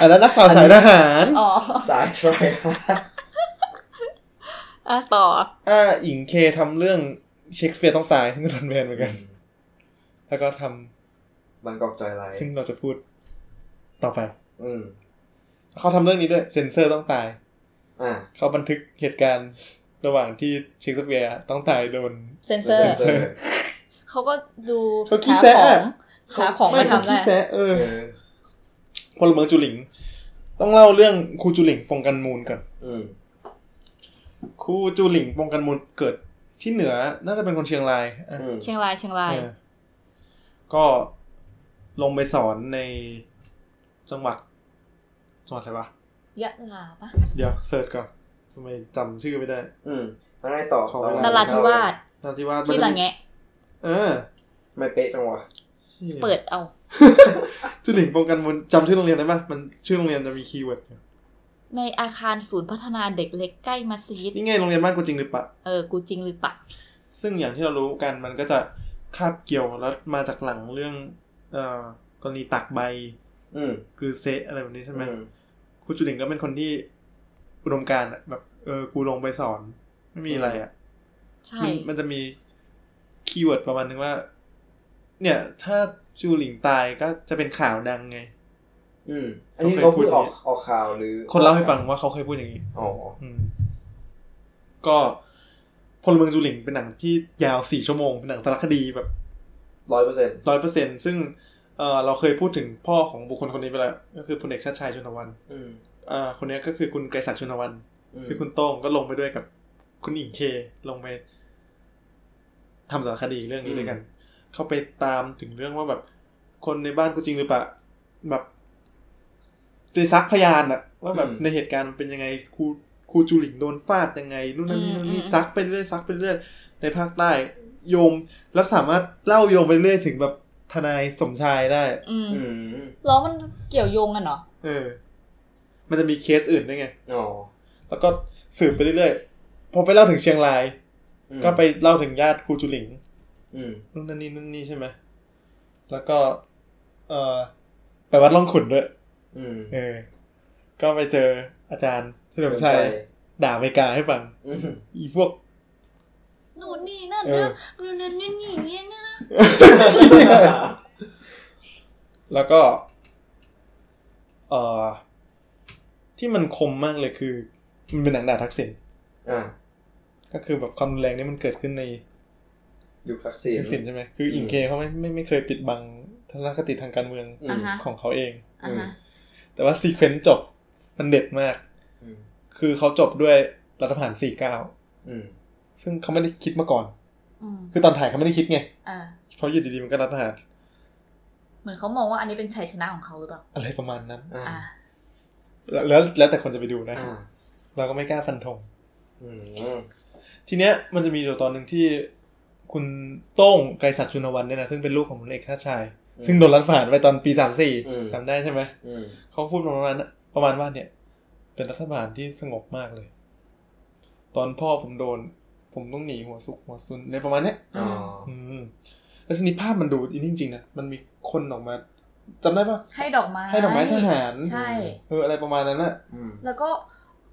[SPEAKER 2] อันนั้นนักข่าวสายทหาร
[SPEAKER 3] อ๋อ
[SPEAKER 1] สายช่ วย
[SPEAKER 3] อ่ะต่อ
[SPEAKER 2] อ่าอิงเคทำเรื่องเชคสเปียร์ต้องตายที่ก็โดนแบนเหมือนกัน แล้วก็ทำ
[SPEAKER 1] บางกอกจอยไลท์
[SPEAKER 2] ซึ่งเราจะพูดต่อไป
[SPEAKER 1] อืม
[SPEAKER 2] เขาทำเรื่องนี้ด้วยเซนเซอร์ต้องตาย
[SPEAKER 1] อ่า
[SPEAKER 2] เขาบันทึกเหตุการณ์ระหว่างที่เชคสเปียร์ต้องตายโดน
[SPEAKER 3] เซนเซอร์
[SPEAKER 2] เซนเซอร์
[SPEAKER 3] เขาก็ดู
[SPEAKER 2] เขาขี้
[SPEAKER 3] หา
[SPEAKER 2] แซะ
[SPEAKER 3] ของหาของมา
[SPEAKER 2] ไม่
[SPEAKER 3] ทำ
[SPEAKER 2] ที่
[SPEAKER 3] ได้
[SPEAKER 2] แซะเออ
[SPEAKER 1] เออ
[SPEAKER 2] พลเมืองจุหลิง ต้องเล่าเรื่องครูจุหลิงปงกันมูลก่อน
[SPEAKER 1] อืม
[SPEAKER 2] ครูจูหลิงปงกันมูลเกิดที่เหนือน่าจะเป็นคนเชียงรายอ่ะ
[SPEAKER 1] อืม
[SPEAKER 3] เชียงรายเชียงราย
[SPEAKER 2] เออก็ลงไปสอนในจังหวัดจังหวัดอะไรวะ
[SPEAKER 3] ยะลาปะ
[SPEAKER 2] เดี๋ยวเสิร์ชก่อนทำไมจำชื่อไม่ได้
[SPEAKER 1] อืมแล้วไงต่อ
[SPEAKER 2] ขอเวล
[SPEAKER 3] นราธิวาส
[SPEAKER 2] นราธิวาส
[SPEAKER 3] ที่
[SPEAKER 2] มันจ
[SPEAKER 3] ละแงะ
[SPEAKER 2] เออ
[SPEAKER 1] ไม่เป๊ะจังวะ
[SPEAKER 2] ชี่ย
[SPEAKER 3] เปิดเอา
[SPEAKER 2] จูหลิงปงกันมูลจำชื่อโรงเรียนได้ปะมันชื่อโรงเรียนจะมีคีย์เวิร์ดอยู่
[SPEAKER 3] ในอาคารศูนย์พัฒนาเด็กเล็กใกล้มัสยิด
[SPEAKER 2] นี่ไงโรงเรียนบ้านกูจริงหรือปะ
[SPEAKER 3] เออ กูจริงหรือปะ
[SPEAKER 2] ซึ่งอย่างที่เรารู้กันมันก็จะคาบเกี่ยวแล้วมาจากหลังเรื่องเอ่อกรณีตักใบ
[SPEAKER 1] อืม
[SPEAKER 2] กรือเซะอะไรแบบนี้ใช่ไหม
[SPEAKER 1] อืม
[SPEAKER 2] ครูจุลินก็เป็นคนที่อุดมการณ์อะแบบเออกูลงไปสอน ไม่มีอะไรอะ
[SPEAKER 3] ใช่
[SPEAKER 2] มันมันจะมีคีย์เวิร์ดประมาณนึงว่า เนี่ย ถ้าจูหลิงตายก็จะเป็นข่าวดังไง
[SPEAKER 1] อืมอันนี้เขาพูดออก
[SPEAKER 2] เขาเคยพูดอย่างนี้
[SPEAKER 1] ออกข่าวหรือ
[SPEAKER 2] คนเล่าให้ฟังว่าเขาเคยพูดอย่างนี้
[SPEAKER 1] อ๋อ
[SPEAKER 2] อืม ก็พลเมืองจูหลิงเป็นหนังที่ยาวสี่ชั่วโมง เป็นหนังสารคดีแบบ
[SPEAKER 1] ร้อยเปอร์เซ็นต์
[SPEAKER 2] ร้อยเปอร์เซ็นซึ่งเออเราเคยพูดถึงพ่อของบุคคลคนนี้ไปแล้ว ก็คือพลเอกชาติชายชุนวัน
[SPEAKER 1] อืม
[SPEAKER 2] อ่าคนนี้ก็คือคุณไกรศักดิ์ชุนวัน
[SPEAKER 1] อืม
[SPEAKER 2] คือคุณโต้งก็ลงไปด้วยกับคุณหญิงเคลงไปทำสารคดีเรื่องนี้ด้วยกัน เขาไปตามถึงเรื่องว่าแบบ คนในบ้านกูจริงหรือเปล่าแบบไปซักพยานอะว่าแบบในเหตุการณ์มันเป็นยังไงครูครูจูหลิงโดนฟาดยังไงนู่นนั่นนี่นู่นนี่
[SPEAKER 3] อืม
[SPEAKER 2] ซักไปเรื่อยซักไปเรื่อยในภาคใต้โยงแล้วสามารถเล่าโยงไปเรื่อยถึงแบบทนายสมชายได้
[SPEAKER 3] อืม
[SPEAKER 1] อืม
[SPEAKER 3] แล้วมันเกี่ยวโยงกันเหรอ
[SPEAKER 2] เออ มันจะมีเคสอื่นด้วยไง
[SPEAKER 1] อ๋อ
[SPEAKER 2] แล้วก็สืบไปเรื่อยๆพอไปเล่าถึงเชียงราย
[SPEAKER 1] อืม
[SPEAKER 2] ก็ไปเล่าถึงญาติครูจุหลิง
[SPEAKER 1] อืม
[SPEAKER 2] นู่นนั่นนี่นู่นนี่ใช่ไหม แล้วก็ เออไปวัดล่องขุนด้วย
[SPEAKER 1] อืม
[SPEAKER 2] เออ ก็ไปเจออาจารย์เฉลิมชัยด่าอเมริกาให้ฟัง
[SPEAKER 1] อืม
[SPEAKER 2] อีพวก
[SPEAKER 3] นู่นนี่นั่น
[SPEAKER 2] เออ
[SPEAKER 3] นะนู่นนั่นนี่นี่นี่นี่นะ
[SPEAKER 2] แล้วก็ เออที่มันคมมากเลยคือ มันเป็นหนังด่าทักษิณ
[SPEAKER 1] อ่ะ
[SPEAKER 2] ก็คือแบบความรุนแรงนี่มันเกิดขึ้นใน
[SPEAKER 1] ยุคทักษิณ
[SPEAKER 2] ทักษิณใช่ไหมคืออิงเคเขาไม่ไม่ไม่เคยปิดบังทัศนคติทางการเมือง
[SPEAKER 1] อืม
[SPEAKER 3] อ่ะฮะ
[SPEAKER 2] ของเขาเอง
[SPEAKER 3] อ่ะฮะ
[SPEAKER 2] แต่ว่าซีเควนต์จบมันเด็ดมาก
[SPEAKER 1] อืม
[SPEAKER 2] คือเขาจบด้วยรัฐประหาร 49
[SPEAKER 1] อืม
[SPEAKER 2] ซึ่งเขาไม่ได้คิดมาก่อน
[SPEAKER 3] อืม
[SPEAKER 2] คือตอนถ่ายเขาไม่ได้คิดไง
[SPEAKER 3] อ่า
[SPEAKER 2] เพราะอยู่ดีๆมันก็รัฐประหาร
[SPEAKER 3] เหมือนเขามองว่าอันนี้เป็นชัยชนะของเขาหรือเปล่า
[SPEAKER 2] อะไรประมาณนั้น
[SPEAKER 1] อ่า
[SPEAKER 3] อ่า
[SPEAKER 2] แล้วแล้วแล้วแต่คนจะไปดูนะ
[SPEAKER 1] อ่า
[SPEAKER 2] เราก็ไม่กล้าฟันธง
[SPEAKER 1] อืม
[SPEAKER 2] ทีเนี้ยมันจะมีอยู่ตอนหนึ่งที่คุณโต้งไกรศักดิ์ชุนวันเนี่ยนะซึ่งเป็นลูกของคุณเอกชาติชาย ซึ่งโดนรัฐประหารไปตอนปี 34จำได้ใช่ไหม
[SPEAKER 1] อืม
[SPEAKER 2] เขาพูดประมาณนะประมาณว่าเนี่ย เป็นรัฐบาลที่สงบมากเลย ตอนพ่อผมโดน ผมต้องหนีหัวสุกหัวซุนในประมาณเนี้ย
[SPEAKER 1] อ๋อ
[SPEAKER 2] อืมแล้วทีนี้ภาพมันดูอันนี้จริงๆนะ มันมีคนออกมาจำได้ปะ
[SPEAKER 3] ให้ดอกไม้
[SPEAKER 2] ให้ดอกไม้ทหาร
[SPEAKER 3] ใช่
[SPEAKER 2] เออ อะไรประมาณนั้นน่ะ
[SPEAKER 1] อืม
[SPEAKER 3] แล้วก็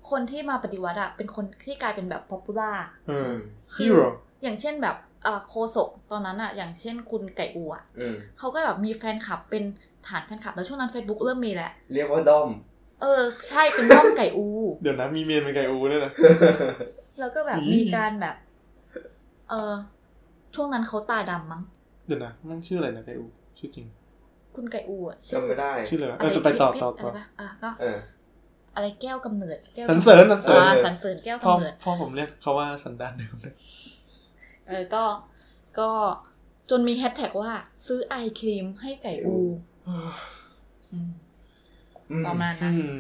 [SPEAKER 3] คนที่มาปฏิวัติอะเป็นคนที่กลายเป็นแบบป๊อปปูล่า
[SPEAKER 2] เอ
[SPEAKER 1] อื
[SPEAKER 2] อ
[SPEAKER 1] ม
[SPEAKER 2] ฮีโร่
[SPEAKER 3] อย่างเช่นแบบเอ่อโคศกตอนนั้นอะอย่างเช่นคุณไก่อูอะ
[SPEAKER 1] อืม
[SPEAKER 3] เขาก็แบบมีแฟนคลับเป็นฐานแฟนคลับ แล้วช่วงนั้น Facebook เริ่มมีแหละ
[SPEAKER 1] เรียกว่าด้อม
[SPEAKER 3] เออ ใช่เป็นด้อมไก่อู
[SPEAKER 2] เดี๋ยวนะ มีเมียเป็นไก่อูด้วยนะ
[SPEAKER 3] แล้วก็แบบ
[SPEAKER 2] อืม
[SPEAKER 3] มีการแบบ เออช่วงนั้นเขาตาดำมั้ง
[SPEAKER 2] เดี๋ยวนะมันชื่ออะไรนะไก่อู ชื่อจริง
[SPEAKER 3] คุณไก่อูอะ
[SPEAKER 1] จำไม่ได้
[SPEAKER 2] ชื่ออะไรวะ
[SPEAKER 3] ะ
[SPEAKER 2] เอ
[SPEAKER 3] ร
[SPEAKER 2] อจะไปต่อ
[SPEAKER 3] เพชร
[SPEAKER 2] ต่อ
[SPEAKER 3] เพชร
[SPEAKER 2] ต่อ
[SPEAKER 3] อะไรปะอ่ะก็
[SPEAKER 1] เออ
[SPEAKER 3] อะไรแก้วกำเนิดแก้ว
[SPEAKER 2] สันเสริญสันเสริญ
[SPEAKER 3] อ่าสันเสริญแก้ว
[SPEAKER 2] พ่อก
[SPEAKER 3] ำเนิด
[SPEAKER 2] พ่อผมเรียกเขาว่าสันดานเดิมนะ
[SPEAKER 3] เออก็ก็จนมีแฮชแท็กว่า ซื้อไอครีมให้ไก่อูอืม
[SPEAKER 1] อืม
[SPEAKER 3] ประมาณ
[SPEAKER 2] อื
[SPEAKER 3] นั้น
[SPEAKER 2] ม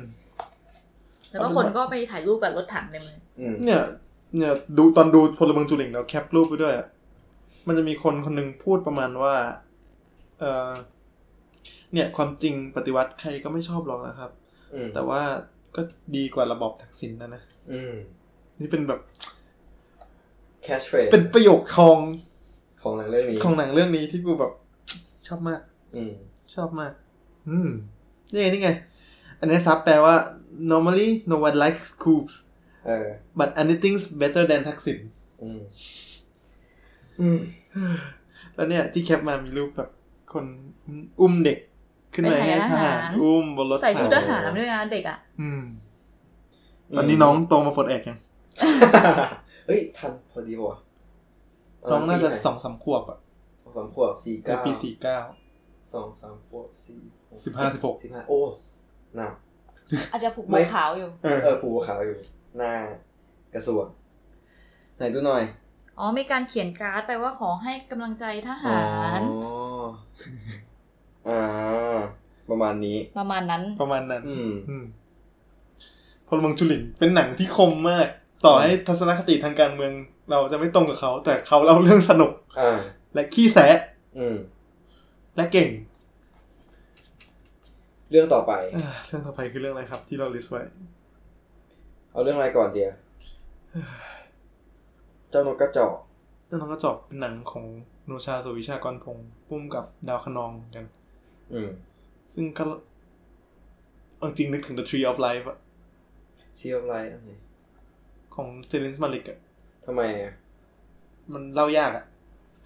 [SPEAKER 3] แล้วก็คนก็ไปถ่ายรูปกับรถถังเต็มเลย
[SPEAKER 1] อืม
[SPEAKER 2] เนี่ย เนี่ยดูตอนดูพลเมืองจุลิงแล้วแคปรูปไปด้วยอะมันจะมีคนคนหนึ่งพูดประมาณว่า เออเนี่ย ความจริงปฏิวัติใครก็ไม่ชอบหรอกนะครับ
[SPEAKER 1] อืม
[SPEAKER 2] แต่ว่า ก็ดีกว่าระบอบทักษิณนะนะ
[SPEAKER 1] อืม
[SPEAKER 2] นี่เป็นแบบ
[SPEAKER 1] แคชเฟร
[SPEAKER 2] เป็นประโยคทอง
[SPEAKER 1] ของหนังเรื่องนี้
[SPEAKER 2] ของหนังเรื่องนี้ที่กูแบบ ชอบมาก
[SPEAKER 1] อืม
[SPEAKER 2] ชอบมาก อืม นี่ไงนี่ไง อันนี้ซับแปลว่า normally no one likes coups
[SPEAKER 1] เออ
[SPEAKER 2] but anything's better than ทักษิณ
[SPEAKER 1] อืม อืม
[SPEAKER 2] แล้วเนี่ยที่แคปมามีรูปแบบ คนอุ้มเด็ก ขึ้นไปให้ทหาร
[SPEAKER 3] เป็นทหาร
[SPEAKER 2] อุ้มบนรถ
[SPEAKER 3] ใส่ชุด
[SPEAKER 1] เ
[SPEAKER 3] ทหารด้วยนะเด็กอ่ะ
[SPEAKER 2] อืม ตอนนี้น้องโตมาปลดแอกยัง
[SPEAKER 1] เฮ้ย ทันพอดีป่ะต
[SPEAKER 2] น้องน่าจะ
[SPEAKER 1] ปีไห
[SPEAKER 2] สองสามขวบอ่ะ
[SPEAKER 1] สองสามขวบสี่
[SPEAKER 2] แล้
[SPEAKER 1] เก้า
[SPEAKER 2] ปีสี่เก้า
[SPEAKER 1] สองสามขวบสี่
[SPEAKER 2] สิบห้าสิบหก
[SPEAKER 1] สิบห้าโอ้ หน้า
[SPEAKER 3] อาจจะผูกโบ
[SPEAKER 1] ไม่
[SPEAKER 3] ขาวอยู่
[SPEAKER 2] เออ
[SPEAKER 1] เออปูขาวอยู่ หน้ากระทรวงไหนดูหน่อย
[SPEAKER 3] อ๋อมีการเขียนการ์ดไปว่าขอให้กำลังใจทหาร
[SPEAKER 1] อ๋ ออ่า ประมาณนี้
[SPEAKER 3] ประมาณนั้น
[SPEAKER 2] ประมาณนั้น
[SPEAKER 1] อืม
[SPEAKER 2] อืมพลเมืองจุลินเป็นหนังที่คมมาก ต่อให้ทัศนคติทางการเมือง เราจะไม่ตรงกับเขา แต่เขาเล่าเรื่องสนุก
[SPEAKER 1] อ่า
[SPEAKER 2] และขี้แสะ
[SPEAKER 1] อืม
[SPEAKER 2] และเก่ง
[SPEAKER 1] เรื่องต่อไป
[SPEAKER 2] เอ้อเรื่องต่อไปคือเรื่องอะไรครับ ที่เราลิสต์ไว้
[SPEAKER 1] เอาเรื่องอะไรก่อนเดียเจ้านกกระจอก
[SPEAKER 2] เรื่องน้องกระจอกเป็นหนังของโนชาสุวิชากรพงศ์พุ่มกับดาวคะนองเหมือนกัน
[SPEAKER 1] อืม
[SPEAKER 2] ซึ่งก็เอาจริงนึกถึง The Tree of Life อะ
[SPEAKER 1] เชียวอะไรอันไหน
[SPEAKER 2] ของเจเลนส์มาลิกอะ
[SPEAKER 1] ทำไมอ่ะ
[SPEAKER 2] มันเล่ายากอะ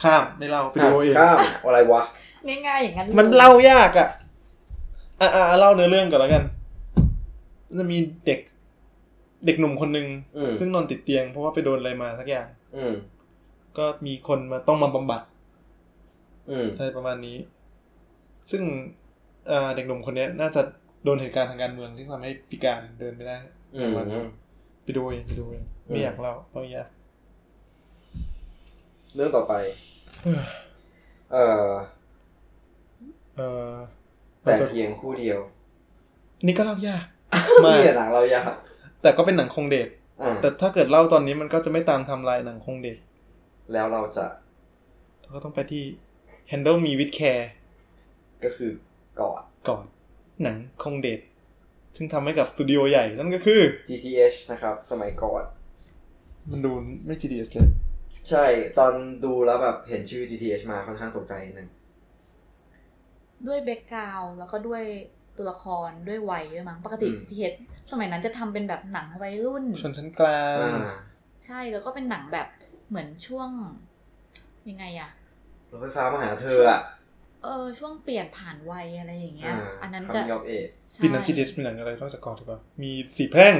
[SPEAKER 2] ข้ามไม่เล่าไปดูเอาเอง
[SPEAKER 1] ข้ามอะไรวะ
[SPEAKER 3] ง่ายๆอย่างนั้น
[SPEAKER 2] มันเล่ายากอะอ่ะอ่ะอ่ะเล่าเนื้อเรื่องก่อนแล้วกัน จะมีเด็ก เด็กหนุ่มคนหนึ่ง
[SPEAKER 1] อืม
[SPEAKER 2] ซึ่งนอนติดเตียงเพราะว่าไปโดนอะไรมาสักอย่าง
[SPEAKER 1] อืม
[SPEAKER 2] ก็มีคนมาต้องมาบำบัด
[SPEAKER 1] อืม
[SPEAKER 2] อะไรประมาณนี้ ซึ่งเอ่อเด็กหนุ่มคนเนี้ย น่าจะโดนเหตุการณ์ทางการเมืองที่ทำให้พิการเดินไม่ได้
[SPEAKER 1] อืม
[SPEAKER 2] ไปดูเองไปดูเองไม่อยากเล่าเล่ายาก
[SPEAKER 1] เรื่องต่อ ไป เออ
[SPEAKER 2] เออ
[SPEAKER 1] แต่
[SPEAKER 2] จะ
[SPEAKER 1] เพียงคู่เดียว
[SPEAKER 2] นี่ก็เล่ายากมาก
[SPEAKER 1] เนี่ยหนังเรายาก
[SPEAKER 2] แต่ก็เป็นหนังคงเดท
[SPEAKER 1] อ่า
[SPEAKER 2] แต่ถ้าเกิดเล่าตอนนี้มันก็จะไม่ตามไทำลายหนังคงเดท
[SPEAKER 1] แล้วเราจะ
[SPEAKER 2] เราก็ต้องไปที่ Handle Me with Care
[SPEAKER 1] ก็คือกอด
[SPEAKER 2] ก่อนหนังคงเดทซึ่งทำให้กับสตูดิโอใหญ่ นั่นก็คือ
[SPEAKER 1] GTH นะครับ สมัยก่อน
[SPEAKER 2] มันดูไม่ GDS เลย
[SPEAKER 1] ใช่ ตอนดูแล้วแบบเห็นชื่อ GTH มาค่อนข้างตกใจนิดนึง
[SPEAKER 3] ด้วยแบ็กกราวด์แล้วก็ด้วยตัวละครด้วยวัยด้วยมั้งปกติที่เห็นสมัยนั้นจะทำเป็นแบบหนังวัยรุ่น
[SPEAKER 2] ชนชั้นกลาง
[SPEAKER 1] อ่า
[SPEAKER 3] ใช่แล้วก็เป็นหนังแบบเหมือนช่วง ยังไงอะ
[SPEAKER 1] รถไฟฟ้ามาหาเธออ่ะ
[SPEAKER 3] เออช่วงเปลี่ยนผ่านวัยอะไรอย่างเงี้ย
[SPEAKER 1] อ่า
[SPEAKER 3] อันนั้น
[SPEAKER 1] คัม
[SPEAKER 3] จะ
[SPEAKER 1] มิ่งออฟเอจ
[SPEAKER 3] ใช่
[SPEAKER 2] ปีนั้น GDS มีหนังอะไรนอกจากกอดหรือเปล่า มีสีแพร่ง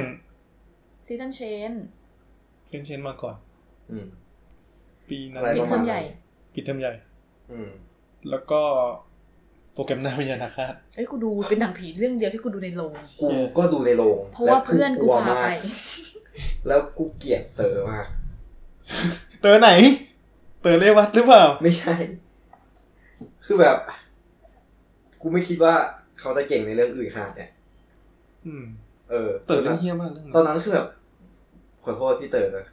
[SPEAKER 3] ซีซันเชน
[SPEAKER 2] เช่นเช่นมาก่อน
[SPEAKER 1] อืม
[SPEAKER 2] ปีนั้น
[SPEAKER 1] อะไร
[SPEAKER 3] ปิด
[SPEAKER 1] ประ
[SPEAKER 3] เท
[SPEAKER 1] มา
[SPEAKER 3] อ
[SPEAKER 1] ณ
[SPEAKER 3] มใหญ่
[SPEAKER 2] ปีเทอมใหญ่
[SPEAKER 1] อืม
[SPEAKER 2] แล้วก็โปรแกรมหน้าวิญญาณอาฆาต
[SPEAKER 3] เอ้ยกูดูเป็นหนังผีเรื่องเดียวที่กูดูในโรง
[SPEAKER 1] กูก็ดูในโรง
[SPEAKER 3] เพราะว่าเพื่อนกู
[SPEAKER 1] แล้ว
[SPEAKER 3] พาไป
[SPEAKER 1] แล้วกูเกลียดเต๋อมาก
[SPEAKER 2] เตอไหน เตอเรวัตหรือเปล่า
[SPEAKER 1] ไม่ใช่ คือแบบ กูไม่คิดว่าเขาจะเก่งในเรื่องอื่นขนาดเนี่ย
[SPEAKER 2] อืม
[SPEAKER 1] เออ
[SPEAKER 2] เตอ
[SPEAKER 1] ตอน
[SPEAKER 2] เรื่
[SPEAKER 1] นั้
[SPEAKER 2] อง
[SPEAKER 1] น
[SPEAKER 2] เฮี้ยมากเรื่องนั้น
[SPEAKER 1] ตอนนั้นคือแบบ ขอโทษพี่เต๋อ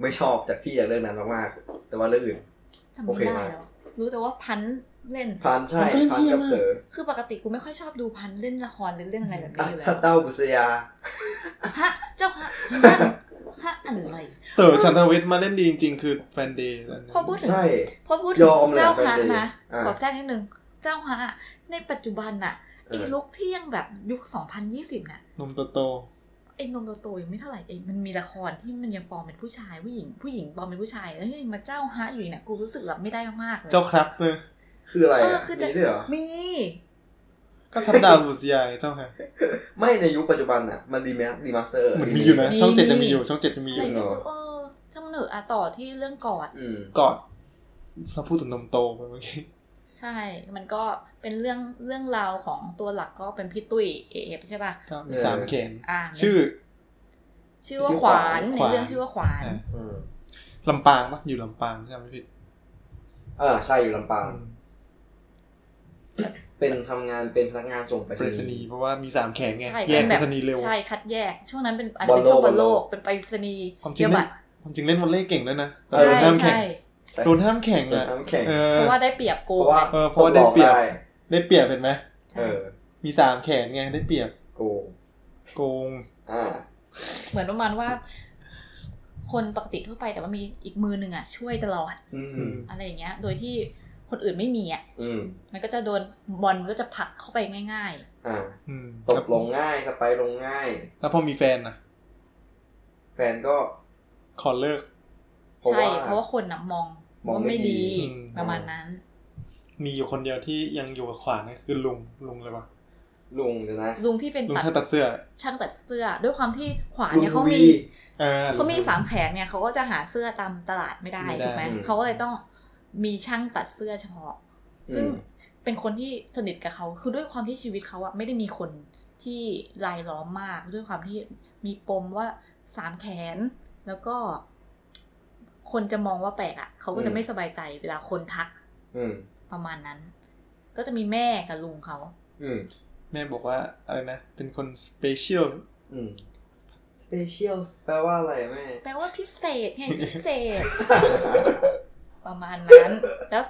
[SPEAKER 1] ไม่ชอบจากพี่จากเรื่องนั้นมากๆ แต่ว่าเรื่องอื่น
[SPEAKER 3] จำ
[SPEAKER 1] โอ
[SPEAKER 3] ไม่
[SPEAKER 1] เค
[SPEAKER 3] ได้
[SPEAKER 1] มาก
[SPEAKER 3] แล้วอะรู้แต่ว่าพันเล่น
[SPEAKER 1] พานใช่พานกับเต๋อ
[SPEAKER 3] คือปกติกูไม่ค่อยชอบดูพันเล่นละครหรือเล่นอะไรแบบ
[SPEAKER 1] อ่ะ
[SPEAKER 3] นี้อยู่แล้
[SPEAKER 1] ถ้าว เต้าบุษยา
[SPEAKER 3] ฮะ เจ้าฮะฮะฮะอะไร
[SPEAKER 2] เตอชันทวิทย์มาเล่นดีจริงๆคือแฟนเดย์อะไรนั้น
[SPEAKER 3] พอพูดถึง
[SPEAKER 1] ใช่
[SPEAKER 3] พอพูดถึง
[SPEAKER 1] ยอมเลย
[SPEAKER 3] เจ้าฮะ
[SPEAKER 1] แฟนเดย์
[SPEAKER 3] นะ
[SPEAKER 1] อ่า
[SPEAKER 3] ขอแทรกนิดนึง เจ้าฮะอะในปัจจุบันน่ะ
[SPEAKER 1] เอ
[SPEAKER 3] ไอ้
[SPEAKER 1] อ
[SPEAKER 3] ลุกที่ยังแบบยุค 2020 น่ะ
[SPEAKER 2] นมโต
[SPEAKER 3] ไอ้นมโตๆยังไม่เท่าไหร่เองมันมีละครที่มันยังปลอมเป็นผู้ชายผู้หญิงผู้หญิงปลอมเป็นผู้ชายแล้วยังมาเจ้าฮะอยู่อีกน่ะกูรู้สึกรับไม่ได้มากๆเลย
[SPEAKER 2] ๆเจ้าครับเลย
[SPEAKER 1] คืออะไร
[SPEAKER 3] เออ
[SPEAKER 1] อ่ะ
[SPEAKER 3] คือจะ
[SPEAKER 1] มีด้วยเหรอ
[SPEAKER 3] มี
[SPEAKER 2] ก็ทับดาวสุดยายเจ้าฮะ
[SPEAKER 1] ไม่ในยุคปัจจุบันอ่ะ มันรีแมสรีมาสเตอร์
[SPEAKER 2] เหมือนมีอยู่นะ ช่องเจ็ดจะมีอยู่ ช่องเจ็ดจะมีอ
[SPEAKER 3] จ
[SPEAKER 1] จริ
[SPEAKER 2] ยู่
[SPEAKER 1] งเหรอ
[SPEAKER 3] เออช่างมันเถอะอะต่อที่เรื่องกอด
[SPEAKER 1] อืม
[SPEAKER 2] ก่อนเราพูดถึงนมโตไปเมื่อกี้
[SPEAKER 3] ใช่ มันก็เป็นเรื่องเรื่องราวของตัวหลักก็เป็นพี่ตุ้ยเอฟใช่ป่ะ
[SPEAKER 2] ก็มี
[SPEAKER 1] เออ
[SPEAKER 2] สามเขน
[SPEAKER 3] อ่า
[SPEAKER 2] ชื่อ
[SPEAKER 3] ชื่อว่าขวาน
[SPEAKER 2] ชื่
[SPEAKER 3] ใน
[SPEAKER 2] อขวาน
[SPEAKER 3] เรื่องชื่อว่าขวาน
[SPEAKER 2] อ่า
[SPEAKER 1] อืม
[SPEAKER 2] ลำปางปะอยู่ลำปางถ้าจำไม่ผิด
[SPEAKER 1] เออใช่อยู่ลำปาง เป็นทำงานเป็นพนักงานส่งไปร
[SPEAKER 2] เปร
[SPEAKER 1] ษ
[SPEAKER 2] ษ
[SPEAKER 1] ณี
[SPEAKER 2] ณี
[SPEAKER 1] ย์
[SPEAKER 2] ย์เพราะว่ามีสามแขนไง
[SPEAKER 3] ใช่
[SPEAKER 2] แยก
[SPEAKER 3] น
[SPEAKER 2] เป
[SPEAKER 3] แบ
[SPEAKER 2] ร
[SPEAKER 3] บ
[SPEAKER 2] ษณีย์เร็ว
[SPEAKER 3] ใช่คัดแยก ช่วงนั้นเป็นอัน
[SPEAKER 1] บอ
[SPEAKER 3] เป็
[SPEAKER 1] ล
[SPEAKER 3] น
[SPEAKER 1] โลก
[SPEAKER 3] ช่วงบอล
[SPEAKER 1] บอล
[SPEAKER 3] โลก
[SPEAKER 1] โลก
[SPEAKER 3] เป็นไปรษณีย์
[SPEAKER 2] ความจริ
[SPEAKER 3] เยี่
[SPEAKER 2] ง
[SPEAKER 3] ยม
[SPEAKER 2] เล่น
[SPEAKER 3] อะ
[SPEAKER 2] ความจริงเล่นวอลเล่เก่งด้วยนะแต่
[SPEAKER 3] ใช่
[SPEAKER 2] โดนห้ามแข่ง
[SPEAKER 3] ใช่
[SPEAKER 1] ใช่โดน
[SPEAKER 2] โดนห้ามแข่งอ่ะ
[SPEAKER 1] น้ำแข็ง
[SPEAKER 2] เออ
[SPEAKER 3] เพราะว่าได้เปรียบ
[SPEAKER 1] เพ
[SPEAKER 3] โก
[SPEAKER 1] ราะว่า
[SPEAKER 2] เออเพราะว่าได้เปรียบ
[SPEAKER 1] ตกอบได้
[SPEAKER 2] ได้เปรียบเห็นไหม
[SPEAKER 3] ใช่
[SPEAKER 1] เออ
[SPEAKER 2] มีสามแขนไงได้เปรียบ
[SPEAKER 1] โกง
[SPEAKER 2] โกง
[SPEAKER 1] อ่า
[SPEAKER 3] เหมือนประมาณว่า คนปกติทั่วไปแต่ว่ามีอีกมือหนึ่งอ่ะช่วยตลอด
[SPEAKER 1] อืม
[SPEAKER 3] อะไรอย่างเงี้ย โดยที่คนอื่นไม่มีอ่ะ
[SPEAKER 1] อืม
[SPEAKER 3] มันก็จะโดนบอลมันก็จะผลักเข้าไปง่าย
[SPEAKER 1] อ่า
[SPEAKER 2] อืม
[SPEAKER 1] ตกลงง่าย สไปร์ลงง่าย
[SPEAKER 2] แล้วพอมีแฟนนะ
[SPEAKER 1] แฟนก็
[SPEAKER 2] ขอเลิก
[SPEAKER 1] เพราะ
[SPEAKER 3] ๆ ใช่
[SPEAKER 1] ว่า
[SPEAKER 3] เพราะว่าคนน่ะมอง
[SPEAKER 1] มอง
[SPEAKER 3] ว่า
[SPEAKER 1] ไม่
[SPEAKER 3] ไม่
[SPEAKER 1] ดี
[SPEAKER 3] ดี
[SPEAKER 2] อืม
[SPEAKER 3] ประมาณนั้น
[SPEAKER 2] มีอยู่คนเดียวที่ยังอยู่กับขวานนะคือลุงลุงเลยวะ
[SPEAKER 1] ลุงเดี๋ยวนะ
[SPEAKER 3] ลุงที่เป็น
[SPEAKER 2] ลุง
[SPEAKER 3] ตัด
[SPEAKER 2] ถ้าตัดเสื้อ
[SPEAKER 3] ช่างตัดเสื้อ ด้วยความที่ขวาน
[SPEAKER 1] ลุง
[SPEAKER 3] เนี่ย
[SPEAKER 1] ท
[SPEAKER 3] เขา
[SPEAKER 1] วี
[SPEAKER 3] มี
[SPEAKER 2] เออ
[SPEAKER 3] เขามีสามแขนเนี่ยเขาก็จะหาเสื้อตามตลาดไม่ได้
[SPEAKER 2] ไม่ได้
[SPEAKER 3] ถูกไหม
[SPEAKER 1] อืม
[SPEAKER 3] เขาก็เลยต้องมีช่างตัดเสื้อเฉพาะ
[SPEAKER 1] อืม
[SPEAKER 3] ซึ่งเป็นคนที่สนิทกับเขาคือด้วยความที่ชีวิตเขาอะไม่ได้มีคนที่รายล้อมมาก ด้วยความที่มีปมว่าสามแขน แล้วก็ คนจะมองว่าแปลกอะเขาก็จะไม่สบายใจเวลาคนทัก
[SPEAKER 1] อืม
[SPEAKER 3] ประมาณนั้น ก็จะมีแม่กับลุงเขา
[SPEAKER 1] อืม
[SPEAKER 2] แม่บอกว่าอะไรนะ เป็นคนสเปเชียล
[SPEAKER 1] อืม สเปเชียลแปลว่าอะไรแม่
[SPEAKER 3] แปลว่าพิเศษไงพิเศษ ประมาณนั้น แล้ว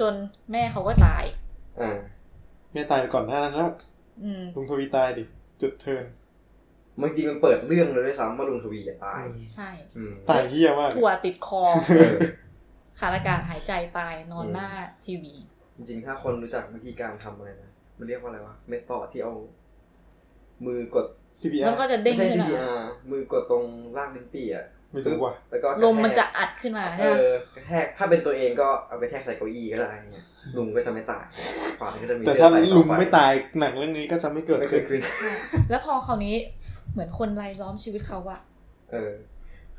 [SPEAKER 3] จนแม่เขาก็ตาย
[SPEAKER 1] อ่า
[SPEAKER 2] แม่ตายไปก่อนหน้านั้นแล้ว
[SPEAKER 3] อืม
[SPEAKER 2] ลุงทวีตายดิ จุดเทิร์น
[SPEAKER 1] บางทีมันเปิดเรื่องเลยด้วยซ้ำว่าลุงทวีจะตาย
[SPEAKER 3] ใช่
[SPEAKER 1] อืม
[SPEAKER 2] ตายเฮี้ยมาก
[SPEAKER 3] ถั่วติดคอ
[SPEAKER 1] เออ
[SPEAKER 3] ขาดอากาศหายใจตายนอน
[SPEAKER 1] อืม
[SPEAKER 3] หน้าทีวี
[SPEAKER 1] จริงๆ ถ้าคนรู้จักวิธีการทำอะไรนะ มันเรียกว่าอะไรวะ เมธอดที่เอา มือกด
[SPEAKER 2] ซีบี
[SPEAKER 3] แล้วก็จะเด้
[SPEAKER 1] ไม่
[SPEAKER 3] ง
[SPEAKER 1] ใช่
[SPEAKER 3] ขึ้นมา
[SPEAKER 1] CPR มือกดตรงล่างลิ้นปี่อ่ะ
[SPEAKER 2] ไม่รู้ว่ะ
[SPEAKER 1] แล้วก็กรแทก
[SPEAKER 3] ลมมันจะอัดขึ้นมาใช่
[SPEAKER 1] เอ
[SPEAKER 3] ไหม
[SPEAKER 1] อกระแทก ถ้าเป็นตัวเองก็เอากระแทกใส่เก้าอี้ก็ได้เงี้ยลุงก็จะไม่ตายขวานก็จะมี
[SPEAKER 2] แต่
[SPEAKER 1] เส้
[SPEAKER 2] ถ้าน
[SPEAKER 1] ใส่ต่อไป
[SPEAKER 2] ลุงไม่ตายหนังเรื่องนี้ก็จะไม่เกิด
[SPEAKER 1] ไม่เค
[SPEAKER 2] ขึ้
[SPEAKER 1] ย
[SPEAKER 2] น
[SPEAKER 1] คืน
[SPEAKER 3] แล้วพอคราวนี้เหมือนคนรายล้อมชีวิตเขาอะ
[SPEAKER 1] เออ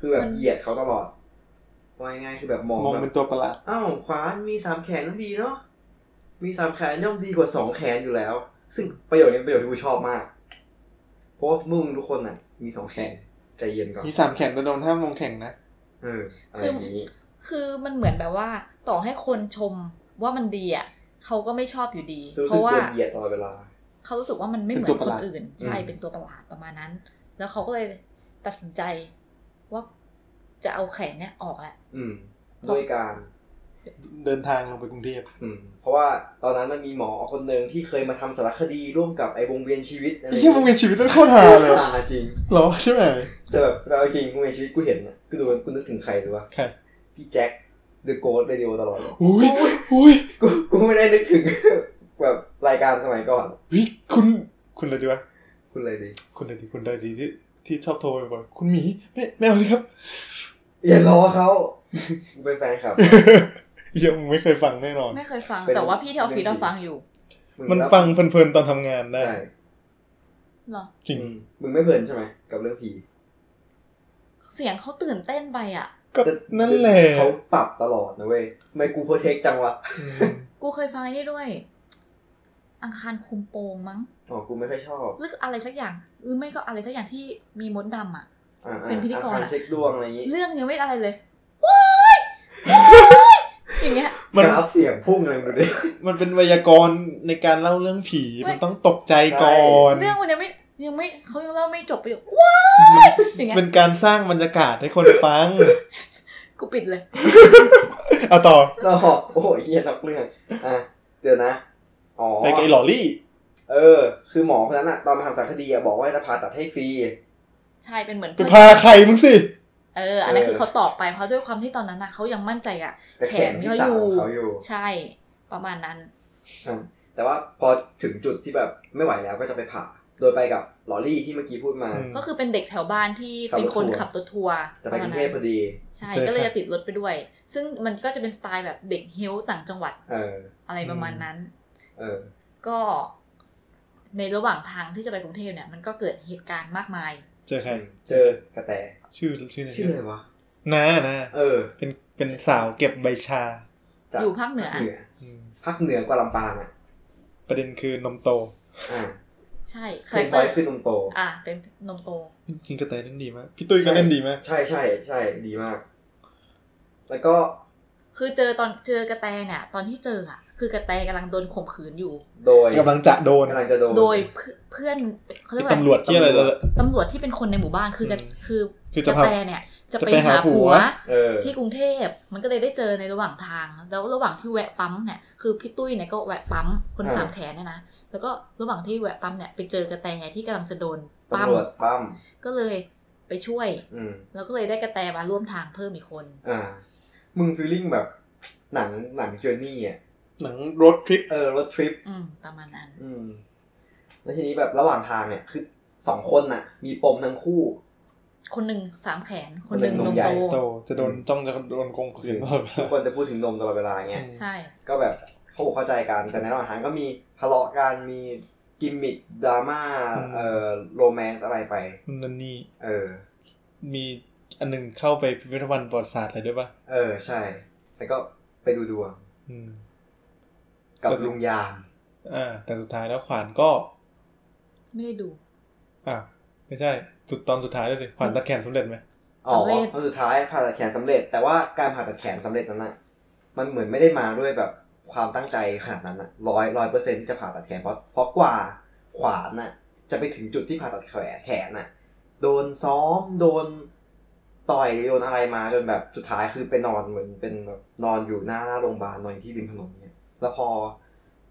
[SPEAKER 1] คือแบบ
[SPEAKER 3] มัน
[SPEAKER 1] เหยียดเขาตลอดว่าง่ายๆคือแบบมอง
[SPEAKER 2] มอง
[SPEAKER 1] แบ
[SPEAKER 2] เป็น
[SPEAKER 1] บ
[SPEAKER 2] ตัวประหลาด
[SPEAKER 1] อ้าวขวานมีสามแขนนั่นดีเนาะ มีสามแขนย่อมดีกว่าสองแขนอยู่แล้ว ซึ่งประโยชน์นี้เป็นประโยชน์ที่กูชอบมาก เพราะว่ามึงทุกคนน่ะ มีสองแขนใจเย็นก่อน
[SPEAKER 2] มีสามแขนแต่โดนห้ามมองแข่งนะ
[SPEAKER 1] เอออะไรอย่างนี้
[SPEAKER 3] คือมันเหมือนแบบว่า ต่อให้คนชมว่ามันดีอะเขาก็ไม่ชอบอยู่ดี
[SPEAKER 1] รู้
[SPEAKER 3] เพ
[SPEAKER 1] สึก
[SPEAKER 3] ราะว่า
[SPEAKER 1] โดนเหยียดตลอดเวลา
[SPEAKER 3] เขารู้สึกว่ามันไม่เหมือ
[SPEAKER 2] เป็นตั
[SPEAKER 3] น
[SPEAKER 2] วประหลาด
[SPEAKER 3] คนอื่น ใช่
[SPEAKER 1] อืม
[SPEAKER 3] เป็นตัวประหลาดประมาณนั้น แล้วเขาก็เลยตัดสินใจว่าจะเอาแขนเนี่ยออกแหละ
[SPEAKER 1] อืม ด้วยการ
[SPEAKER 2] เดินทางลงไปกรุงเทพ
[SPEAKER 1] อืม เพราะว่าตอนนั้นมันมีหมอคนหนึ่งที่เคยมาทำสารคดีร่วมกับไอ้วงเวียนชีวิตอะไร
[SPEAKER 2] ไอ้เหี้ยมึงเป็นชีวิตต้องโคตรหาเลย
[SPEAKER 1] อ่าจริง
[SPEAKER 2] เหรอใช่ไหม
[SPEAKER 1] แต่แบบแต่เอาจริงวงเวียนชีวิตกูเห็นน่ะกูดูกูนึกถึงใครรู้ปะ
[SPEAKER 2] ใคร
[SPEAKER 1] พี่แจ็คเดอะโกสเรดิโอตลอดเลย
[SPEAKER 2] อุ้ยอุ้ย
[SPEAKER 1] กูกูไม่ได้นึกถึง แบบรายการสมัยก่อน
[SPEAKER 2] เฮ้ยคุณคุณอะไรดีวะ
[SPEAKER 1] คุณเลยดิ
[SPEAKER 2] คุณอะไรดีคุณอะไรดีที่ที่ชอบโทรไปบ่อยคุณหมีไม่ไม่เอาเลยครับ
[SPEAKER 1] อย่ารอเขากูเป็นแฟนคลับ
[SPEAKER 2] เหี้ยมึงไม่เคยฟังแน่นอน
[SPEAKER 3] ไม่เคยฟัง
[SPEAKER 1] เป็น
[SPEAKER 3] แต่ว่าพี่ที่ออฟฟิศ
[SPEAKER 1] เรื่อง
[SPEAKER 3] เรา
[SPEAKER 1] ดี
[SPEAKER 3] ฟังอยู่
[SPEAKER 1] ง
[SPEAKER 2] มัน
[SPEAKER 1] รับ
[SPEAKER 2] ฟังเพลินๆตอนทำงานได้
[SPEAKER 1] ได้
[SPEAKER 3] เหรอ
[SPEAKER 2] จริง
[SPEAKER 1] อืมมึงไม่เพลินใช่ไหมกับเรื่องผี
[SPEAKER 3] เสียงเขาตื่นเต้นไปอะ
[SPEAKER 2] ก็
[SPEAKER 1] แต่
[SPEAKER 2] นั่นแหละ
[SPEAKER 1] เขาปรับตลอดนะเว้ยทำไม่กูโปรเทคจังวะ
[SPEAKER 2] อืม
[SPEAKER 3] กูเคยฟังไอ้นี่ด้วย อังคารคุมโปงมั้ง
[SPEAKER 1] อ๋อกูไม่ค่อยชอบ
[SPEAKER 3] หรืออะไรสักอย่างหรือไม่ก็อะไรสักอย่างที่มีมดดำอ่ะ
[SPEAKER 1] อ่าๆ
[SPEAKER 3] เป็นพิธีกร
[SPEAKER 1] อาคา
[SPEAKER 3] อะ
[SPEAKER 1] เช็คดวงอะไรอย่างงี้
[SPEAKER 3] เรื่องยังไม่อะไรเลยว้ายว้ายอย่างเงี้ย
[SPEAKER 1] มั
[SPEAKER 2] มัน น
[SPEAKER 1] รับเสียงพุ่งเลยมึงดิ
[SPEAKER 2] มันเป็นไวยากรณ์ในการเล่าเรื่องผี
[SPEAKER 3] ไม่
[SPEAKER 2] มันต้องตกใจก่อน
[SPEAKER 3] เรื่องมันยังไม่ยังไม่เขายังเล่าไม่จบไปอยู่ว้าย
[SPEAKER 2] มัน
[SPEAKER 3] อย่างเงี้ย
[SPEAKER 2] เป็นการสร้างบรรยากาศให้คนฟัง
[SPEAKER 3] กูปิดเลย
[SPEAKER 2] เอาต่อ
[SPEAKER 1] เราโอ้ยเฮียนอกเรื่องอ่ะเดี๋ยวนะ อ๋อ
[SPEAKER 2] ไปกับไอ้หลอรี่
[SPEAKER 1] เออ คือหมอคนนั้นอะตอนมาทำสารคดีอะบอกว่าจะผ่าตัดให้ฟรี
[SPEAKER 3] ใช่เป็นเหมือน
[SPEAKER 2] ไปพาใครมึงสิ
[SPEAKER 3] เอออันนั้นคือ
[SPEAKER 1] เออ
[SPEAKER 3] เขาตอบไปเพราะด้วยความที่ตอนนั้นนะเขายังมั่นใจอ่ะ
[SPEAKER 1] แต่แขนที่สามเขาอยู่
[SPEAKER 3] ใช่ ประมาณนั้น
[SPEAKER 1] แต่ว่าพอถึงจุดที่แบบไม่ไหวแล้วก็จะไปผ่า โดยไปกับลอรี่ที่เมื่อกี้พูดมา
[SPEAKER 2] อืม
[SPEAKER 3] ก็คือเป็นเด็กแถวบ้านที่เป็นคนขับรถทัวร์
[SPEAKER 1] จะไป
[SPEAKER 3] ประ
[SPEAKER 1] ก
[SPEAKER 3] มา
[SPEAKER 1] รุ
[SPEAKER 3] ณ
[SPEAKER 1] งเท
[SPEAKER 3] นั้
[SPEAKER 1] พ
[SPEAKER 3] น
[SPEAKER 1] พอดี
[SPEAKER 3] ใช่
[SPEAKER 2] ใช่
[SPEAKER 3] ก็เลย
[SPEAKER 2] ครับ
[SPEAKER 3] จะติดรถไปด้วย ซึ่งมันก็จะเป็นสไตล์แบบเด็กฮิ้วต่างจังหวัด
[SPEAKER 1] เออ
[SPEAKER 3] อะไรประมาณนั้น
[SPEAKER 1] เออ
[SPEAKER 3] ก็ในระหว่างทางที่จะไปกรุงเทพเนี่ย มันก็เกิดเหตุการณ์มากมาย
[SPEAKER 2] เจอใคร
[SPEAKER 1] เจอกระแต
[SPEAKER 2] ชื่อชื่ออะไร
[SPEAKER 1] ชื่ออะไรวะ
[SPEAKER 2] นะนะ
[SPEAKER 1] เออ
[SPEAKER 2] เป็นเป็นสาวเก็บใบชา
[SPEAKER 1] จาก
[SPEAKER 3] อยู่ภาคเหนือ
[SPEAKER 1] ภาคเหนือ
[SPEAKER 2] อืม
[SPEAKER 1] ภาคเหนือกว่าลำปางอ่ะ
[SPEAKER 2] ประเด็นคือนมโต
[SPEAKER 1] อ่า
[SPEAKER 3] ใช่
[SPEAKER 1] เพ
[SPEAKER 3] คา
[SPEAKER 1] ลบ
[SPEAKER 3] แรง คเต
[SPEAKER 1] อ
[SPEAKER 3] อย ร์
[SPEAKER 1] ขึ้นนมโต
[SPEAKER 3] อ่ะเป็นนมโต
[SPEAKER 2] จริงกระแตเล่นดีมาก พี่ตุ้ยก็เล่นดีมาก
[SPEAKER 1] ใช่ใช่ใช่ดีมาก แล้วก็
[SPEAKER 3] คือเจอตอนเจอกระแตเนี่ย ตอนที่เจออ่ะ คือกระแตกำลังโดนข่มขืนอยู่
[SPEAKER 1] โดย
[SPEAKER 2] กำลังจะโดน
[SPEAKER 1] กำลังจะโดน
[SPEAKER 3] โดยเพื่อนเพื่อนเขาเรียกว่าอะ
[SPEAKER 2] ตำรวจที่อะไรแล้ว
[SPEAKER 3] ตำรวจที่เป็นคนในหมู่บ้าน คือจะ
[SPEAKER 2] อืม
[SPEAKER 3] คือ
[SPEAKER 2] คือก จะ
[SPEAKER 3] ระ
[SPEAKER 2] พา
[SPEAKER 3] แตเนี่ย จะ
[SPEAKER 2] จะ
[SPEAKER 3] ไป
[SPEAKER 2] ไป
[SPEAKER 3] หา
[SPEAKER 2] หาผั
[SPEAKER 3] ผัว
[SPEAKER 2] ว
[SPEAKER 1] เออ
[SPEAKER 3] ที่กรุงเทพมันก็เลยได้เจอในระหว่างทาง แล้วระหว่างที่แวะปั๊มเนี่ยคือพี่ตุ้ยเนี่ยก็แวะปั๊มคน
[SPEAKER 1] อ่า
[SPEAKER 3] สามแขนเนี่ยนะแล้วก็ระหว่างที่แวะปั๊มเนี่ยไปเจอกระแตที่กำลังจะโดน ปั้ม
[SPEAKER 1] ตำรวจปั้ม
[SPEAKER 3] ก็เลยไปช่วย
[SPEAKER 1] อืม
[SPEAKER 3] แล้วก็เลยได้กระแตมาร่วมทางเพิ่มอีกคน
[SPEAKER 1] อ่า มึงฟีลลิ่งแบบ หนังหนังเจอร์นี่อ่ะ
[SPEAKER 2] หนังรถทริป
[SPEAKER 1] เออรถทริป
[SPEAKER 3] อืม ประมาณนั้น
[SPEAKER 1] อืม แล้วทีนี้แบบระหว่างทางเนี่ย คือสองคนน่ะ มีปมทั้งคู่
[SPEAKER 3] คนหนึ่งสามแขน คนหนึ่
[SPEAKER 1] ค
[SPEAKER 3] ง
[SPEAKER 1] นหนึ่งน
[SPEAKER 3] นม
[SPEAKER 1] มใหญ่
[SPEAKER 3] โต
[SPEAKER 2] โตจะโดนจ้องจะโดนกงขืนตลอดเว
[SPEAKER 1] ทุก
[SPEAKER 2] ลา
[SPEAKER 1] คนจะพูดถึงนมตลอดเวลาเงี้ย
[SPEAKER 3] ใช่
[SPEAKER 1] ก็แบบเขาอกเข้าใจกัน แต่ในระหว่างทางก็มีทะเลาะกัน มีกิมมิคดราม่า เอ่อโรแมนส์อะไรไป
[SPEAKER 2] นั่นนี่
[SPEAKER 1] เออ
[SPEAKER 2] มีอันหนึ่งเข้าไปพิพิธภัณฑ์ประวัติศาสตร์อะไรด้วยป่ะ
[SPEAKER 1] เออ ใช่ แล้วก็ไปดูดวง
[SPEAKER 2] อืม
[SPEAKER 1] กับ
[SPEAKER 2] สวัสดี
[SPEAKER 1] ลุงยาม
[SPEAKER 2] อ่า แต่สุดท้ายแล้วขวานก็
[SPEAKER 3] ไม่ได้ดู
[SPEAKER 2] อ่าไม่ใช่ สุดตอนสุดท้ายด้วยสิขวานตัดแขนสำเร็จไหม
[SPEAKER 1] อ๋อ
[SPEAKER 3] สำเร็จ
[SPEAKER 1] ตอนสุดท้ายผ่าตัดแขนสำเร็จ แต่ว่าการผ่าตัดแขนสำเร็จนั้นน่ะ มันเหมือนไม่ได้มาด้วยแบบความตั้งใจขนาดนั้นน่ะร้อยร้อยเปอร์เซ็นที่จะผ่าตัดแขนเพราะเพราะกว่าขวานน่ะ จะไปถึงจุดที่ผ่าตัดแขนแขนน่ะ โดนซ้อมโดนต่อยโดนอะไรมาจนแบบสุดท้ายคือไปนอนเหมือนเป็นแบบนอนอยู่หน้าหน้าโรงพยาบาลนอนอยู่ที่ริมถนนเนี่ยแล้วพอ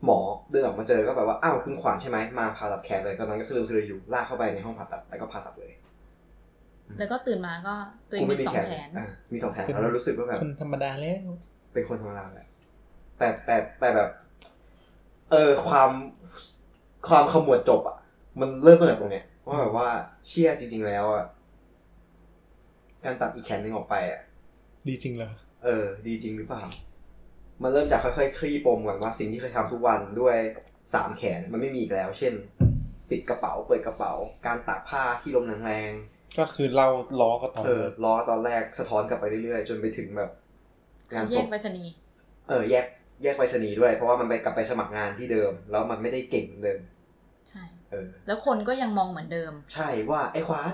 [SPEAKER 1] หมอเดินออกมาเจอก็แบบว่าอ้าวคุณขวานใช่ไหมมาผ่าตัดแขนเลยตอนนั้นก็สลืมสลืออยู่ลากเข้าไปในห้องผ่าตัดแล้วก็ผ่าตัดเลย
[SPEAKER 3] แล้วก็ตื่นมาก็ตัวเอง
[SPEAKER 1] กู
[SPEAKER 3] มี
[SPEAKER 1] ไมี
[SPEAKER 3] สองแขน
[SPEAKER 1] อ่ะมีสองแขนแล้วเรารู้สึก ว่าแบบ
[SPEAKER 2] คนธรรมดาแล้ว
[SPEAKER 1] เป็นคนธรรมดาแหละแต่แต่แต่แบบ เออความความขมวดจบอ่ะ มันเริ่มต้นจากตรงเนี้ยว่าแบบว่าเชื่อจริง ๆ แล้วอ่ะการตัดอีกแขนหนึ่งออกไปอ่ะ
[SPEAKER 2] ดีจริงเหรอ
[SPEAKER 1] เออ ดีจริงหรือเปล่า มันเริ่มจากค่อยๆ คลี่ปมก่อนว่าสิ่งที่เคยทำทุกวันด้วยสามแขนมันไม่มีอีกแล้ว เช่น ติดกระเป๋าเปิดกระเป๋า การตากผ้าที่ลมแรงๆ
[SPEAKER 2] ก็คือเล่าล้อก็ต่อ
[SPEAKER 1] เออล้อตอนแรกสะท้อนกลับไปเรื่อยๆ จนไปถึงแบบงาน
[SPEAKER 3] แย
[SPEAKER 1] ศ
[SPEAKER 3] ก
[SPEAKER 1] พ
[SPEAKER 3] ไปรษณีย์
[SPEAKER 1] เออแยกแยกไปสนีย์ด้วย เพราะว่ามันไปกลับไปสมัครงานที่เดิม แล้วมันไม่ได้เก่งเหมือนเดิม
[SPEAKER 3] ใช่
[SPEAKER 1] เออ
[SPEAKER 3] แล้วคนก็ยังมองเหมือนเดิม
[SPEAKER 1] ใช่ว่าไอ้ขวาน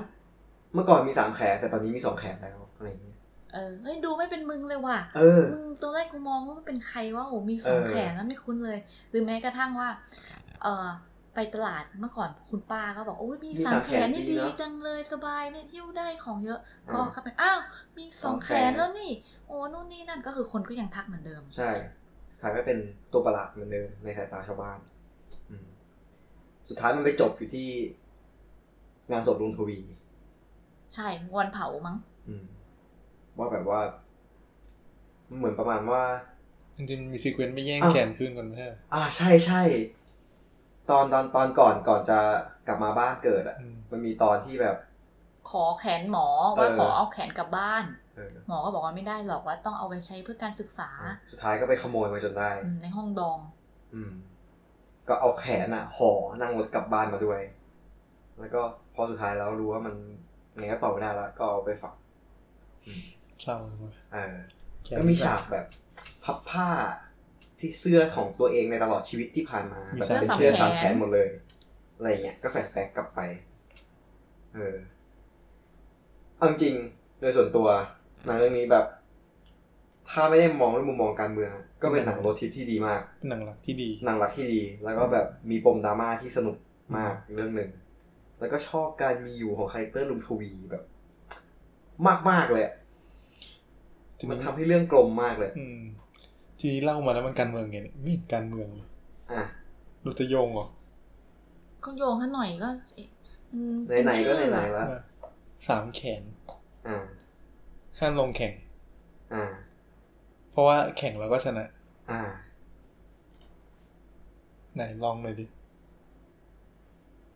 [SPEAKER 1] เมื่อก่อนมีสามแขน แต่ตอนนี้มีสองแขนแล้วอะไรอย่างเงี้ย
[SPEAKER 3] เออเฮ้ยดูไม่เป็นมึงเลยว่ะ
[SPEAKER 1] เออ
[SPEAKER 3] มึงตัวแรกกูมองว่ามันเป็นใครว่าโอ้มีสอง
[SPEAKER 1] เออ
[SPEAKER 3] แขนแล้วไม่คุ้นเลย หรือแม้กระทั่งว่า เออไปตลาดเมื่อก่อนคุณป้าก็บอกโอ้ยมีสามแขนนี่ดีจังเลยสบายไม่หิ้วได้ของเยอะ
[SPEAKER 1] เอ
[SPEAKER 3] ก็
[SPEAKER 1] อ
[SPEAKER 3] ก็เป็นอ้าวมีสอง
[SPEAKER 1] สอง
[SPEAKER 3] แข
[SPEAKER 1] แข
[SPEAKER 3] น
[SPEAKER 1] น
[SPEAKER 3] แล้วนี่โอ้นู่นนี่นั่นก็คือคนก็ยังทักเหมือนเดิม
[SPEAKER 1] ใช่ถ่ายไม่เป็นตัวประหลาดเหมือนเดิมในสายตาชาวบ้าน อืม สุดท้ายมันไปจบอยู่ที่ งานศพลุงทวี
[SPEAKER 3] ใช่วันเผามั้ง
[SPEAKER 1] อืม ว่าแบบว่า เหมือนประมาณว่า
[SPEAKER 2] จริงๆมีซีเควนต์ไปแย่ง
[SPEAKER 1] อ้าว
[SPEAKER 2] แขนคืนกันไม่ใช่เหรอ
[SPEAKER 1] อ่าใช่ใช่ตอนตอนตอนก่อนก่อนจะกลับมาบ้านเกิดอะ
[SPEAKER 2] อืม
[SPEAKER 1] มันมีตอนที่แบบ
[SPEAKER 3] ขอแขนหมอว่า
[SPEAKER 1] เออ
[SPEAKER 3] ขอเอาแขนกลับบ้าน
[SPEAKER 1] เออ
[SPEAKER 3] หมอก็บอกว่าไม่ได้หรอกว่าต้องเอาไปใช้เพื่อการศึกษา
[SPEAKER 1] สุดท้ายก็ไปขโมยมาจนได้
[SPEAKER 3] อืมในห้องดอง
[SPEAKER 1] อืม ก็เอาแขนอะห่อนั่งรถกลับบ้านมาด้วย แล้วก็พอสุดท้ายแล้วรู้ว่ามันไงก็ต่อไม่ได้แล้วก็เอาไปฝัง
[SPEAKER 2] เศร้าจังเลย
[SPEAKER 1] เออ
[SPEAKER 2] แขน
[SPEAKER 1] ก็มีฉากแบบพับผ้าที่เสื้อของตัวเองในตลอดชีวิตที่ผ่านมาแบบเป็น
[SPEAKER 3] เสื้
[SPEAKER 1] เสื้อ
[SPEAKER 3] อสา
[SPEAKER 1] สาม ม
[SPEAKER 3] แขน
[SPEAKER 1] แขนหมดเลย อะไรเงี้ยก็แฝงแฝงกลับไป เออเอาจริงๆโดยส่วนตัวหนังเรื่องนี้แบบ ถ้าไม่ได้มองด้วยมุมมองการเมือง ก็เป็นหนังรถทริปที่ดีมาก
[SPEAKER 2] เป็นหนังหลักที่ดี
[SPEAKER 1] หนังรักที่ดี แล้วก็แบบมีปมดราม่าที่สนุกมากเรื่องหนึ่ง แล้วก็ชอบการมีอยู่ของคาแรคเตอร์ลุงทวีแบบ มากๆเลยอะ
[SPEAKER 2] จริง
[SPEAKER 1] มันทำให้เรื่องกลมมากเลย
[SPEAKER 2] อืม ทีนี้เล่ามาแล้วมันการเมืองไงเนี่ยไม่เห็นการเมืองเลย
[SPEAKER 1] อ่ะ
[SPEAKER 2] เราจะโยงเหรอ
[SPEAKER 3] ก็โยงซะหน่อยก็เอ๊ะอืมเป็
[SPEAKER 1] ไหนๆก็
[SPEAKER 3] ชื่อ
[SPEAKER 1] ไหนๆแล้ว
[SPEAKER 2] สามแขน
[SPEAKER 1] อ่า
[SPEAKER 2] ห้ามลงแข่ง
[SPEAKER 1] อ่า
[SPEAKER 2] เพราะว่าแข่งเราก็ชนะ
[SPEAKER 1] อ่า
[SPEAKER 2] ไหนลองหน่อยดิ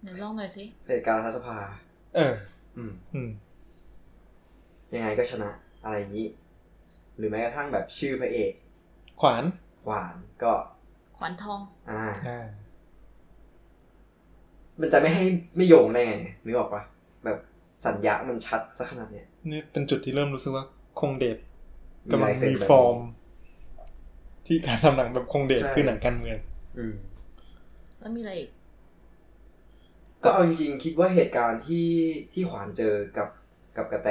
[SPEAKER 3] เดี๋ยวลองหน่อยสิ
[SPEAKER 1] เหตุการณ์รัฐสภา
[SPEAKER 2] เออ
[SPEAKER 1] อืม
[SPEAKER 2] อืม
[SPEAKER 1] ยังไงก็ชนะ อะไรอย่างนี้ หรือแม้กระทั่งแบบชื่อพระเอก
[SPEAKER 2] ขวาน
[SPEAKER 1] ขวานก็
[SPEAKER 3] ขวัญทอง
[SPEAKER 1] อ่า
[SPEAKER 2] อ่า
[SPEAKER 1] มันจะไม่ให้ไม่โยงได้ไงนึกออกปะแบบสัญญามันชัดสักขนาดเนี้ย
[SPEAKER 2] นี่เป็นจุดที่เริ่มรู้สึกว่าคงเดช
[SPEAKER 1] มี
[SPEAKER 2] กำลั
[SPEAKER 1] ลา
[SPEAKER 2] ง
[SPEAKER 1] ยเซ็น
[SPEAKER 2] มี
[SPEAKER 1] แบบนี้
[SPEAKER 2] ฟอร์ม ที่การทำหนังแบบคงเดช
[SPEAKER 1] ใช่
[SPEAKER 2] คือหนังการเมือง
[SPEAKER 1] อืม
[SPEAKER 3] แล้วมีอะไรอีก
[SPEAKER 1] ก็เอาจริงๆคิดว่าเหตุการณ์ที่ที่ขวานเจอกับกับกระแต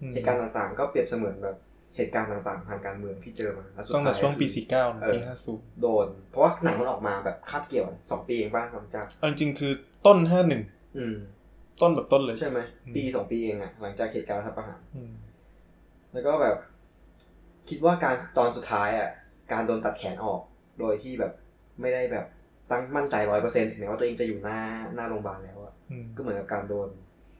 [SPEAKER 2] อืม
[SPEAKER 1] เหตุการณ์ต่างๆ ก็เปรียบเสมือนแบบเหตุการณ์ต่างๆ ทางการเมืองที่เจอมาล้วสุด
[SPEAKER 2] ตั้งแต่
[SPEAKER 1] ท้าย
[SPEAKER 2] ช่วงปี
[SPEAKER 1] คือ
[SPEAKER 2] สี่เก้า
[SPEAKER 1] เออ
[SPEAKER 2] ปีห้าศูนย์
[SPEAKER 1] โดน เพราะว่าหนังมันออกมาแบบคาบเกี่ยวสองปีเองป่ะหลังจาก
[SPEAKER 2] เอาจริงๆคือต้นห้าหนึ่ง
[SPEAKER 1] อืม
[SPEAKER 2] ต้นแบบต้นเลย
[SPEAKER 1] ใช่ไหม
[SPEAKER 2] อืม
[SPEAKER 1] ปีสองปีเองอะหลังจากเหตุการณ์รัฐประหาร
[SPEAKER 2] อืม
[SPEAKER 1] แล้วก็แบบ คิดว่าการตอนสุดท้ายอะการโดนตัดแขนออก โดยที่แบบไม่ได้แบบตั้งมั่นใจร้อยเปอร์เซ็นต์ถึงแม้ว่าตัวเองจะอยู่หน้าหน้าโรงพยาบาลแล้วอะ
[SPEAKER 2] อืม
[SPEAKER 1] ก็เหมือนกับการโดน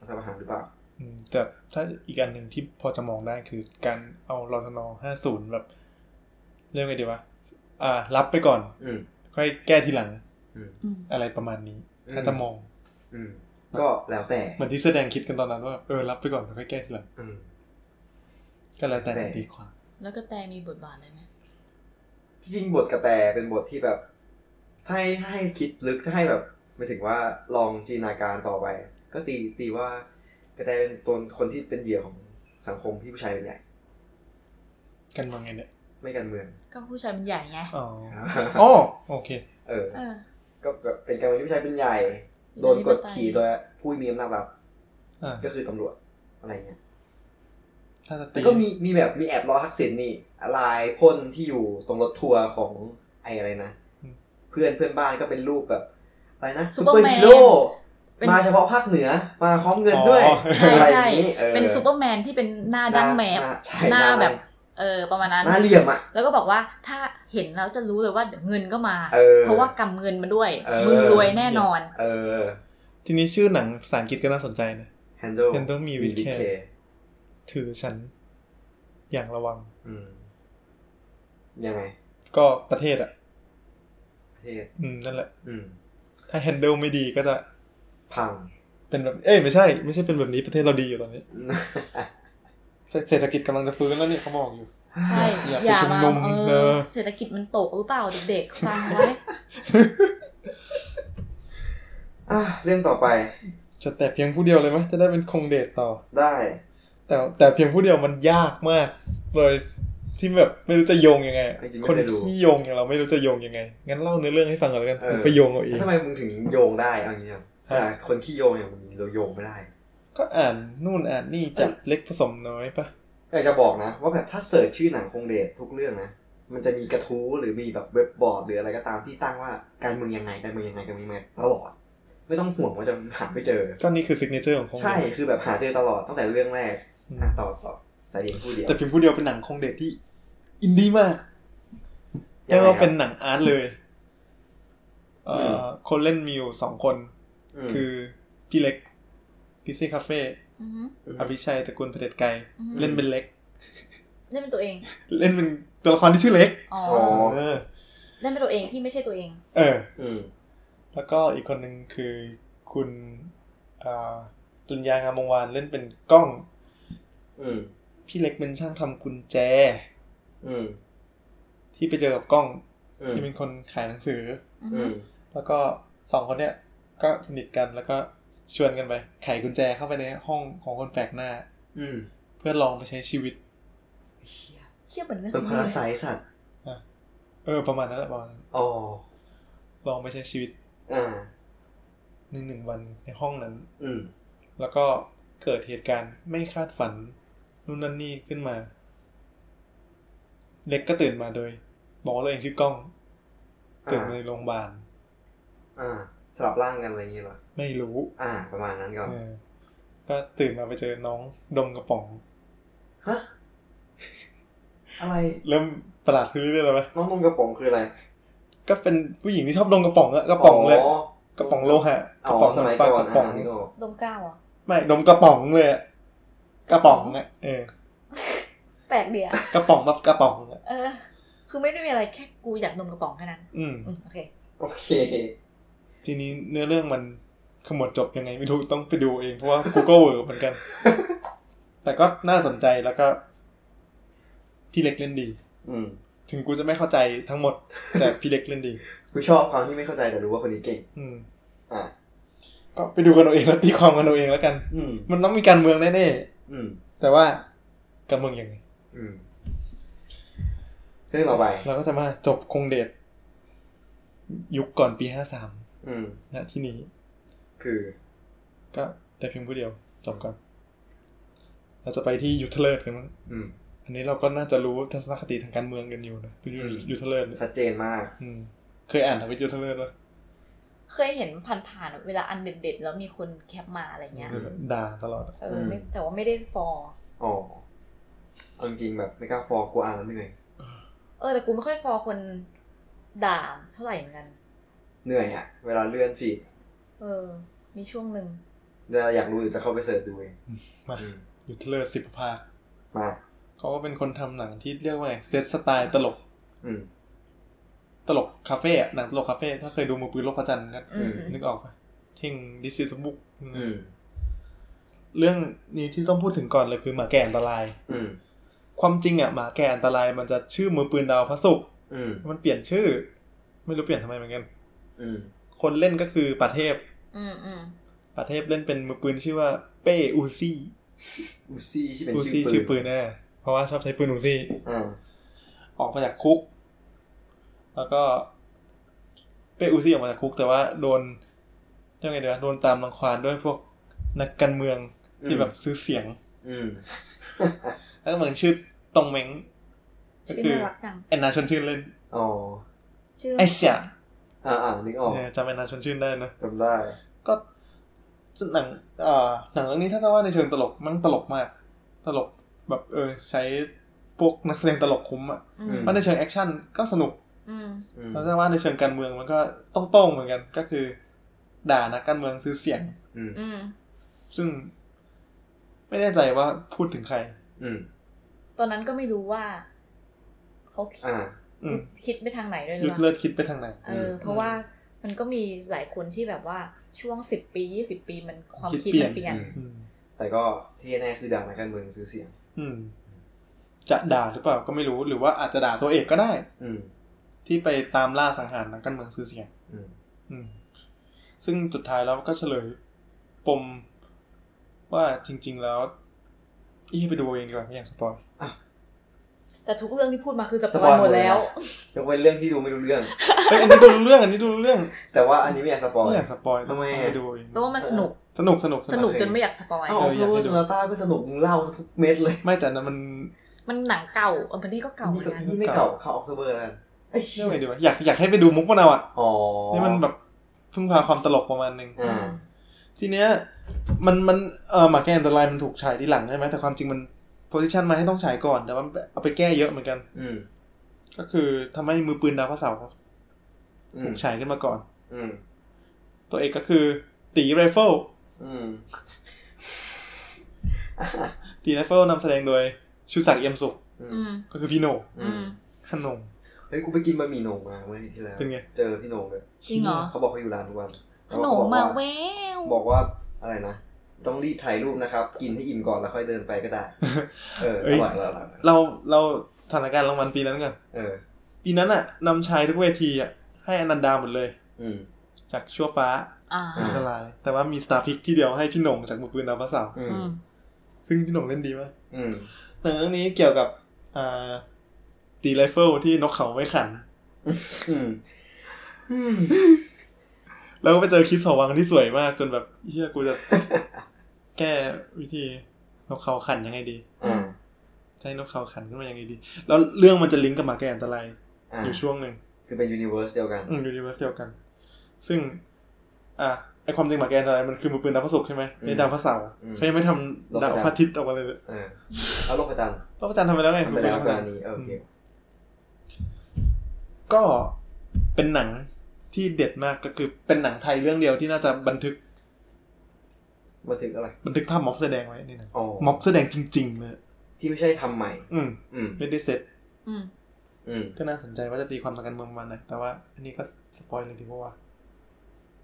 [SPEAKER 1] รัฐประหารหรือเปล่า
[SPEAKER 2] อืมแต่ถ้าอีกอันหนึ่งที่พอจะมองได้คือการเอารอทนห้าศูนย์แบบเรียกไงดีวะอ่า รับไปก่อน
[SPEAKER 1] อืม
[SPEAKER 2] ค่อยแก้ทีหลัง
[SPEAKER 1] อืม
[SPEAKER 3] อืม
[SPEAKER 2] อะไรประมาณนี้
[SPEAKER 1] อืม
[SPEAKER 2] ถ้าจะมอง
[SPEAKER 1] อืม ก็แล้วแต่
[SPEAKER 2] เหมือนที่แสดงคิดกันตอนนั้นว่าเออรับไปก่อนแล้วค่อยแก้ทีหลัง
[SPEAKER 1] อืม
[SPEAKER 2] ก็แล้วแต่
[SPEAKER 1] แต่
[SPEAKER 2] จะตีความ
[SPEAKER 3] แล้วก็แต่มีบทบาทอะไรไหม
[SPEAKER 1] ที่จริงบทกระแตเป็นบทที่แบบถ้าให้ให้คิดลึกถ้าให้แบบไม่ถึงว่าลองจินตนาการต่อไป ก็ตีตีว่ากระแตเป็นตัวคนที่เป็นเหยื่อของสังคมที่ผู้ชายเป็นใหญ่
[SPEAKER 2] กันมองไงเนี่ย
[SPEAKER 1] ไม่การเมือง
[SPEAKER 3] ก็ผู้ชายมันใหญ่ไง
[SPEAKER 2] อ๋อ
[SPEAKER 1] อ๋
[SPEAKER 2] อ๋
[SPEAKER 1] อ
[SPEAKER 2] อโอเค
[SPEAKER 1] เออ
[SPEAKER 3] เออ
[SPEAKER 1] ก็แบบเป็นการเมืองที่ผู้ชายเป็นใหญ่ โดนกดขี่โดยผู้มีอำนาจรัฐ
[SPEAKER 2] อ่า
[SPEAKER 1] ก็คือตำรวจอะไรเงี้ย
[SPEAKER 2] ถ้าจะ
[SPEAKER 1] แต่
[SPEAKER 2] ตี
[SPEAKER 1] ก็มีมีแบบมีแอบรอทักษิณนี่ลายพ่นที่อยู่ตรงรถทัวร์ของไอ้อะไรนะ เพื่อนเพื่อนบ้านก็เป็นรูปแบบอะไรนะ
[SPEAKER 3] Superman
[SPEAKER 1] ฮีโร่
[SPEAKER 3] เป็น
[SPEAKER 1] มาเฉพาะภาคเหนือมาพร้อมเงินด้วย
[SPEAKER 3] ใช่
[SPEAKER 1] อะไรอ
[SPEAKER 3] ใช่
[SPEAKER 1] ย่างนี้ออ
[SPEAKER 3] เป็นซูเปอร์แมนที่เป็นหน้าดั้งแมว
[SPEAKER 1] หน้าใช่
[SPEAKER 3] หน้าแบบ เออประมาณนั้น
[SPEAKER 1] หน้าเหลี่ยมอ่ะ
[SPEAKER 3] แล้วก็บอกว่าถ้าเห็นแล้วจะรู้เลยว่าเดี๋ยวเงินก็มา
[SPEAKER 1] เออ
[SPEAKER 3] เพราะว่ากำเงินมาด้วย
[SPEAKER 1] เออ
[SPEAKER 3] มึงรวยแน่นอน
[SPEAKER 1] เออ
[SPEAKER 2] ทีนี้ชื่อหนังภาษาอังกฤษก็น่าสนใจนะ
[SPEAKER 1] แฮนโด
[SPEAKER 2] Handle Me With Care ถือฉัน อย่างระวัง
[SPEAKER 1] อืมยังไง
[SPEAKER 2] ก็ประเทศอ่ะ
[SPEAKER 1] ประเทศ
[SPEAKER 2] อืมนั่นแหละ
[SPEAKER 1] อืม
[SPEAKER 2] ถ้า handle ไม่ดีก็จะ
[SPEAKER 1] พัง
[SPEAKER 2] เป็นแบบ เอ้ยไม่ใช่ ไม่ใช่เป็นแบบนี้ประเทศเราดีอยู่ตอนนี้ เศรษฐกิจกำลังจะฟื้นแล้วเนี่ยเขาบอกอยู่
[SPEAKER 3] ใช่
[SPEAKER 2] อย่าไป
[SPEAKER 3] มา
[SPEAKER 2] ชุมนุม
[SPEAKER 3] เอ
[SPEAKER 2] เอ
[SPEAKER 3] อ
[SPEAKER 2] อ
[SPEAKER 3] เศรษฐกิจมันตกหรือเปล่าเด็กๆฟังไว้
[SPEAKER 1] อ่ะเรื่องต่อไป
[SPEAKER 2] จะแต่เพียงผู้เดียวเลยไหมจะได้เป็นคงเดทต่อ
[SPEAKER 1] ได้
[SPEAKER 2] แต่แต่เพียงผู้เดียวมันยากมากเลยที่แบบไม่รู้จะโยงยังไงอะคนที่โยงอย่างเราไม่รู้จะโยงยังไง งั้นเล่าเนื้อเรื่องให้ฟังก่อนแล้วกัน
[SPEAKER 1] เอ
[SPEAKER 2] มึ
[SPEAKER 1] อง
[SPEAKER 2] ไปโยงเอาเอง
[SPEAKER 1] แล้วทำไมมึงถึงโยงได้เอางี้อ่ะ
[SPEAKER 2] ฮะ
[SPEAKER 1] แต่คนที่โยงอย่างมึงเราโยงไม่ได้
[SPEAKER 2] ก็อ่านนู่นอ่านนี่จับเล็กผสมน้อยปะ
[SPEAKER 1] อยากจะบอกนะ ว่าแบบถ้าเสิร์ชชื่อหนังคงเดชทุกเรื่องนะ มันจะมีกระทู้หรือมีแบบเว็บบอร์ดหรืออะไรก็ตามที่ตั้งว่าการเมืองยังไงการเมืองยังไงการเมืองยังไงตลอด ไม่ต้องห่วงว่าจะหาไม่เจอ
[SPEAKER 2] ก็นี่คือซิกเนเจอร์ของคงเดท
[SPEAKER 1] ใช่คือแบบหาเจอตลอดตั้งแต่เรื่องแรก
[SPEAKER 2] อืม
[SPEAKER 1] อ่ะต่อต่อแต่เดียนพูดเดียว
[SPEAKER 2] แต่เพียงผู้เดียวเป็นหนังคงเดทที่อินดี้มากเรียกว่าเป็นหนังอาร์ตเลยเอ่อคนเล่นมีอยู่สองคน
[SPEAKER 1] คื
[SPEAKER 2] คือ อพี่เล็กพิซซี่คาเฟ่
[SPEAKER 3] อือฮึ
[SPEAKER 2] อภิชัยตระกูลเผด็จไกร
[SPEAKER 3] อือฮึ
[SPEAKER 2] เล่นเป็นเล็ก
[SPEAKER 3] เล่นเป็นตัวเอง
[SPEAKER 2] เล่นเป็นตัวละครที่ชื่อเล็ก
[SPEAKER 3] อ๋อ
[SPEAKER 1] อ๋อ
[SPEAKER 2] เออ
[SPEAKER 3] เล่นเป็นตัวเองที่ไม่ใช่ตัวเอง
[SPEAKER 2] เออ
[SPEAKER 1] อืม
[SPEAKER 2] แล้วก็อีกคนหนึ่งคือคุณอ่าปริญญางามวงศ์วานเล่นเป็นกล้อง
[SPEAKER 1] อืม
[SPEAKER 2] พี่เล็กเป็นช่างทำกุญแจ
[SPEAKER 1] อืม
[SPEAKER 2] ที่ไปเจอกับกล้อง
[SPEAKER 1] อืม
[SPEAKER 2] ที่เป็นคนขายหนังสือ
[SPEAKER 3] อือ
[SPEAKER 1] อื
[SPEAKER 3] ฮึ
[SPEAKER 1] ม
[SPEAKER 2] แล้วก็สองคนเนี้ยก็สนิทกันแล้วก็ชวนกันไปไขกุญแจเข้าไปในห้องของคนแปลกหน้า
[SPEAKER 1] อืม
[SPEAKER 2] เพื่อลองไปใช้ชีวิต
[SPEAKER 1] เหี้ย
[SPEAKER 3] เชี่ยเหมือนไม่
[SPEAKER 1] เป็นพาราไซสัตว์
[SPEAKER 2] เออประมาณนั้นแหละประมาณนั้น
[SPEAKER 1] อ๋อ
[SPEAKER 2] ลองไปใช้ชีวิต
[SPEAKER 1] อ่า
[SPEAKER 2] ในหนึ่งวันในห้องนั้น
[SPEAKER 1] อืม
[SPEAKER 2] แล้วก็เกิดเหตุการณ์ไม่คาดฝันนู่นนั่นนี่ขึ้นมา เล็กก็ตื่นมาโดย บอกว่าตัวเองชื่อกล้อง ตื่น
[SPEAKER 1] อ่า
[SPEAKER 2] มาในโรงพยาบาล
[SPEAKER 1] อ่าสลับร่างกันอะไรอย่างเงี้ยเหรอ
[SPEAKER 2] ไม่รู้
[SPEAKER 1] อ่า ประมาณนั้นก่อน
[SPEAKER 2] เออก็ตื่นมาไปเจอน้องดมกระป๋อง
[SPEAKER 1] ฮะ อะไร
[SPEAKER 2] เริ่มประหลาดขึ้นเรื่อยๆแล้วไหม
[SPEAKER 1] น้องนมกระป๋องคืออะไร
[SPEAKER 2] ก็เป็นผู้หญิงที่ชอบดมกระป๋องอะกระป๋องเลยกระป๋องโลหะก
[SPEAKER 1] อ๋
[SPEAKER 2] ระ
[SPEAKER 1] อ
[SPEAKER 2] ป๋อง
[SPEAKER 1] สมัย
[SPEAKER 2] ปลา
[SPEAKER 1] ก่อน
[SPEAKER 2] กระป๋
[SPEAKER 1] อ่า
[SPEAKER 2] อง
[SPEAKER 1] นี่ก็บอก
[SPEAKER 3] ดมก้าวเหรอ่ะ
[SPEAKER 2] ไม่ดมกระป๋องเลยอะกระป๋องอะเออ
[SPEAKER 3] แปลกเดียว
[SPEAKER 2] กระป๋องแบบกระป๋องอะ
[SPEAKER 3] เออ คือไม่ได้มีอะไรแค่กูอยากดมกระป๋องแค่นั้น
[SPEAKER 2] อืม
[SPEAKER 3] อืมโอเค
[SPEAKER 1] โอเค
[SPEAKER 2] ทีนี้เนื้อเรื่องมันขมวดจบยังไงไม่รู้ต้องไปดูเองเพราะว่า Google เวิร์เหมือนกัน แต่ก็น่าสนใจแล้วก็ พี่เล็กเล่นดี
[SPEAKER 1] อืม
[SPEAKER 2] ถึงกูจะไม่เข้าใจทั้งหมด แต่พี่เล็กเล่นดี
[SPEAKER 1] กูชอบความที่ไม่เข้าใจแต่รู้ว่าคนนี้เก่ง
[SPEAKER 2] อืม
[SPEAKER 1] อ่า
[SPEAKER 2] ก็ไปดูกันเอาเองแล้วตีความกันเอาเองแล้วกัน
[SPEAKER 1] อืม
[SPEAKER 2] มันต้องมีการเมืองแน่
[SPEAKER 1] อืม
[SPEAKER 2] ๆแต่ว่าการเมืองยังไง
[SPEAKER 1] อืมเรื่องต่อไป
[SPEAKER 2] เราก็จะมาจบคงเดชยุคก่อนปีห้าสาม
[SPEAKER 1] อืม
[SPEAKER 2] นะที่นี้
[SPEAKER 1] คือ
[SPEAKER 2] ก็แต่เพียงผู้เดียวจบก่อนเราจะไปที่ยุทธเลิศกันมั้ง
[SPEAKER 1] อืม
[SPEAKER 2] อันนี้เราก็น่าจะรู้ทัศนคติทางการเมืองกันอยู่นะยุ
[SPEAKER 1] อืม
[SPEAKER 2] ยุทธเลิศเนี่ย
[SPEAKER 1] ชัดเจนมาก
[SPEAKER 2] อืมเคยอ่านทวิตยุทธเลิศปะ
[SPEAKER 3] เคยเห็นผ่านๆเวลาอันเด็ดๆ แล้วมีคนแคปมาอะไรเงี้ย
[SPEAKER 1] อืม
[SPEAKER 2] ด่าตลอดอะ
[SPEAKER 3] เออไม่แต่ว่าไม่ได้ฟอร์
[SPEAKER 1] อ๋อเอาจริงๆแบบไม่กล้าฟอร์กลัวอ่านแล้วเหนื่อย
[SPEAKER 3] เออแต่กูไม่ค่อยฟอร์คนด่าเท่าไหร่เหมือนกัน
[SPEAKER 1] เหนื่อยอ่ะ เวลาเลื่อนฟีด
[SPEAKER 3] เออ
[SPEAKER 5] มีช่วงหนึ่ง
[SPEAKER 1] จะอยากรู้หรือจะเข้าไปเสิร์ชดูเอง
[SPEAKER 2] มา
[SPEAKER 1] อืม
[SPEAKER 2] อยู่ที่เลอร์สิบภาค
[SPEAKER 1] มา
[SPEAKER 2] เขาก็เป็นคนทำหนังที่เรียกว่าไงเซตสไตล์ตลก
[SPEAKER 1] อืม
[SPEAKER 2] ตลกคาเฟ่อะหนังตลกคาเฟ่ถ้าเคยดูมือปืนโลกพระจันทร์ก็
[SPEAKER 5] อืม
[SPEAKER 2] นึกออกปะเท่งดิซิสบุ๊ก
[SPEAKER 1] อืม
[SPEAKER 2] เรื่องนี้ที่ต้องพูดถึงก่อนเลยคือหมาแก่อันตราย
[SPEAKER 1] อืม
[SPEAKER 2] ความจริงอะหมาแก่อันตรายมันจะชื่อมือปืนดาวพระศุกร์
[SPEAKER 1] อืม
[SPEAKER 2] มันเปลี่ยนชื่อ ไม่รู้เปลี่ยนทำไมเหมือนกัน
[SPEAKER 1] อืม
[SPEAKER 2] คนเล่นก็คือประเทพ
[SPEAKER 5] อืมอืม
[SPEAKER 2] ประเทพเล่นเป็นมือปืนชื่อว่าเป้อูซี่
[SPEAKER 1] อูซี่ที่เป็น
[SPEAKER 2] อูซี่
[SPEAKER 1] ชื่
[SPEAKER 2] ชื่
[SPEAKER 1] อ
[SPEAKER 2] อ
[SPEAKER 1] ปื
[SPEAKER 2] ปื
[SPEAKER 1] น
[SPEAKER 2] นแน่เพราะว่าชอบใช้ปืนอูซี่
[SPEAKER 1] อ่า
[SPEAKER 2] ออกมาจากคุก แล้วก็เป้อูซี่ออกมาจากคุก แต่ว่าโดนเรียังไงเดี๋ยวะโดนตามรังควานด้วยพวกนักการเมืองที่แบบซื้อเสียง
[SPEAKER 1] อืม
[SPEAKER 2] แล้วก็เหมือนชื่อตองเม้งก็
[SPEAKER 5] ชื่อ
[SPEAKER 2] คือ
[SPEAKER 5] น่ารักจัง
[SPEAKER 2] แอนนาชวนชื่นเล่น
[SPEAKER 1] อ๋อ
[SPEAKER 5] ชื่อ
[SPEAKER 2] ไอเสีย
[SPEAKER 1] อ่าอ่านึกออก
[SPEAKER 2] เออจำแอนนาชวนชื่นได้นะ
[SPEAKER 1] จำได้
[SPEAKER 2] ก็หนังเอ่อหนังเรื่องนี้ถ้าจะว่าในเชิงตลกมันตลกมาก ตลกแบบเออใช้พวกนักแสดงตลกคุ้มอะ
[SPEAKER 5] อืม
[SPEAKER 2] ว่าในเชิงแอคชั่นก็สนุก
[SPEAKER 5] อืม
[SPEAKER 1] อืม
[SPEAKER 2] แล้วถ้าว่าในเชิงการเมืองมันก็ต้องโต้งเหมือนกันก็คือ ด่านักการเมืองซื้อเสียง
[SPEAKER 1] อืม
[SPEAKER 5] อืม
[SPEAKER 2] ซึ่ง ไม่แน่ใจว่าพูดถึงใคร
[SPEAKER 1] อืม
[SPEAKER 5] ตอนนั้นก็ไม่รู้ว่าเขาคิด
[SPEAKER 1] อ่า
[SPEAKER 2] อืม
[SPEAKER 5] คิดไปทางไหนด้วยหรื
[SPEAKER 2] หยุ
[SPEAKER 5] อ
[SPEAKER 2] ด
[SPEAKER 5] เป
[SPEAKER 2] เลือ
[SPEAKER 5] ล่า
[SPEAKER 2] ดคิดไปทางไหน
[SPEAKER 5] เออ เพราะว่ามันก็มีหลายคนที่แบบว่าช่วงสิบปียี่สิบปีมันความ
[SPEAKER 2] คิ
[SPEAKER 5] คิ
[SPEAKER 2] ด
[SPEAKER 5] ด
[SPEAKER 2] เปลี่ย
[SPEAKER 5] มัน นเปลี่ยน
[SPEAKER 1] อืม
[SPEAKER 2] อืม
[SPEAKER 1] แต่ก็ที่แน่คือด่านักการเมืองซื้อเสียง
[SPEAKER 2] อืม จะด่าหรือเปล่าก็ไม่รู้หรือว่าอาจจะด่าตัวเอกก็ได้
[SPEAKER 1] อืม
[SPEAKER 2] ที่ไปตามล่าสังหารนักการเมืองซื้อเสียง
[SPEAKER 1] อืม
[SPEAKER 2] อืม ซึ่งสุดท้ายแล้วก็เฉลย ปมว่าจริง ๆ แล้วอี้ไปดูเอาเองดีกว่าไม่อยากสปอย
[SPEAKER 5] แต่ทุกเรื่องที่พูดมาคือส
[SPEAKER 1] ส
[SPEAKER 5] ป
[SPEAKER 1] ป
[SPEAKER 5] อ
[SPEAKER 1] อย ย
[SPEAKER 5] หมดแล้ว
[SPEAKER 1] หมด ยกเว้นเรื่องที่ดูไม่รู้เรื่อง
[SPEAKER 2] เฮ้ยอันนี้ดูรู้เรื่องอันนี้ดูรู้เรื่อง
[SPEAKER 1] แต่ว่าอันนี้ไม่อยากสปอย
[SPEAKER 2] ไม่อยากสปอย
[SPEAKER 1] ทำไมอะ
[SPEAKER 2] ต้องปดูเอาเอง
[SPEAKER 5] เพราะว่ามันสนุก
[SPEAKER 2] สนุกสนุก
[SPEAKER 5] สนุกจนไม่อยากสปอย
[SPEAKER 1] เอ้าเพราะว่าจูนาต้าก็สนุกมึงเล่าซะทุกเม็ดเลย
[SPEAKER 2] ไม่แต่นั้นมัน
[SPEAKER 5] มันหนังเก่าเออมันนี่ก็เก่าเหมื
[SPEAKER 1] นี่
[SPEAKER 5] อน
[SPEAKER 1] ก็
[SPEAKER 5] กัน
[SPEAKER 1] นี่ไม่เก่าเข้าออกเซเบอร์แล้วเอ้ย
[SPEAKER 2] เรื่องไงดีวะอยากอยากให้ไปดูมุกมะนาวอ่ะ
[SPEAKER 1] อ๋อ
[SPEAKER 2] นี่มันแบบพึ่งพาความตลกประมาณหนึ่ง
[SPEAKER 1] อ่า
[SPEAKER 2] ทีเนี้ย มันมันเออหมาแก้อันตรายมันถูกฉายทีหลังใช่ไหมแต่ความจริงมันโพสิชันมาให้ต้องฉายก่อนแต่ว่าเอาไปแก้เยอะเหมือนกัน
[SPEAKER 1] อืม
[SPEAKER 2] ก็คือทำให้มือปืนดาวพระเสาร์
[SPEAKER 1] อื
[SPEAKER 2] ถู
[SPEAKER 1] ม
[SPEAKER 2] กฉายขึ้นมาก่อน
[SPEAKER 1] อืม
[SPEAKER 2] ตัวเอกก็คือตีไรเฟิล
[SPEAKER 1] อืม
[SPEAKER 2] ตีไรเฟิลนำแสดงโดยชูศักดิ์เอี่ยมสุข
[SPEAKER 5] อืม
[SPEAKER 2] ก็คือพี่โหนง
[SPEAKER 5] อืม
[SPEAKER 2] ขนม
[SPEAKER 1] เฮ้ยกูไปกินบะหมี่โหนงมาเมื่ออาทิตย์ที่แล้ว
[SPEAKER 2] เป็นไง
[SPEAKER 1] เจอพี่โหนงเลย
[SPEAKER 5] จริงเหรอ
[SPEAKER 1] เขาบอกเขาอยู่ร้านทุกวัน
[SPEAKER 5] ขนมมาแวว
[SPEAKER 1] บอกว่าอะไรนะต้องรีบถ่ายรูปนะครับ กินให้อิ่มก่อนแล้วค่อยเดินไปก็ได้ เอออร่อยอร่อยอร่อย
[SPEAKER 2] เราเราสถานการณ์รางวัลปีนั้นกัน
[SPEAKER 1] เออ
[SPEAKER 2] ปีนั้นอ่ะนำชายทุกเวทีอ่ะให้อนันดาหมดเลย
[SPEAKER 1] อืม
[SPEAKER 2] จากชั่วฟ้า
[SPEAKER 5] อ่า
[SPEAKER 1] อ่า
[SPEAKER 2] อันตรายแต่ว่ามีสตาร์พิกที่เดียวให้พี่หน่งจากมือปืนดาวพระเสาร์
[SPEAKER 1] อืม
[SPEAKER 5] อืม
[SPEAKER 2] ซึ่งพี่หน่งเล่นดีมาก
[SPEAKER 1] อืม
[SPEAKER 2] หนังเรื่องนี้เกี่ยวกับอ่าตีไรเฟิลที่นกเขาไม่ขัน
[SPEAKER 1] อืมอืม
[SPEAKER 2] แล้วก็ไปเจอคริสหอวังที่สวยมากจนแบบเฮียกูจะ แก้วิธีนกเขาขันยังไงดี
[SPEAKER 1] อ่า
[SPEAKER 2] จะให้นกเขาขันขึ้นมายังไงดี แล้วเรื่องมันจะลิงก์กับหมาแก่อันตราย
[SPEAKER 1] อ่า
[SPEAKER 2] อยู่ช่วงหนึ่ง
[SPEAKER 1] คือเป็นยูนิเวอร์สเดียวกัน
[SPEAKER 2] อืมอยู่ดีมาเดียวกัน ซึ่ง อ่ะไอความจริงหมาแก่อันตรายมันคือมือปืนดาวพระศุกร์ใช่ไหม
[SPEAKER 1] อืม
[SPEAKER 2] ในดาวพระเสาร์
[SPEAKER 1] อืม
[SPEAKER 2] เขายังไม่ทำดาว
[SPEAKER 1] ดาวพระจันทร์
[SPEAKER 2] พระอาทิตย์ออกมาเลยเลย
[SPEAKER 1] เออแล้วโลกพระจันทร์
[SPEAKER 2] แล้วพระจันทร์ทำไปแล้วไง
[SPEAKER 1] ทำไปแล้ว
[SPEAKER 2] มือปืน
[SPEAKER 1] ก
[SPEAKER 2] ดาวพระ
[SPEAKER 1] ร
[SPEAKER 2] จันทร์
[SPEAKER 1] ณีเออโอเค
[SPEAKER 2] ก็เป็นหนังที่เด็ดมากก็คือเป็นหนังไทยเรื่องเดียวที่น่าจะบันทึก
[SPEAKER 1] มาถึงอะไร
[SPEAKER 2] บันทึกภาพม็อบแสอแดงไว้นี่นะ
[SPEAKER 1] อ๋อ
[SPEAKER 2] ม็อบแสอแดงจริง ๆ เลย
[SPEAKER 1] ที่ไม่ใช่ทำใหม่
[SPEAKER 2] อืม
[SPEAKER 1] อืม
[SPEAKER 2] ไม่ได้เซ็ต
[SPEAKER 5] อืม
[SPEAKER 1] อืม
[SPEAKER 2] ก็น่าสนใจว่าจะตีความทางการเมืองประมาณไหนแต่ว่าอันนี้ก็สปอยเลยดีเพราะว่า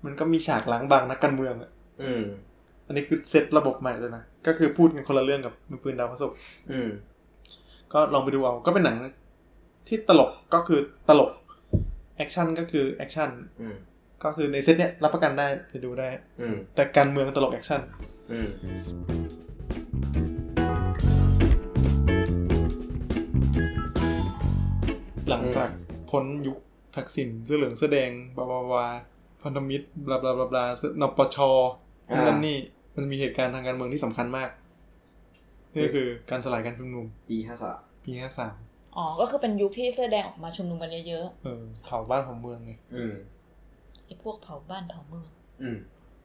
[SPEAKER 2] มันก็มีฉากล้างบางนักการเมืองอะ
[SPEAKER 1] อืม
[SPEAKER 2] อันนี้คือเซ็ตระบบใหม่เลยนะก็คือพูดกันคนละเรื่องกับมือปืนดาวพระศุกร์
[SPEAKER 1] อืม
[SPEAKER 2] ก็ลองไปดูเอาก็เป็นหนังที่ตลกก็คือตลกแอคชั่นก็คือแอคชั่น
[SPEAKER 1] อืม
[SPEAKER 2] ก็คือในเซตเนี้ยรับประกันได้ไปดูได้
[SPEAKER 1] อืม
[SPEAKER 2] แต่การเมืองตลกแอคชั่น
[SPEAKER 1] อืม
[SPEAKER 2] หลังจากพ้นยุคทักษิณเสื้อเหลืองเสื้อแดงบลาบลาบลาพันธมิตรบลาบลาบลาบลานปชนั่นนั่นนี่มันมีเหตุการณ์ทางการเมืองที่สำคัญมากนี่ก็คือการสลายการชุมนุม
[SPEAKER 1] ปีห้าสาม
[SPEAKER 2] ปีห้าสาม
[SPEAKER 5] อ๋อ ก็คือเป็นยุคที่เสื้อแดงออกมาชุมนุมกันเยอะ
[SPEAKER 2] เออเผาบ้านเผาเมืองไง
[SPEAKER 1] อืม
[SPEAKER 5] ๆไอ้พวกเผาบ้านเผาเมือง
[SPEAKER 1] อืม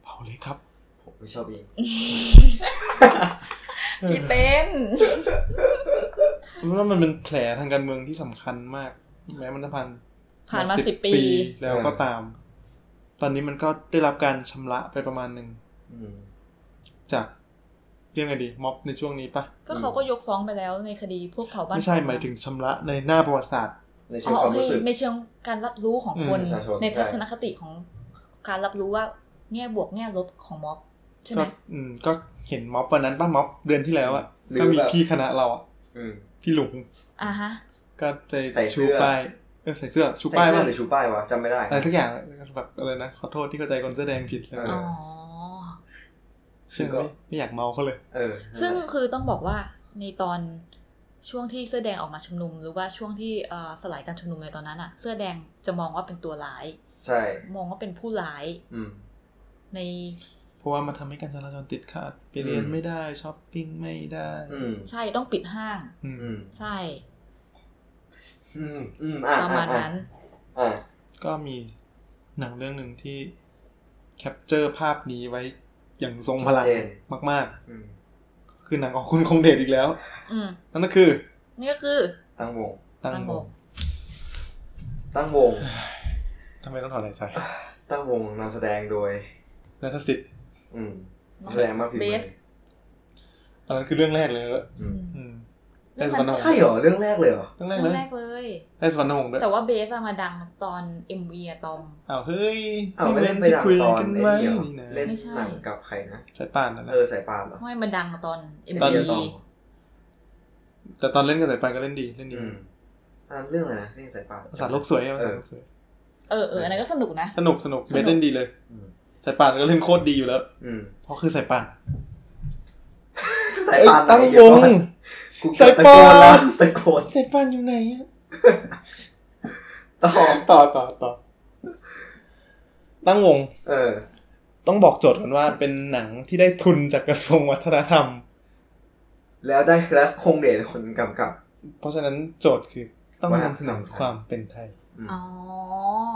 [SPEAKER 2] เผาเลยครับ
[SPEAKER 1] ผมไม่ชอบเอง
[SPEAKER 5] พี่เป็น
[SPEAKER 2] เออว่ามันเป็นแผลทางการเมืองที่สำคัญมาก แม้มันจะผ่าน
[SPEAKER 5] ผ่านมาสิบปี
[SPEAKER 2] แล้วก็ตาม ตอนนี้มันก็ได้รับการชำระไปประมาณหนึ่ง
[SPEAKER 1] อืม
[SPEAKER 2] จากเรื่องไงดีม็อบในช่วงนี้ปะ
[SPEAKER 3] ก็เขาก็ยกฟ้องไปแล้วในคดีพวกเผาบ้าน
[SPEAKER 2] ไม่ใช่หมายถึงชำระในหน้าประวัติศาสตร์
[SPEAKER 1] ในเชิ
[SPEAKER 3] อ๋
[SPEAKER 1] ง
[SPEAKER 3] อ
[SPEAKER 1] ความ
[SPEAKER 3] โอ
[SPEAKER 1] รู้
[SPEAKER 3] เค
[SPEAKER 1] สึก
[SPEAKER 3] ในเชิงการรับรู้ของคน
[SPEAKER 2] อืม
[SPEAKER 1] ประชาชน
[SPEAKER 3] ใน
[SPEAKER 1] ใช่
[SPEAKER 3] ทัศนคติของการรับรู้ว่าแง่บวกแง่ลบของม็อบใช่ไห
[SPEAKER 2] ก็
[SPEAKER 3] ม
[SPEAKER 2] อืมก็เห็นม็อบวันนั้นป้าม็อบเดือนที่แล้วอะ
[SPEAKER 1] หรือ
[SPEAKER 2] ก็มี
[SPEAKER 1] แบบ
[SPEAKER 2] พี่คณะเราอะ
[SPEAKER 1] อืม
[SPEAKER 2] พี่หลุง
[SPEAKER 3] อ่าฮะ
[SPEAKER 2] ก็ไป
[SPEAKER 1] ใส่เสื้
[SPEAKER 2] ชู
[SPEAKER 1] อ
[SPEAKER 2] ป้ายเออใส่เสื้อชู
[SPEAKER 1] ใส่
[SPEAKER 2] ป้าย
[SPEAKER 1] เสื้
[SPEAKER 2] ว่า
[SPEAKER 1] อหรือชูป้ายวะจำไม่ได้
[SPEAKER 2] อะไรสักอย่างแบบอะไรนะขอโทษที่เข้าใจคนเสื้อแดงผิดเลย
[SPEAKER 1] เอ
[SPEAKER 3] อ๋อ
[SPEAKER 1] อ
[SPEAKER 2] เชื่อไหมไม่อยากเมาเขาเลย
[SPEAKER 1] เออ
[SPEAKER 3] ซึ่งคือต้องบอกว่าในตอนช่วงที่เสื้อแดงออกมาชุมนุม หรือว่าช่วงที่เอ่อสลายการชุมนุมในตอนนั้นอะเสื้อแดงจะมองว่าเป็นตัวร้าย
[SPEAKER 1] ใช่
[SPEAKER 3] มองว่าเป็นผู้ร้าย
[SPEAKER 1] อืม
[SPEAKER 3] ใน
[SPEAKER 2] เพราะว่ามันทำให้การจราจรติดขัดไปเรียน
[SPEAKER 1] อืม
[SPEAKER 2] ไม่ได้ช้อปปิ้งไม่ได้
[SPEAKER 1] อืม
[SPEAKER 3] ใช่ต้องปิดห้าง
[SPEAKER 2] อืม
[SPEAKER 1] อืม
[SPEAKER 3] ใช่
[SPEAKER 1] อืมอืมอ่ะ
[SPEAKER 3] ประ
[SPEAKER 1] อ่ะ
[SPEAKER 3] มาณ
[SPEAKER 1] อ่ะ
[SPEAKER 3] นั้น
[SPEAKER 1] อ่ะ
[SPEAKER 2] ก็มีหนังเรื่องหนึ่งที่แคปเจอร์ภาพนี้ไว้อย่างทรงพลัง
[SPEAKER 1] ชัดเจน
[SPEAKER 2] มาก
[SPEAKER 1] อืม
[SPEAKER 2] ๆ คือหนังของคุณคงเดชอีกแล้ว
[SPEAKER 3] อืม
[SPEAKER 2] นั่นก็คือ
[SPEAKER 3] นี่ก็คือ
[SPEAKER 1] ตั้งวง
[SPEAKER 2] ตั้ง
[SPEAKER 3] ตั้ง
[SPEAKER 2] ว
[SPEAKER 3] ว
[SPEAKER 2] ง
[SPEAKER 3] ง
[SPEAKER 1] ตั้งวง
[SPEAKER 2] ทำไมต้องถอนหายใจ
[SPEAKER 1] ตั้งวงนำแสดงโดย
[SPEAKER 2] นัทสิทธิ์
[SPEAKER 1] อืม
[SPEAKER 3] น้อง
[SPEAKER 1] แสดงมากผิว
[SPEAKER 3] เบส
[SPEAKER 2] อันนั้นคือเรื่องแรกเลยแล้ว
[SPEAKER 1] อืม
[SPEAKER 2] อืม
[SPEAKER 3] เรื่
[SPEAKER 2] ได้
[SPEAKER 3] อง
[SPEAKER 2] ส
[SPEAKER 3] นั้
[SPEAKER 2] วรรณหง
[SPEAKER 3] นก็
[SPEAKER 1] ใช่
[SPEAKER 2] ส์
[SPEAKER 1] เหรอ เรื่องแรกเลยเหรอ
[SPEAKER 2] เรื่องแร
[SPEAKER 3] เรื่
[SPEAKER 2] กเล
[SPEAKER 3] อง
[SPEAKER 2] ย
[SPEAKER 3] แรกเลย
[SPEAKER 2] ได้สวรรณหงส์ด้วย
[SPEAKER 3] แต่ว่าเบสอะมาดังตอน MV อะตอม
[SPEAKER 2] อ้าวเฮ้ย
[SPEAKER 1] อ้าวไม่เล่นไป
[SPEAKER 2] ที่
[SPEAKER 1] ดัง
[SPEAKER 2] คุย
[SPEAKER 1] ตอน
[SPEAKER 2] กัน
[SPEAKER 1] ไอ้
[SPEAKER 2] ไว้
[SPEAKER 1] นี่เหรอ
[SPEAKER 2] นี่นะ
[SPEAKER 1] เล่น
[SPEAKER 3] ไม่ใช่
[SPEAKER 1] หนังกับใครนะ
[SPEAKER 2] ใช้ป่านนั่นแหละ
[SPEAKER 1] เออสายป่านเหรอ
[SPEAKER 3] ไม่มันดังตอน
[SPEAKER 2] ตอน
[SPEAKER 3] MV
[SPEAKER 1] นี้ตอน
[SPEAKER 2] แต่ตอนเล่นกับสายป่านก็เล่นดีเล่นดี
[SPEAKER 1] อืมอันนั้นเรื่องอะไรนะเรื่องสายป่าน
[SPEAKER 2] ภาษาโลกสวยอะภาษาโลกสวย
[SPEAKER 3] เออเอออันนั้นก็สนุกนะ
[SPEAKER 2] สนุกสนุก
[SPEAKER 3] สนุก
[SPEAKER 2] เบสเล่นดีเลย
[SPEAKER 1] อืม
[SPEAKER 2] สายป่านก็เล่นโคตรดีอยู่แล้ว
[SPEAKER 1] อืม
[SPEAKER 2] เพราะคือสายป่าน
[SPEAKER 1] สายป่านไหน
[SPEAKER 2] ตั้ง
[SPEAKER 1] เดี๋ยว วก่
[SPEAKER 2] ง
[SPEAKER 1] อนกูเกื
[SPEAKER 2] สา
[SPEAKER 1] อย บตะโก
[SPEAKER 2] ป่าน
[SPEAKER 1] นแล้วตะโกน
[SPEAKER 2] สายป่านอยู่ไหนอะ
[SPEAKER 1] ต่อ
[SPEAKER 2] ต่อต่อต่อตั้งวง
[SPEAKER 1] เออ
[SPEAKER 2] ต้องบอกโจทย์กันว่าเป็นหนังที่ได้ทุนจากกระทรวงวัฒนธรรม
[SPEAKER 1] แล้วได้แล้วคงเดชคนกำกับ
[SPEAKER 2] เพราะฉะนั้นโจทย์คือต้อง
[SPEAKER 1] ว่า
[SPEAKER 2] นำเสนอความเป็นไทย
[SPEAKER 1] อืม
[SPEAKER 3] อ๋อ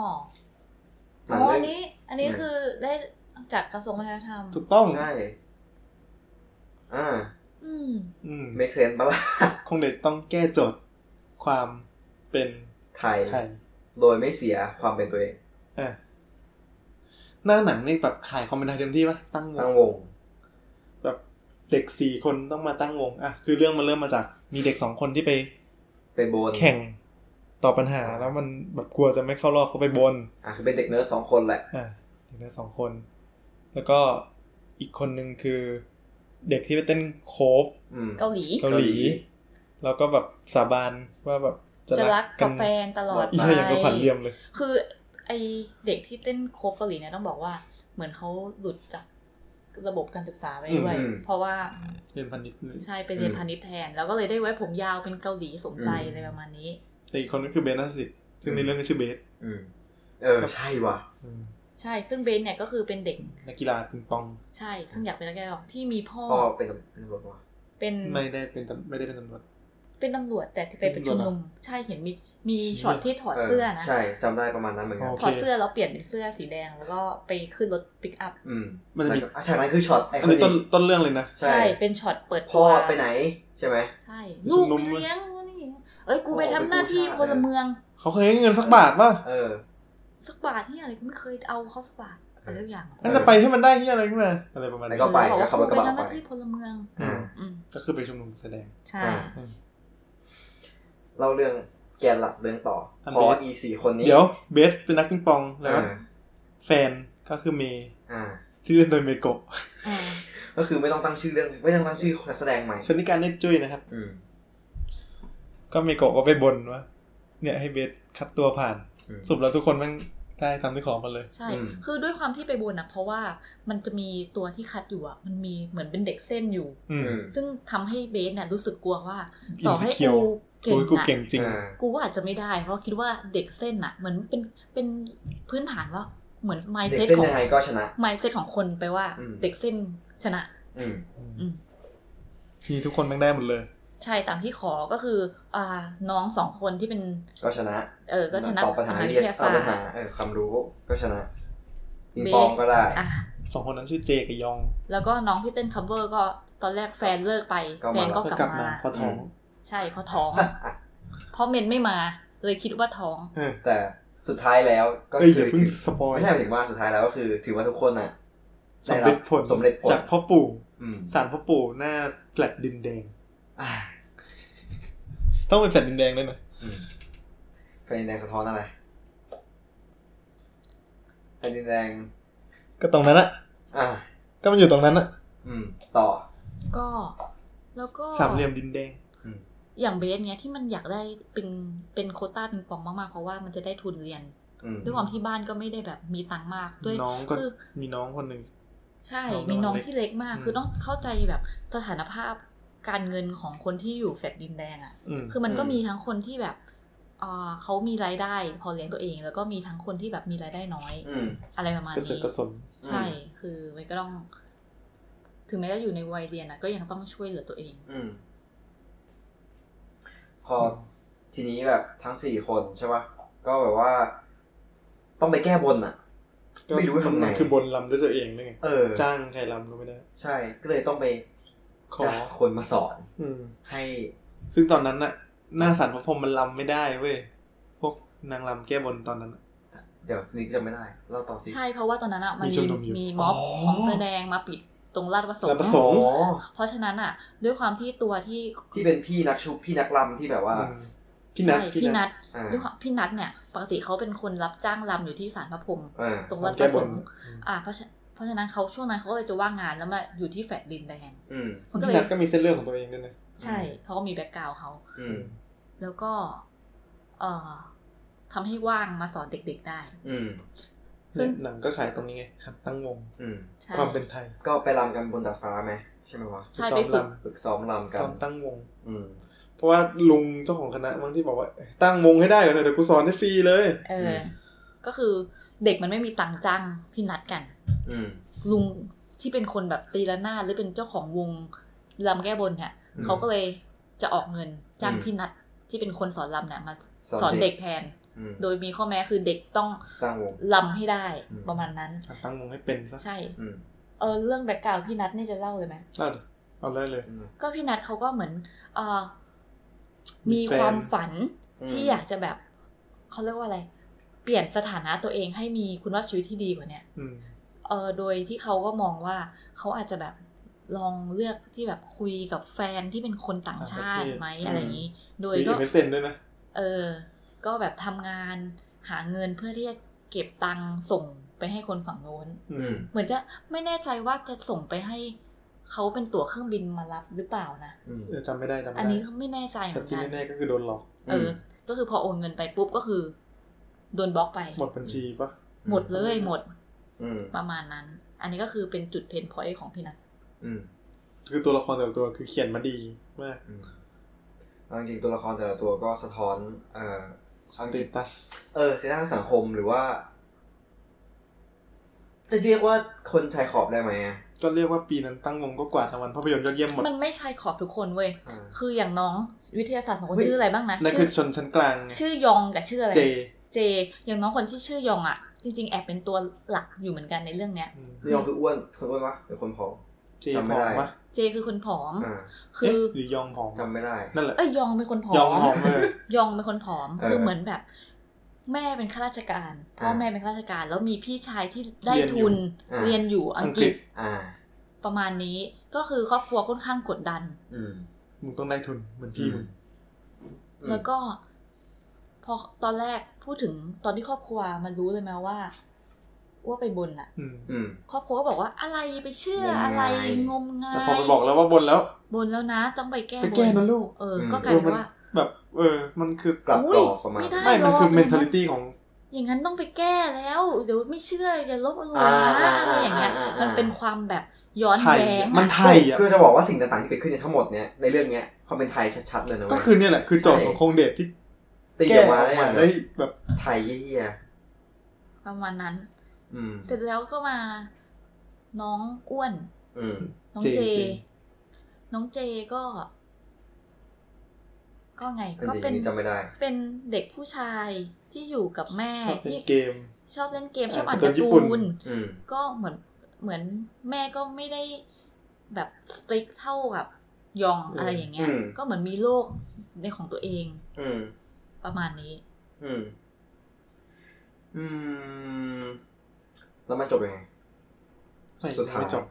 [SPEAKER 1] หนัง
[SPEAKER 3] อ๋อ
[SPEAKER 1] เรื่อง
[SPEAKER 3] อันนี้ อันนี้
[SPEAKER 1] อืม
[SPEAKER 3] คือได้จากกระทรวงวัฒนธรรม
[SPEAKER 2] ถูกต้อง
[SPEAKER 1] ใช่ อ่า
[SPEAKER 3] อืม
[SPEAKER 2] อืม
[SPEAKER 1] make sense ปะล่ะ
[SPEAKER 2] คงเดชต้องแก้โจทย์ความเป็น
[SPEAKER 1] ไทย
[SPEAKER 2] ไทย
[SPEAKER 1] โดยไม่เสียความเป็นตัวเอง
[SPEAKER 2] อ่ะหน้าหนังนี่แบบขายความเป็นไทยเต็มที่ปะตั้งว
[SPEAKER 1] ตั้
[SPEAKER 2] ง
[SPEAKER 1] งวง
[SPEAKER 2] แบบเด็กสี่คนต้องมาตั้งวงอ่ะคือเรื่องมันเริ่มมาจากมีเด็กสองคนที่ไป
[SPEAKER 1] ไปบน
[SPEAKER 2] แข่งต่อปัญหาแล้วมันแบบกลัวจะไม่เข้ารอบเขาไปบน
[SPEAKER 1] อ่ะคือเป็นเด็กเนิร์ดสองคนแหละ
[SPEAKER 2] อ่ะเด็กนั้นสองคน แล้วก็อีกคนหนึ่งคือ เด็กที่ไปเต้นโคฟ
[SPEAKER 1] อืม
[SPEAKER 3] เกาหลี
[SPEAKER 2] เกาหลี แล้วก็แบบสาบานว่าแบบ
[SPEAKER 3] จะรักกับแฟนตลอด
[SPEAKER 2] อี
[SPEAKER 3] ไป
[SPEAKER 2] กอย่างก็ขวัญเรียมเลย
[SPEAKER 3] คือ ไอเด็กที่เต้นโคฟเกาหลีเนี่ยต้องบอกว่า เหมือนเขาหลุดจากระบบการศึกษาไปด้วย
[SPEAKER 1] อืม
[SPEAKER 3] เพราะว่า
[SPEAKER 2] เรียนพันธุ์นิดนึง
[SPEAKER 3] ใช่ไปเรียนพาณิชย์แทน แล้วก็เลยได้ไว้ผมยาวเป็นเกาหลีสมใจ
[SPEAKER 1] อืม
[SPEAKER 3] อะไรประมาณนี้
[SPEAKER 2] แต่อีกคนก็คือเบสนัสสิทธิ์ซึ่งในเรื่องก็ชื่อเบส
[SPEAKER 1] อืม เออ ใช่ว่ะ
[SPEAKER 2] อืม
[SPEAKER 3] ใช่ ซึ่งเบนเนี่ยก็คือเป็นเด็ก
[SPEAKER 2] นักกีฬาปิงปอง
[SPEAKER 3] ใช่ ซึ่งอยากเป็นนักกีฬาที่มีพ่อ
[SPEAKER 1] พ่อเป็นตำเป็นตำรวจว่ะ
[SPEAKER 3] เป็น
[SPEAKER 2] ไม่ได้เป็นตำไม่ได้เป็นตำรวจ
[SPEAKER 3] เป็นตำรวจแต่ที่ไป
[SPEAKER 2] เป็
[SPEAKER 3] เป็น
[SPEAKER 2] ตำร
[SPEAKER 3] นชุ
[SPEAKER 2] วจ
[SPEAKER 3] ม
[SPEAKER 2] เหรอ
[SPEAKER 3] นุม ใช่เห็นมีมี
[SPEAKER 2] เชี่ย
[SPEAKER 3] ช็อตที่ถอดเสื้อนะ
[SPEAKER 1] ใช่จำได้ประมาณนั้นเหมือนกัน
[SPEAKER 2] โอเค
[SPEAKER 3] ถอดเสื้อแล้วเปลี่ยนเป็นเสื้อสีแดงแล้วก็ไปขึ้นรถปิกอัพ
[SPEAKER 1] อืม
[SPEAKER 2] มันจะมี
[SPEAKER 1] แล้วก็อ่ะฉากนั้นคือช็อตไอค
[SPEAKER 2] อั
[SPEAKER 1] น อ
[SPEAKER 2] นี้
[SPEAKER 1] นิ
[SPEAKER 2] ต้น
[SPEAKER 1] ก
[SPEAKER 2] ต้นเรื่องเลยนะ
[SPEAKER 1] ใช่
[SPEAKER 3] เป็นช็อตเปิด
[SPEAKER 1] พ่อ
[SPEAKER 3] ตัว
[SPEAKER 1] ไปไหนใช่ไหม
[SPEAKER 3] ใช่
[SPEAKER 2] ชุมนุม
[SPEAKER 3] ลูกไม่เลี้ยงว่านี่เอ้ยกูไปทำหน้าที่พลเมือง
[SPEAKER 2] เขาเคยให้เงินสักบาทป่ะ
[SPEAKER 1] เออ
[SPEAKER 3] สักบาทที่อะไรกูไม่เคยเอาเขาสักบาทอะไรทุกอย่าง
[SPEAKER 2] มันจะไปให้มันได้ที่อะไรขึ้นมาอะไรประมาณนี้
[SPEAKER 1] แล้ว ไป
[SPEAKER 3] บอกว่า
[SPEAKER 1] ขับ
[SPEAKER 3] กู
[SPEAKER 1] รถก
[SPEAKER 3] ไประ
[SPEAKER 1] บะ
[SPEAKER 3] ทำหน้า
[SPEAKER 1] ไป
[SPEAKER 3] ที่พลเมือง
[SPEAKER 1] อ่า
[SPEAKER 3] อืม
[SPEAKER 2] ก็คือไปชุมนุมแสดง
[SPEAKER 3] ใช่
[SPEAKER 1] อ่า เล่าเรื่องแกนหลักเรื่องต่อ
[SPEAKER 2] ทำ
[SPEAKER 1] พอ
[SPEAKER 2] เบส
[SPEAKER 1] อีสี่คนนี้
[SPEAKER 2] เดี๋ยวเบสเป็นนักปิงปองแล้ว
[SPEAKER 1] อ่า
[SPEAKER 2] แฟนก็คือเมย์
[SPEAKER 1] อ่า
[SPEAKER 2] ที่เล่นโดยเมโกะ
[SPEAKER 3] อ่า
[SPEAKER 1] ก็คือไม่ต้องตั้งชื่อเรื่องไม่ต้องตั้งชื่อนักแสดงใหม่
[SPEAKER 2] ชนนิการเล่นจุ้ยนะครับ
[SPEAKER 1] อืม
[SPEAKER 2] ก็เมโกะก็ไปบนว่าเนี่ยให้เบสคัดตัวผ่าน
[SPEAKER 1] อืม
[SPEAKER 2] สรุดแล้วทุกคนแมันได้ตามที่ขอมาเลย
[SPEAKER 3] ใช่
[SPEAKER 1] อืม
[SPEAKER 3] คือด้วยความที่ไปบนอ่ะ เพราะว่ามันจะมีตัวที่คัดอยู่อ่ะ มันมีเหมือนเป็นเด็กเส้นอยู่
[SPEAKER 2] อืม
[SPEAKER 1] อืม
[SPEAKER 3] ซึ่งทำให้เบสเนี่ยรู้สึกกลัวว่า
[SPEAKER 2] อิน
[SPEAKER 3] ต่อ
[SPEAKER 2] ส
[SPEAKER 3] ให้
[SPEAKER 2] เคียว
[SPEAKER 3] กูเก่ง
[SPEAKER 2] โอ้ยกู
[SPEAKER 3] นะ
[SPEAKER 2] เก่งจริง
[SPEAKER 1] อ่า
[SPEAKER 3] กูว่าอาจจะไม่ได้ เพราะคิดว่าเด็กเส้นอ่ะเหมือนเป็นเป็นพื้นฐานว่าเหมือนไม
[SPEAKER 1] เด็ก
[SPEAKER 3] เซ็ต
[SPEAKER 1] เส้น
[SPEAKER 3] ของ
[SPEAKER 1] ยังไงก็ชนะ
[SPEAKER 3] ไมเซ็ตของคนไปว่า
[SPEAKER 1] อืม
[SPEAKER 3] เด็กเส้นชนะ
[SPEAKER 1] อืม
[SPEAKER 3] อืม
[SPEAKER 2] ทีนี้ทุกคนแม่งได้หมดเลย
[SPEAKER 3] ใช่ตามที่ขอก็คือ อ่าน้องสองคนที่เป็น
[SPEAKER 1] ก็ชนะ
[SPEAKER 3] เออก็ชนะ
[SPEAKER 1] ตอบปัญหา
[SPEAKER 3] ทาง
[SPEAKER 1] เรี
[SPEAKER 3] วิ
[SPEAKER 1] ยส
[SPEAKER 3] ทยา
[SPEAKER 1] ตอ
[SPEAKER 3] ศา
[SPEAKER 1] บ
[SPEAKER 3] สต
[SPEAKER 1] ปัญหา
[SPEAKER 3] ร์
[SPEAKER 1] เออความรู้ก็ชนะปิง
[SPEAKER 3] เบส
[SPEAKER 1] ปองก็ได้
[SPEAKER 3] อ่ะ
[SPEAKER 2] สองคนนั้นชื่อเจกับยอง
[SPEAKER 3] แล้วก็น้องที่เต้นคัฟเวอร์ก็ตอนแรกแฟนเลิกไป
[SPEAKER 1] ก็มา
[SPEAKER 3] แฟนก็
[SPEAKER 2] ก็
[SPEAKER 3] กลั
[SPEAKER 2] กลับบ มา
[SPEAKER 3] มา
[SPEAKER 2] พอท้อง
[SPEAKER 3] ใช่เพราะท้อง เพราะเมนไม่มาเลยคิดว่าท้อง
[SPEAKER 2] เออ
[SPEAKER 1] แต่ สุดท้ายแล้วก็
[SPEAKER 2] เอ้ยอ
[SPEAKER 1] คื
[SPEAKER 2] ย่า
[SPEAKER 1] อ
[SPEAKER 2] เพิ่งสปอย
[SPEAKER 1] ไม่ใช่หมายถึงว่าสุดท้ายแล้วก็คือ ถือว่าทุกคนอ่ะ
[SPEAKER 2] สำเร็จผล
[SPEAKER 1] สำเร็จผล
[SPEAKER 2] จากพ่อปู่
[SPEAKER 1] อืม
[SPEAKER 2] สารพ่อปู่หน้าแฟลตดินแดง
[SPEAKER 1] อ่า
[SPEAKER 2] ต้องเป็นแฟลตดินแดงด้วยนะ
[SPEAKER 1] อืมแฟนดินแดงสะท้อนอะไรแฟนดินแดง
[SPEAKER 2] ก็ตรงนั้นอะ
[SPEAKER 1] อ่า
[SPEAKER 2] ก็มันอยู่ตรงนั้นอะ
[SPEAKER 1] อืม ต่อ
[SPEAKER 3] ก็ แล้วก็
[SPEAKER 2] สามเหลี่ยมดินแดง
[SPEAKER 3] อย่างเบสเนี้ยที่มันอยากได้เป็นเป็นโควต้าปิงปองมากๆเพราะว่ามันจะได้ทุนเรียน
[SPEAKER 1] อืม
[SPEAKER 3] ด้วยความที่บ้านก็ไม่ได้แบบมีตังค์มากด้วย
[SPEAKER 2] น้องก็
[SPEAKER 3] คือ
[SPEAKER 2] มีน้องคนหนึ่ง
[SPEAKER 3] ใช่
[SPEAKER 2] น้อง
[SPEAKER 3] มีน้อง
[SPEAKER 2] เล็ก
[SPEAKER 3] ที่เล็กมาก
[SPEAKER 2] อืม
[SPEAKER 3] คือต้องเข้าใจแบบสถานภาพการเงินของคนที่อยู่แฟลตดินแดงอะ่ะ
[SPEAKER 2] อืม
[SPEAKER 3] คือมันก็มีทั้งคนที่แบบเอ่อเขามีรายได้พอเลี้ยงตัวเอง แล้วก็มีทั้งคนที่แบบมีรายได้น้อย
[SPEAKER 1] อืม
[SPEAKER 3] อะไรประมาณ
[SPEAKER 2] กระเสือ
[SPEAKER 3] นี้
[SPEAKER 2] กกระสน
[SPEAKER 3] ใช่ คือมันก็ต้อง ถึงแม้จะอยู่ในวัยเรียนอะก็ยังต้องช่วยเหลือตัวเอง
[SPEAKER 1] อืม พอทีนี้แบบทั้งสี่คนใช่ปะก็แบบว่า ต้องไปแก้บนอ่ะ
[SPEAKER 2] ก็
[SPEAKER 1] ไม่รู้ทำไง
[SPEAKER 2] มันคือบนลำด้วยตัวเองนี่ไง
[SPEAKER 1] เออ
[SPEAKER 2] จ้างใครลำก็ไม่ได้
[SPEAKER 1] ใช่ ก็เลยต้องไป
[SPEAKER 2] ขอ
[SPEAKER 1] จ้างคนมาสอน
[SPEAKER 2] อืม
[SPEAKER 1] ให้
[SPEAKER 2] ซึ่งตอนนั้นน่ะ หน้าสันพระพรหมมันลำไม่ได้เว้ย พวกนางลำแก้บนตอนนั้นน่ะ
[SPEAKER 1] เดี๋ยวนี่จะไม่ได้ เราต่อสิ
[SPEAKER 3] ใช่เพราะว่าตอนนั้นอะมัน
[SPEAKER 2] มีชุมนุมอยู่
[SPEAKER 3] มีม็อบ
[SPEAKER 2] อ๋อ
[SPEAKER 3] ของแสอแดงมาปิดตรงลาดประสง
[SPEAKER 2] ลาดประส
[SPEAKER 1] โอ้
[SPEAKER 2] งค์
[SPEAKER 3] เพราะฉะนั้นอะด้วยความที่ตัวที่
[SPEAKER 1] ที่เป็นพี่นักชุบพี่นักลำที่แบบว่า
[SPEAKER 2] อืมพี่นัท
[SPEAKER 3] ใช่พี่นัท
[SPEAKER 1] อ่า
[SPEAKER 3] ด้วยความพี่นัทเนี่ย ปกติเขาเป็นคนรับจ้างรำอยู่ที่ศาลพระพรหม
[SPEAKER 1] อ่า
[SPEAKER 3] ตรงวัด
[SPEAKER 2] ลำ
[SPEAKER 3] ป
[SPEAKER 2] แก้
[SPEAKER 3] ระ
[SPEAKER 2] บ
[SPEAKER 3] ส
[SPEAKER 2] น
[SPEAKER 3] งค์อ่าเพราะฉะเพราะฉะนั้นเขาช่วงนั้นเขาก็เลยจะว่างงานแล้วมาอยู่ที่แฟลตดินแดง
[SPEAKER 1] อืม
[SPEAKER 3] มันก็เล
[SPEAKER 2] พี่
[SPEAKER 3] ย
[SPEAKER 2] นัทก็มีเส้นเรื่องของตัวเองด้วยนะ
[SPEAKER 3] ใช่เขาก็มีแบ็กกราวเขา
[SPEAKER 1] อืม
[SPEAKER 3] แล้วก็ เอ่อทำให้ว่างมาสอนเด็กๆได้
[SPEAKER 1] อืม
[SPEAKER 3] ซึ่ง
[SPEAKER 2] หนังก็ขายตรงนี้ไงครับตั้งวง
[SPEAKER 1] อืม
[SPEAKER 3] ใช่
[SPEAKER 2] ความเป็นไทย
[SPEAKER 1] ก็ไปลำกันบนดาดฟ้าไหมใช่ไหมวะ
[SPEAKER 3] ใช่
[SPEAKER 2] ซ้อ
[SPEAKER 3] ไป
[SPEAKER 2] ม
[SPEAKER 3] ฝึก
[SPEAKER 2] ลำ
[SPEAKER 1] ฝึกซ้อมลำกัน
[SPEAKER 2] ซ้อมตั้งวง
[SPEAKER 1] อืม
[SPEAKER 2] เพราะว่าลุงเจ้าของคณะมั้งที่บอกว่า ตั้งวงให้ได้ก่อนเถอะเดี๋ยวกูสอนให้ฟรีเลย
[SPEAKER 3] เอ
[SPEAKER 1] อื
[SPEAKER 3] ออ
[SPEAKER 1] ม
[SPEAKER 3] ก็คือเด็กมันไม่มีตังค์จ้างพี่นัทกัน
[SPEAKER 1] อืม
[SPEAKER 3] ลุงที่เป็นคนแบบตีละนาดหรือเป็นเจ้าของวงรำแก้บนเนี่ย
[SPEAKER 1] อืม
[SPEAKER 3] เขาก็เลยจะออกเงินจ้าง
[SPEAKER 1] อืม
[SPEAKER 3] พี่นัทที่เป็นคนสอนรำเนี่ยมา
[SPEAKER 1] สอน
[SPEAKER 3] สอน
[SPEAKER 1] เด็
[SPEAKER 3] เด็
[SPEAKER 1] ก
[SPEAKER 3] กแทน
[SPEAKER 1] อืม
[SPEAKER 3] โดยมีข้อแม้คือเด็กต้อง
[SPEAKER 1] ตั้งวง
[SPEAKER 3] รำให้ได้
[SPEAKER 1] อืม
[SPEAKER 3] ประมาณนั้น
[SPEAKER 2] ตั้งวงให้เป็นซะ
[SPEAKER 3] ใช่
[SPEAKER 1] อืม
[SPEAKER 3] เออเรื่องแบ็กกราวพี่นัทนี่จะเล่าเลยไหม
[SPEAKER 2] เอาเลยเอาได้เลย
[SPEAKER 1] อืม
[SPEAKER 3] ก็พี่นัทเขาก็เหมือนเออ
[SPEAKER 2] มี
[SPEAKER 3] มี
[SPEAKER 2] แฟน
[SPEAKER 3] ความฝัน
[SPEAKER 1] อืม
[SPEAKER 3] ที่อยากจะแบบเขาเรียกว่าอะไร เปลี่ยนสถานะตัวเองให้มีคุณภาพชีวิตที่ดีกว่าเนี้ย
[SPEAKER 2] อืม
[SPEAKER 3] เออโดยที่เขาก็มองว่าเขาอาจจะแบบลองเลือกที่แบบคุยกับแฟนที่เป็นคนต่างชาติ
[SPEAKER 2] ต่างประเทศ
[SPEAKER 3] ไหมอะไรอย่างนี้ โดย
[SPEAKER 2] มี
[SPEAKER 3] ก็
[SPEAKER 2] เอเมเซ็นด้วยนะ
[SPEAKER 3] เออ ก็แบบทำงานหาเงินเพื่อที่จะเก็บตังค์ส่งไปให้คนฝั่งโน้น
[SPEAKER 2] อื
[SPEAKER 1] อื
[SPEAKER 2] ม
[SPEAKER 1] ม
[SPEAKER 3] เหมือนจะไม่แน่ใจว่าจะส่งไปให้เขาเป็นตั๋วเครื่องบินมารับหรือเปล่านะ
[SPEAKER 1] อืม
[SPEAKER 2] เออจำไม่ได้จำไม่
[SPEAKER 3] อัน
[SPEAKER 2] ได้
[SPEAKER 3] นี้ก็ไม่แน่ใจเห
[SPEAKER 2] แต่
[SPEAKER 3] มือน
[SPEAKER 2] ที่
[SPEAKER 3] กัน
[SPEAKER 2] แน่ๆก็คือโดนหลอก
[SPEAKER 3] เออ ก็คือพอโอนเงินไปปุ๊บก็คือ โดนบล็อกไป
[SPEAKER 2] หมดบัญชีปะ
[SPEAKER 3] หมดเลยหมด
[SPEAKER 1] อืม
[SPEAKER 3] ประมาณนั้น อันนี้ก็คือเป็นจุดเพนพอยต์ของพี่นัท
[SPEAKER 1] อืม
[SPEAKER 2] คือตัวละครแต่ละตัวคือเขียนมาดีมาก
[SPEAKER 1] อืมเอาจริงๆตัวละครแต่ละตัวก็สะท้อน เอ่อ
[SPEAKER 2] ส
[SPEAKER 1] เอาจ
[SPEAKER 2] เต
[SPEAKER 1] ริง
[SPEAKER 2] ตัส
[SPEAKER 1] เออเสถานสังคมหรือว่า จะเรียกว่าคนชายขอบได้ไหมอะ
[SPEAKER 2] ก็เรียกว่าปีนั้นตั้งวงก็กวาดรางวัลภาพยนตร์ยอดเยี่ยมหมด
[SPEAKER 3] มันไม่ใช่ขอบทุกคนเว้ย
[SPEAKER 1] อ่า
[SPEAKER 3] คืออย่างน้องวิทยาศาสตร์สองคน
[SPEAKER 2] เฮ้ย
[SPEAKER 3] ชื่ออะไรบ้างนะ
[SPEAKER 2] นั่นคือชนชั้นกลางไง
[SPEAKER 3] ชื่อยองกับชื่ออะไร
[SPEAKER 2] เจ
[SPEAKER 3] เจ อย่างน้องคนที่ชื่อยองอ่ะ จริง ๆ แอบเป็นตัวหลักอยู่เหมือนกันในเรื่องเนี้ย
[SPEAKER 2] อืม
[SPEAKER 1] นี่ยองคืออ้วนคนอ้วนปะหรือคนผอม
[SPEAKER 2] เจ
[SPEAKER 1] จำ
[SPEAKER 2] ผ
[SPEAKER 1] ไม่
[SPEAKER 2] อ
[SPEAKER 1] ได้
[SPEAKER 2] มปะ
[SPEAKER 3] เจคือคนผอม
[SPEAKER 1] อ่า
[SPEAKER 3] คื
[SPEAKER 2] เะ
[SPEAKER 3] อ
[SPEAKER 2] หรือยองผอม
[SPEAKER 1] จำไม่ได้
[SPEAKER 2] นั่นแหละ
[SPEAKER 3] เอ้ยยองเป็นคนผอม
[SPEAKER 2] ยองผอมเลย
[SPEAKER 3] ยองเป็นคนผอม
[SPEAKER 1] เออ
[SPEAKER 3] คือเหมือนแบบ แม่เป็นข้าราชการ พ่ออา แม่เป็นข้าราชการ แล้วมีพี่ชายที่ได้
[SPEAKER 2] เรียนอยู่
[SPEAKER 3] ทุน
[SPEAKER 1] อ่า
[SPEAKER 3] เรียนอยู่อังกฤษ
[SPEAKER 1] อ่า
[SPEAKER 3] ประมาณนี้ ก็คือครอบครัวค่อนข้างกดดัน
[SPEAKER 1] อืม
[SPEAKER 2] มึงต้องได้ทุนเหมือนพี่มึง
[SPEAKER 1] อืม
[SPEAKER 3] แล้วก็ พอตอนแรกพูดถึงตอนที่ครอบครัวมันรู้เลยไหมว่าว่าไปบนอะ
[SPEAKER 2] อืม
[SPEAKER 1] อืม
[SPEAKER 3] ครอบครัวก็บอกว่าอะไรไปเชื่ออะไรงมงา
[SPEAKER 2] แต่พอย ไปบอกแล้วว่าบนแล้ว
[SPEAKER 3] บนแล้วนะ ต้องไปแก้
[SPEAKER 2] ไป
[SPEAKER 3] บ
[SPEAKER 2] แก้
[SPEAKER 3] น
[SPEAKER 2] นะลูก
[SPEAKER 3] เออ
[SPEAKER 1] อืม
[SPEAKER 3] ก็กลายเป็นว่า
[SPEAKER 2] แบบ เออ มันคือก
[SPEAKER 1] ลับ
[SPEAKER 3] อุ๊
[SPEAKER 1] กร
[SPEAKER 3] ย
[SPEAKER 1] อบประมาณ
[SPEAKER 3] ไม่ได้
[SPEAKER 2] ไม่ มันคือ
[SPEAKER 3] ไม่ได้หรอก
[SPEAKER 2] mentality ของ
[SPEAKER 3] อย่างนั้นต้องไปแก้แล้ว เดี๋ยวไม่เชื่อจะลบอะไร
[SPEAKER 1] อ่า
[SPEAKER 3] นะอะไรอย่างเงี้ย มันเป็นความแบบย้อน
[SPEAKER 2] ไทย
[SPEAKER 3] แย้ง
[SPEAKER 2] อะ
[SPEAKER 3] อะ
[SPEAKER 2] มันไทยอ่ะ
[SPEAKER 1] คือจะบอกว่าสิ่งต่างๆที่เกิดขึ้นในยทั้งหมดเนี่ยในเรื่องเนี้ยความเป็นไทยชัดๆเลยนะเว้ย
[SPEAKER 2] ก็คือเนี่ยแหละ คือโจทย์ของคงเดชที่
[SPEAKER 1] ตี
[SPEAKER 2] แก้
[SPEAKER 1] ออ
[SPEAKER 2] ออกก
[SPEAKER 1] มา
[SPEAKER 2] มา
[SPEAKER 1] ได้อย่าง
[SPEAKER 2] ได้
[SPEAKER 1] เงี้ย
[SPEAKER 2] แบบ
[SPEAKER 1] ไทยเยี่ย
[SPEAKER 3] ประมาณนั้น
[SPEAKER 1] ๆอืม
[SPEAKER 3] เสร็จแล้วก็มา น้องอ้วน
[SPEAKER 1] อืม
[SPEAKER 3] น้องเจ น้องเจก็ ก็ไง
[SPEAKER 1] อันจริง
[SPEAKER 3] ก็เป็น
[SPEAKER 1] นี่จำไม่ได้
[SPEAKER 3] เป็นเด็กผู้ชายที่อยู่กับแม่
[SPEAKER 2] ชอบเล่
[SPEAKER 3] ที่
[SPEAKER 2] นเกม
[SPEAKER 3] ชอบเล่นเกม
[SPEAKER 2] เอ่อ
[SPEAKER 3] ชอบอ่านการ
[SPEAKER 2] กา์
[SPEAKER 3] ร์
[SPEAKER 2] ตูน
[SPEAKER 3] ตู
[SPEAKER 2] ญี่ปุ่
[SPEAKER 3] น
[SPEAKER 2] น
[SPEAKER 1] อืม
[SPEAKER 3] ก็เหมือนเหมือนแม่ก็ไม่ได้แบบสติ๊กเท่ากับยอง
[SPEAKER 2] เอออ
[SPEAKER 3] อะไรอย่างเงี้ย
[SPEAKER 1] อืม
[SPEAKER 3] ก็เหมือนมีโลกในของตัวเอง
[SPEAKER 1] อืม
[SPEAKER 3] ประมาณนี้
[SPEAKER 1] อืม อืม แล้วมันจบยังไง
[SPEAKER 2] ไม่
[SPEAKER 1] สุดท้าย
[SPEAKER 2] ไม่จบ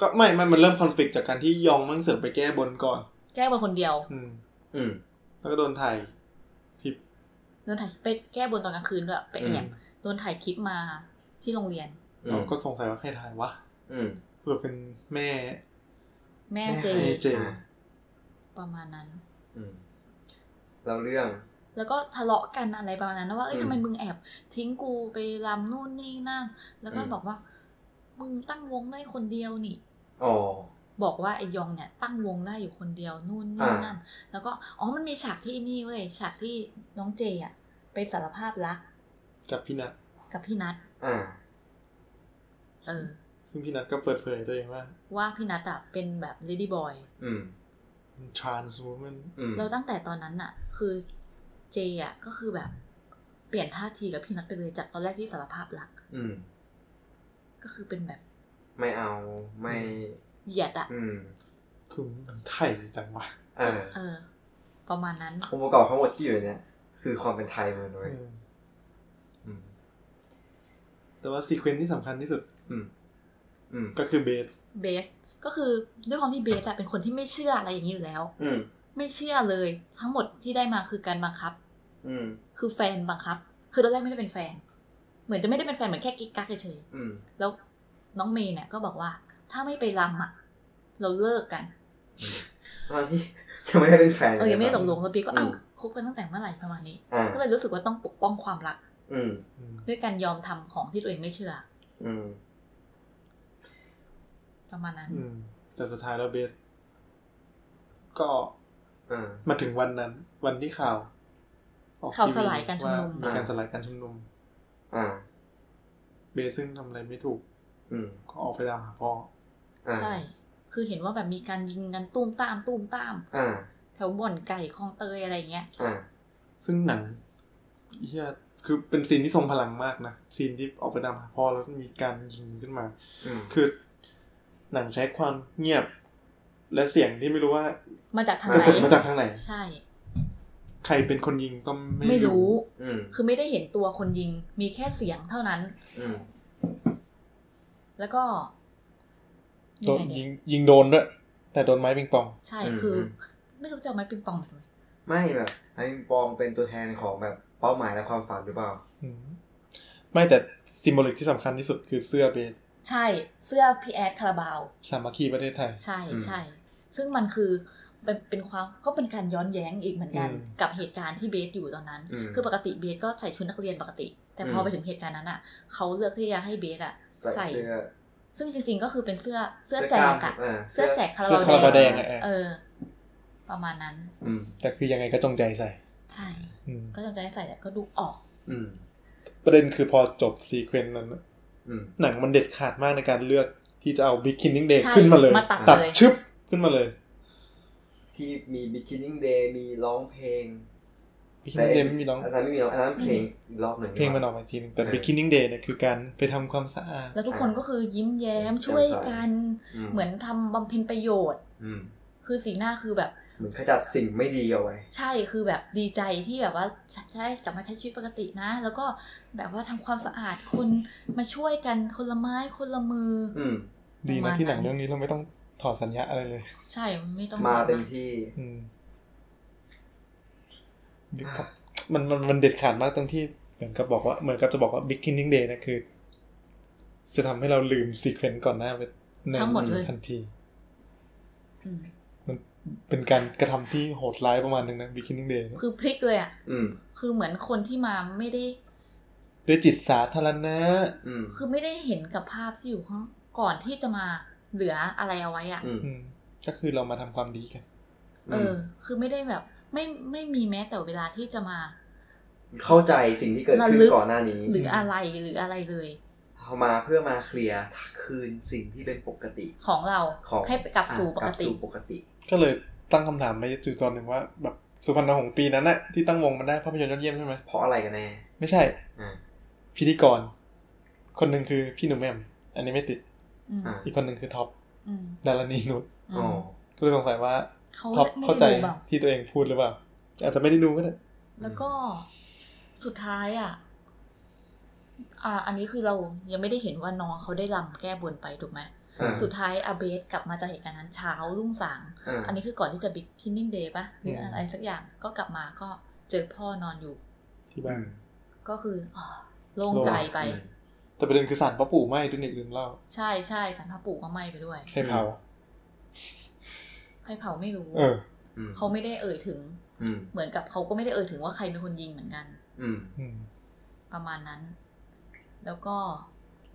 [SPEAKER 2] ก็ไม่ไม่มันเริ่มคอนฟ lict จากการที่ยองมั่งเสือกไปแก้บนก่อน
[SPEAKER 3] แก้บนคนเดียว
[SPEAKER 2] อืม
[SPEAKER 1] อืม
[SPEAKER 2] แล้วก็โดนถ่ายคลิป
[SPEAKER 3] โดนถ่ายไปแก้บนตอนกลางคืนด้วยไปแอบ
[SPEAKER 1] อืม
[SPEAKER 3] โดนถ่ายคลิปมาที่โรงเรียน
[SPEAKER 1] อื
[SPEAKER 2] เรา
[SPEAKER 1] ม
[SPEAKER 2] ก็สงสัยว่าใครถ่ายวะ
[SPEAKER 1] อืม
[SPEAKER 2] เผื่อเป็นแม่
[SPEAKER 3] แม่
[SPEAKER 1] แม่
[SPEAKER 3] เจ
[SPEAKER 2] แม่เจ
[SPEAKER 1] อ่า
[SPEAKER 3] ประมาณนั้น
[SPEAKER 1] อืมแล้วเรื่อง
[SPEAKER 3] แล้วก็ทะเลาะกันอะไรประมาณนั้นนะว่าเอ้ย
[SPEAKER 1] อืม
[SPEAKER 3] ทำไมมึงแอบ ทิ้งกูไปรำนู่นนี่นั่น แล้วก็
[SPEAKER 1] อืม
[SPEAKER 3] บอกว่า มึงตั้งวงได้คนเดียวนี่
[SPEAKER 1] อ๋อ
[SPEAKER 3] บอกว่าไอยองเนี่ยตั้งวงได้อยู่คนเดียวนู่นนี่
[SPEAKER 1] อ่านั่
[SPEAKER 3] นั่น แล้วก็อ๋อมันมีฉากที่นี่เว้ยฉากที่น้องเจอ่ะไปสารภาพรัก
[SPEAKER 2] กับพี่นัท
[SPEAKER 3] กับพี่นัท
[SPEAKER 1] อ่า
[SPEAKER 3] เออ
[SPEAKER 2] ซึ่งพี่นัทก็เปิดเผยตัวเองว่า
[SPEAKER 3] ว่าพี่นัทอะเป็นแบบเลดี้บอย
[SPEAKER 1] อืม
[SPEAKER 2] ทรานส์วูแมน
[SPEAKER 1] อืม
[SPEAKER 3] เราตั้งแต่ตอนนั้นอะคือเจอะก็คือแบบเปลี่ยนท่าทีกับพี่นัทไปเลยจากตอนแรกที่สารภาพรัก
[SPEAKER 1] อืม
[SPEAKER 3] ก็คือเป็นแบบ
[SPEAKER 1] ไม่เอาไม่
[SPEAKER 3] เหยียดอะ
[SPEAKER 1] อืม
[SPEAKER 2] คือมันไถ่จังวะ
[SPEAKER 1] อ่า
[SPEAKER 3] เออ ประมาณนั้น
[SPEAKER 1] องค์ประกอบทั้งหมดที่อยู่ในเนี่ย คือความเป็นไทยมันเว้ย
[SPEAKER 2] อืม
[SPEAKER 1] อืม
[SPEAKER 2] แต่ว่าซีเควนซ์ที่สำคัญที่สุด
[SPEAKER 1] อืม อืม
[SPEAKER 2] ก็คือเบส
[SPEAKER 3] เบสก็คือด้วยความที่เบสอะเป็นคนที่ไม่เชื่ออะไรอย่างนี้อยู่แล้ว
[SPEAKER 1] อืม
[SPEAKER 3] ไม่เชื่อเลย ทั้งหมดที่ได้มาคือการบังคับ
[SPEAKER 1] อืม
[SPEAKER 3] คือแฟนบังคับ คือตอนแรกไม่ได้เป็นแฟน เหมือนจะไม่ได้เป็นแฟนเหมือนแค่กิ๊กกักเฉย
[SPEAKER 1] อืม
[SPEAKER 3] ๆแล้วน้องเมย์เนี่ยก็บอกว่า ถ้าไม่ไปรำอะเราเลิกกัน
[SPEAKER 1] ตอนที่ ยังไม่ได้เป็นแฟน
[SPEAKER 3] เออยังไม่ได้
[SPEAKER 1] ซ้ำ
[SPEAKER 3] ตกลงแล้วปีก็เอ้า
[SPEAKER 1] อืม
[SPEAKER 3] คบกันตั้งแต่เมื่อไหร่ประมาณนี้
[SPEAKER 1] อ่า
[SPEAKER 3] ก็เลยรู้สึกว่าต้องปกป้องความรัก
[SPEAKER 1] อืม
[SPEAKER 2] อืม
[SPEAKER 3] ด้วยการยอมทำของที่ตัวเองไม่เชื่อ
[SPEAKER 1] อืม
[SPEAKER 3] ประมาณนั้น
[SPEAKER 2] อืมแต่สุดท้ายแล้วเบส ก็
[SPEAKER 1] อ่า
[SPEAKER 2] มาถึงวันนั้น วันที่ข่าวออก
[SPEAKER 3] ข่าว
[SPEAKER 2] ที
[SPEAKER 3] สลายการชุมนุม
[SPEAKER 2] ว่มีการสลายการชุมนุม
[SPEAKER 1] อ่า
[SPEAKER 2] เบสซึ่งทำอะไรไม่ถูก
[SPEAKER 1] อืม
[SPEAKER 2] ก็ออกไปตามหาพ่อ
[SPEAKER 1] อ่า
[SPEAKER 3] ใช่ คือเห็นว่าแบบมีการยิงกันตุ้มตามตุ้มตาม
[SPEAKER 1] อ่า
[SPEAKER 3] แถวบ่อนไก่คลองเตยอะไรอย่างเงี้ย
[SPEAKER 1] อ่า
[SPEAKER 2] ซึ่งหนังเฮียคือเป็นซีนที่ทรงพลังมากนะ ซีนที่ออกไปตามหาพ่อแล้วมีการยิงขึ้นมา
[SPEAKER 1] อืม
[SPEAKER 2] คือหนังใช้ความเงียบ และเสียงที่ไม่รู้ว่า
[SPEAKER 3] มาจากทาง
[SPEAKER 2] กระ
[SPEAKER 3] ไห
[SPEAKER 2] สุน
[SPEAKER 3] น
[SPEAKER 2] มาจากทางไหน
[SPEAKER 3] ใช่
[SPEAKER 2] ใครเป็นคนยิงก็ไม่
[SPEAKER 3] ไม่รู้
[SPEAKER 1] อืม
[SPEAKER 3] คือไม่ได้เห็นตัวคนยิง มีแค่เสียงเท่านั้น
[SPEAKER 1] อืม
[SPEAKER 3] แล้วก็
[SPEAKER 2] โดน
[SPEAKER 3] ยังไง
[SPEAKER 2] ยิ
[SPEAKER 3] เนี่ย
[SPEAKER 2] งยิงโดนด้วย แต่โดนไม้ปิงปอง
[SPEAKER 3] ใช่
[SPEAKER 1] อืม
[SPEAKER 3] คือ ไม่รู้จะเอาไม้ปิงปองมาทำไม
[SPEAKER 1] ไม่แบบไอ้ปิงปองเป็นตัวแทนของแบบเป้าหมายและความฝันหรือเปล่า
[SPEAKER 2] อืมไม่แต่ซิมโบลิกที่สำคัญที่สุดคือเสื้อเบส
[SPEAKER 3] ใช่ เสื้อพีแอดคาราบาว
[SPEAKER 2] สามัคคีประเทศไทย
[SPEAKER 3] ใช่
[SPEAKER 1] อืม
[SPEAKER 3] ใช่ ซึ่งมันคือเป็นเป็นความก็เป็นการย้อนแย้งอีกเหมือนกัน
[SPEAKER 2] อืม
[SPEAKER 3] กับเหตุการณ์ที่เบสอยู่ตอนนั้น
[SPEAKER 1] อืม
[SPEAKER 3] คือปกติเบสก็ใส่ชุดนักเรียนปกติ แต่พออ
[SPEAKER 1] ม
[SPEAKER 3] ไปถึงเหตุการณ์นั้นอ่ะเขาเลือกที่จะให้เบสอ่ะ
[SPEAKER 1] ใส่เสื้อ
[SPEAKER 3] ซึ่งจริงๆก็คือเป็นเสื้อเสื้อแจ
[SPEAKER 1] ล้าก ม
[SPEAKER 3] อ่ะ
[SPEAKER 1] อ่า
[SPEAKER 3] เสื้อแจกคา
[SPEAKER 2] เสื้อบ
[SPEAKER 3] ราาว
[SPEAKER 2] คาราบาว
[SPEAKER 3] แด
[SPEAKER 2] แด
[SPEAKER 3] ง
[SPEAKER 2] งอะเออ
[SPEAKER 3] เออ ประมาณนั้น
[SPEAKER 1] อืม
[SPEAKER 2] แต่คือยังไงก็จงใจใส่
[SPEAKER 3] ใช่
[SPEAKER 2] อืม
[SPEAKER 3] ก็จงใจให้ใส่แต่ก็ดูออก
[SPEAKER 1] อืม
[SPEAKER 2] ประเด็นคือพอจบซีเควนต์นั้น
[SPEAKER 1] อืม
[SPEAKER 2] หนังมันเด็ดขาดมากในการเลือกที่จะเอาบิ๊กคินนิ่งเดย์
[SPEAKER 3] ใช่
[SPEAKER 2] ขึ้นมาเลย
[SPEAKER 3] มาตัดเลย
[SPEAKER 2] ชึบขึ้นมาเลย
[SPEAKER 1] ที่มี beginning day มีร้องเพลง
[SPEAKER 2] บิ๊กคินนิ่งเดย์ไม่มีน้อง
[SPEAKER 1] อันนั้นไม่มีร้องอันนั้นเพลงอีกรอบหนึ่ง
[SPEAKER 2] เพลงมันออกมาอีกทีนึงแต่
[SPEAKER 1] เออ
[SPEAKER 2] บิ๊กคินนิ่งเดย์เนี่ยคือการไปทำความสะอาด
[SPEAKER 3] แล้วทุกคนก็คือยิ้มแย้ม
[SPEAKER 1] แจ่มใส
[SPEAKER 3] ช่วยกัน เหมื
[SPEAKER 1] อน
[SPEAKER 3] อนทำบำเพ็ญประโยชน์
[SPEAKER 1] อืม
[SPEAKER 3] คือสีหน้าคือแบบ
[SPEAKER 1] เหมือนขจัดสิ่งไม่ดีเอาไว้
[SPEAKER 3] ใช่คือแบบดีใจที่แบบว่าใชใช่กลับมาใช้ชีวิตปกตินะ แล้วก็แบบว่าทำความสะอาดคนมาช่วยกันคนละไม้คนละมืออ
[SPEAKER 1] อืม
[SPEAKER 2] ดีนะที่หนัง
[SPEAKER 3] ประมาณนั้น
[SPEAKER 2] เรื่องนี้เราไม่ต้องถอดสัญญาอะไรเลย
[SPEAKER 3] ใช่ไม่ต้อง
[SPEAKER 1] มาเต็ม
[SPEAKER 3] ที่
[SPEAKER 1] ที่
[SPEAKER 2] อืม Big Pop มันมันมันเด็ดขาดมากตรงที่เหมือนกับบอกว่าเหมือนกับจะบอกว่าบิ๊กคินนิ่งเดย์นะคือ จะทำให้เราลืมซีเควนต์ก่อนหน้าไปใน
[SPEAKER 3] ทั้งหมดเลย
[SPEAKER 2] ทันที
[SPEAKER 3] อืม
[SPEAKER 2] มันเป็นการกระทำที่โหดร้ายประมาณหนึงนะบิ๊กคินนิ่งเดย์
[SPEAKER 3] คือพลิกเลยอ่ะ
[SPEAKER 1] อืม
[SPEAKER 3] คือเหมือนคนที่มาไม่ได้
[SPEAKER 2] ด้วยจิตสาธารณะ
[SPEAKER 1] อืม
[SPEAKER 3] คือไม่ได้เห็นกับภาพที่อยู่ข้างก่อนที่จะมาเหลืออะไรเอาไว้อ่ะ
[SPEAKER 1] อืม
[SPEAKER 2] อืม ก็คือเรามาทำความดีกัน
[SPEAKER 3] เออ คือไม่ได้แบบ ไม่ไม่มีแม้แต่เวลาที่จะมา
[SPEAKER 1] เข้าใจสิ่งที่เกิดขึ้น
[SPEAKER 3] ระลึก
[SPEAKER 1] ก่อนหน้านี้
[SPEAKER 3] หรืออะไรหรืออะไรเลย
[SPEAKER 1] เอามาเพื่อมาเคลียร์คืนสิ่งที่เป็นปกติ
[SPEAKER 3] ของเรา
[SPEAKER 1] ของ
[SPEAKER 3] ให้ไปกลับสู่ป
[SPEAKER 1] อ่ะ
[SPEAKER 3] ก
[SPEAKER 1] ลับ
[SPEAKER 3] ติ
[SPEAKER 1] สู่ปกติ
[SPEAKER 2] ก็เลยตั้งคำถามไปจู่ตอนหนึ่งว่า แบบสุพรรณหงษ์ปีนั้นน่ะที่ตั้งวงมันได้ภาพยนตร์ยอดเยี่ยมใช่ไหม
[SPEAKER 1] เพราะอะไรกันแน่
[SPEAKER 2] ไม่ใช่
[SPEAKER 1] อ่า
[SPEAKER 2] พิธีกร คนหนึ่งคือพี่หนุ่มแหม่มอันนี้ไม่ติด
[SPEAKER 3] อืม
[SPEAKER 1] อ่า
[SPEAKER 2] อีกคนหนึ่งคือท็อป
[SPEAKER 3] อืม
[SPEAKER 2] ดารณีนุช
[SPEAKER 3] อื
[SPEAKER 1] อ๋อ
[SPEAKER 3] ม
[SPEAKER 2] ก็เลยสงสัยว่า
[SPEAKER 3] เขา
[SPEAKER 2] ท็อป
[SPEAKER 3] ไม่
[SPEAKER 2] เข้าใจ
[SPEAKER 3] ได้ดูแบบ
[SPEAKER 2] ที่ตัวเองพูดหรือเปล่าอาจจะไม่ได้ดูก็ได้
[SPEAKER 3] แล้วก็สุดท้ายอ่ะ อ่า อันนี้คือเรายังไม่ได้เห็นว่าน้องเขาได้ลำแก้บนไปถูกไหม
[SPEAKER 1] อ่า
[SPEAKER 3] สุดท้ายอาเบสกลับมาจากเหตุการณ์นั้นเช้ารุ่งสาง
[SPEAKER 1] อ่า
[SPEAKER 3] อันนี้คือก่อนที่จะบิ๊กคินนิ่งเดย์ปะหรือ
[SPEAKER 2] ม
[SPEAKER 3] อะไรสักอย่างก็กลับมาก็เจอพ่อนอนอยู่
[SPEAKER 2] ที่บ้าน
[SPEAKER 3] ก็คืออ๋อโล่งใจไป
[SPEAKER 1] อืม
[SPEAKER 2] แต่ประเด็นคือสารพระปู่ไหม้ด้วยนี่ลืมเล่า
[SPEAKER 3] ใช่ใช่สารพระปู่ก็ไหม้ไปด้วย
[SPEAKER 2] ใครเผา
[SPEAKER 3] ให้เผาไม่รู้
[SPEAKER 2] เออ
[SPEAKER 1] อืม
[SPEAKER 3] เขาไม่ได้เอ่ยถึง
[SPEAKER 1] อืม
[SPEAKER 3] เหมือนกับเขาก็ไม่ได้เอ่ยถึงว่าใครเป็นคนยิงเหมือนกัน
[SPEAKER 1] อืม
[SPEAKER 2] อืม
[SPEAKER 3] ประมาณนั้น แล้วก็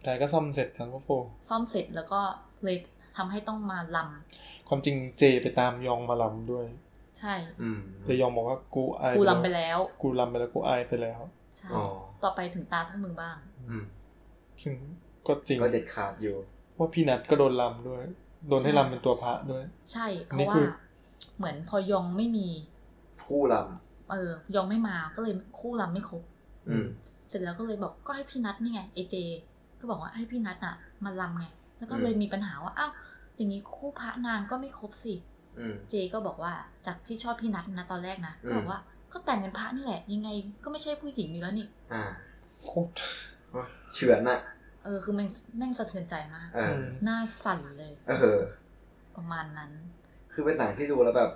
[SPEAKER 2] แต่ก็ซ่อมเสร็จสารพระปู่
[SPEAKER 3] ซ่อมเสร็จแล้วก็เลยทำให้ต้องมาลำ
[SPEAKER 2] ความจริงเจไปตามยองมาลำด้วย
[SPEAKER 3] ใช่
[SPEAKER 1] อืม
[SPEAKER 2] แต่ยองบอกว่ากูอาย
[SPEAKER 3] กูลำไปแล้ว
[SPEAKER 2] กูลำไปแล้วกูอายไปแล้ว
[SPEAKER 3] ใช่
[SPEAKER 1] อ๋อ
[SPEAKER 3] ต่อไปถึงตาพวกมึงบ้าง
[SPEAKER 1] อืม
[SPEAKER 2] ซึ่งก็จริง
[SPEAKER 1] ก็เด็ดขาดอยู่
[SPEAKER 2] ว่าพี่นัทก็โดนลำด้วย โดนให้
[SPEAKER 3] ใช่
[SPEAKER 2] ลำเป็นตัวพระด้วย
[SPEAKER 3] ใช่เพ
[SPEAKER 2] นี่
[SPEAKER 3] ราะว่า
[SPEAKER 2] คือ
[SPEAKER 3] เหมือนพอยองไม่มี
[SPEAKER 1] คู่ล
[SPEAKER 3] เออยองไม่มาก็เลยคู่ลำไม่ครบ
[SPEAKER 1] ำอืม
[SPEAKER 3] เสร็จแล้วก็เลยบอกก็ให้พี่นัทนี่ไงเอเจ ก็บอกว่าให้พี่นัทอะมาลำไง แล้วก็เลย
[SPEAKER 1] อืม
[SPEAKER 3] มีปัญหาว่าอ้าวอย่างนี้คู่พระนางก็ไม่ครบสิ
[SPEAKER 1] อืม
[SPEAKER 3] เจก็บอกว่าจากที่ชอบพี่นัทนะตอนแรกนะ
[SPEAKER 1] อืม
[SPEAKER 3] ก็บอกว่าก็แต่งเป็นพระนี่แหละยังไงก็ไม่ใช่ผู้หญิงอยู่แล้วนี่
[SPEAKER 1] อ่า
[SPEAKER 2] โคตร
[SPEAKER 1] เฉือนน่ะ
[SPEAKER 3] เออคือแม่งแม่งสะเทือนใจมาก
[SPEAKER 1] เออ
[SPEAKER 3] หน้าสั่น เลย
[SPEAKER 1] เออ
[SPEAKER 3] ประมาณนั้น
[SPEAKER 1] คือเป็นหนังที่ดูแล้วแบบ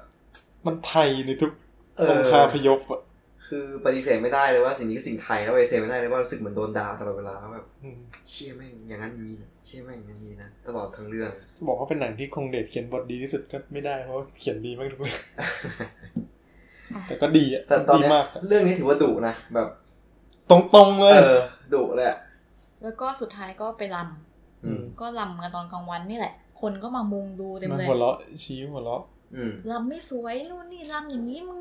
[SPEAKER 2] มันไทยในทุก
[SPEAKER 1] เออ
[SPEAKER 2] องคาพยพอะ
[SPEAKER 1] คือปฏิเสธไม่ได้เลยว่าสิ่งนี้คือสิ่งไทยแล้วปฏิเสธไม่ได้เลยว่ารู้สึกเหมือนโดนด่าตลอดเวลาว่าแบบ
[SPEAKER 2] อืม
[SPEAKER 1] เชี่ยแม่งอย่างนั้นอย่างนี้นะเชี่ยแม่งอย่างนี้นะตลอดทั้งเรื่อง
[SPEAKER 2] จะบอกว่าเป็นหนังที่คงเดชเขียนบทดีที่สุดก็ไม่ได้เพราะว่าเขียนดีมากทุก เรื่องแต่ก็ดีอะ
[SPEAKER 1] แต่ตอน
[SPEAKER 2] ดี
[SPEAKER 1] เนี้ย
[SPEAKER 2] มากอะ
[SPEAKER 1] เรื่องนี้ถือว่าดุนะแบบ
[SPEAKER 2] ตรงๆเล
[SPEAKER 1] เอย อดุเลยอะ
[SPEAKER 3] แล้วก็สุดท้ายก็ไปลำ
[SPEAKER 1] อืม
[SPEAKER 3] ก็ลำกันตอนกลางวันนี่แหละ คนก็มามุงดูเต็ม
[SPEAKER 2] มัน
[SPEAKER 3] เลย
[SPEAKER 2] หัวเราะชี้หัวเราะ
[SPEAKER 1] อืม
[SPEAKER 3] ลำไม่สวยนู่นนี่ลำอย่างนี้มึง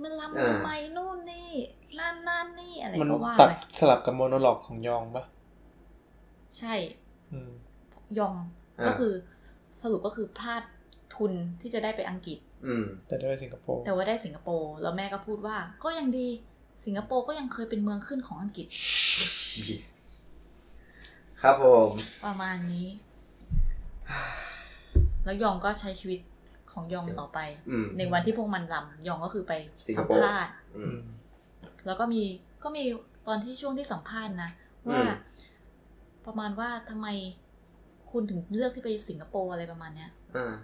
[SPEAKER 3] มึงลำ
[SPEAKER 1] อ่า
[SPEAKER 3] ทำไมนู่นนี่นั่นนั่นนี่อะไร
[SPEAKER 2] มัน
[SPEAKER 3] ก็ว่า
[SPEAKER 2] ตัด
[SPEAKER 3] ไป
[SPEAKER 2] สลับกับโมโนโลกของยองปะ
[SPEAKER 3] ใช่
[SPEAKER 2] อืม
[SPEAKER 3] ยอง
[SPEAKER 1] อ่า
[SPEAKER 3] ก็คือสรุปก็คือพลาดทุนที่จะได้ไปอังกฤษ
[SPEAKER 1] อืม
[SPEAKER 2] แต่ได้ไปสิงคโปร์
[SPEAKER 3] แต่ว่าได้สิงคโปร์แล้วแม่ก็พูดว่า ก็ยังดีสิงคโปร์ก็ยังเคยเป็นเมืองขึ้นของอังกฤษ
[SPEAKER 1] ครับผม
[SPEAKER 3] ประมาณนี้ แล้วยองก็ใช้ชีวิตของยองต่อไป
[SPEAKER 1] อืม
[SPEAKER 3] ในวันที่พวกมันลำยองก็คือไป
[SPEAKER 1] สิงค
[SPEAKER 3] สัม
[SPEAKER 1] โปร์
[SPEAKER 3] ภาษณ์
[SPEAKER 1] อื
[SPEAKER 2] อื
[SPEAKER 1] ม
[SPEAKER 2] ม
[SPEAKER 3] แล้วก็มีก็มีตอนที่ช่วงที่สัมภาษณ์นะ ว่า
[SPEAKER 1] อืม
[SPEAKER 3] ประมาณว่าทำไมคุณถึงเลือกที่ไปสิงคโปร์อะไรประมาณเนี้ย
[SPEAKER 1] อ่า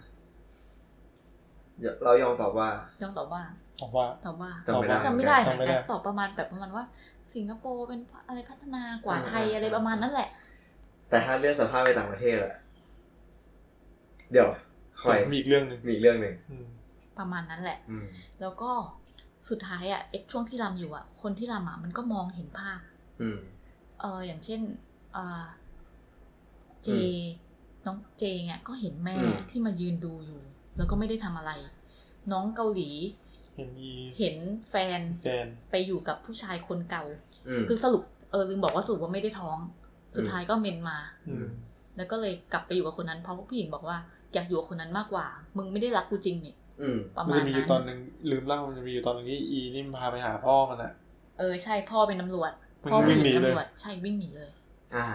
[SPEAKER 1] เดี๋ยวเรายอมตอบว่า
[SPEAKER 3] ยองตอบว่า
[SPEAKER 2] บอกว่า
[SPEAKER 3] ตอบว่า
[SPEAKER 1] จำไม่ได้
[SPEAKER 3] จำไม่
[SPEAKER 2] จำ
[SPEAKER 3] ได้เหมือน
[SPEAKER 2] ไม่
[SPEAKER 3] กั
[SPEAKER 2] ได้
[SPEAKER 3] นตอบประมาณแบบประมาณว่า สิงคโปร์เป็นอะไรพัฒนากว่า
[SPEAKER 1] อ่า
[SPEAKER 3] ไทย
[SPEAKER 1] อ่า
[SPEAKER 3] อะไรประมาณนั้นแหละ
[SPEAKER 1] แต่ถ้าเรื่องสัมภาษณ์ไปต่างประเทศอะเดี๋ยวคอย
[SPEAKER 2] มีอีกเรื่องหนึ่ง
[SPEAKER 1] มีอีกเรื่องหนึ่ง
[SPEAKER 2] อืม
[SPEAKER 3] ประมาณนั้นแหละ
[SPEAKER 1] อืม
[SPEAKER 3] แล้วก็สุดท้ายอะ่ะเอ็กช่วงที่ลำอยู่อะ่ะ คนที่ลำอะ่ะมันก็มองเห็นภาพ
[SPEAKER 1] อืม
[SPEAKER 3] เอออย่างเช่นเออเจ
[SPEAKER 1] อืม
[SPEAKER 3] น้องเจเนี่ยก็เห็นแม่
[SPEAKER 1] อืม
[SPEAKER 3] ที่มายืนดูอยู่ แล้วก็ไม่ได้ทำอะไร น้องเกาหลี
[SPEAKER 2] เห็นอี
[SPEAKER 3] เห็นแฟน
[SPEAKER 2] แฟน
[SPEAKER 3] ไปอยู่กับผู้ชายคนเก่า
[SPEAKER 1] อืม
[SPEAKER 3] คือสรุปเออลืมบอกว่าสรุปว่าไม่ได้ท้อง สุดท้ายก็เมนมา
[SPEAKER 2] อืม
[SPEAKER 3] แล้วก็เลยกลับไปอยู่กับคนนั้นเพราะผู้หญิงบอกว่าอยากอยู่กับคนนั้นมากกว่า มึงไม่ได้รักกูจริงนี่
[SPEAKER 1] อืม
[SPEAKER 3] ประ
[SPEAKER 2] มัน
[SPEAKER 3] มาณ
[SPEAKER 2] จะมีอ
[SPEAKER 3] นั้
[SPEAKER 2] ยู่ตอนห
[SPEAKER 3] น
[SPEAKER 2] นึ่งลืมเล่ามันจะมีอยู่ตอนหนึงที่อีนี่พาไปหาพ่อมันอะ
[SPEAKER 3] เออใช่พ่อเป็นตำรวจ
[SPEAKER 2] มัน
[SPEAKER 3] พ่อเป็น
[SPEAKER 2] วิ่งหนีเลย
[SPEAKER 3] ตำรวจใช่วิ่งหนีเลย
[SPEAKER 1] อ่า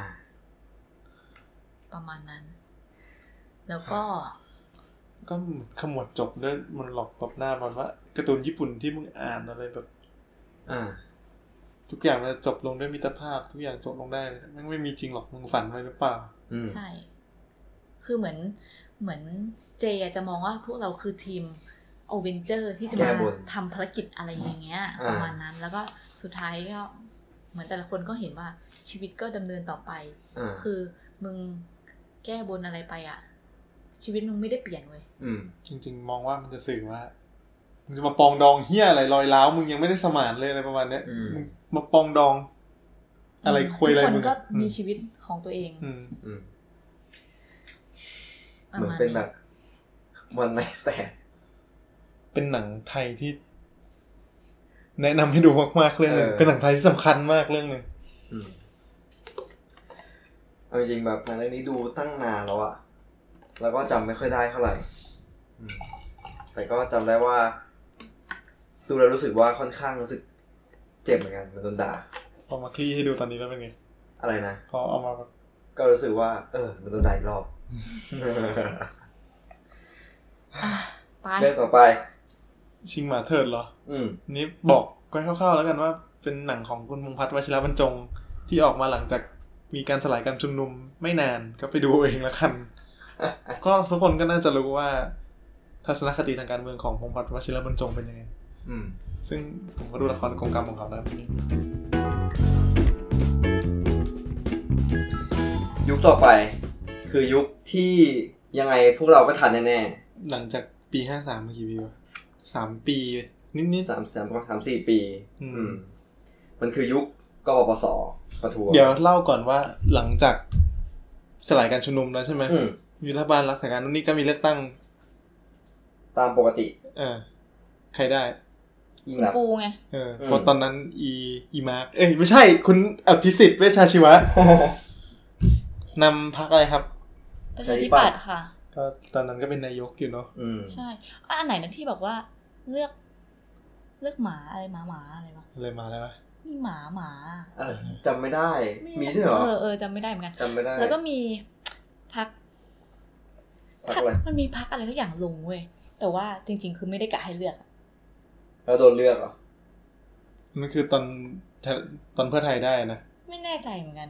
[SPEAKER 3] ประมาณนั้น แล้วก็
[SPEAKER 2] ก็ขมวดจบด้วยมันหลอกตบหน้ามันว่าการ์ตูนญี่ปุ่นที่มึงอ่านอะไรแบบ
[SPEAKER 1] อ่า
[SPEAKER 2] ทุกอย่างมันจะจบลงด้วยมิตรภาพ ทุกอย่างจบลงได้แมันไม่มีจริงหรอกมึงฝันไว้หรือเปล่า
[SPEAKER 1] อืม
[SPEAKER 3] ใช่ คือเหมือนเหมือนเจอะจะมองว่าพวกเราคือทีมโอเวนเจอร์ที่จะ
[SPEAKER 1] แก้
[SPEAKER 3] มา
[SPEAKER 1] บน
[SPEAKER 3] ทำภารกิจอะไรอย่างเงี้ย
[SPEAKER 1] อ่า
[SPEAKER 3] ประมาณนั้น แล้วก็สุดท้ายก็เหมือนแต่ละคนก็เห็นว่าชีวิตก็ดำเนินต่อไป
[SPEAKER 1] อ่า
[SPEAKER 3] คือมึงแก้บนอะไรไปอ่ะ ชีวิตมึงไม่ได้เปลี่ยนเว้ย
[SPEAKER 1] อืม
[SPEAKER 2] จริง ๆ มองว่ามันจะสื่อว่ามึงจะมาปองดองเฮียอะไรลอยล้าวมึงยังไม่ได้สมานเลยอะไรประมาณเนี้ย
[SPEAKER 1] อืม
[SPEAKER 2] มึงมาปองดอง อะไรคุยอะไร
[SPEAKER 3] ทุกคน
[SPEAKER 2] มึง
[SPEAKER 3] ก็
[SPEAKER 2] อะอื
[SPEAKER 3] มี
[SPEAKER 2] ม
[SPEAKER 3] ชีวิตของตัวเอง
[SPEAKER 2] อืม
[SPEAKER 1] อืม
[SPEAKER 3] ประ
[SPEAKER 1] เหมือน
[SPEAKER 3] มาณ
[SPEAKER 1] เป็น
[SPEAKER 3] นี้
[SPEAKER 1] แบบวันไนสแตน
[SPEAKER 2] เป็นหนังไทยที่ แนะนำให้ดูมากๆเรื่องหนึง
[SPEAKER 1] เออ
[SPEAKER 2] เป็นหนังไทยที่สำคัญมากเรื่องหนึ่ง
[SPEAKER 1] อืมเอาจริงๆแบบหนังเรื่องนี้ดูตั้งนานแล้วอะแล้วก็จำไม่ค่อยได้เท่าไหร่อืมแต่ก็จำได้ว่า ดูแล้วรู้สึกว่าค่อนข้างรู้สึก เจ็บเหมือนกันเหมันโดนด่า
[SPEAKER 2] พอมาคลี่ให้ดูตอนนี้แล้วเป็นไง
[SPEAKER 1] อะไรนะ
[SPEAKER 2] พอเอามาแบบ
[SPEAKER 1] ก็รู้สึกว่า เออเหมันโดนด่าอีก รอบ
[SPEAKER 3] อ่ะไป
[SPEAKER 1] เรื่องต่อไป
[SPEAKER 2] ชิงหมาเถิดเหรอ
[SPEAKER 1] อืม
[SPEAKER 2] นี่บอกไว้คร่าวๆแล้วกันว่า เป็นหนังของคุณพงษ์พัฒน์วชิรบรรจง ที่ออกมาหลังจากมีการสลายการชุมนุมไม่นานก็ไปดูเอาเองละ กัน ก็ทุกคนก็น่าจะรู้ว่า ทัศนคติทางการเมืองของพงษ์พัฒน์วชิรบรรจงเป็นยังไง
[SPEAKER 1] อืม
[SPEAKER 2] ซึ่งผมก็ดูละครกงกรรมของเขาแล้วนี้
[SPEAKER 1] ยุคต่อไป คือยุคที่ยังไงพวกเราก็ทันแน่
[SPEAKER 2] หลังจากปีห้าสามเมื่อกี่ปีวะสามปีนิดนิด
[SPEAKER 1] ๆสามสามสามสี่ปี
[SPEAKER 2] อืม
[SPEAKER 1] อืม มันคือยุคกบปสประท้วง
[SPEAKER 2] เดี๋ยวเล่าก่อนว่าหลังจากสลายการชุมนุมแล้วใช่ไหม
[SPEAKER 1] อืม
[SPEAKER 2] มีรัฐบาลรักษาการนู่นนี่ก็มีเลือกตั้ง
[SPEAKER 1] ตามปกติ
[SPEAKER 2] เออใครได้
[SPEAKER 1] ยิ่ง
[SPEAKER 3] คุณ
[SPEAKER 1] รัก
[SPEAKER 3] ปูไง
[SPEAKER 2] เอออ
[SPEAKER 1] ม
[SPEAKER 2] เพราะตอนนั้นอีอีมาร์กเอ้ยไม่ใช่ คุณอภิสิทธิ์เวชชา ชีวะนำพักอะไรครับ
[SPEAKER 3] ประชาธิปัตย์ค่ะ
[SPEAKER 2] ก็ตอนนั้นก็เป็นนายกอยู่เนาะ
[SPEAKER 1] อืม
[SPEAKER 3] ใช่อ่ะอันไหนนะที่บอกว่าเลือก เลือกหมาอะไรหมาหมาอะไรวะ
[SPEAKER 2] เลยมาแล้วะ
[SPEAKER 3] มีหมาหมา
[SPEAKER 1] อะไรจำไม่ได้ มีด้วยเหรอ
[SPEAKER 3] เออเออจำไม่ได้เหมือนกัน
[SPEAKER 1] จำไม่ได้
[SPEAKER 3] แล้วก็มีพัก
[SPEAKER 1] พักอะไร
[SPEAKER 3] มันมีพักอะไรทุกอย่างลงเว้ย แต่ว่าจริง ๆ คือไม่ได้กะให้เลือกอะ
[SPEAKER 1] เราโดนเลือกเหรอ
[SPEAKER 2] นั่นคือตอนตอนเพื่อไทยได้นะ
[SPEAKER 3] ไม่แน่ใจเหมือนกัน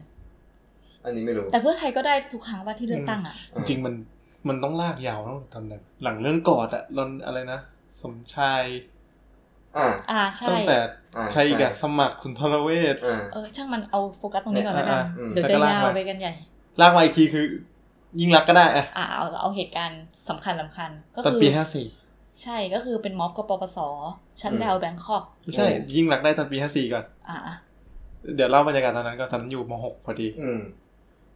[SPEAKER 1] อันนี้ไม่รู้
[SPEAKER 3] แต่เพื่อไทยก็ได้ทุกครั้งว่าที่เลือกตั้งอ่ะ
[SPEAKER 1] อืม
[SPEAKER 2] จริงๆมันมันต้องลากยาวต้องทำแบบหลังเรื่องกอดอะรอนอะไรนะ สมชาย
[SPEAKER 1] อ่า
[SPEAKER 3] อ่าใช่
[SPEAKER 2] ตั้งแต่
[SPEAKER 1] อ่า
[SPEAKER 2] ใครอีกอะ
[SPEAKER 1] ใช่
[SPEAKER 2] สมัครสุนทรเวช
[SPEAKER 1] อ่า
[SPEAKER 3] เออช่างมันเอาโฟกัสตรงนี้ก่อนแล้วกัน
[SPEAKER 2] อ่ะอ่ะอืม
[SPEAKER 3] เดี๋ยวจะ
[SPEAKER 2] แล้วก็ลาก
[SPEAKER 3] ยาว
[SPEAKER 2] มา
[SPEAKER 3] ไปกันใหญ่
[SPEAKER 2] ลากมาอีกทีคือ ยิ่งรักษณ์ก็ได้อะ
[SPEAKER 3] อ่าเอาเอาเหตุการณ์สำคัญสำคัญก็
[SPEAKER 2] ตอน
[SPEAKER 3] คื
[SPEAKER 2] ปีห้าสี่
[SPEAKER 3] ใช่ก็คือเป็นม็อบกปปสชั้นดาวแบงคอก
[SPEAKER 2] ไม่ใช่
[SPEAKER 1] อืม
[SPEAKER 2] ยิ่งรักษณ์ได้ตอนปีห้าสี่ก่อน
[SPEAKER 3] อ่าอ่ะ
[SPEAKER 2] เดี๋ยวเล่าบรรยากาศตอนนั้นก็ตอนนั้นอยู่มหกพอดี
[SPEAKER 1] อืม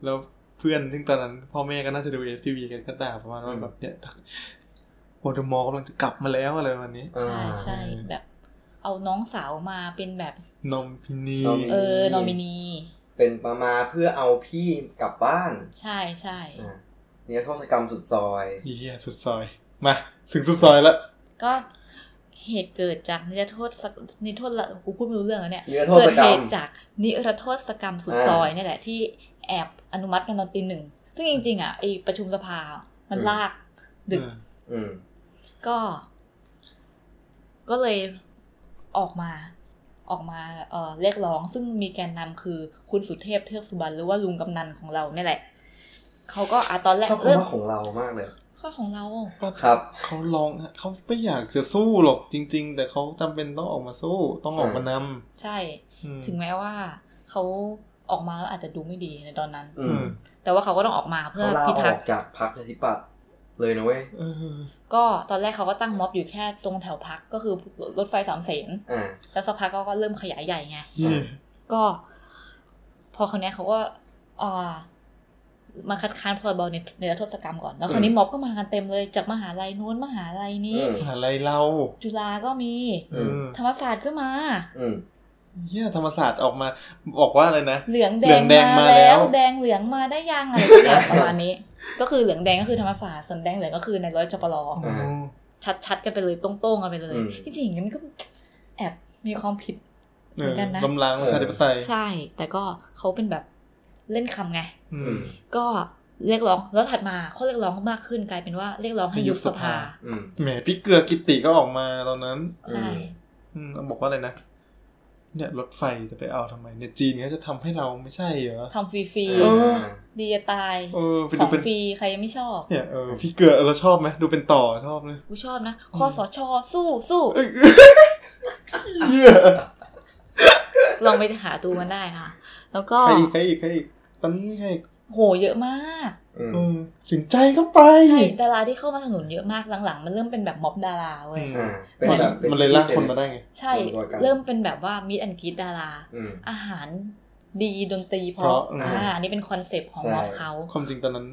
[SPEAKER 2] แล้วเพื่อนซึ่งตอนนั้น พ่อแม่ก็น่าจะดูเอสทีวีกันก็ด่าประมาณว่า
[SPEAKER 1] อืม
[SPEAKER 2] แบบเนี่ยโวลเดอมอร์กำลังจะกลับมาแล้วอะไรวันนี้
[SPEAKER 1] อ่า
[SPEAKER 3] ใช่ใช่แบบ เอาน้องสาวมาเป็นแบบ
[SPEAKER 2] นอมพินี
[SPEAKER 1] นอมพิ
[SPEAKER 3] เออนอมินี
[SPEAKER 1] เป็นประมาเพื่อเอาพี่กลับบ้าน
[SPEAKER 3] ใช่ใช่
[SPEAKER 1] อ่าเนี่ยโทษกรรมสุดซอย
[SPEAKER 2] อีเหี้ยสุดซอย มาถึงสุดซอยแล้ว
[SPEAKER 3] ก็เหตุเกิดจากนิรโทษนิรโทษละกูพูดไม่รู้เรื่องแล้วเนี่ย
[SPEAKER 1] นิรโทษ
[SPEAKER 3] เกิด
[SPEAKER 1] กร
[SPEAKER 3] เห
[SPEAKER 1] รม
[SPEAKER 3] ตุจากนิรโทษกรรมสุดซอยเนี่ยแหละ ที่แอบอนุมัติกันตอนตีหนึ่ง ซึ่งจริง ๆ อ่ะไอประชุมสภามัน
[SPEAKER 1] อืม
[SPEAKER 3] ลาก ดึก
[SPEAKER 1] อืม
[SPEAKER 3] ก็ ก็เลยออกมาออกมาเอ่อเรียกร้องซึ่งมีแกนนำคือคุณสุเทพเทือกสุบรรณหรือว่าลุงกำนันของเราเนี่ยแหละเขาก็อ่ะตอนแรก
[SPEAKER 1] ชอบคำ
[SPEAKER 3] เริ่ม
[SPEAKER 1] ว่าของเรามากเลย
[SPEAKER 3] ข้อของเรา
[SPEAKER 1] ครับ
[SPEAKER 2] เขาลองเขาไม่อยากจะสู้หรอกจริง ๆ แต่เขาจำเป็นต้องออกมาสู้ ต้องออกมาน
[SPEAKER 3] ใช่
[SPEAKER 2] ำอืม
[SPEAKER 3] ถึงแม้ว่าเขาออกมาแล้วอาจจะดูไม่ดีในตอนนั้น
[SPEAKER 1] อื
[SPEAKER 2] อื
[SPEAKER 1] ม
[SPEAKER 2] ม
[SPEAKER 3] แต่ว่าเขาก็ต้องออกมาเพื่
[SPEAKER 1] เขา
[SPEAKER 3] อ
[SPEAKER 1] ลา
[SPEAKER 3] พิ
[SPEAKER 1] อ
[SPEAKER 3] ทั
[SPEAKER 1] อก ก
[SPEAKER 3] ษ์
[SPEAKER 1] จากพรรคประชาธิปัตย์เลยนะเว้ย
[SPEAKER 2] เออ
[SPEAKER 3] ก็ตอนแรกเขาก็ตั้งม็อบอยู่แค่ตรงแถวพักก็คือรถไฟสามเสน
[SPEAKER 1] อ่า
[SPEAKER 3] แล้วสักพักเขาก็เริ่มขยายใหญ่ไง
[SPEAKER 2] เหี้ย
[SPEAKER 3] ก็ พอคนนี้ยเขาก็อ่ามาคัดค้านพรบในในรัฐศกรรมก่อน แล้วคราวนี้ม็อบก็มากันเต็มเลยจากมหาลัยนู้นมหาลัยนี้
[SPEAKER 1] อืม
[SPEAKER 2] มหาลัยเรา
[SPEAKER 3] จุฬาก็มี
[SPEAKER 1] อืม
[SPEAKER 2] ม
[SPEAKER 3] ธรรมศาสตร์ก็มา
[SPEAKER 1] อืม
[SPEAKER 2] เฮียธรรมศาสตร์ออกมาบอกว่าอะไรนะ
[SPEAKER 3] เหลืองแด
[SPEAKER 2] เหลื
[SPEAKER 3] ง
[SPEAKER 2] องแดง
[SPEAKER 3] มา
[SPEAKER 2] มาแล้
[SPEAKER 3] แล้ว ว แดงเหลืองมาได้ยังอะไรสัก อย่างประมาณนี้ ก็คือเหลืองแดงก็คือธรรมศาสตร์ส่วนแดงเหลืองก็คือในร้อยจปรอ
[SPEAKER 1] อืม
[SPEAKER 3] ชัดๆกันไปเลยโต้งๆกันไปเลย
[SPEAKER 1] อืม
[SPEAKER 3] ที่จริงๆมันก็แอบมีความผิด เหมื
[SPEAKER 2] เอ
[SPEAKER 3] อ
[SPEAKER 2] อน
[SPEAKER 3] กันนะ
[SPEAKER 2] ล้มล้างประชาธิปไตย
[SPEAKER 3] ใช่ แต่ก็เขาเป็นแบบเล่นคำไง
[SPEAKER 2] อื
[SPEAKER 1] อื
[SPEAKER 2] ม
[SPEAKER 1] ม
[SPEAKER 3] ก็เรียกร้องแล้วถัดมาข้อเรียกร้องก็มากขึ้นกลายเป็นว่าเรียกร้องให้ยุบสภา
[SPEAKER 1] อืม
[SPEAKER 2] แหมพี่เกลือกิติก็ออกมาตอนนั้น
[SPEAKER 3] ใช่
[SPEAKER 2] อืมบอกว่าอะไรนะ เนี่ยรถไฟจะไปเอาทำไม เนี่ยจีนเขาจะทำให้เราไม่ใช่เหรอ
[SPEAKER 3] ทำฟรี
[SPEAKER 2] เออ
[SPEAKER 3] ๆดีจะตาย
[SPEAKER 2] เออไป
[SPEAKER 3] ข
[SPEAKER 2] ดู
[SPEAKER 3] อง
[SPEAKER 2] เป็น
[SPEAKER 3] ฟรีใครยังไม่ชอบ
[SPEAKER 2] เนี่ยเออพี่เกลือเราชอบไหมดูเป็นต่อชอบไหม
[SPEAKER 3] กูชอบนะคอสชสู้สู้
[SPEAKER 2] เอ้ยเหี้ย
[SPEAKER 3] ลองไปหาดูมันได้นะคะแล้วก็
[SPEAKER 2] ใครอีกใครอีกใครอีกตอนนี้ใครอีก
[SPEAKER 3] โหเยอะมาก
[SPEAKER 1] อืม
[SPEAKER 2] อืมสินใจก็ไป
[SPEAKER 3] ใช่ดาราที่เข้ามาสนุนเยอะมากหลังๆ มันเริ่มเป็นแบบม็อบดาราเว้ย
[SPEAKER 2] อื
[SPEAKER 1] อ่า เป็
[SPEAKER 2] มัน น
[SPEAKER 1] แบบป็
[SPEAKER 2] มันเลยลากคนมาได้ไง
[SPEAKER 3] ใช่
[SPEAKER 1] เป็นกระบวนการ
[SPEAKER 3] เริ่มเป็นแบบว่ามิดแอนกิดดารา
[SPEAKER 1] อืม
[SPEAKER 3] อาหารดีดนตรีเพ
[SPEAKER 2] เพ
[SPEAKER 3] ราะ
[SPEAKER 2] ราะ
[SPEAKER 3] อ่าอันนี่เป็นคอนเซปต์ของ
[SPEAKER 1] ใช่
[SPEAKER 3] ม็อบเขา
[SPEAKER 2] ความจริงตอนนั้น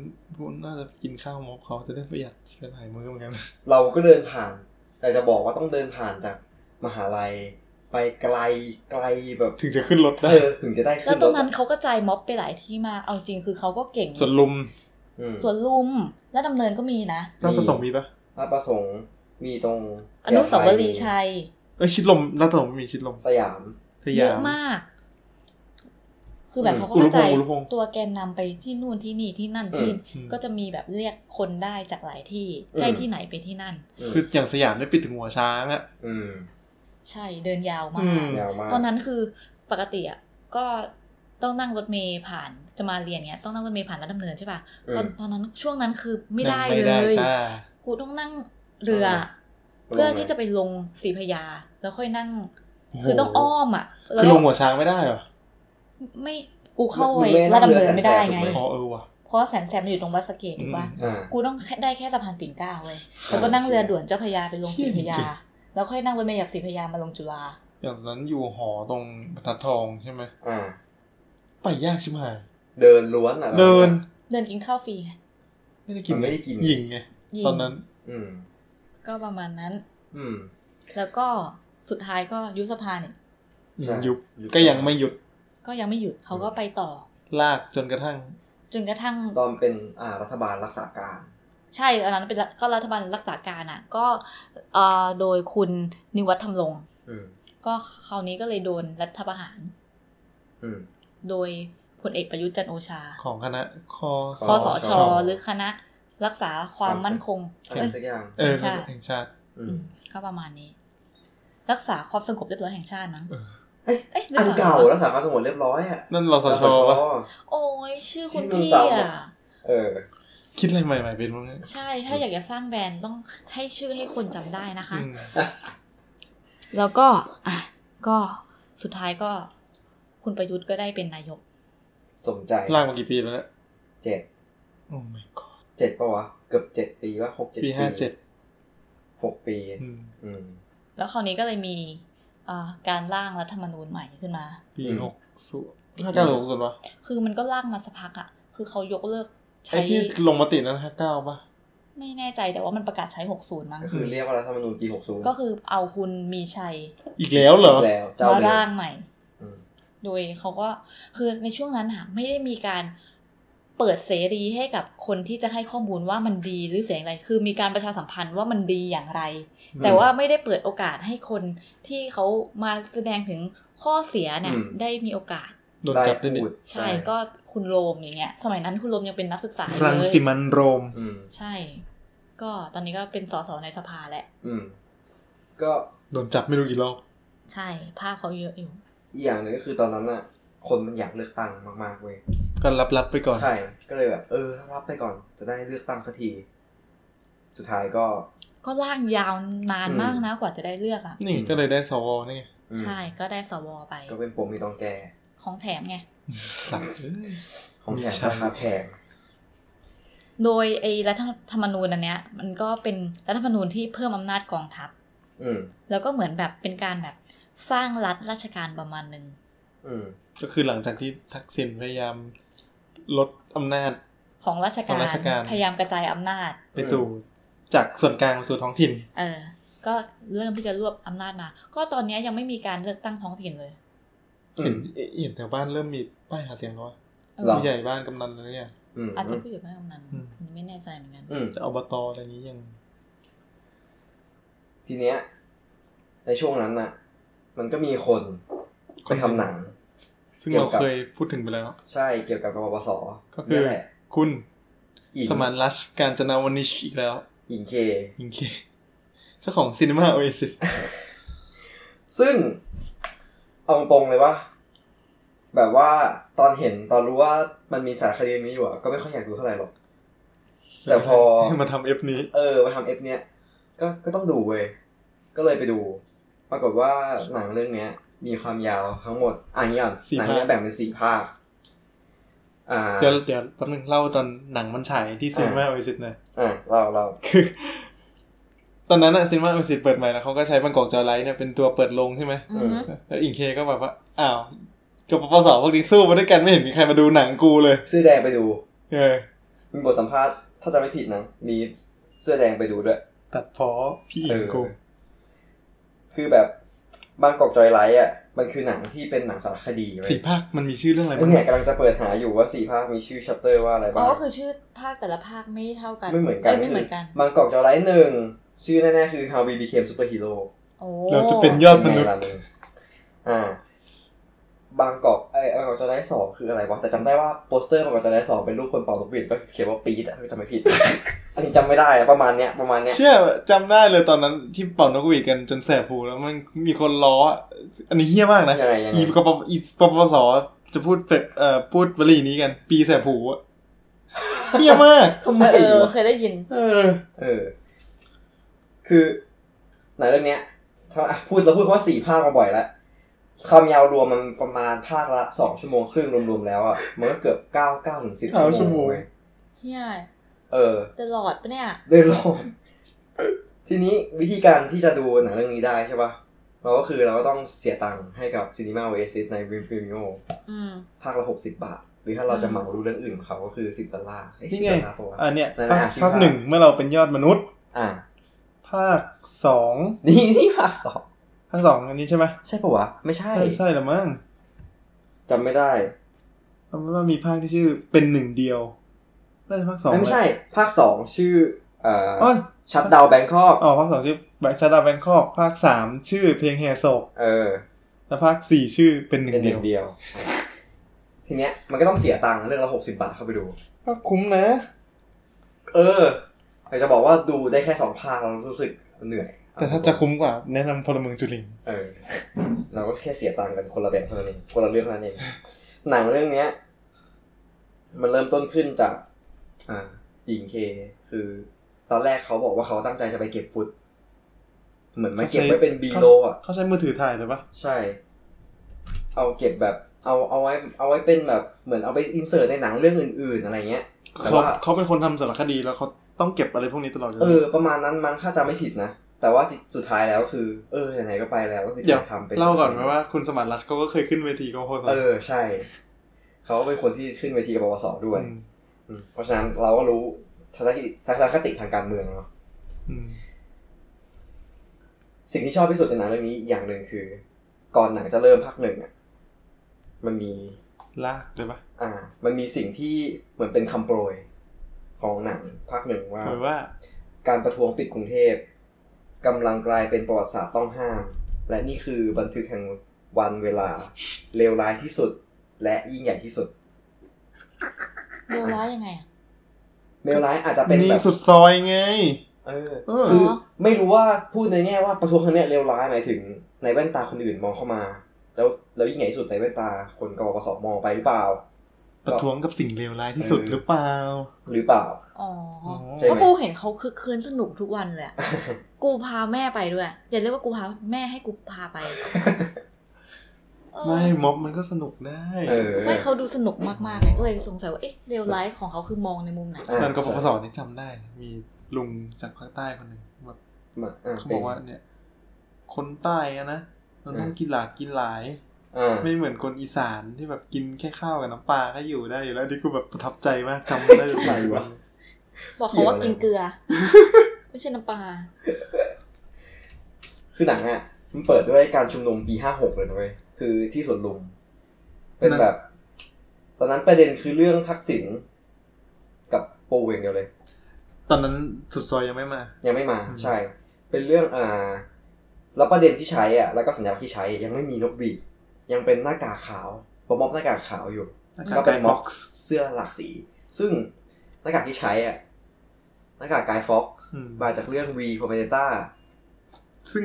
[SPEAKER 2] น่าจะกินข้าวมอบเขาจะได้ประหยัดหลายมื้อเหมือนกัน
[SPEAKER 1] เราก็เดินผ่าน แต่จะบอกว่าต้องเดินผ่านจากมหาลัย ไปไกลไกลแบบ
[SPEAKER 2] ถึงจะขึ้นรถได้
[SPEAKER 1] เออถึงจะได้ขึ้น
[SPEAKER 3] แล้วตรงนั้น
[SPEAKER 1] ถ
[SPEAKER 3] เขากระจายม็อบไปหลายที่มากเอาจริงคือเขาก็เก่ง
[SPEAKER 2] สวนลุม
[SPEAKER 1] อืม
[SPEAKER 3] สวนลุมและดำเนินก็มีนะ
[SPEAKER 2] ราชประสงค์มีปะ
[SPEAKER 1] ราชประสงค์มีตรง
[SPEAKER 3] อนุสาวรีย์ชัย
[SPEAKER 2] เอ้ยชิดลมราชประสงค์มีชิดลม
[SPEAKER 1] สยาม
[SPEAKER 2] ส
[SPEAKER 3] เย
[SPEAKER 2] ยา
[SPEAKER 3] อะ
[SPEAKER 2] ม
[SPEAKER 3] มาก คือแบบเขาก็
[SPEAKER 2] อุรุ
[SPEAKER 3] เข้า
[SPEAKER 2] พ
[SPEAKER 3] ใจ
[SPEAKER 2] งษ์อุรุพงษ์
[SPEAKER 3] ตัวแกนนำไปที่นู่นที่นี่ที่นั่นที่
[SPEAKER 2] อืม
[SPEAKER 3] ก็จะมีแบบเรียกคนได้จากหลายที่
[SPEAKER 1] อืม
[SPEAKER 3] ใกล้ที่ไหนไปที่นั่น
[SPEAKER 2] คืออย่างสยามได้ปิดถึงหัวช้างอะ
[SPEAKER 1] อืม
[SPEAKER 3] ใช่เดินยาวมา
[SPEAKER 2] อื
[SPEAKER 3] ก
[SPEAKER 2] ม
[SPEAKER 1] ยาวมาก
[SPEAKER 3] ตอนนั้นคือปกติอ่ะก็ ต้องนั่งรถเมย์ผ่านจะมาเรียนเนี้ยต้องนั่งรถเมย์ผ่านรัฐดำเนินใช่ป่ะ
[SPEAKER 1] อืม
[SPEAKER 3] ตอนตอนนั้นช่วงนั้นคือไม่ได้
[SPEAKER 2] ไม่
[SPEAKER 3] เล
[SPEAKER 2] ได้
[SPEAKER 3] ย
[SPEAKER 2] จ้า
[SPEAKER 3] กูต้องนั่งเรือ
[SPEAKER 1] ออ
[SPEAKER 3] เพื่อที่จะไปลงศรีพยา แล้วค่อยนั่ง คือต้องอ้อมอ่ะแล้ว
[SPEAKER 2] คือลงหัวช้างไม่ได้เหรอ
[SPEAKER 3] ไม่กูเข้า
[SPEAKER 1] มึ
[SPEAKER 3] ไป
[SPEAKER 1] งด้
[SPEAKER 3] ลาดดำ
[SPEAKER 1] ง
[SPEAKER 3] เนิน
[SPEAKER 1] รือ
[SPEAKER 3] ไม่ได้
[SPEAKER 1] แสนแสบถูก
[SPEAKER 3] ไง
[SPEAKER 1] หม
[SPEAKER 2] อ๋อเออว่ะ
[SPEAKER 3] เพราะว่าแสนแสบมันอยู่ตรงวัดสะเกตถูกป่ะ
[SPEAKER 1] อ่า
[SPEAKER 3] กูต้องแค่ได้แค่สะพานปิ่นเกล้าเว้ยแล้วก็นั่งเรือด่วนเจ้าพระยาไปลงศรีพระยา
[SPEAKER 2] จริง
[SPEAKER 3] แล้วค่อยนั่งรถเมล์จากศรีพระยามาลงจุฬา
[SPEAKER 2] อย่างตอนนั้นอยู่หอตรงบรรทัดทองใช่ไหม
[SPEAKER 1] อ่า
[SPEAKER 2] ไปยากชิบหาย
[SPEAKER 1] เดินล้วนอ่ะ
[SPEAKER 2] เดิน
[SPEAKER 3] เดินกินข้าวฟรีไง
[SPEAKER 2] ไม่ได้กิ
[SPEAKER 1] กิ
[SPEAKER 2] น
[SPEAKER 1] นไม่ได้กิน
[SPEAKER 2] หญิงไง
[SPEAKER 3] ยิง
[SPEAKER 2] ตอนนั้น
[SPEAKER 1] อืม
[SPEAKER 3] ก็ประมาณนั้น
[SPEAKER 1] อืม
[SPEAKER 3] แล้วก็สุดท้ายก็ยุบสภาเนี่ย
[SPEAKER 1] ใช่
[SPEAKER 2] ยุบก็ยังไม่หยุด
[SPEAKER 3] ก็ยังไม่หยุดเขาก็ไปต่อ
[SPEAKER 2] ลากจนกระทั่ง
[SPEAKER 3] จนกระทั่ง
[SPEAKER 1] ตอนเป็นอ่ารัฐบาลรักษาการ
[SPEAKER 3] ใช่อันนั้นเป็นรัฐก็รัฐบาลรักษาการอ่ะ ก็เอ่อโดยคุณนิวัฒน์ทำลง
[SPEAKER 1] อืม
[SPEAKER 3] ก็คราวนี้ก็เลยโดนรัฐประหาร
[SPEAKER 1] อืม
[SPEAKER 3] โดยพลเอกประยุทธ์จันทร์โอชา
[SPEAKER 2] ของคณะคอ
[SPEAKER 3] ค
[SPEAKER 1] ค
[SPEAKER 3] อสช
[SPEAKER 1] สช
[SPEAKER 3] หรือคณะรักษาความมั่นคง
[SPEAKER 1] อะไร
[SPEAKER 3] เอ้ย
[SPEAKER 1] สักอย่าง
[SPEAKER 2] เออ
[SPEAKER 3] ใช่
[SPEAKER 2] แห่งชาติ
[SPEAKER 1] อื
[SPEAKER 3] อื
[SPEAKER 1] ม
[SPEAKER 3] มก็ประมาณนี้ รักษาความสงบเรียบร้อยแห่งชาติมั้ง
[SPEAKER 2] เออ
[SPEAKER 1] เอ้ย
[SPEAKER 3] เอ้ยหรื
[SPEAKER 1] อัน
[SPEAKER 3] ปล่
[SPEAKER 1] เก่าว
[SPEAKER 3] ะ
[SPEAKER 1] รักษาความสงบเรียบร้อยอ่ะ
[SPEAKER 2] นั่นรสชวะ
[SPEAKER 3] โอ้ยชื่อคุณ
[SPEAKER 1] ที่มึง
[SPEAKER 3] พี่
[SPEAKER 1] สาวหมด
[SPEAKER 3] อ่ะ
[SPEAKER 1] เออ
[SPEAKER 2] คิดอะไรใหม่ๆเป็นบ้างเนี่ย
[SPEAKER 3] ใช่ ถ้าอยากจะสร้างแบรนด์ต้องให้ชื่อให้คนจำได้นะคะ
[SPEAKER 2] อืม
[SPEAKER 3] แล้วก็อ่ะก็สุดท้ายก็ คุณประยุทธ์ก็ได้เป็นนายก
[SPEAKER 1] สมใจ
[SPEAKER 2] ลากมากี่ปีแล้วเนี่ย
[SPEAKER 1] เจ็ด
[SPEAKER 2] โอ้ my god
[SPEAKER 1] เจ็ดปะวะ เกือบเจ็ดปีวะหกเจ็ด
[SPEAKER 2] ปีห้าเจ็ด
[SPEAKER 1] หกปี
[SPEAKER 2] อืม
[SPEAKER 1] อืม
[SPEAKER 3] แล้วคราวนี้ก็เลยมีเอ่อการร่างรัฐธรรมนูญใหม่ขึ้นมา
[SPEAKER 2] ปี
[SPEAKER 1] อืม
[SPEAKER 2] หกศูนย์ห้าเก้าหรือหกศูนย์วะ
[SPEAKER 3] คือมันก็ร่างมาสักพักอะคือเขายกเลิก
[SPEAKER 2] ไอ้
[SPEAKER 3] ใช้
[SPEAKER 2] ที่ลงมตินั้นห้าเก้าป่ะ
[SPEAKER 3] ไม่แน่ใจแต่ว่ามันประกาศใช้ 60 มั้ง
[SPEAKER 1] ก็คือเรียกว่ารัฐธรรมนูญปีหกศูนย์
[SPEAKER 3] ก็คือเอาคุณมีชัย
[SPEAKER 2] อีกแล้วเหรอ
[SPEAKER 1] แล้วเจ้า
[SPEAKER 3] มา
[SPEAKER 1] เดิ
[SPEAKER 3] ร่าง
[SPEAKER 1] ม
[SPEAKER 3] ใหม่
[SPEAKER 1] อืม
[SPEAKER 3] โดยเขาก็คือในช่วงนั้นอะไม่ได้มีการเปิดเสรีให้กับคนที่จะให้ข้อมูลว่ามันดีหรือเสียอย่างไร คือมีการประชาสัมพันธ์ว่ามันดีอย่างไร
[SPEAKER 2] อืม
[SPEAKER 3] แต่ว่าไม่ได้เปิดโอกาสให้คนที่เขามาแสดงถึงข้อเสียเนี่ยได้มีโอกาส
[SPEAKER 2] โดน
[SPEAKER 1] ได้
[SPEAKER 2] จับด้วยนี่
[SPEAKER 1] พูด
[SPEAKER 3] ใช่ก็คุณโรมอย่างเงี้ย สมัยนั้นคุณโรมยังเป็นนักศึกษาอยู่
[SPEAKER 2] รัง
[SPEAKER 3] เลย
[SPEAKER 2] สิมันโรม
[SPEAKER 1] อืม
[SPEAKER 3] ใช่ ก็ตอนนี้ก็เป็นสสในสภาแหละ
[SPEAKER 1] อืม ก็
[SPEAKER 2] โดนจับไม่รู้กี่รอบ
[SPEAKER 3] ใช่ ภาพเขาเยอะอยู่
[SPEAKER 1] อีกอย่างหนึ่งก็คือตอนนั้นอ่ะ คนมันอยากเลือกตั้งมากๆเว้ย
[SPEAKER 2] ก็รับๆไปก่อน
[SPEAKER 1] ใช่ ก็เลยแบบ เออรับไปก่อน จะได้เลือกตั้งสักที สุดท้ายก็
[SPEAKER 3] ก็ล่างยาวนานมากนะกว่าจะได้เลือกอ่ะ
[SPEAKER 2] นี่ก็เลยได้สวนี่ไง
[SPEAKER 1] อืม
[SPEAKER 3] ใช่ก็ได้สวไป
[SPEAKER 1] ก็เป็นปมมีตองแก
[SPEAKER 3] ของแถมไง
[SPEAKER 2] สัตว์
[SPEAKER 1] ของแถม
[SPEAKER 2] ใช่
[SPEAKER 1] ราคาแพง
[SPEAKER 3] โดยไอ้รัฐธรรมนูญอันเนี้ย มันก็เป็นรัฐธรรมนูญที่เพิ่มอำนาจกองทัพ
[SPEAKER 1] อืม
[SPEAKER 3] แล้วก็เหมือนแบบเป็นการแบบสร้างรัฐราชการประมาณหนึ่ง
[SPEAKER 1] อืม
[SPEAKER 2] ก็คือหลังจากที่ทักษิณพยายามลดอำนาจ
[SPEAKER 3] ของราช
[SPEAKER 2] ของราชการ
[SPEAKER 3] พยายามกระจายอำนาจ
[SPEAKER 2] ไปสู่จากส่วนกลางไปสู่ท้องถิ่น
[SPEAKER 3] เออ ก็เริ่มที่จะรวบอำนาจมา ก็ตอนเนี้ยยังไม่มีการเลือกตั้งท้องถิ่นเลย
[SPEAKER 1] อื
[SPEAKER 2] เห็น
[SPEAKER 1] ม
[SPEAKER 2] เห็นแถวบ้านเริ่มมีป้ายหาเสียงแล้ววะ
[SPEAKER 3] เออ
[SPEAKER 1] หร
[SPEAKER 2] ผู้ใหญ่บ้านกำนันอะไรเนี่ย
[SPEAKER 1] อืม
[SPEAKER 3] อาจจะพูดอยู่ไม่กำนัน
[SPEAKER 2] อืม
[SPEAKER 3] ไม่แน่ใจเหมือนกัน
[SPEAKER 1] อืม
[SPEAKER 2] แต่อบตอะไรนี้ยัง
[SPEAKER 1] ทีเนี้ย ในช่วงนั้นน่ะ มันก็มีคน
[SPEAKER 2] ค
[SPEAKER 1] ไป
[SPEAKER 2] น
[SPEAKER 1] ทำหนัง
[SPEAKER 2] ซึ่ง
[SPEAKER 1] เกี่ย
[SPEAKER 2] เรา
[SPEAKER 1] วกับ
[SPEAKER 2] เคยพูดถึงไปแล้ว
[SPEAKER 1] ใช่เกี่ยวกับกบปส
[SPEAKER 2] ก็คือ
[SPEAKER 1] นี่แหละ
[SPEAKER 2] คุณ
[SPEAKER 1] อิง
[SPEAKER 2] สมานรัชการจนาวนิชอีกแล้ว
[SPEAKER 1] อิงเค
[SPEAKER 2] ยิงเคเจ้าของซีนีมาโอเอซิส
[SPEAKER 1] ซึ่ง เอาตรงๆเลยว่า แบบว่าตอนเห็นตอนรู้ว่ามันมีสารคดีนี้อยู่อะก็ไม่ค่อยอยากดูเท่าไหร่หรอก แต่พอ
[SPEAKER 2] มาทำเอฟนี้
[SPEAKER 1] เออมาทำเอฟเนี้ยก็ก็ต้องดูเว้ย ก็เลยไปดู ปรากฏว่าหนังเรื่องเนี้ย มีความยาวทั้งหมดอ่ะอย่างนี้ก่อน
[SPEAKER 2] สี่
[SPEAKER 1] หนัง
[SPEAKER 2] ภาค
[SPEAKER 1] เนี้ยแบ่งเป็นสี่ภาค อ่า
[SPEAKER 2] เดี๋ยวเดี๋ยวแป๊บนึงเล่าตอนหนังมันฉายที่ซีนีมาโอเอซิสนะ
[SPEAKER 1] อ่ะเราเรา
[SPEAKER 2] คือ ตอนนั้นอะซีนีมาโอเอซิสเปิดใหม่แล้วเขาก็ใช้บางกอกจอไลท์เนี่ยเป็นตัวเปิดโรงใช่ไหม
[SPEAKER 3] อือฮึ
[SPEAKER 2] แล้วอิงเคก็แบบว่า อ้าวกับปปสพวกนี้สู้มาด้วยกันไม่เห็นมีใครมาดูหนังกูเลย
[SPEAKER 1] เสื้อแดงไปดู
[SPEAKER 2] เออ
[SPEAKER 1] มีบทสัมภาษณ์ถ้าจำไม่ผิดนะ มีเสื้อแดงไปดูด้วย
[SPEAKER 2] ตัดพอพี่อิ
[SPEAKER 1] เอง อ
[SPEAKER 2] กู
[SPEAKER 1] คือแบบบางกอกจอยไลท์อ่ะ มันคือหนังที่เป็นหนังสารคดีเว้ย
[SPEAKER 2] สี่ภาคมันมีชื่อเรื่องอะไร
[SPEAKER 1] แล้ว
[SPEAKER 2] บ้าง
[SPEAKER 1] เนี่ยกำลังจะเปิดหาอยู่ว่าสี่ภาคมีชื่อชัปเตอร์ว่าอะไร
[SPEAKER 3] อ๋
[SPEAKER 1] บ้า
[SPEAKER 3] อง ก็คือชื่อภาคแต่ละภาคไม่เท่ากัน
[SPEAKER 1] ไม่เหมือนกัน
[SPEAKER 3] ยไม่เหมือนกัน
[SPEAKER 1] บางกอกจอไลท์หนึ่งชื่อแน่ๆคือ How We Became Superhero
[SPEAKER 3] โอ้
[SPEAKER 2] เราจะเป็นยอดมนุษย์
[SPEAKER 1] เป็ไงล่ะมึงอ่า บางกอกเอ้ยบางกอกจอไลท์สองคืออะไรวะแต่จำได้ว่าโปสเตอร์บางกอกจอไลท์สองเป็นรูปคนเป่าลูกบิดก็เขียนว่าปี๊ดอะจำไม่ผิด อันนี้จำไม่ได้อะประมาณเนี้ยประมาณเนี้ย
[SPEAKER 2] เชื่อจำได้เลยตอนนั้นที่เป่านกหวีดกันจนแสบหูแล้วมันมีคนล้อ อันนี้เฮี้ยมากนะ
[SPEAKER 1] ยังไงยังไง
[SPEAKER 2] อีปปอีปปส จะพูดเฟเอ่อพูดวลีนี้กัน ปีแสบหูอะเฮี้ยมาก
[SPEAKER 1] ทำไม
[SPEAKER 5] เออเออ
[SPEAKER 1] วะ
[SPEAKER 5] เคยได้ยิน
[SPEAKER 2] เออ
[SPEAKER 1] เออ คือหนังเรื่องเนี้ยถ้าอ่ะพูดเราพูดคำว่าสี่ภาคมาบ่อยแล้วความยาวรวมมันประมาณภาคละสองชั่วโมงครึ่งรวมๆแล้วอ่ะมันก็เกือบเก้าเก้าถึงสิบ
[SPEAKER 2] เก้าชั่
[SPEAKER 1] ชั่ว
[SPEAKER 2] ว
[SPEAKER 1] โม
[SPEAKER 2] โม
[SPEAKER 1] ง
[SPEAKER 2] ง
[SPEAKER 1] เว้ย
[SPEAKER 5] เฮีย
[SPEAKER 1] เออ
[SPEAKER 5] ตลอดปะเนี่ย
[SPEAKER 1] โดยรวมทีนี้วิธีการที่จะดูหนังเรื่องนี้ได้ใช่ปะเราก็คือเราก็ต้องเสียตังค์ให้กับ Cinema Oasis ใน Vimeo
[SPEAKER 5] อืม
[SPEAKER 1] ภาคละหกสิบบาท หรือถ้าเราจะเหมาดูเรื่องอื่นของเขาก็คือสิบดอลลาร์เอ้ย
[SPEAKER 2] นี่
[SPEAKER 1] 10
[SPEAKER 2] ไง
[SPEAKER 1] ดอลลาร์ปะวะ
[SPEAKER 2] อันเนี้ย
[SPEAKER 1] นั่นแหละ
[SPEAKER 2] ภาค
[SPEAKER 1] ชื่อ
[SPEAKER 2] ภาค
[SPEAKER 1] ภาค
[SPEAKER 2] หนึ่งเมื่อเราเป็นยอดมนุษย์
[SPEAKER 1] อ่า
[SPEAKER 2] ภาคสอง
[SPEAKER 1] นี่นี่ภาคสอง
[SPEAKER 2] ภาคสองอันนี้ใช่ไหม
[SPEAKER 1] ใช่ปะวะ ไม่ใช่
[SPEAKER 2] ใช่ใช่เหรือมั้ง
[SPEAKER 1] จำไม่ได้
[SPEAKER 2] จำได้ว่ามีภาคที่ชื่อเป็นหนึ่งเดียวน่าจะภาคสอง
[SPEAKER 1] ไม่ใช่ ภาคสองชื่อเอ่อ
[SPEAKER 2] อ๋อ
[SPEAKER 1] ชัดดาวแบงคอก
[SPEAKER 2] อ๋อภาคสองชื่อแบงค์ชาดาแบงคอกภาคสามชื่อเพลงแห่โศก
[SPEAKER 1] เออ
[SPEAKER 2] และภาคสี่ชื่อเป็นหนึ่
[SPEAKER 1] เป็
[SPEAKER 2] ง
[SPEAKER 1] นห
[SPEAKER 2] เดี
[SPEAKER 1] นึ่
[SPEAKER 2] ยว
[SPEAKER 1] งเดียว ทีเนี้ยมันก็ต้องเสียตังค์เรื่องละหกสิบบาทเข้าไปดู
[SPEAKER 2] ก็คุ้มนะ
[SPEAKER 1] เออแต่จะบอกว่าดูได้แค่สองภาคเรารู้สึกเหนื่อย
[SPEAKER 2] แต่ถ้าจะคุ้มกว่าแนะนำพลเมืองจุลิน
[SPEAKER 1] เออ เราก็แค่เสียตังค์กันคนละแบบเท่านั้นเองคนละเรื่องเท่านั้นเองหนังเรื่องเนี้ย มันเริ่มต้นขึ้นจาก อ่าหญิงเค คือ ตอนแรกเขาบอกว่าเขาตั้งใจจะไปเก็บฟุต เหมือนมาเก็บไว้เป็นบีโลอ่ะ
[SPEAKER 2] เขาใช้มือถือถ่ายเลยปะ
[SPEAKER 1] ใช่ เอาเก็บแบบ เอาเอาไว้ เอาไว้เป็นแบบเหมือนเอาไปอินเสิร์ตในหนังเรื่องอื่น ๆ อะไรเงี้ย แต่
[SPEAKER 2] เขา
[SPEAKER 1] ว่า
[SPEAKER 2] เขาเป็นคนทำสารคดีแล้วเขาต้องเก็บอะไรพวกนี้ตลอดเลย
[SPEAKER 1] เออ ประมาณนั้นมั้งถ้าจำไม่ผิดนะ แต่ว่าจิสุดท้ายแล้วคือ เออไหนๆก็ไปแล้วก็คือ
[SPEAKER 2] เดี๋ยว
[SPEAKER 1] จะทำเป็น
[SPEAKER 2] เล่าก่อนไหมว่าคุณสมานรัตน์เขาก็เคยขึ้นเวทีกองพลส
[SPEAKER 1] เออใช่ เขาเป็นคนที่ขึ้นเวทีกับปปสด้วย
[SPEAKER 2] อืม
[SPEAKER 1] อืมเพราะฉะนั้นเราก็รู้ทัศนคติทัศนคติทางการเมืองเนาะ
[SPEAKER 2] อืม
[SPEAKER 1] สิ่งที่ชอบที่สุดในหนังเรื่องนี้อย่างหนึ่งคือ ก่อนหนังจะเริ่มภาคหนึ่งอ่ะมันมี
[SPEAKER 2] ลากเลยปะ
[SPEAKER 1] อ่า มันมีสิ่งที่เหมือนเป็นคำโปรยของหนังภาคหนึ่งว่า
[SPEAKER 2] หมายว่า
[SPEAKER 1] การประท้วงปิดกรุงเทพกำลังกลายเป็นประวัติศาสตร์ต้องห้าม และนี่คือบันทึกแห่งวันเวลา เลวร้ายที่สุด และยิ่งใหญ่ที่สุด
[SPEAKER 5] โดนร้ายยังไงอะ
[SPEAKER 1] เลวร้ายอาจจะเป็น
[SPEAKER 2] นี่
[SPEAKER 1] แบบ
[SPEAKER 2] สุดซอยไง
[SPEAKER 1] เออ
[SPEAKER 2] เออ
[SPEAKER 1] คือไม่รู้ว่าพูดในแง่ว่าประท้วงครั้งเนี้ยเลวร้ายหมายถึงในแว่นตาคนอื่นมองเข้ามา แล้วแล้วยิ่งใหญ่ที่สุดในแว่นตาคนกบพศมองไปหรือเปล่า
[SPEAKER 2] ประท้วงกับสิ่งเลวร้ายที่สุด
[SPEAKER 1] เออ
[SPEAKER 2] หรือเปล่า
[SPEAKER 1] หรือเปล่า
[SPEAKER 5] อ๋ออ
[SPEAKER 1] ใช่ไหม
[SPEAKER 5] เพราะกูเห็นเขาคึกคืนสนุกทุกวันเลยอะกูพาแม่ไปด้วย อย่าเรียกว่ากูพาแม่ให้กูพาไปเออ
[SPEAKER 2] ไม่ม็อบมันก็สนุกได้
[SPEAKER 1] เออ
[SPEAKER 5] ไม่เขาดูสนุกมากๆเลยก็เลยสงสัยว่าเอ๊ะเรลไลฟ์ของเขาคือมองในมุมไหน
[SPEAKER 1] ะ
[SPEAKER 2] นั่นก็ปปสนี่จำได้นะมีลุงจากภาคใต้คนหนึ่งแบบ
[SPEAKER 1] มาะ
[SPEAKER 2] เขาบอกว่าเนี่ย คนใต้อะนะมันต้องกินหลากกินหลาย
[SPEAKER 1] อ่า
[SPEAKER 2] ไม่เหมือนคนอีสานที่แบบกินแค่ข้าวกับน้ำปลาก็อยู่ได้อยู่แล้วนี่กูแบบประทับใจมากจำได้
[SPEAKER 1] ทำไมวะ
[SPEAKER 5] บอกเขาว่ากินเกลือ ไม่ใช่น้ำปลา
[SPEAKER 1] คือหนังอ่ะมันเปิดด้วยการชุมนุมปีห้าหกเลยนะเว้ยคือที่สวนลุม เป็นแบบ ตอนนั้นประเด็นคือเรื่องทักษิณกับปูเอย่างเดียวเลย
[SPEAKER 2] ตอนนั้นสุดซอยยังไม่มา
[SPEAKER 1] ยังไม่มา
[SPEAKER 2] อืม
[SPEAKER 1] ใช่ เป็นเรื่องอ่า แล้วประเด็นที่ใช้อ่ะ แล้วก็สัญลักษณ์ที่ใช้ยังไม่มีนกบีดยังเป็นหน้ากากขาวปมอบหน้ากากขาวอยู่
[SPEAKER 2] หน้า
[SPEAKER 1] ก็
[SPEAKER 2] ก็
[SPEAKER 1] เป็
[SPEAKER 2] เป็น น
[SPEAKER 1] ม็
[SPEAKER 2] ม็
[SPEAKER 1] อ
[SPEAKER 2] อก กซ์
[SPEAKER 1] เสื้อหลากสี ซึ่งหน้ากากที่ใช้อ่ะหน้ากากกายฟ็อกมาจากเรื่องวีโพเมเตต้า
[SPEAKER 2] ซึ่ง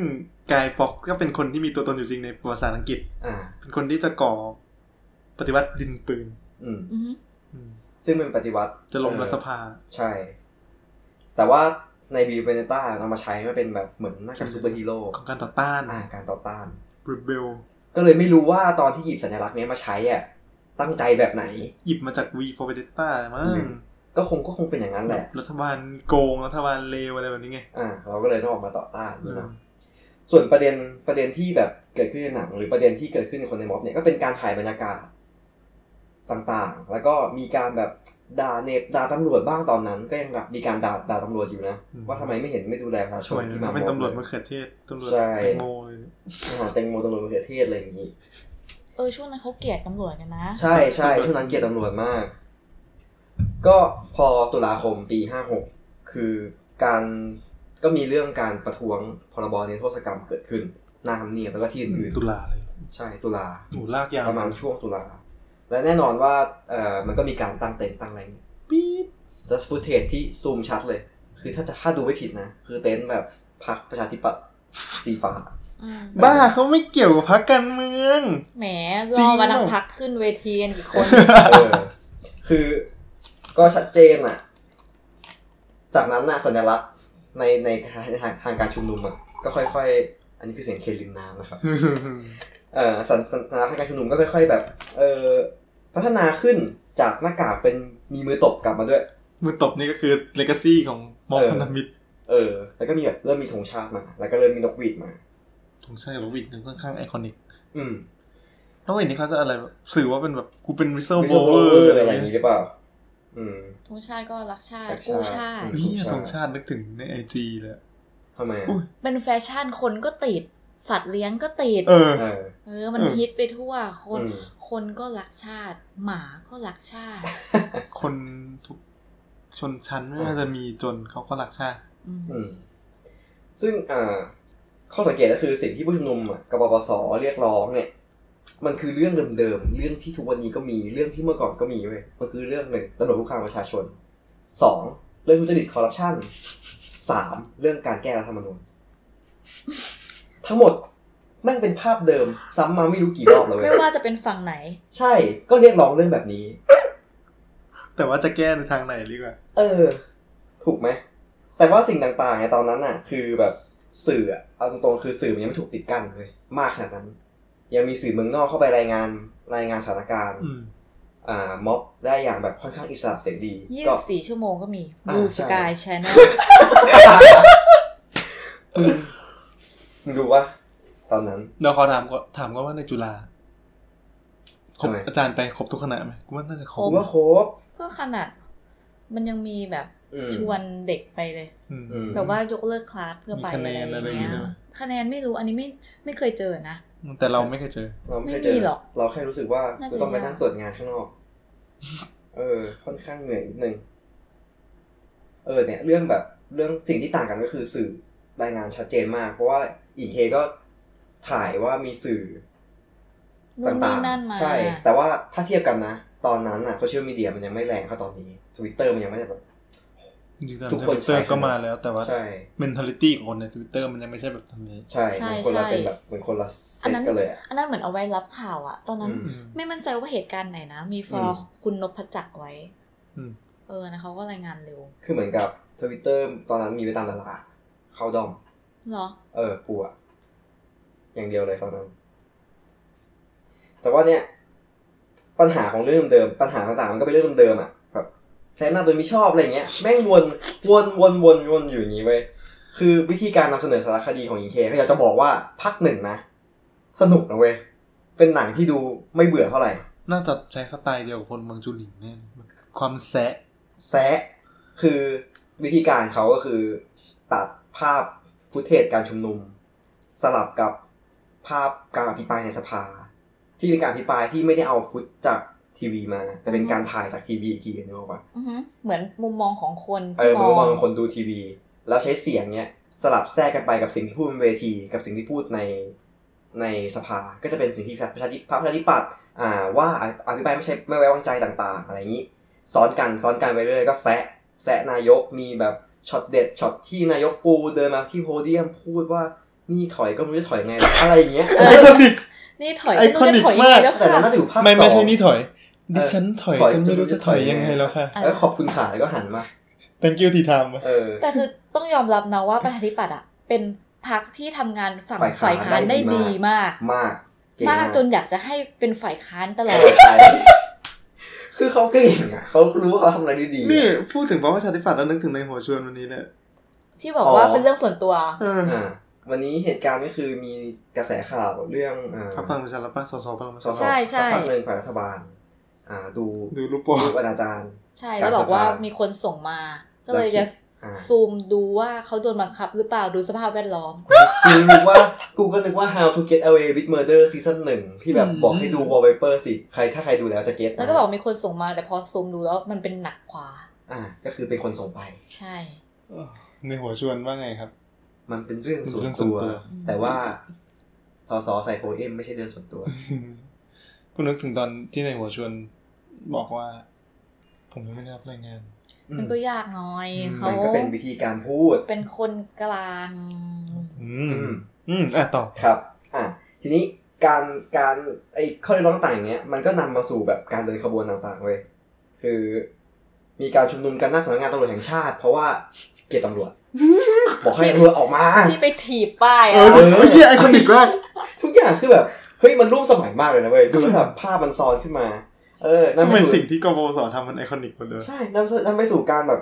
[SPEAKER 2] กายฟ็อกก็เป็นคนที่มีตัวตนอยู่จริงในภาษาอังกฤษ
[SPEAKER 1] อ่า
[SPEAKER 2] เป็นคนที่จะก่อปฏิวัติดินปืน
[SPEAKER 1] อืม
[SPEAKER 5] อือหือ
[SPEAKER 2] อืม
[SPEAKER 1] ซึ่งเป็นปฏิวัติ
[SPEAKER 2] จะล้มรัฐสภา
[SPEAKER 1] ใช่ แต่ว่าในบีเวเนต้านำมาใช้มันเป็นแบบเหมือนหน้ากากซูเปอร์ฮีโร่
[SPEAKER 2] ของการต่อต้าน
[SPEAKER 1] อ่าการต่อต้าน
[SPEAKER 2] รีเบล
[SPEAKER 1] ก็เลยไม่รู้ว่าตอนที่หยิบสัญลักษณ์เนี้ยมาใช้อ่ะตั้งใจแบบไหน
[SPEAKER 2] หยิบมาจาก V for Vendetta มั้ง
[SPEAKER 1] อืม ก็คงก็คงเป็นอย่างนั้นแห
[SPEAKER 2] แบ
[SPEAKER 1] ละ
[SPEAKER 2] บรัฐบาลโกง รัฐบาลเลวอะไรแบบนี้ไง
[SPEAKER 1] อ่า เราก็เลยต้องออกมาต่อต้าน
[SPEAKER 2] อื
[SPEAKER 1] นี่
[SPEAKER 2] ม
[SPEAKER 1] เนาะส่วนประเด็นประเด็นที่แบบเกิดขึ้นในหนัง หรือประเด็นที่เกิดขึ้นในคนในม็อบเนี่ยก็เป็นการถ่ายบรรยากาศต่างๆ แล้วก็มีการแบบด่าเนบด่าตำรวจบ้างตอนนั้น ก็ยังแบบมีการด่าด่าตำรวจอยู่นะว่าทำไมไม่เห็นไม่ดูแลประชาช
[SPEAKER 2] ช่วน ยนะ
[SPEAKER 1] ที่มา
[SPEAKER 2] เป็น
[SPEAKER 1] ม็อบ
[SPEAKER 2] ตำรวจ
[SPEAKER 1] เลย
[SPEAKER 2] มะเขือเทศตำรวจ
[SPEAKER 1] ใช่
[SPEAKER 2] แตงโมเลยเนี่ย
[SPEAKER 1] อาหารแตงโมตำรวจมะเขือเทศอะไรอย่างนี้
[SPEAKER 5] เออช่วงนั้นเขาเกลียดตำรวจกันนะ
[SPEAKER 1] ใช่ใช่ช่วงนั้นเกลียดตำรวจมาก ก็พอตุลาคมปีห้าหกคือการก็มีเรื่องการประท้วงพรบเนรโทษกรรมเกิดขึ้นหนาทำเนียบแล้วก็ที่อื่น
[SPEAKER 2] ตุลาเลย
[SPEAKER 1] ๆใช่ตุลา
[SPEAKER 2] หนูลากยาว
[SPEAKER 1] ประมาณช่วงตุลา และแน่นอนว่าเอ่อมันก็มีการตั้งเต็นท์ตั้งอะไรเนี่ย
[SPEAKER 2] ปี๊ด
[SPEAKER 1] จะฟุตเทจที่ซูมชัดเลย คือถ้าจะถ้าดูไม่ผิดนะ คือเต็นท์แบบพรรคประชาธิปัตย์สีฟ้า
[SPEAKER 3] อืม
[SPEAKER 2] บ้าเขาไม่เกี่ยวกับพรรคการเมื อง
[SPEAKER 3] แหม
[SPEAKER 2] จ
[SPEAKER 3] ร
[SPEAKER 2] ริง
[SPEAKER 3] อ
[SPEAKER 2] เหรอ
[SPEAKER 3] มานักพักขึ้นเวทีกันกี่คน
[SPEAKER 1] เออคือก็ชัดเจนอ่ะ จากนั้นน่ะสัญลักษณ์ในในทางทางทางการชุมนุมอ่ะก็ค่อยๆ อันนี้คือเสียงเคลิมน้ำนะครับ เออสัญสัญลักษณ์ทางการชุมนุมก็ค่อย ๆ แบบ เออพัฒนาขึ้นจากหน้ากากเป็นมีมือตบกลับมาด้วย
[SPEAKER 2] มือตบนี่ก็คือเลก a ซีของมอบ
[SPEAKER 1] เออ
[SPEAKER 2] พันธมิตร
[SPEAKER 1] เออ แล้วก็มีแบบเริ่มมีธงชาติมา แล้วก็เริ่มมีนกหวีดมา
[SPEAKER 2] ธงชาติกับวิกนี่ค่อนข้างไอคอนิก
[SPEAKER 1] อืม
[SPEAKER 2] แล้ววิกนี่เขาจะอะไรแบบสื่อว่าเป็นแบบกูเป็นวิสเซอร์
[SPEAKER 1] วิ
[SPEAKER 2] โบ
[SPEAKER 1] สโบ
[SPEAKER 2] เวอ
[SPEAKER 1] เวอ
[SPEAKER 2] ร์
[SPEAKER 1] ร์
[SPEAKER 2] อะ
[SPEAKER 1] อะไร ไรอย่
[SPEAKER 2] อา
[SPEAKER 1] ย่าง งนี้
[SPEAKER 2] เงี้ย
[SPEAKER 1] หรือเปล่า อืม
[SPEAKER 3] ธงชาติก็รักชาติ
[SPEAKER 1] รักชาติ
[SPEAKER 3] กู้ชาติ
[SPEAKER 1] ธงชาติ
[SPEAKER 2] นี่ธงชาตินึกถึงในไอจีเลย
[SPEAKER 1] ทำไมอะ
[SPEAKER 2] อุ๊ย
[SPEAKER 3] เป็นแฟชั่นคนก็ติด สัตว์เลี้ยงก็ติด
[SPEAKER 2] เออ
[SPEAKER 1] เออ
[SPEAKER 3] เออ มัน
[SPEAKER 2] เออ
[SPEAKER 3] ฮิตไปทั่ว คน
[SPEAKER 1] อืม
[SPEAKER 3] คนก็รักชาติ หมาก็รักชาติ
[SPEAKER 2] คนทุกชนชั้นไม่ว่าจะมีจนเขาก็รักชาติ
[SPEAKER 3] อืม
[SPEAKER 1] อืมซึ่งอ่าข้อสังเกตก็คือสิ่งที่ผู้ชุมนุมอะกับปปสเรียกร้องเนี่ย มันคือเรื่องเดิมๆเรื่องที่ทุกวันนี้ก็มีเรื่องที่เมื่อก่อนก็มีเว้ยมันคือเรื่องหนึ่งตำรวจผู้คามประชาชนสองเรื่องทุจริตคอร์รัปชันสามเรื่องการแก้รัฐธรรมนูญทั้งหมดแม่งเป็นภาพเดิม ซ้ำมาไม่รู้กี่รอบแล้วเว้
[SPEAKER 3] ไม่
[SPEAKER 1] ย
[SPEAKER 3] ว่าจะเป็นฝั่งไหน
[SPEAKER 1] ใช่ ก็เรียกร้องเรื่องแบบนี้
[SPEAKER 2] แต่ว่าจะแก้ในทางไหนดีกว่า
[SPEAKER 1] เออ ถูกไหม แต่ว่าสิ่งต่างๆในตอนนั้นน่ะ คือแบบสื่ออะเอาตรงๆคือสื่อมันยังไม่ถูกปิดกั้นเลยมากขนาดนั้น ยังมีสื่อเมืองนอกเข้าไปรายงานรายงานสถานการณ์
[SPEAKER 2] อืม
[SPEAKER 1] อ่าม็อบได้อย่างแบบค่อนข้างอิสระเสรี
[SPEAKER 3] ยี่
[SPEAKER 1] ก็
[SPEAKER 3] สิบสี่ชั่วโมงก็มี
[SPEAKER 1] อ่า
[SPEAKER 3] Blue Sky Channel
[SPEAKER 1] มึงดูว่าตอนนั้น
[SPEAKER 2] เดี๋ยวขอถามก่อนถามก่อนว่าในจุฬาครบ
[SPEAKER 1] ทำไม
[SPEAKER 2] อาจารย์ไปครบทุกคณะไหมกูว่าน่าจะครบ
[SPEAKER 1] ผมว่าโครบ
[SPEAKER 3] ก็ขนาด มันยังมีแบบ
[SPEAKER 1] อืม
[SPEAKER 3] ชวนเด็กไปเลย
[SPEAKER 2] อืม
[SPEAKER 1] อืม
[SPEAKER 3] แบบว่ายกเลิกคลาสเพื่อไป
[SPEAKER 2] มีคะแนน
[SPEAKER 3] อะไรอย่าง
[SPEAKER 2] อะไรอย่างงี้ใช่
[SPEAKER 3] เงี้ย
[SPEAKER 2] ไหม
[SPEAKER 3] คะแนนไม่รู้อันนี้ไม่ไม่เคยเจอนะ
[SPEAKER 2] แต่เราไม่เคยเจอ
[SPEAKER 1] เราไม่
[SPEAKER 3] ไม่
[SPEAKER 1] เจ
[SPEAKER 3] มี
[SPEAKER 1] อ
[SPEAKER 3] หรอก
[SPEAKER 1] เราแค่รู้สึกว่า
[SPEAKER 3] น่าจะ
[SPEAKER 1] จะต้องไป
[SPEAKER 3] ยาก
[SPEAKER 1] นั่งตรวจงานข้างนอก เออ ค่อนข้างเหนื่อยนิดนึง เออ เนี่ย เรื่องแบบเรื่องสิ่งที่ต่างกันก็คือสื่อรายงานชัดเจนมาก เพราะว่าอีกเคก็ถ่ายว่ามีสื่อ
[SPEAKER 3] นู่นนี่
[SPEAKER 1] ต่าง
[SPEAKER 3] นั่นมา
[SPEAKER 1] ๆ ใช่ แต่ว่าถ้าเทียบกันนะ ตอนนั้นอะโซเชียลมีเดียมันยังไม่แรงเท่าตอนนี้ทวิตเตอร์มันยังไม่ได้แบบ
[SPEAKER 2] จริงๆ
[SPEAKER 1] ทุ
[SPEAKER 2] ทุ
[SPEAKER 1] ก
[SPEAKER 2] ก
[SPEAKER 1] ค
[SPEAKER 2] คน น
[SPEAKER 1] ใช้
[SPEAKER 2] เจอ
[SPEAKER 1] กัน
[SPEAKER 2] ก็มาแล้ว แต่ว่า
[SPEAKER 1] ใช่
[SPEAKER 2] เมนเทลิตี้ของคนในทวิตเตอร์มันยังไม่ใช่แบบทางนี้
[SPEAKER 1] ใช่เหมือนคนละเป็นแบบเหมือนคนละเซ
[SPEAKER 3] อัน
[SPEAKER 1] ต
[SPEAKER 3] นั้น
[SPEAKER 1] กันเลยอะ
[SPEAKER 3] อันนั้นเหมือนเอาไว้รับข่าวอะตอนนั้น
[SPEAKER 1] อืม
[SPEAKER 3] ไม่มั่นใจว่าเหตุการณ์ไหนนะ มีฟอ
[SPEAKER 1] อื
[SPEAKER 3] ร์
[SPEAKER 1] ม
[SPEAKER 3] คุณนพจักรไว้
[SPEAKER 2] อืม
[SPEAKER 3] เออนะเขาก็รายงานเร็ว
[SPEAKER 1] คือเหมือนกับทวิตเตอร์ตอนนั้นมีไว้ตามตลาดเข้าดอม
[SPEAKER 3] เหรอ
[SPEAKER 1] เออกูอะอย่างเดียวเลยตอนนั้น แต่ว่าเนี่ย ปัญหาของเรื่องเดิมๆปัญหาต่างๆมันก็เป็นเรื่องเดิมๆอะแบบใช้หน้าจโดยไม่ชอบอะไรเงี้ยแม่งวนวนวนวนวนอยู่อย่างนี้เว้ยคือวิธีการนำเสนอสารคดีของอิงเคก็อยากจะบอกว่าพักหนึ่งนะ สนุกนะเว้ยเป็นหนังที่ดูไม่เบื่อเท่าไหร่
[SPEAKER 2] น่าจะใช้สไตล์เดียวกับคนเมืองจุลินเนี่ยความแซะ
[SPEAKER 1] แซะคือวิธีการเขาก็คือ ตัดภาพฟุตเทจการชุมนุม สลับกับภาพการอภิปรายในสภา ที่เป็นการอภิปรายที่ไม่ได้เอาฟุตจากทีวีมา แต่เป็น
[SPEAKER 3] อือฮึ
[SPEAKER 1] การถ่ายจากทีวีอีกทีนึกออกปะ
[SPEAKER 3] อือหือเหมือนมุมมองของคน
[SPEAKER 1] เออมัน
[SPEAKER 3] ที่มอง
[SPEAKER 1] ก็มองคนดูทีวี แล้วใช้เสียงเนี้ยสลับแทรกกันไปกับสิ่งที่พูดบนเวที กับสิ่งที่พูดในในสภาก็จะเป็นสิ่งที่ประชาธิพรรคประชาธิปัตย์อ่าว่าอภิปรายไม่ใช่ไม่ไว้วางใจต่าง ๆ อะไรอย่างนี้ ซ้อนกันซ้อนกันไปเรื่อยก็แซะแซะนายกมีแบบช็อตเด็ดช็อตที่นายกปูเดินมาที่โพเดียมพูดว่านี่ถอยก็ไม่รู้จะถอยไง อะไรอย่างเงี้ย
[SPEAKER 3] เอ
[SPEAKER 2] ไอค
[SPEAKER 3] อ
[SPEAKER 2] อนิก
[SPEAKER 3] นี่ถอย
[SPEAKER 2] ไอคอนิก
[SPEAKER 3] ถอยยัง
[SPEAKER 2] มาก
[SPEAKER 3] ไงแล้ว
[SPEAKER 1] แต่นั้น
[SPEAKER 3] ค่ะ
[SPEAKER 1] น่าจะอยู่ภาคสอง
[SPEAKER 2] ไม่ไม่ใช่นี่ถอย ดิฉันถอย
[SPEAKER 1] ถอย
[SPEAKER 2] ฉันไม่รู้
[SPEAKER 1] จะ
[SPEAKER 2] จะถอยยัง
[SPEAKER 1] ถ
[SPEAKER 2] ไง
[SPEAKER 1] อยยังไง
[SPEAKER 2] แล้วค่ะ
[SPEAKER 1] แล้วขอบคุณขาแล้วก็หันมา
[SPEAKER 2] thank you ที่ทำอะ
[SPEAKER 1] เออ
[SPEAKER 3] แต่คือต้องยอมรับนะว่าประชาธิปัตย์อะเป็นพรรคที่ทำงานฝั่ง
[SPEAKER 1] ฝ่า
[SPEAKER 3] ฝ่าย ย
[SPEAKER 1] ค้า
[SPEAKER 3] ค้าน น
[SPEAKER 1] ได้
[SPEAKER 3] ได้
[SPEAKER 1] ดีมาม
[SPEAKER 3] ดีาก ก
[SPEAKER 1] มากเก่ง
[SPEAKER 3] มากจนอยากจะให้เป็นฝ่ายค้านตล
[SPEAKER 1] เอ
[SPEAKER 3] อด
[SPEAKER 1] อใช่คือเขาเก่งอ่ะเขารู้ว่าเขาทำอะไรได้ดี
[SPEAKER 2] นี่
[SPEAKER 1] อ่ะ
[SPEAKER 2] พูดถึงพระประชาธิปัตย์แล้วนึกถึงในหัวชวนวันนี้เลย
[SPEAKER 3] ที่บอก
[SPEAKER 1] อ๋อ
[SPEAKER 3] ว่าเป็นเรื่องส่วนตัว
[SPEAKER 2] เออ
[SPEAKER 1] อ่าวันนี้เหตุการณ์ก็คือมีกระแสข่าวเรื่องอ่า
[SPEAKER 2] พรรคพลังประชารัฐป่ะสสพลังประ
[SPEAKER 1] ส
[SPEAKER 2] ชา
[SPEAKER 1] ส
[SPEAKER 2] รัฐ
[SPEAKER 3] ใช่ใช่
[SPEAKER 1] สักพักหนึ่งฝ่ายรัฐบาล อ่า ดู
[SPEAKER 2] ดูรูปโป๊ะ
[SPEAKER 1] รูปอนาจารย์
[SPEAKER 3] ใช่
[SPEAKER 1] กา
[SPEAKER 3] แล้
[SPEAKER 1] ร
[SPEAKER 3] วบอกว่า
[SPEAKER 1] สภามี
[SPEAKER 3] มีคนส่งมา ก็เลยจะ
[SPEAKER 1] อ่า
[SPEAKER 3] ซูมดูว่าเขาโดนบังคับหรือเปล่าดูสภาพแวดล้อม
[SPEAKER 1] กูนึกว่ากูก็นึกว่า How to Get Away with Murder ซีซั่นหนึ่งที่แบบ
[SPEAKER 2] อืม
[SPEAKER 1] บอกให้ดู Wallpaper สิ ใครถ้าใครดูแล้วจะเก็ตนะ
[SPEAKER 3] แล้วก็บอกมีคนส่งมาแต่พอซูมดูแล้วมันเป็นหนักขวา
[SPEAKER 1] อ่า ก็คือเป็นคนส่งไป
[SPEAKER 3] ใช่
[SPEAKER 2] ในหัวชวนว่าไงครับ
[SPEAKER 1] มันเป็นเรื่องส่วน
[SPEAKER 2] เป็นเรื่องส่
[SPEAKER 1] ตัว
[SPEAKER 2] วนตัว
[SPEAKER 1] แต่ว่าทอสอใส่โพเอมไม่ใช่เรื่องส่วนตัว
[SPEAKER 2] กูนึกถึงตอนที่ในหัวชวนบอกว่า ผมยังไม่ได้รับรายงาน
[SPEAKER 3] มันก็ยากหน้อย
[SPEAKER 2] อืม
[SPEAKER 3] เขา
[SPEAKER 1] มันก็เป็นวิธีการพูด
[SPEAKER 3] เป็นคนกลาง
[SPEAKER 2] อื
[SPEAKER 1] อืม
[SPEAKER 2] อืมอ่ะต่อ
[SPEAKER 1] ครับ อ่ะ ทีนี้การการไอ้ข้อเรียกร้องต่างเนี้ย มันก็นำมาสู่แบบการเดินขบวนต่างๆเว้ย คือ มีการชุมนุมกันหน้าสำนักงานตำรวจแห่งชาติ เพราะว่าเกลียดตำ รวจ บอกให้ตำรวจออกมา
[SPEAKER 5] ที่ไปถีบป้าย
[SPEAKER 2] เอ
[SPEAKER 5] อะ
[SPEAKER 2] อเฮียไอคอนิกมาก
[SPEAKER 1] ทุกอย่างคือแบบ เฮ้ย มันร่วมสมัยมากเลยนะเว้ย ดูแล้วแบบภาพมันซ้อนขึ้นมา เออนั่น
[SPEAKER 2] ทำไม
[SPEAKER 1] มัน
[SPEAKER 2] สิ่
[SPEAKER 1] สิ่
[SPEAKER 2] ง
[SPEAKER 1] ง
[SPEAKER 2] ที่กบสทำมันไอคอนิกหมดเลย
[SPEAKER 1] ใช่นำสู่นำไปสู่การแบบ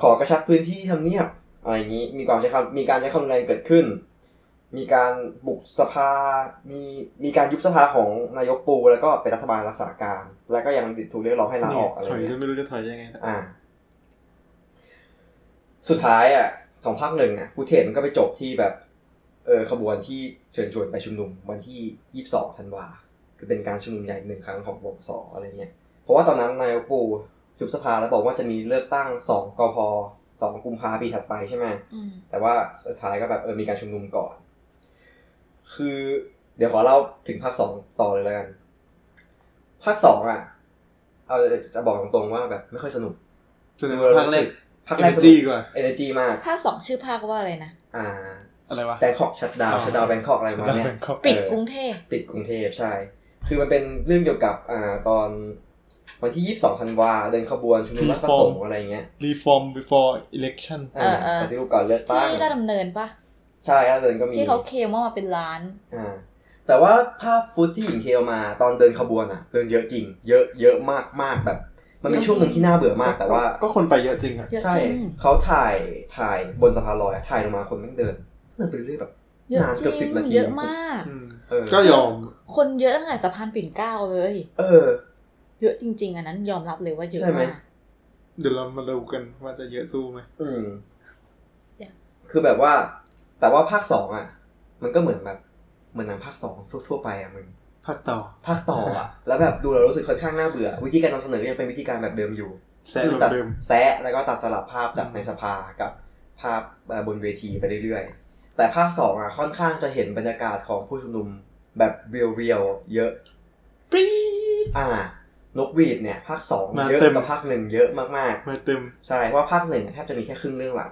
[SPEAKER 1] ขอกระชับพื้นที่ทำเนียบอะไรอย่างนี้ มีความใช้คำมีการใช้คำรุนแรงเกิดขึ้น มีการบุกสภา มีมีการยุบสภาของนายกปู แล้วก็เป็นรัฐบาลรักษาการ แล้วก็ยังถูกเรียกร้องให้ลาออกอะไร
[SPEAKER 2] ถอย
[SPEAKER 1] เงี้
[SPEAKER 2] จ
[SPEAKER 1] ย
[SPEAKER 2] นไม่รู้จะถอยยังไงนะ
[SPEAKER 1] อ่า สุดท้ายอ่ะของภาคหนึ่งอ่ะผู้เทนมันก็ไปจบที่แบบ เออขบวนที่เชิญชวนไปชุมนุมวันที่ยี่สิบสองธันวาคือเป็นการชุมนุมใหญ่หนึ่งครั้งของปปสอะไรเงี้ยเพราะว่าตอนนั้นนายกปูยุบสภาแล้วบอกว่าจะมีเลือกตั้งสองกพสองกุมภาปีถัดไปใช่ไหม แต่ว่าสุดท้ายก็แบบเออมีการชุมนุมก่อน คือ เดี๋ยวขอเล่าถึงภาคสองต่อเลยแล้วกัน ภาคสองอ่ะ เอาจะจะบอกตรงๆว่าแบบไม่ค่อยสนุก
[SPEAKER 2] จนภาคแรก
[SPEAKER 1] ภาค
[SPEAKER 2] เอ
[SPEAKER 1] แรก
[SPEAKER 2] เนจีกว่า
[SPEAKER 1] เอเนจีมาก
[SPEAKER 5] ภาคสองชื่อภาคว่าอะไรนะ
[SPEAKER 1] อ่า
[SPEAKER 2] อะไรวะ
[SPEAKER 1] แบงคอกชัดดาว
[SPEAKER 2] อ๋อ
[SPEAKER 1] ชัดดาวแบงคอกอะไรมาเนี่ย
[SPEAKER 5] ปิด
[SPEAKER 1] เออ
[SPEAKER 5] กรุงเทพ
[SPEAKER 1] ติดกรุงเทพใช่ คือมันเป็นเรื่องเกี่ยวกับอ่าตอนวันที่ยี่สิบสองธันวาเดินขบวนชุมนุมรัฐประสงค์อะไรเงี้ย
[SPEAKER 2] รีฟอร์ม before election
[SPEAKER 1] อ่าปฏิรูปก่อนเลือกตั้ง
[SPEAKER 5] ที่ราชดำเนินปะ
[SPEAKER 1] ใช่แล้วเดินก็มี
[SPEAKER 5] ที่เขาเคลมว่ามาเป็นล้าน
[SPEAKER 1] อ่าแต่ว่าภาพฟุตที่หญิงเคลมาตอนเดินขบวนอ่ะ เดินเยอะจริง เยอะเยอะมากมากแบบ มันมีช่วงหนึ่งที่น่าเบื่อมาก แต่ว่า
[SPEAKER 2] ก็คนไปเยอะจริงอ่ะ
[SPEAKER 5] เยอะ
[SPEAKER 1] ใช่
[SPEAKER 5] จริง
[SPEAKER 1] เขาถ่ายถ่ายบนสะพานลอยอะถ่ายลงมาคนแม่งเดินเดินไปเรื่อยแบบ
[SPEAKER 5] เยอะ
[SPEAKER 1] นาน
[SPEAKER 5] จ
[SPEAKER 1] เกื
[SPEAKER 5] ริ
[SPEAKER 1] อบสิบ
[SPEAKER 5] ง
[SPEAKER 1] นาที
[SPEAKER 5] เยอะมาก
[SPEAKER 2] อืม
[SPEAKER 1] เออ
[SPEAKER 2] ก็ยอม
[SPEAKER 5] คนเยอะตั้งแต่สะพานปิ่นเกล้าเลย
[SPEAKER 1] เออ
[SPEAKER 5] เยอะจริง ๆ อันนั้นยอมรับเลยว่าเยอะ
[SPEAKER 1] ใช่ไหม
[SPEAKER 5] มาก
[SPEAKER 2] เดี๋ยวเรามาดูกันว่าจะเยอะสู้ไหม
[SPEAKER 1] อืม
[SPEAKER 5] อยาก
[SPEAKER 1] คือแบบว่า แต่ว่าภาคสองอ่ะ มันก็เหมือนแบบเหมือนหนังภาคสองทั่วๆไปอ่ะมึง
[SPEAKER 2] ภาคต่อ
[SPEAKER 1] ภาคต่ออ่ะ แล้วแบบดูแล้วรู้สึกค่อนข้างน่าเบื่อ วิธีการนำเสนอยังเป็นวิธีการแบบเดิมอยู่
[SPEAKER 2] แซ่
[SPEAKER 1] คื
[SPEAKER 2] แบ
[SPEAKER 1] อบ ตัด
[SPEAKER 2] เดิม
[SPEAKER 1] แซะแล้วก็ตัดสลับภาพจาก
[SPEAKER 2] อืม
[SPEAKER 1] ในสภากับภาพเอ่อบนเวทีไปเรื่อยๆ แต่ภาคสองอ่ะค่อนข้างจะเห็นบรรยากาศของผู้ชุมนุมแบบเรียวๆเยอะ
[SPEAKER 2] ปรี๊ด
[SPEAKER 1] อ่า นกหวีดเนี่ย ภาคสอง
[SPEAKER 2] มา
[SPEAKER 1] เยอะ
[SPEAKER 2] เต็ม
[SPEAKER 1] กว่าภาคหนึ่งเยอะมาก
[SPEAKER 2] มาเต็ม
[SPEAKER 1] ๆ ใช่ว่าภาคหนึ่งแทบจะมีแค่ครึ่งเรื่องหลัง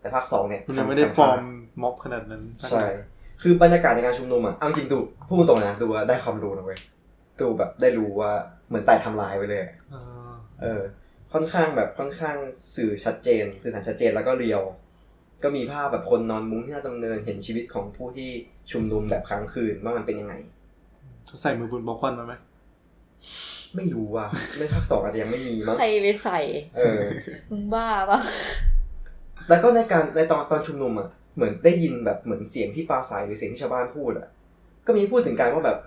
[SPEAKER 1] แต่ภาคสองเนี่ย
[SPEAKER 2] มันยังไม่ได้
[SPEAKER 1] ทำ
[SPEAKER 2] ฟอร์มม็อบขนาดนั้น
[SPEAKER 1] ใช่ คือบรรยากาศในการชุมนุมอ่ะเอาจริงดูพูดตรงนะดูว่าได้ความรู้นะเว้ยดูแบบได้รู้ว่าเหมือนไต่ไทำลายไปเลยอะ
[SPEAKER 2] เออ
[SPEAKER 1] เออค่อนข้างแบบค่อนข้างสื่อชัดเจน สื่อสารชัดเจนแล้วก็เรียว ก็มีภาพแบบคนนอนมุ้งที่น่าดำเนินเห็นชีวิตของผู้ที่ชุมนุมแบบค้างคืนว่ามันเป็นยังไง
[SPEAKER 2] เขาใส่มือบุญบล็อกควันมาไหม
[SPEAKER 1] ไม่รู้ว่ะเรื่องภาคสองอาจจะยังไม่มีมั้ง
[SPEAKER 5] ใครไปใส่
[SPEAKER 1] เออ
[SPEAKER 5] มึงบ้าปะ
[SPEAKER 1] แล้วก็ในการในตอนตอนชุมนุมอ่ะเหมือนได้ยินแบบเหมือนเสียงที่ปราศัยหรือเสียงที่ชาวบ้านพูดอ่ะก็มีพูดถึงการว่าแบบ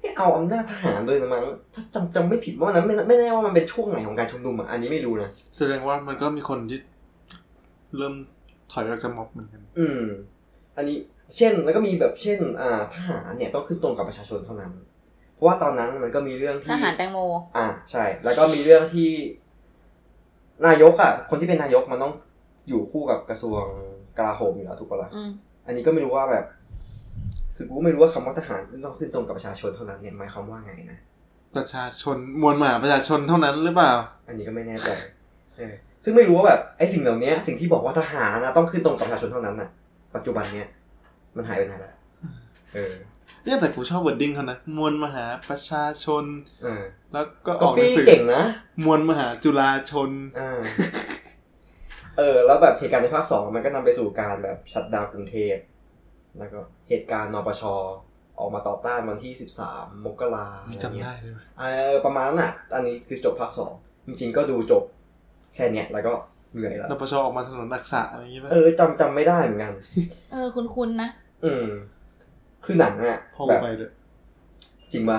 [SPEAKER 1] ให้เอาอำนาจทหารด้วยนะมั้งถ้าจำจำไม่ผิดว่านั้นไม่ไม่แน่ว่ามันเป็นช่วงไหนของการชุมนุมอ่ะอันนี้ไม่รู้นะ
[SPEAKER 2] แสดงว่ามันก็มีคนที่เริ่มถอยออกจากม็อบเหมือนกัน
[SPEAKER 1] อืม อันนี้เช่นแล้วก็มีแบบเช่น อ่าทหารเนี่ยต้องขึ้นตรงกับประชาชนเท่านั้น เพราะว่าตอนนั้นมันก็มีเรื่อง
[SPEAKER 5] ท
[SPEAKER 1] ที่
[SPEAKER 5] หารแตงโม
[SPEAKER 1] อ่าใช่ แล้วก็มีเรื่องที่ นายกอ่ะคนที่เป็นนายกมันต้องอยู่คู่กับกระทรวงกลาโหมอยู่แล้วถูกปะล่ะ
[SPEAKER 5] อืม
[SPEAKER 1] อันนี้ก็ไม่รู้ว่าแบบคือกูไม่รู้ว่าคำว่าทหารต้องขึ้นตรงกับประชาชนเท่านั้นเนี่ยหมายความว่าไงนะ
[SPEAKER 2] ประชาชนมวลมหาประชาชนเท่านั้นหรือเปล่า
[SPEAKER 1] อันนี้ก็ไม่แน่ใจเออซึ่งไม่รู้ว่าแบบไอ้สิ่งเหล่านี้สิ่งที่บอกว่าทหารนะต้องขึ้นตรงกับประชาชนเท่านั้นน่ะ ปัจจุบันเนี่ยมันหายไปไหนละเออ
[SPEAKER 2] เนี่ยแต่กูชอบเวิร์ดดิ้งเขานะ มวลมหาประชาชน
[SPEAKER 1] เออ
[SPEAKER 2] แล้วก็อ
[SPEAKER 1] ก็
[SPEAKER 2] อกหนั
[SPEAKER 1] ปี้
[SPEAKER 2] งสือ
[SPEAKER 1] เก่งนะ
[SPEAKER 2] มวลมหาจุฬาชน
[SPEAKER 1] เออเออ แล้วแบบเหตุการณ์ในภาคสองมันก็นำไปสู่การแบบชัดดาวน์กรุงเทพ แล้วก็เหตุการณ์นปช ออกมาต่อต้านวันที่สิบสามมกรา
[SPEAKER 2] มี
[SPEAKER 1] อะไร
[SPEAKER 2] จำ
[SPEAKER 1] เงี้
[SPEAKER 2] ได้
[SPEAKER 1] ย
[SPEAKER 2] เลยว่ะ
[SPEAKER 1] เออประมาณนั้นอ่ะ อันนี้คือจบภาคสองจริงๆก็ดูจบ แค่เนี้ยแล้วก็เหนื่อยแล้ว
[SPEAKER 2] นปชออกมาถนนนักษาอะไรอย่างเงี้ย
[SPEAKER 1] เออจำจำไม่ได้เหมือนกัน
[SPEAKER 5] เออ คุณคุณนะ
[SPEAKER 1] อืม คือหนังอ่ะ
[SPEAKER 2] พอ
[SPEAKER 1] แบบ
[SPEAKER 2] ไปเลย
[SPEAKER 1] จริงปะ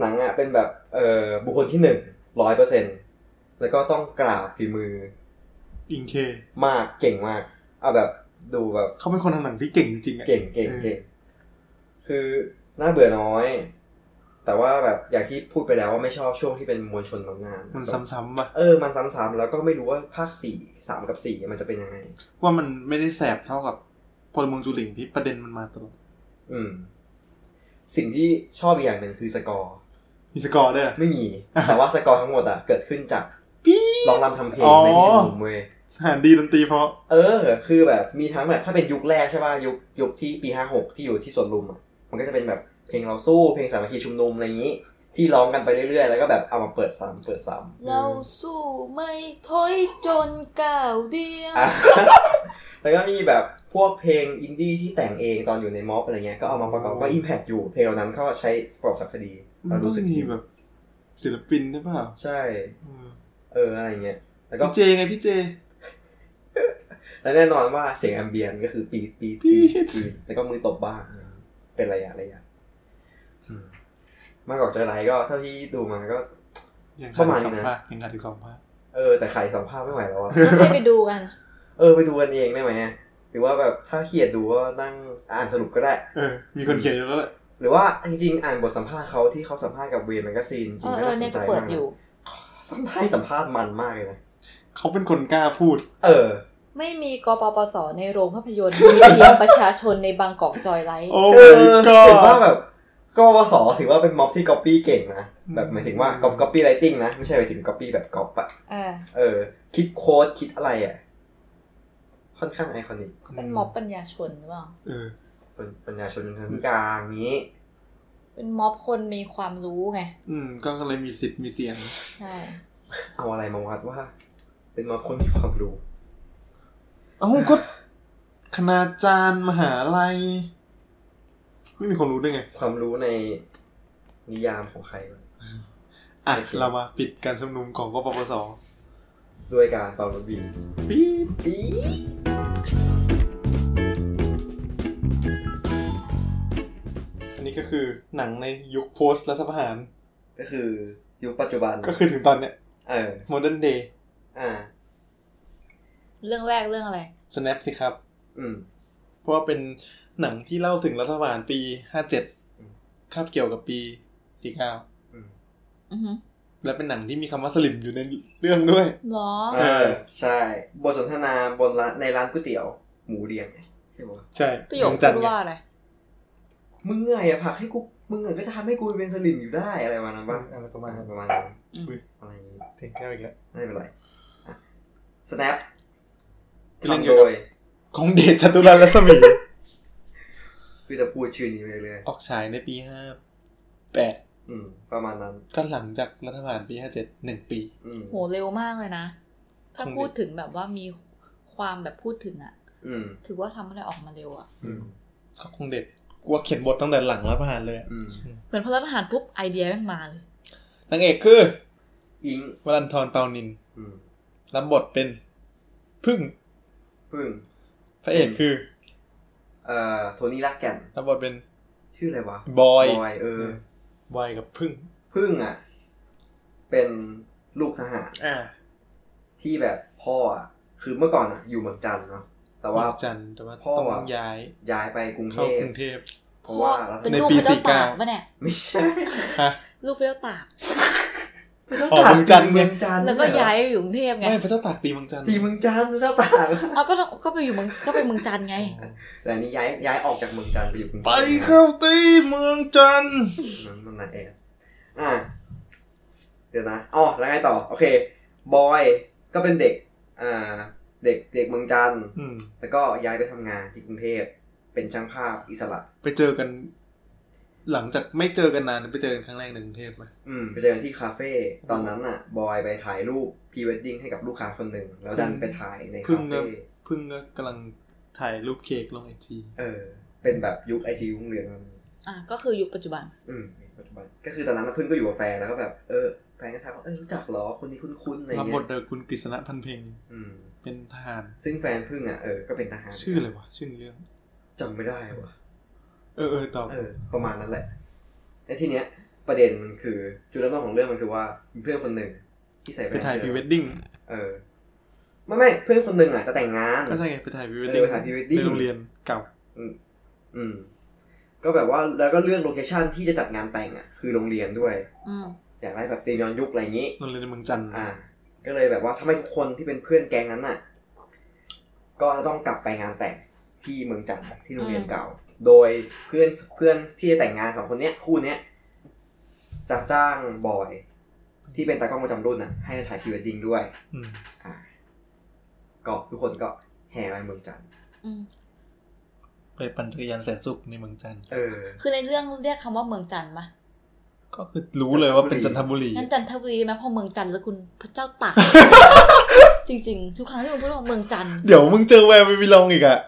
[SPEAKER 1] หนังอ่ะเป็นแบบเอ่อบุคคลที่หนึ่งร้อยเปอร์เซ็นแล้วก็ต้องกราบฝีมือ
[SPEAKER 2] อิงเค
[SPEAKER 1] มากเก่งมาก เอาแบบดูแบบ
[SPEAKER 2] เขาเป็นคนทำหนังที่เก่งจริงๆอะ
[SPEAKER 1] เก่งเก่งเก่งคือน่าเบื่อน้อย แต่ว่าแบบอย่างที่พูดไปแล้วว่าไม่ชอบช่วงที่เป็นมวลชนทำงาน
[SPEAKER 2] มัน
[SPEAKER 1] แบบ
[SPEAKER 2] ซ้ำๆป่ะ
[SPEAKER 1] เออมันซ้ำๆแล้วก็ไม่รู้ว่าภาคสี่สามกับสี่มันจะเป็นยังไง
[SPEAKER 2] ว่ามันไม่ได้แสบเท่ากับพลเมืองจุลิงที่ประเด็นมันมาตลอด
[SPEAKER 1] อืม สิ่งที่ชอบอีกอย่างหนึ่งคือสกอร์
[SPEAKER 2] มีสกอร์ด้วย
[SPEAKER 1] ไม่มี แต่ว่าสกอร์ทั้งหมดอะเกิดขึ้นจาก
[SPEAKER 2] ปี๊ด
[SPEAKER 1] ลองรำทำเพลง
[SPEAKER 2] อ๋อ
[SPEAKER 1] ในที่ชุมนุมเว้ย
[SPEAKER 2] สถานดีดนตรีเพราะ
[SPEAKER 1] เออ คือแบบมีทั้งแบบถ้าเป็นยุคแรกใช่ป่ะยุคยุคที่ปีห้าหกที่อยู่ที่สวนลุมอะมันก็จะเป็นแบบเพลงเราสู้เพลงสามัคคีชุมนุมอะไรอย่างนี้ ที่ร้องกันไปเรื่อยๆ แล้วก็แบบเอามาเปิดซ้ำเปิดซ้ำ
[SPEAKER 5] เราสู้ไม่ถอยจนก้าวเดียว
[SPEAKER 1] อ่ะ แล้วก็มีแบบพวกเพลงอินดี้ที่แต่งเองตอนอยู่ในม็อบอะไรเงี้ยก็เอามาประกอบว่าอิมแพกอยู่เพลงเหล่านั้นเขาใช้ประกอบสารคดี
[SPEAKER 2] มั
[SPEAKER 1] เรา
[SPEAKER 2] นต้อ
[SPEAKER 1] รู้
[SPEAKER 2] ง
[SPEAKER 1] สึก
[SPEAKER 2] มี
[SPEAKER 1] ดี
[SPEAKER 2] แบบ ศิลปินใช่ป่ะ
[SPEAKER 1] ใช่เอออะไรเงี้ยแล้วก็
[SPEAKER 2] พี่เจไงพี่เจ
[SPEAKER 1] แล้วแน่นอนว่าเสียงแอมเบียนก็คือปีดปีดปีดปีดแล้วก็มือตบบ้างเป็นระยะระยะอืมมากกว่าใจไรก็เท่าที่ดูมาก็
[SPEAKER 2] ยัง
[SPEAKER 1] ป
[SPEAKER 2] ขาด
[SPEAKER 1] ระมาณ
[SPEAKER 2] อีกสอง
[SPEAKER 1] นี้นะ
[SPEAKER 2] ภาคยังขาดอีกสองภาค
[SPEAKER 1] เออแต่ขายสัมภาษณ์ไม่ไหวแล้วอะ
[SPEAKER 5] ให้ไปดูกัน
[SPEAKER 1] เออไปดูกันเองได้ไหมอะหรือว่าแบบถ้าเขียดดูก็นั่งอ่านสรุปก็ได้
[SPEAKER 2] เออ มีคนเขียนอยู่แล้วแหละ
[SPEAKER 1] หรือว่าจริงๆอ่านบทสัมภาษณ์เขาที่เขาสัมภาษณ์กับเวย์แมกกาซี นจ
[SPEAKER 5] เออเอ
[SPEAKER 1] ริงๆน่า
[SPEAKER 5] อ
[SPEAKER 1] ส
[SPEAKER 5] เนี่ย
[SPEAKER 1] นใจ
[SPEAKER 5] ก็เปิ
[SPEAKER 1] มา
[SPEAKER 5] ด
[SPEAKER 1] กนะ
[SPEAKER 5] อยู่
[SPEAKER 1] สัมภาษณ์สัมภาษณ์มันมากเลยนะ
[SPEAKER 2] เขาเป็นคนกล้าพูด
[SPEAKER 1] เออ
[SPEAKER 5] ไม่มีกปปสในโรงภาพยนตร์ มีเพียงประชาชนในบางกอกจอยไลท์
[SPEAKER 2] โอ้
[SPEAKER 1] เอ
[SPEAKER 2] my
[SPEAKER 1] อ
[SPEAKER 2] god
[SPEAKER 1] เห็นว่าแบบก็วสถือว่าเป็นม็อบที่ก๊อปปี้เก่งนะแบบหมายถึงว่าก๊อปก๊อปปี้ไรติ้งนะไม่ใช่หมายถึงก๊อปปี้แบบก๊อปอะ
[SPEAKER 5] เออ
[SPEAKER 1] เออ คิดโค้ดคิดอะไรอะค่อนข้างไอคอนิก
[SPEAKER 5] เป็นม็อบปัญญาชนหรือเปล่า
[SPEAKER 2] เออ
[SPEAKER 1] เป็นปัญญาชนชั้นกลางนี้
[SPEAKER 5] เป็นม็อบคนมีความรู้ไง
[SPEAKER 2] อืม ก็เลยมีสิทธิ์มีเสียง
[SPEAKER 5] ใช่
[SPEAKER 1] เอาอะไรมาวัดว่า เป็นม็อบคนมีความรู้
[SPEAKER 2] เอ้าก็คณาจารย์มหาลัย ไม่มีคนรู้ได้ไง
[SPEAKER 1] ความรู้ในนิยามของใคร
[SPEAKER 2] อ่ะ
[SPEAKER 1] โอเค
[SPEAKER 2] เรามาปิดการชุมนุมของกปปส
[SPEAKER 1] ด้วยการเป่ารถบี
[SPEAKER 2] ปี๊ด
[SPEAKER 1] ปี๊ด
[SPEAKER 2] อันนี้ก็คือหนังในยุคโพสต์รัฐประหาร
[SPEAKER 1] ก็คือยุคปัจจุบัน
[SPEAKER 2] ก็คือถึงตอนเนี้ย
[SPEAKER 1] เออ
[SPEAKER 2] โมเดิร์นเดย์
[SPEAKER 1] อ่า
[SPEAKER 5] เรื่องแรกเรื่องอะไร
[SPEAKER 2] สแนปสิครับ
[SPEAKER 1] อืม
[SPEAKER 2] เพราะว่าเป็นหนังที่เล่าถึงรัฐประหารปี
[SPEAKER 1] อืม
[SPEAKER 2] 57 คาบเกี่ยวกับปี 49
[SPEAKER 1] อืม
[SPEAKER 5] อือหือ
[SPEAKER 2] และเป็นหนังที่มีคำว่าสลิมอยู่ในเรื่องด้วย
[SPEAKER 5] เหรอ
[SPEAKER 1] เออ ใช่ บทสนทนาบนร้านในร้านก๋วยเตี๋ยว หมูเรียงใช่ปะ
[SPEAKER 2] ใช่
[SPEAKER 5] ประโยค
[SPEAKER 2] ขอ
[SPEAKER 5] พู
[SPEAKER 2] น
[SPEAKER 5] ด
[SPEAKER 2] ไง
[SPEAKER 5] ว่าอะไร
[SPEAKER 1] มึงไงอะผลักให้กูมึงไงก็จะทำให้กูเป็นสลิมอยู่ได้อะไรประมาณนั้น
[SPEAKER 2] บ้า
[SPEAKER 1] ปะ
[SPEAKER 2] งอะไรประมา
[SPEAKER 1] อ่า
[SPEAKER 2] ณนั้น
[SPEAKER 1] ประมาณนั้น
[SPEAKER 5] อืม
[SPEAKER 1] อุ๊ยอะไรอย่างงี้
[SPEAKER 2] เสียงแก้วอีกแล้ว
[SPEAKER 1] ไม่เป็นไรอ่ะ snap
[SPEAKER 2] เล่น
[SPEAKER 1] ทำ
[SPEAKER 2] เกี่
[SPEAKER 1] โด
[SPEAKER 2] ยวกั
[SPEAKER 1] ย
[SPEAKER 2] บของเดชจตุรัสรัศมี
[SPEAKER 1] คือจะพูดชื่อนี้ไปเรื่อย
[SPEAKER 2] ออกฉายในปี 58
[SPEAKER 1] ๆอืม ประมาณนั้น
[SPEAKER 2] ก็หลังจากรัฐประหารปี 57 1 ปี
[SPEAKER 1] อืม
[SPEAKER 5] โหเร็วมากเลยนะ ถ้า
[SPEAKER 2] คงดิ
[SPEAKER 5] พูดถึงแบบว่ามีความแบบพูดถึงอะ
[SPEAKER 1] อืม
[SPEAKER 5] ถือว่าทำอะไรออกมาเร็วอะ
[SPEAKER 1] อืม
[SPEAKER 2] ก็คงเดชกว่าเขียนบทตั้งแต่หลังรัฐประหารเลยอะ
[SPEAKER 1] อืม
[SPEAKER 5] เหมือนพอรับอาหารปุ๊บไอเดียแม่งมาเลย
[SPEAKER 2] นางเอกคือ
[SPEAKER 1] อิง
[SPEAKER 2] วลันทรเปานิน
[SPEAKER 1] อืม
[SPEAKER 2] รับบทเป็นพึ่ง
[SPEAKER 1] พึ่ง
[SPEAKER 2] พระเอกคือ
[SPEAKER 1] เอ่อ โทนี่ลักแก่น
[SPEAKER 2] รับบทเป็น
[SPEAKER 1] ชื่ออะไรวะ
[SPEAKER 2] บอย
[SPEAKER 1] บอยเออ
[SPEAKER 2] บอยกับพึ่ง
[SPEAKER 1] พึ่งอ่ะ เป็นลูกทหาร
[SPEAKER 2] อ่า
[SPEAKER 1] ที่แบบพ่ออ่ะ คือเมื่อก่อนอ่ะ อยู่เมืองจันทน์เนาะ แต่ว่า
[SPEAKER 2] จันทร์แต่ว่า
[SPEAKER 1] พ่อ
[SPEAKER 2] ต้อง
[SPEAKER 1] อะ
[SPEAKER 2] ย้าย
[SPEAKER 1] ย้ายไปกรุงเท
[SPEAKER 2] เข้า
[SPEAKER 1] พ
[SPEAKER 2] กรุงเทพ
[SPEAKER 1] เพราะว่ารัฐ
[SPEAKER 5] เป็น
[SPEAKER 2] ใน
[SPEAKER 5] ลูก
[SPEAKER 2] ปี
[SPEAKER 5] พระเจ้าตาก
[SPEAKER 2] 49
[SPEAKER 5] ปะเนี่ย
[SPEAKER 1] ไม่ใช่
[SPEAKER 2] ฮะ
[SPEAKER 5] ลูกพระเจ้าตาก
[SPEAKER 1] พระเจ้า
[SPEAKER 2] อ๋อ
[SPEAKER 1] ตาก
[SPEAKER 2] เมืองจั
[SPEAKER 1] เมืองจัน
[SPEAKER 2] นทน์ไง
[SPEAKER 1] ทน์
[SPEAKER 5] แล้วก็
[SPEAKER 1] ไม่ใช่เหรอ
[SPEAKER 5] ย้ายไปอยู่กรุงเทพไง
[SPEAKER 2] ไม่พระเจ้าตากตีเมืองจันทร์
[SPEAKER 1] ตีเมืองจันทน์พระเจ้าตาก
[SPEAKER 5] เอาก็ต้องก็ไปอยู่เมืองก็ไปเมืองจันทน์ไง
[SPEAKER 2] อ๋อ
[SPEAKER 1] แต่อันนี้ย้ายย้ายออกจากเมืองจันทน์ไปอยู่กรุงเทพ
[SPEAKER 2] ไปเข้าตีเมืองจันทร์
[SPEAKER 1] นั่นนั่นนะแอบอ่ะเดี๋ยวนะอ๋อแล้วไงต่อ โอเค บอยก็เป็นเด็ก อ่า เด็กเด็กเมืองจันทน์
[SPEAKER 2] อืม
[SPEAKER 1] แล้วก็ย้ายไปทำงานที่กรุงเทพ เป็นช่างภาพอิสระ
[SPEAKER 2] ไปเจอกัน หลังจากไม่เจอกันนานไปเจอกันครั้งแรกในกรุงเทพไหม
[SPEAKER 1] อืมไปเจอกันที่คาเฟ่ ตอนนั้นอ่ะ บอยไปถ่ายรูปพรีเวดดิ้งให้กับลูกค้าคนหนึ่ง แล้วดันไปถ่ายใน
[SPEAKER 2] พึ่
[SPEAKER 1] คาง
[SPEAKER 2] ก็
[SPEAKER 1] เฟ่
[SPEAKER 2] พึ่งก็กำลังถ่ายรูปเค้กลงไอจี
[SPEAKER 1] เออ เป็นแบบยุคไอจีรุ่งเรืองแล้วนะ
[SPEAKER 5] อ่ะก็คือยุคปัจจุบัน
[SPEAKER 1] อืมปัจจุบัน ก็คือตอนนั้นน่ะเพึ่งก็อยู่กับแฟนแล้วก็แบบ เออ แฟนก็ทักว่า เออรู้จักเหรอ คนนี้คุ้นๆอะไร
[SPEAKER 2] รับบ
[SPEAKER 1] เงี้
[SPEAKER 2] ท
[SPEAKER 1] ย
[SPEAKER 2] โดยคุณกฤษณะพันเพ็ง
[SPEAKER 1] อืม
[SPEAKER 2] เป็นทหาร
[SPEAKER 1] ซึ่งแฟนพึ่งอ่ะ เออ ก็เป็นทหาร
[SPEAKER 2] ชื่ออะไรวะชื่อเรื่อง
[SPEAKER 1] จำไม่ได้ว่ะ
[SPEAKER 2] เออเออตอบ
[SPEAKER 1] เออ ประมาณนั้นแหละไอ้ทีเนี้ย ประเด็นมันคือ จุดเริ่มต้นของเรื่องมันคือว่ามีเพื่อนคนหนึ่งที่ใส่แว่
[SPEAKER 2] ไป
[SPEAKER 1] น
[SPEAKER 2] ถ่าย
[SPEAKER 1] เจ
[SPEAKER 2] พรี
[SPEAKER 1] อ
[SPEAKER 2] เวดดิ้ง
[SPEAKER 1] เออไม่ไม่เพื่อนคนหนึ่งอ่ะจะแต่งงาน
[SPEAKER 2] ก็ใช่ไงไปถ่ายพรีเวด
[SPEAKER 1] เออ
[SPEAKER 2] ดิ้
[SPEAKER 1] ง ไปถ่าย pre-wedding
[SPEAKER 2] ในโรงเรียนเก่า
[SPEAKER 1] อืม ก็แบบว่าแล้วก็เลือกโลเคชันที่จะจัดงานแต่งอ่ะคือโรงเรียนด้วย
[SPEAKER 5] อืม
[SPEAKER 1] อยากได้แบบตีมย้อนยุคอะไรอย่างงี้
[SPEAKER 2] โรงเรียนในเมืองจันทร์
[SPEAKER 1] อ่า ก็เลยแบบว่าทำให้ทุกคนที่เป็นเพื่อนแก๊งนั้นอ่ะ ก็จะต้องกลับไปงานแต่งที่เมืองจันทร์ที่โรงเรียนเก่า โดยเพื่อนเพื่อนที่จะแต่งงานสองคนเนี้ยคู่เนี้ยจะจ้างบอย ที่เป็นตากล้องประจำรุ่นอ่ะให้มาถ่ายพรีเวดดิ้งด้วย
[SPEAKER 2] อืม
[SPEAKER 1] ก็ทุกคนก็แห่ไปเมืองจันทร์
[SPEAKER 5] อืม
[SPEAKER 2] ไปปั่นจักรยานแสนสุขในเมืองจันทร์
[SPEAKER 1] เออ
[SPEAKER 5] คือในเรื่องเรียกคำว่าเมืองจันทร์ปะ
[SPEAKER 2] ก็คือรู้เลยว่าเป็นจันทบุรี
[SPEAKER 5] งั้นจันทบุรีได้ไหมพอเมืองจันทร์แล้วคุณพระเจ้าตาก จริง ๆ ทุกครั้งที่มึงพูดว่าเมืองจันทร์
[SPEAKER 2] เดี๋ยวมึงเจอแวร์ไปวิลองอีกอะ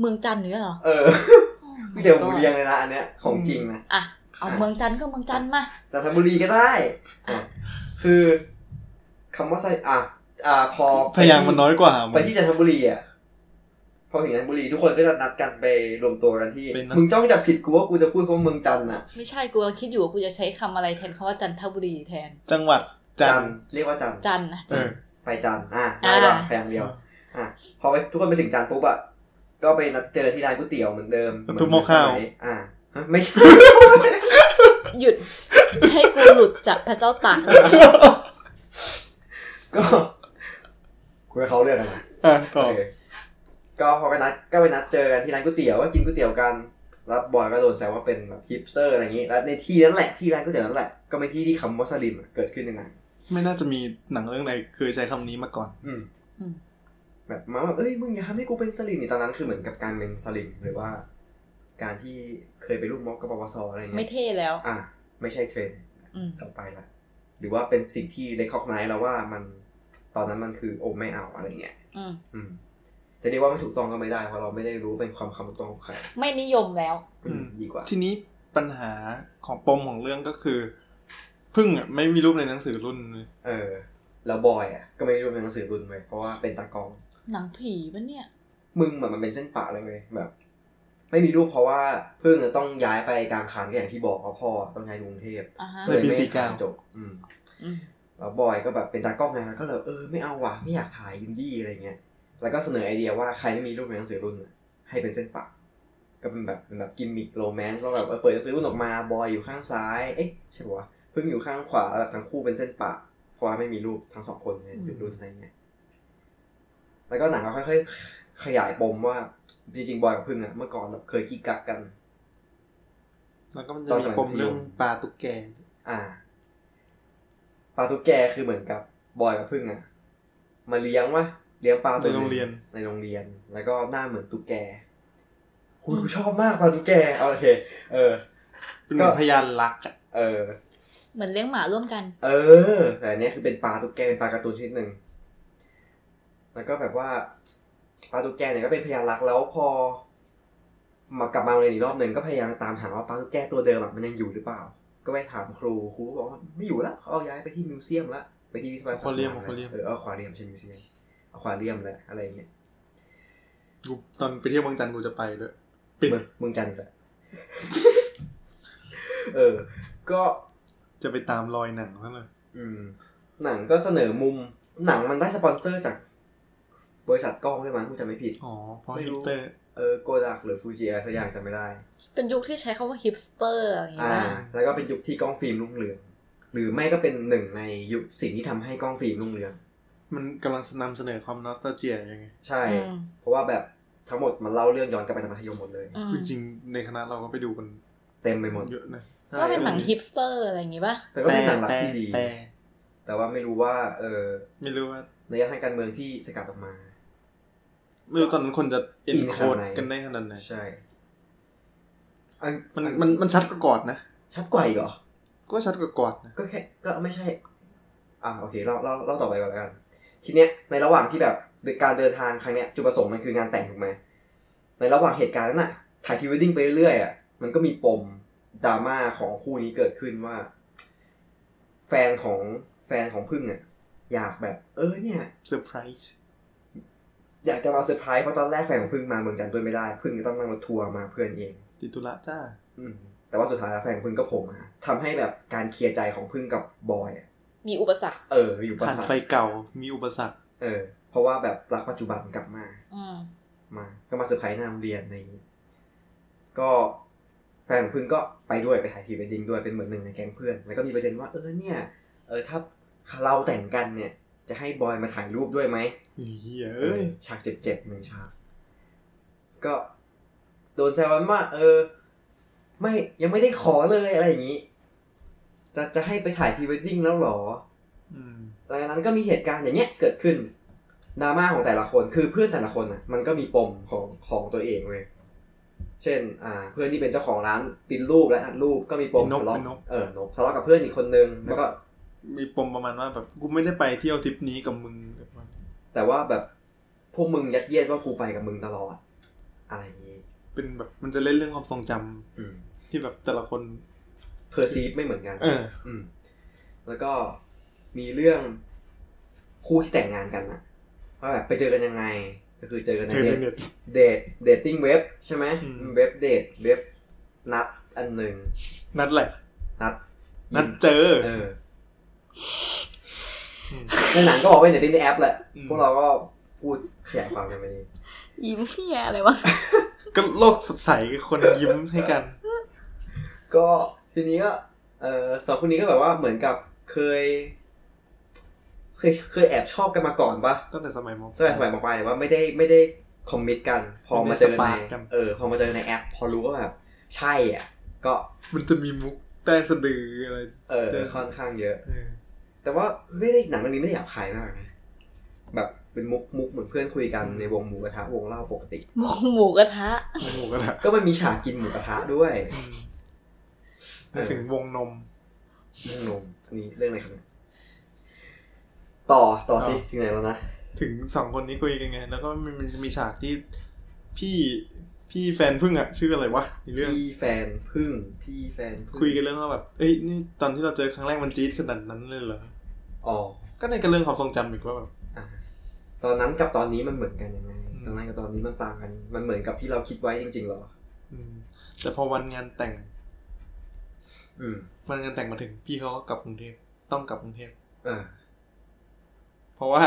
[SPEAKER 5] เมืองจันทร์อย่างเนื้อเหรอ
[SPEAKER 1] เออ
[SPEAKER 5] my
[SPEAKER 1] เดี๋ยวกู
[SPEAKER 5] god
[SPEAKER 1] เรียงเลยนะอันเนี้ยของจริงนะ
[SPEAKER 5] อ่ะเอาเมืองจันทร์ก็เมืองจันทร์มา
[SPEAKER 1] จันทบุรีก็ได้อ่ะคือคำว่าไซอ่ะอ่ะพอ
[SPEAKER 2] พยางค์มันน้อยกว่า
[SPEAKER 1] ไป
[SPEAKER 2] มึง
[SPEAKER 1] ที่จันทบุรีอ่ะพอถึงจันทบุรีทุกคนก็จะนัดกันไปรวมตัวกันที่
[SPEAKER 2] เป็นนัด
[SPEAKER 1] มึงจ้องจับผิดกูว่ากูจะพูดคำว่าเมืองจันทร์อ่ะ
[SPEAKER 5] ไม่ใช่กูกำลังคิดอยู่ว่ากูจะใช้คำอะไรแทนคำว่าจันทบุรีแทน
[SPEAKER 2] จังหวัดจั
[SPEAKER 1] จั
[SPEAKER 2] น
[SPEAKER 1] น
[SPEAKER 2] ทร์
[SPEAKER 1] เรียกว่าจัน
[SPEAKER 5] จันทร์นะ
[SPEAKER 2] เออ
[SPEAKER 1] ไปจันอ่ะได้ละ
[SPEAKER 5] อ่า
[SPEAKER 1] พยางค์เดียว อ่ะพอไปทุกคนไปถึงจันปุ๊บอ่ะก็ไปนัดเจอที่ร้านก๋วยเตี๋ยวเหมือนเดิม
[SPEAKER 2] บรรทุกหม้อข้าว
[SPEAKER 1] เนสยอ่ะฮะไม่ ใช่
[SPEAKER 5] หยุด ให้กูหลุดจากพระเจ้าตาก
[SPEAKER 1] ก็คุยกับเขาเรื่องอะไร
[SPEAKER 2] อ่ะต่อ
[SPEAKER 1] โอเคก็พอไปนัดก็ไปนัดเจอกันที่ร้านก๋วยเตี๋ยวก็กินก๋วยเตี๋ยวกัน แล้วบอยก็โดนแซวว่าเป็นแบบฮิปสเตอร์อะไรอย่างนี้ แล้วในที่นั้นแหละที่ร้านก๋วยเตี๋ยวนั้นแหละก็เป็นที่ที่คำว่าสลิมอะเกิดขึ้นในนั้น
[SPEAKER 2] ไม่น่าจะมีหนังเรื่องไหนเคยใช้คำนี้มาก่อน
[SPEAKER 1] อืม
[SPEAKER 5] อืม
[SPEAKER 1] แบบมาว่าเอ้ยมึงอย่าทำให้กูเป็นสลิมนี่ตอนนั้นคือเหมือนกับการเป็นสลิมหรือว่า การที่เคยไปร่วมม็อบกับปปสอะไรอย่าง
[SPEAKER 5] ไม่
[SPEAKER 1] เงี้ย
[SPEAKER 5] เท่แล้ว
[SPEAKER 1] อ่ะไม่ใช่เทรนด์
[SPEAKER 5] อืม
[SPEAKER 1] ต่อไปละหรือว่าเป็นสิ่งที่เลคคอกไนท์แล้วว่ามันตอนนั้นมันคือโอ้ไม่เอาอะไรอย่างเงี้ย
[SPEAKER 5] อืม
[SPEAKER 1] อืมจะเรียกว่าไม่ถูกต้องก็ไม่ได้เพราะเราไม่ได้รู้เป็นความคำถูกต้องของใคร
[SPEAKER 5] ไม่นิยมแล้ว
[SPEAKER 2] อืม
[SPEAKER 1] ดีกว่า
[SPEAKER 2] ทีนี้ปัญหาของปมของเรื่องก็คือ พึ่งอะไม่มีรูปในหนังสือรุ่นเลย
[SPEAKER 1] เออ แล้วบอยอ่ะ ก็ไม่ได้ดูเป็นหนังสือรุ่นเว้ยเพราะว่าเป็นตากล้อง
[SPEAKER 5] หนังผีปะเนี่ย
[SPEAKER 1] มึงเหมือนมันเป็นเส้นปะเลยเว้ยแบบ ไม่มีรูปเพราะว่าเพิ่งจะต้องย้ายไปกลางคันก็อย่างที่บอกเพราะพ่อต้องย้ายกรุงเทพ
[SPEAKER 5] อ่ะฮะ
[SPEAKER 1] เลยไม่ได้ถ่ายจบอืม
[SPEAKER 5] อืม
[SPEAKER 1] แล้วบอยก็แบบเป็นตากล้องไงก็เลยเออไม่เอาว่ะไม่อยากถ่ายยินดี้อะไรเงี้ยแล้วก็เสนอไอเดียว่าใครไม่มีรูปในหนังสือรุ่นอะให้เป็นเส้นปะก็เป็นแบบเป็นแบบกิมมิคโรแมนต์เราแบบเออเปิดหนังสือรุ่นออกมาบอยอยู่ข้างซ้ายเอ๊ะใช่ปะวะเพิ่งอยู่ข้างขวาแล้วแบบทั้งคู่เป็นเส้นปะ เพราะว่าไม่มีรูปทั้งสองคนในหนังสือรุ่นอะไรเงี้ย แล้วก็หนังก็ค่อยๆ ขยายปมว่า จริงๆ บอยกับพึ่งอะเมื่อก่อนแบบเคยกิ๊กกักกัน
[SPEAKER 2] แล้วก็มัน
[SPEAKER 1] ต
[SPEAKER 2] จะ
[SPEAKER 1] อนสมั
[SPEAKER 2] มี
[SPEAKER 1] ย
[SPEAKER 2] ปม
[SPEAKER 1] มัธยม
[SPEAKER 2] เรื่องปลาตุ๊กแก
[SPEAKER 1] อ่าปลาตุ๊กแกคือเหมือนกับบอยกับพึ่งอะมาเลี้ยงวะเลี้ยงปลาตัวห
[SPEAKER 2] ในโรงเรียน
[SPEAKER 1] ในโรงเรียน แล้วก็หน้าเหมือนตุ๊กแกคุยกูชอบมากปลาตุ๊กแกเอาโอเค เออ
[SPEAKER 2] เป็นเหมือ
[SPEAKER 1] ก็
[SPEAKER 2] นพยานรักอะ
[SPEAKER 1] เออ
[SPEAKER 5] เหมือนเลี้ยงหมาร่วมกัน
[SPEAKER 1] เออ แต่อันเนี้ยคือเป็นปลาตุ๊กแกเป็นปลาการ์ตูนชนิดหนึ่ง แล้วก็แบบว่าปลาตุ๊กแกเนี่ยก็เป็นพยานรักแล้วพอ มากลับมาโรงเรียนอีกรอบหนึ่งก็พยายามตามหาว่าปลาตุ๊กแกตัวเดิมอะมันยังอยู่หรือเปล่า ก็ไปถามครูครูก็บอกว่าไม่อยู่ละเขาเอาย้ายไปที่มิวเซียมละไปที่วิทยาศาสตร์ะเออเอาควาเรียมใช่มิวเซียมเอาควาเรียมแหละอะไรอย่างเงี้ย
[SPEAKER 2] กูตอนไปเที่ยวบางจันทร์กูจะไปด้วยปิด
[SPEAKER 1] มึงมึงจันทร์อีกแหละ เออ ก็
[SPEAKER 2] จะไปตามรอยหนังนั่นเลย
[SPEAKER 1] อืมหนังก็เสนอมุม หนังมันได้สปอนเซอร์จาก บริษัทกล้องด้วยมั้งคุณจำไม่ผิด
[SPEAKER 2] อ๋อเพราะ
[SPEAKER 1] ไม่
[SPEAKER 2] ฮิ
[SPEAKER 1] รู้
[SPEAKER 2] ปเตอร์
[SPEAKER 1] เออโกดักหรือฟูจิอะไรสักอย่างจำไม่ได้
[SPEAKER 5] เป็นยุคที่ใช้คาว่าฮิปสเตอร์อะไรอย่างเงี้
[SPEAKER 1] อ่า
[SPEAKER 5] ย
[SPEAKER 1] แล้วก็เป็นยุคที่กล้องฟิล์มรุ่งเรือง หรือไม่ก็เป็นหนึ่งในยุคสิ่งที่ทำให้กล้องฟิล์มรุ่งเรือง
[SPEAKER 2] มันกำลังนำเสนอความนอสตาเจียยังไง
[SPEAKER 1] ใช่
[SPEAKER 5] อืม
[SPEAKER 1] เพราะว่าแบบทั้งหมดมันเล่าเรื่องย้อนกลับไปในมัธยมหมดเลย
[SPEAKER 5] อืม
[SPEAKER 2] คือจริงๆในคณะเราก็ไปดูกัน
[SPEAKER 1] เต็มไปหมด
[SPEAKER 2] เยอะนะ
[SPEAKER 1] ใช่
[SPEAKER 5] ก็เป็นหนังฮิปสเตอร์อะไรอย่างงี้ป่ะ
[SPEAKER 1] แต่ก็เป็นหนังรักที่ดี
[SPEAKER 2] แต่
[SPEAKER 1] แต่ว่าไม่รู้ว่า เออ
[SPEAKER 2] ไม่รู้ว่า
[SPEAKER 1] ในยะทางการเมืองที่สกัดออกมา
[SPEAKER 2] ไม่รู้ตอนนั้นคนจะเอ็นโคด
[SPEAKER 1] อินขนาดไหน
[SPEAKER 2] กันได้ขนาดไหน
[SPEAKER 1] ใช่อัน
[SPEAKER 2] มันมันมันชัดกว่ากอดนะ
[SPEAKER 1] ชัดกว่าอีกเหรอ
[SPEAKER 2] ก็ชัดกว่ากอดนะ
[SPEAKER 1] ก็แค่ก็ไม่ใช่ อ่าโอเคเราเราเราต่อไปก่อนแล้วกัน ทีเนี้ยในระหว่างที่แบบการเดินทางครั้งเนี้ยจุดประสงค์มันคืองานแต่งถูกไหมในระหว่างเหตุการณ์นั้นน่ะถ่ายพรีเวดดิ้งไปเรื่อยๆอ่ะมันก็มีปมดราม่าของคู่นี้เกิดขึ้นว่า แฟนของแฟนของพึ่งอ่ะอยากแบบ เออเนี่ย
[SPEAKER 2] เซอร์ไพรส์
[SPEAKER 1] อยากจะมาเซอร์ไพรส์เพราะตอนแรกแฟนของพึ่งมาเมืองจันทร์ด้วยไม่ได้พึ่งก็ต้องนั่งรถทัวร์มาเพื่อนเอง
[SPEAKER 2] จิตุระจ้า
[SPEAKER 1] อืมแต่ว่าสุดท้ายแล้วแฟนของพึ่งก็โผล่มาทำให้แบบการเคลียร์ใจของพึ่งกับบอยอ่ะ
[SPEAKER 5] มีอุปสรรค
[SPEAKER 1] เอออยู่ประ
[SPEAKER 2] ผ่าน
[SPEAKER 1] สาท
[SPEAKER 2] ไฟเก่ามีอุปสรรค
[SPEAKER 1] เออ เพราะว่าแบบรักปัจจุบันกลับมา
[SPEAKER 5] อืม
[SPEAKER 1] มา ก็มาเซอร์ไพรส์หน้าโรงเรียนอะไรอย่างนี้ ก็แฟนของพึ่งก็ไปด้วยไปถ่ายพรีเวดดิ้งด้วยเป็นเหมือนหนึ่งในแก๊งเพื่อน แล้วก็มีประเด็นว่าเออเนี่ย เออถ้าเราแต่งกันเนี่ย จะให้บอยมาถ่ายรูปด้วยไหม
[SPEAKER 2] เหี้ยเอ้ย
[SPEAKER 1] ฉากเจ็บๆหนึ่งฉาก ก็โดนแซวว่าเออ ไม่ยังไม่ได้ขอเลยอะไรอย่างนี้ จะจะให้ไปถ่ายพรีเวดดิ้งแล้วเหรอ
[SPEAKER 2] อืม
[SPEAKER 1] หลังจากนั้นก็มีเหตุการณ์อย่างเงี้ยเกิดขึ้น ดราม่าของแต่ละคนคือเพื่อนแต่ละคนอ่ะ มันก็มีปมของของตัวเองเว้ยเช่น อ่า เพื่อนที่เป็นเจ้าของร้านปิ้นรูปและอัดรูปก็มีปม
[SPEAKER 2] เป็นนก
[SPEAKER 1] ทะเลาะ
[SPEAKER 2] เป็นนก
[SPEAKER 1] เออนกทะเลาะกับเพื่อนอีกคนนึงแล้วก็
[SPEAKER 2] มีปมประมาณว่าแบบกูไม่ได้ไปเที่ยวทริปนี้กับมึงแบบว่า
[SPEAKER 1] แต่ว่าแบบพวกมึงยัดเยียดว่ากูไปกับมึงตลอด อะไรอย่างนี้
[SPEAKER 2] เป็นแบบมันจะเล่นเรื่องความทรงจำที่แบบแต่ละคน
[SPEAKER 1] เพอร์ซีฟไม่เหมือนกัน
[SPEAKER 2] เออ
[SPEAKER 1] อืม แล้วก็มีเรื่องคู่ที่แต่งงานกันนะว่าแบบไปเจอกันยังไง ก็คือเจอกันใน
[SPEAKER 2] เจ
[SPEAKER 1] เด
[SPEAKER 2] อใน
[SPEAKER 1] ท
[SPEAKER 2] เน็ต
[SPEAKER 1] เดทเดทติ้งเว็บใช่ไหม
[SPEAKER 2] อืม
[SPEAKER 1] เว็บเดทเว็บนัดอันหนึ่ง
[SPEAKER 2] นัดแหละ
[SPEAKER 1] นัด
[SPEAKER 2] นัดเจอ
[SPEAKER 1] เอออ
[SPEAKER 2] ม
[SPEAKER 1] ในหนังก็บอกว่าเดทติ้งในแอปแหละ
[SPEAKER 2] อืม
[SPEAKER 1] พวกเราก็พูดขยายความกันไปนี้
[SPEAKER 3] ยิ้มเฮียอะไรวะ
[SPEAKER 2] ก็โลกสดใสคนยิ้มให้กัน
[SPEAKER 1] ก็ทีนี้ก็เออสองคนนี้ก็แบบว่าเหมือนกับเคย เคยเคยแอบชอบกันมาก่อนปะ
[SPEAKER 2] ตั้งแต่สมัยม
[SPEAKER 1] สมัยสมัยมปลายแต่ว่าไม่ได้ไม่ได้คอมมิตกัน พอมาเจอใน
[SPEAKER 2] ไม่ได้สปาร์คกัน
[SPEAKER 1] เออพอมาเจอในแอป พอรู้ว่าแบบ ใช่อ่ะ ก็
[SPEAKER 2] มันจะมีมุกใต้สะดืออะไร
[SPEAKER 1] เออ
[SPEAKER 2] เออ
[SPEAKER 1] ค่อนข้างเยอะ
[SPEAKER 2] เออ
[SPEAKER 1] แต่ว่าไม่ได้หนังเรื่องนี้ไม่ได้หยาบคายมากนะแบบเป็นมุกมุกเหมือนเพื่อนคุยกันในวงหมูกระทะวงเล่าปกติ
[SPEAKER 5] วงหมูกระทะ
[SPEAKER 2] ในหมูกระทะ
[SPEAKER 1] ก็มันมีฉากกินหมูกระทะด้วย
[SPEAKER 2] อืมนึกถึงวงนม
[SPEAKER 1] เรื่องนมอันนี้เรื่องอะไรครับเนี่ยต่อต่อสิ
[SPEAKER 2] อ๋อ
[SPEAKER 1] ถึงไหนแล้วนะ
[SPEAKER 2] ถึงสองคนนี้คุยกันไง แล้วก็มันมันจะมีฉากที่พี่พี่แฟนพึ่งอะชื่ออะไรวะในเรื่อง
[SPEAKER 1] พี่แฟนพึ่งพี่แฟนพึ่ง
[SPEAKER 2] คุยกันเรื่องว่าแบบ เอ้ย นี่ตอนที่เราเจอครั้งแรกมันจี๊ดขนาดนั้นเลยเหรอ
[SPEAKER 1] อ๋อ
[SPEAKER 2] ก็ในกันเรื่องความทรงจำอีกว่าแบบ
[SPEAKER 1] อ่ะตอนนั้นกับตอนนี้มันเหมือนกันยังไง
[SPEAKER 2] อืม
[SPEAKER 1] ตอนนั้นกับตอนนี้มันต่างกัน มันเหมือนกับที่เราคิดไว้จริงๆหรอ
[SPEAKER 2] อืม แต่พอวันงานแต่ง
[SPEAKER 1] อืม
[SPEAKER 2] วันงานแต่งมาถึง พี่เขาก็กลับกรุงเทพ ต้องกลับกรุงเทพ
[SPEAKER 1] อ่า
[SPEAKER 2] เพราะว่า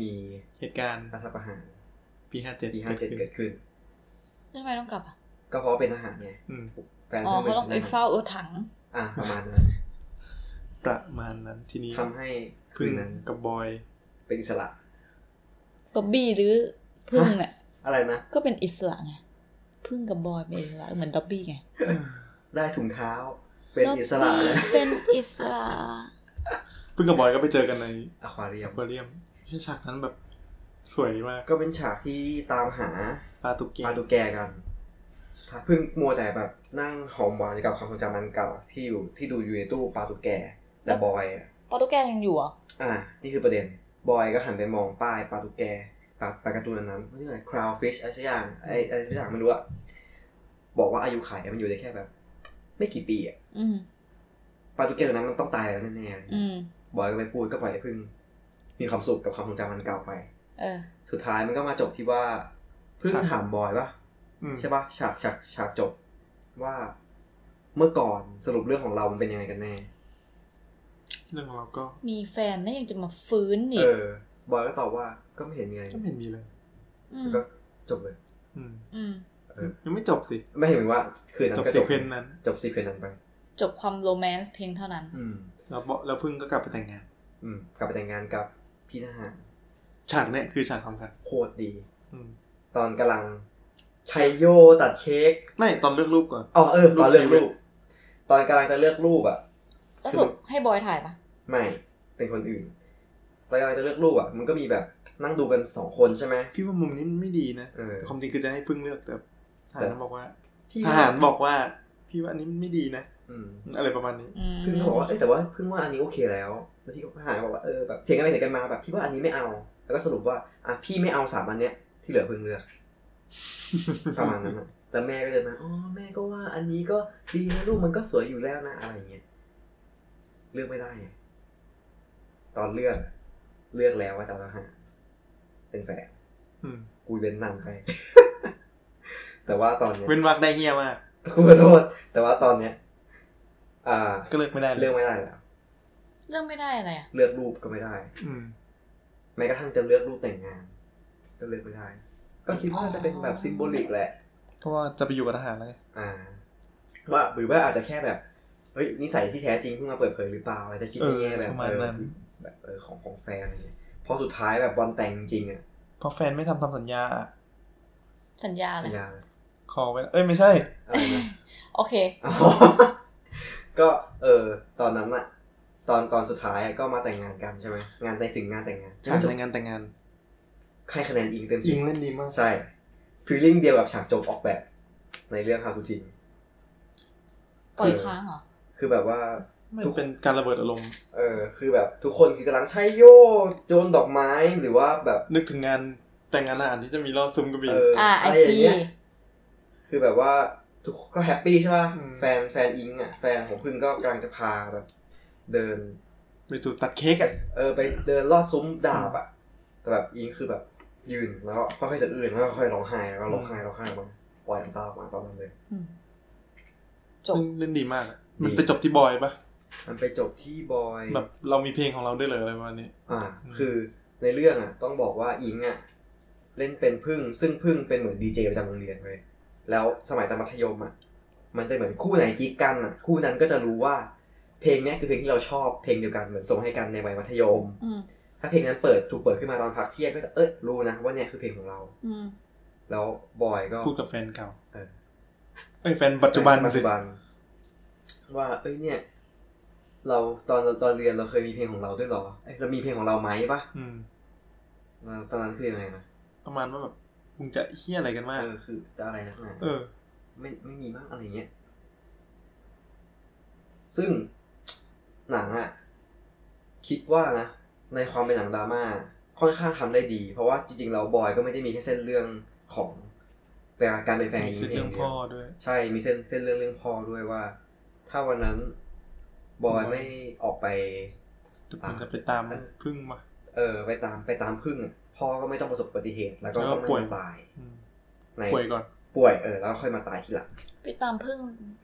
[SPEAKER 1] มี
[SPEAKER 2] เหตุการณ์
[SPEAKER 1] รัฐประหาร
[SPEAKER 2] ปีห้าเจ็ด
[SPEAKER 1] ปีห้าเจ็ดเกิดขึ้น
[SPEAKER 5] ทำไมต้องกลับอ่ะ
[SPEAKER 1] ก็เพราะเป็นทหารไงแฟน
[SPEAKER 5] อ๋อ
[SPEAKER 1] พิ่
[SPEAKER 5] เขาต้องไป
[SPEAKER 1] ป็นทหาร
[SPEAKER 5] เฝ้าเออถัง
[SPEAKER 1] อ่ะประมาณนั้น
[SPEAKER 2] ประมาณนั้นทีนี้
[SPEAKER 1] ทำให้คื
[SPEAKER 2] พึ่
[SPEAKER 1] น
[SPEAKER 2] ง
[SPEAKER 1] นั้น
[SPEAKER 2] กับบอย
[SPEAKER 1] เป็นอิสระ
[SPEAKER 5] ตัวบี้หรือพึ่งเนี่ย
[SPEAKER 1] อะไรนะ
[SPEAKER 5] ก็เป็นอิสระไงพึ่งกับบอยเป็นอิสระเหมือนด็อบบี้ไง
[SPEAKER 1] ได้ถุงเท้า เป็นอิสระแล้ว
[SPEAKER 5] เป็นอิสระ
[SPEAKER 2] พึ่งกับบอยก็ไป เจอกันใน
[SPEAKER 1] อควาเรียม
[SPEAKER 2] อควาเรียมที่ฉากนั้นแบบสวยมาก
[SPEAKER 1] ก็เป็นฉากที่ตามหา
[SPEAKER 2] ปลาตุกเก
[SPEAKER 1] ปาดูแกกันสุดท้ายเพิ่งมัวแต่แบบนั่งหอมหวานอยู่กับความทรงจำอันเก่าที่อยู่ที่ดูอยู่ในตู้ปาดูแก แต่บอยอ่ะ
[SPEAKER 5] ปอตุแกสยังอยู่เหรอ่ะ
[SPEAKER 1] อ่ะนี่คือประเด็น บอยก็หันไปมองป้ายปาดูแกปาปลาการ์ตูนอันนั้นนี่อะไรคราวฟิชอะไรสักอย่างไอ้ไอะไรสักอย่างไม่รู้อะบอกว่าอายุไขยมันอยู่ได้แค่แบบ ไม่กี่ปีอะ
[SPEAKER 5] อืม
[SPEAKER 1] ปาดูแกตัวนั้นมันต้องตายแล้วแน่
[SPEAKER 5] อืม
[SPEAKER 1] ๆบอยก็ไม่พูดก็ปล่อยให้พึ่ง มีความสุขกับความทรงจำอันเก่าไป
[SPEAKER 5] เออ
[SPEAKER 1] สุดท้ายมันก็มาจบที่ว่าพึ่งถามบอยปะ
[SPEAKER 2] อืม
[SPEAKER 1] ใช่ปะฉากฉากฉากจบว่าเมื่อก่อนสรุปเรื่องของเรามันเป็นยังไงกันแน่
[SPEAKER 2] เรื่องของเราก็
[SPEAKER 5] มีแฟนแล้วยังจะมาฟื้นอี
[SPEAKER 1] เอก อบอยก็ตอบว่าก็ไม่เห็นมีอะไร
[SPEAKER 2] ก็ไม่เห็นมีเลย
[SPEAKER 5] ม
[SPEAKER 1] ก็จบเลย
[SPEAKER 2] อืม
[SPEAKER 5] อืม
[SPEAKER 1] เออ
[SPEAKER 2] ยังไม่จบสิ
[SPEAKER 1] ไม่เห็นเหมือนว่าคืนนั้
[SPEAKER 2] จบ
[SPEAKER 1] นก็
[SPEAKER 2] ซี
[SPEAKER 1] จบ
[SPEAKER 2] เควนต์นั้น
[SPEAKER 1] จบซีเควนต์นั้นไป
[SPEAKER 5] จบความโรแมนต์เพียงเท่านั้น
[SPEAKER 1] อืม
[SPEAKER 2] แล้วบแล้วพึ่งก็กลับไปแต่งงาน
[SPEAKER 1] อืมกลับไปแต่งงานกับพี่ทหาร
[SPEAKER 2] ฉากเนี้ยคือฉากสำคัญ
[SPEAKER 1] โคตรดี
[SPEAKER 2] อืม
[SPEAKER 1] ตอนกำลังชัยโยตัดเค้ก
[SPEAKER 2] ไม่ตอนเลือกรูปก่อน
[SPEAKER 1] อ๋อเออตอนเลือกรูป ตอนกำลังจะเลือกรูปอ่ะ
[SPEAKER 5] แล้วสรุดให้บอยถ่ายปะ
[SPEAKER 1] ไม่เป็นคนอื่น ตอนกำลังจะเลือกรูปอ่ะ มันก็มีแบบนั่งดูกันสองคนใช่ไหม
[SPEAKER 2] พี่ว่ามุมนี้มันไม่ดีนะ
[SPEAKER 1] เออ
[SPEAKER 2] แต่ความจริงคือจะให้พึ่งเลือกแต่ทหารบอกว่า
[SPEAKER 1] พี่
[SPEAKER 2] ทหารบอกว่า พี่ว่าอันนี้มันไม่ดีนะ
[SPEAKER 1] อืม
[SPEAKER 2] อะไรประมาณนี้
[SPEAKER 5] อืม
[SPEAKER 1] พึ่งก็บอกว่าเอ้ยแต่ว่าพึ่งว่าอันนี้โอเคแล้วแล้วพี่ก็หายบอกว่าเออแบบเถียงกันไปเถียงกันมาแบบพี่ว่าอันนี้ไม่เอา แล้วก็สรุปว่าอ่ะพี่ไม่เอาสามอันเนี้ยที่เหลือพึ่งเลือก ประมาณนั้นอะแล้วแม่ก็เดินมาอ๋อแม่ก็ว่าอันนี้ก็ดีนะลูกมันก็สวยอยู่แล้วนะอะไรอย่างเงี้ยเลือกไม่ได้ไงตอนเลือกอะเลือกแล้วว่าจะเอาทหารเป็นแฟน
[SPEAKER 2] อืม
[SPEAKER 1] กูเว้นนานไป แต่ว่าตอนเนี้ย
[SPEAKER 2] เว้นวักได้เฮี้ยมาก
[SPEAKER 1] กูขอโทษแต่ว่าตอนเนี้ย อ่า
[SPEAKER 2] ก็เลือกไม่ได้เลย
[SPEAKER 1] เลือกไม่ได้แล้ว
[SPEAKER 5] เรื่องไม่ได้อะไรอ่ะ
[SPEAKER 1] เลือกรูปก็ไม่ได้
[SPEAKER 2] อืม
[SPEAKER 1] แม้กระทั่งจะเลือกรูปแต่งงาน ก็เลือกไม่ได้ ก็คิดว่าจะเป็นแบบซิมโบลิกแหละ
[SPEAKER 2] เพราะว่าจะไปอยู่กับทหารแล้วไง
[SPEAKER 1] อ่า ว่าหรือว่าอาจจะแค่แบบเฮ้ยนิสัยที่แท้จริงเพิ่งมาเปิดเผยหรือเปล่าอะไรจะคิดในแง่แบบ
[SPEAKER 2] ประมาณ
[SPEAKER 1] เออ
[SPEAKER 2] นั้น
[SPEAKER 1] แบบเออของของแฟนอะไรเงี้ยเพอสุดท้ายแบบวันแต่งจริงๆอ่ะ
[SPEAKER 2] เพราะแฟนไม่ทำตามสัญญา
[SPEAKER 5] สัญญาอะไร
[SPEAKER 1] ยา
[SPEAKER 2] ขอไว้เอ้ยไม่ใช่
[SPEAKER 1] อะไรนะ
[SPEAKER 5] โอเค
[SPEAKER 1] อ๋อ ก็เออ ตอนนั้นอะตอนตอนสุดท้ายอะก็มาแต่งงานกันใช่ไหมงานแต่งถึงงานแต่งงาน
[SPEAKER 2] ฉาก
[SPEAKER 1] จบ
[SPEAKER 2] ในงานแต่งงาน
[SPEAKER 1] ให้คะแนนอิงเต็ม
[SPEAKER 2] ยิ
[SPEAKER 1] สิ
[SPEAKER 2] ง
[SPEAKER 1] บ
[SPEAKER 2] เล่นดีมาก
[SPEAKER 1] ใช่ฟีลิ่งเดียวกับฉากจบออกแบบ ในเรื่องฮาคุทิน
[SPEAKER 5] ปล่อยค้างเหรอ
[SPEAKER 1] คือแบบว่า
[SPEAKER 2] มันเป็นการระเบิดอารมณ์
[SPEAKER 1] เออ คือแบบทุกคนคือกำลังใช้โยโยนดอกไม้หรือว่าแบบ
[SPEAKER 2] นึกถึงงานแต่งงานอาหารที่จะมีรอบซุ้มกระบี่
[SPEAKER 1] เอออะ
[SPEAKER 5] I
[SPEAKER 1] อะไรอย่างเงี้ย
[SPEAKER 5] see
[SPEAKER 1] คือแบบว่าทุกคนก็แฮปปี้ใช่ป่ะ
[SPEAKER 2] อืม
[SPEAKER 1] แฟนแฟนอิงอ่ะแฟนของพึ่งก็กำลังจะพาแบบเดิน
[SPEAKER 2] ไปสู่ตัดเค้กอ่ะ
[SPEAKER 1] เออไปเดินลอดซุ้มดาบอ่ะ แต่แบบอิงคือแบบยืนแล้วก็ค่อยๆสะอื้นแล้วก็ค่อยๆร้องไห้แล้วก็ร้องไห้ร้องไห้มาปล่อยน้ำตาออกมาตอนนั้นเลย
[SPEAKER 5] อืม จบ
[SPEAKER 2] เล่นเล่นดีมากอะมัน
[SPEAKER 1] ดี
[SPEAKER 2] ไปจบที่บอยปะ
[SPEAKER 1] มันไปจบที่บอย
[SPEAKER 2] แบบเรามีเพลงของเราได้วยเลยอะไรประมาณนี้
[SPEAKER 1] อ่า
[SPEAKER 2] อืม
[SPEAKER 1] คือในเรื่องอ่ะ ต้องบอกว่าอิงอ่ะ เล่นเป็นพึ่งซึ่งพึ่งเป็นเหมือนดีเจประจำโรงเรียนเลยแล้วสมัยตอนมัธยมอ่ะ มันจะเหมือนคู่ไหนกิ๊กกันอ่ะ คู่นั้นก็จะรู้ว่า เพลงเนี้ยคือเพลงที่เราชอบเพลงเดียวกันเหมือนส่งให้กันในวัยมัธยม
[SPEAKER 5] อืม
[SPEAKER 1] ถ้าเพลงนั้นเปิดถูกเปิดขึ้นมาตอนพักเที่ยงก็จะเอ้ยรู้นะว่าเนี่ยคือเพลงของเรา
[SPEAKER 5] อืม
[SPEAKER 1] แล้วบอยก็
[SPEAKER 2] พูดกับแฟนเก่า
[SPEAKER 1] เออ
[SPEAKER 2] เอ้ยแฟนปัจจุบัน
[SPEAKER 1] ปัจ
[SPEAKER 2] สิ
[SPEAKER 1] จุบัน ว่าเอ้ยเนี่ย เราตอนเราตอนเรียนเราเคยมีเพลงของเราด้วยเหรอเอ้ยเรามีเพลงของเราไหมปะ
[SPEAKER 2] อืม
[SPEAKER 1] ตอนนั้นคือยังไงนะ
[SPEAKER 2] ประมาณว่าแบบมึงจะเฮี้ยอะไรกันมาก
[SPEAKER 1] เออคือจะอะไรนักหนา
[SPEAKER 2] เออ
[SPEAKER 1] ไม่ไม่มีบ้างอะไรเงี้ย ซึ่งหนังอะคิดว่านะ ในความเป็นหนังดราม่าค่อนข้างทำได้ดี เพราะว่าจริงๆเราบอยก็ไม่ได้มีแค่เส้นเรื่องของแต่การเป็นแฟน
[SPEAKER 2] มี
[SPEAKER 1] อิง
[SPEAKER 2] เส้น
[SPEAKER 1] เพี
[SPEAKER 2] เรื่
[SPEAKER 1] ย
[SPEAKER 2] อง ง
[SPEAKER 1] เดี
[SPEAKER 2] พ่
[SPEAKER 1] ย
[SPEAKER 2] อ
[SPEAKER 1] ว
[SPEAKER 2] ด้วย
[SPEAKER 1] ใช่มีเส้นเส้นเรื่องเรื่องพ่อด้วยว่า ถ้าวันนั้นบอยไม่ออกไป
[SPEAKER 2] ทุกคนจะไปตาม
[SPEAKER 1] เออ
[SPEAKER 2] พึ่งมา
[SPEAKER 1] เออ ไปตามไปตามพึ่งอะพ่อก็ไม่ต้องประสบอุบัติเหตุ แล้วก็ต้องไม่มาตาย
[SPEAKER 2] อืม
[SPEAKER 1] ใน
[SPEAKER 2] ป่วยก่อน
[SPEAKER 1] ป่วยเออแล้วค่อยมาตายทีหลัง
[SPEAKER 5] ไปตามพึ่ง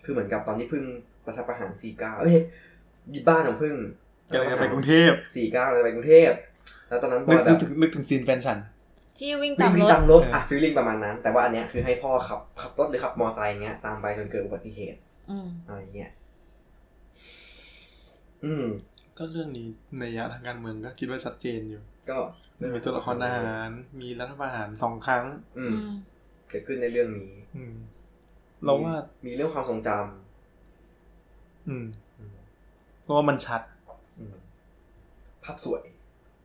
[SPEAKER 1] คือเหมือนกับตอนที่พึ่งรัฐประหารสี่เก้าเอ้ยยึดบ้านของพึ่ง
[SPEAKER 2] แกเลยจะไปกรุงเทพ
[SPEAKER 1] สี่เก้าเลยไปกรุงเทพ แล้วตอนนั้นบ
[SPEAKER 2] นึ
[SPEAKER 1] อก ยแบ
[SPEAKER 2] นึ
[SPEAKER 1] บ
[SPEAKER 2] กถึงนึกถึงซีนแฟนฉัน
[SPEAKER 5] ที่วิ่ง
[SPEAKER 1] วิ่
[SPEAKER 5] ตาง ม
[SPEAKER 1] วิ่
[SPEAKER 5] รง ถ
[SPEAKER 1] ตามรถ
[SPEAKER 2] เอออ่
[SPEAKER 1] อ่ะฟิลลิ่งประมาณนั้น แต่ว่าอันเนี้ยคือให้พ่อขับขับรถหรือขับมอไซค์อย่างเงี้ยตามไปจนเกิดอุบัติเหตุ
[SPEAKER 5] อืม
[SPEAKER 1] อะไรเงี้ย อืม
[SPEAKER 2] ก็เรื่องนี้ในยะทางการเมืองก็คิดว่าชัดเจนอยู่
[SPEAKER 1] ก็
[SPEAKER 2] มีตัวละครทหาร มีรัฐประหารสองครั้ง
[SPEAKER 1] อื
[SPEAKER 5] อื
[SPEAKER 1] ม
[SPEAKER 5] ม
[SPEAKER 1] เกิดขึ้นในเรื่องนี้
[SPEAKER 2] อืม เราว่า
[SPEAKER 1] มีเรื่องความทรงจำ
[SPEAKER 2] อืม
[SPEAKER 1] อืม
[SPEAKER 2] เราว่ามันชัด
[SPEAKER 1] อืมภาพสวย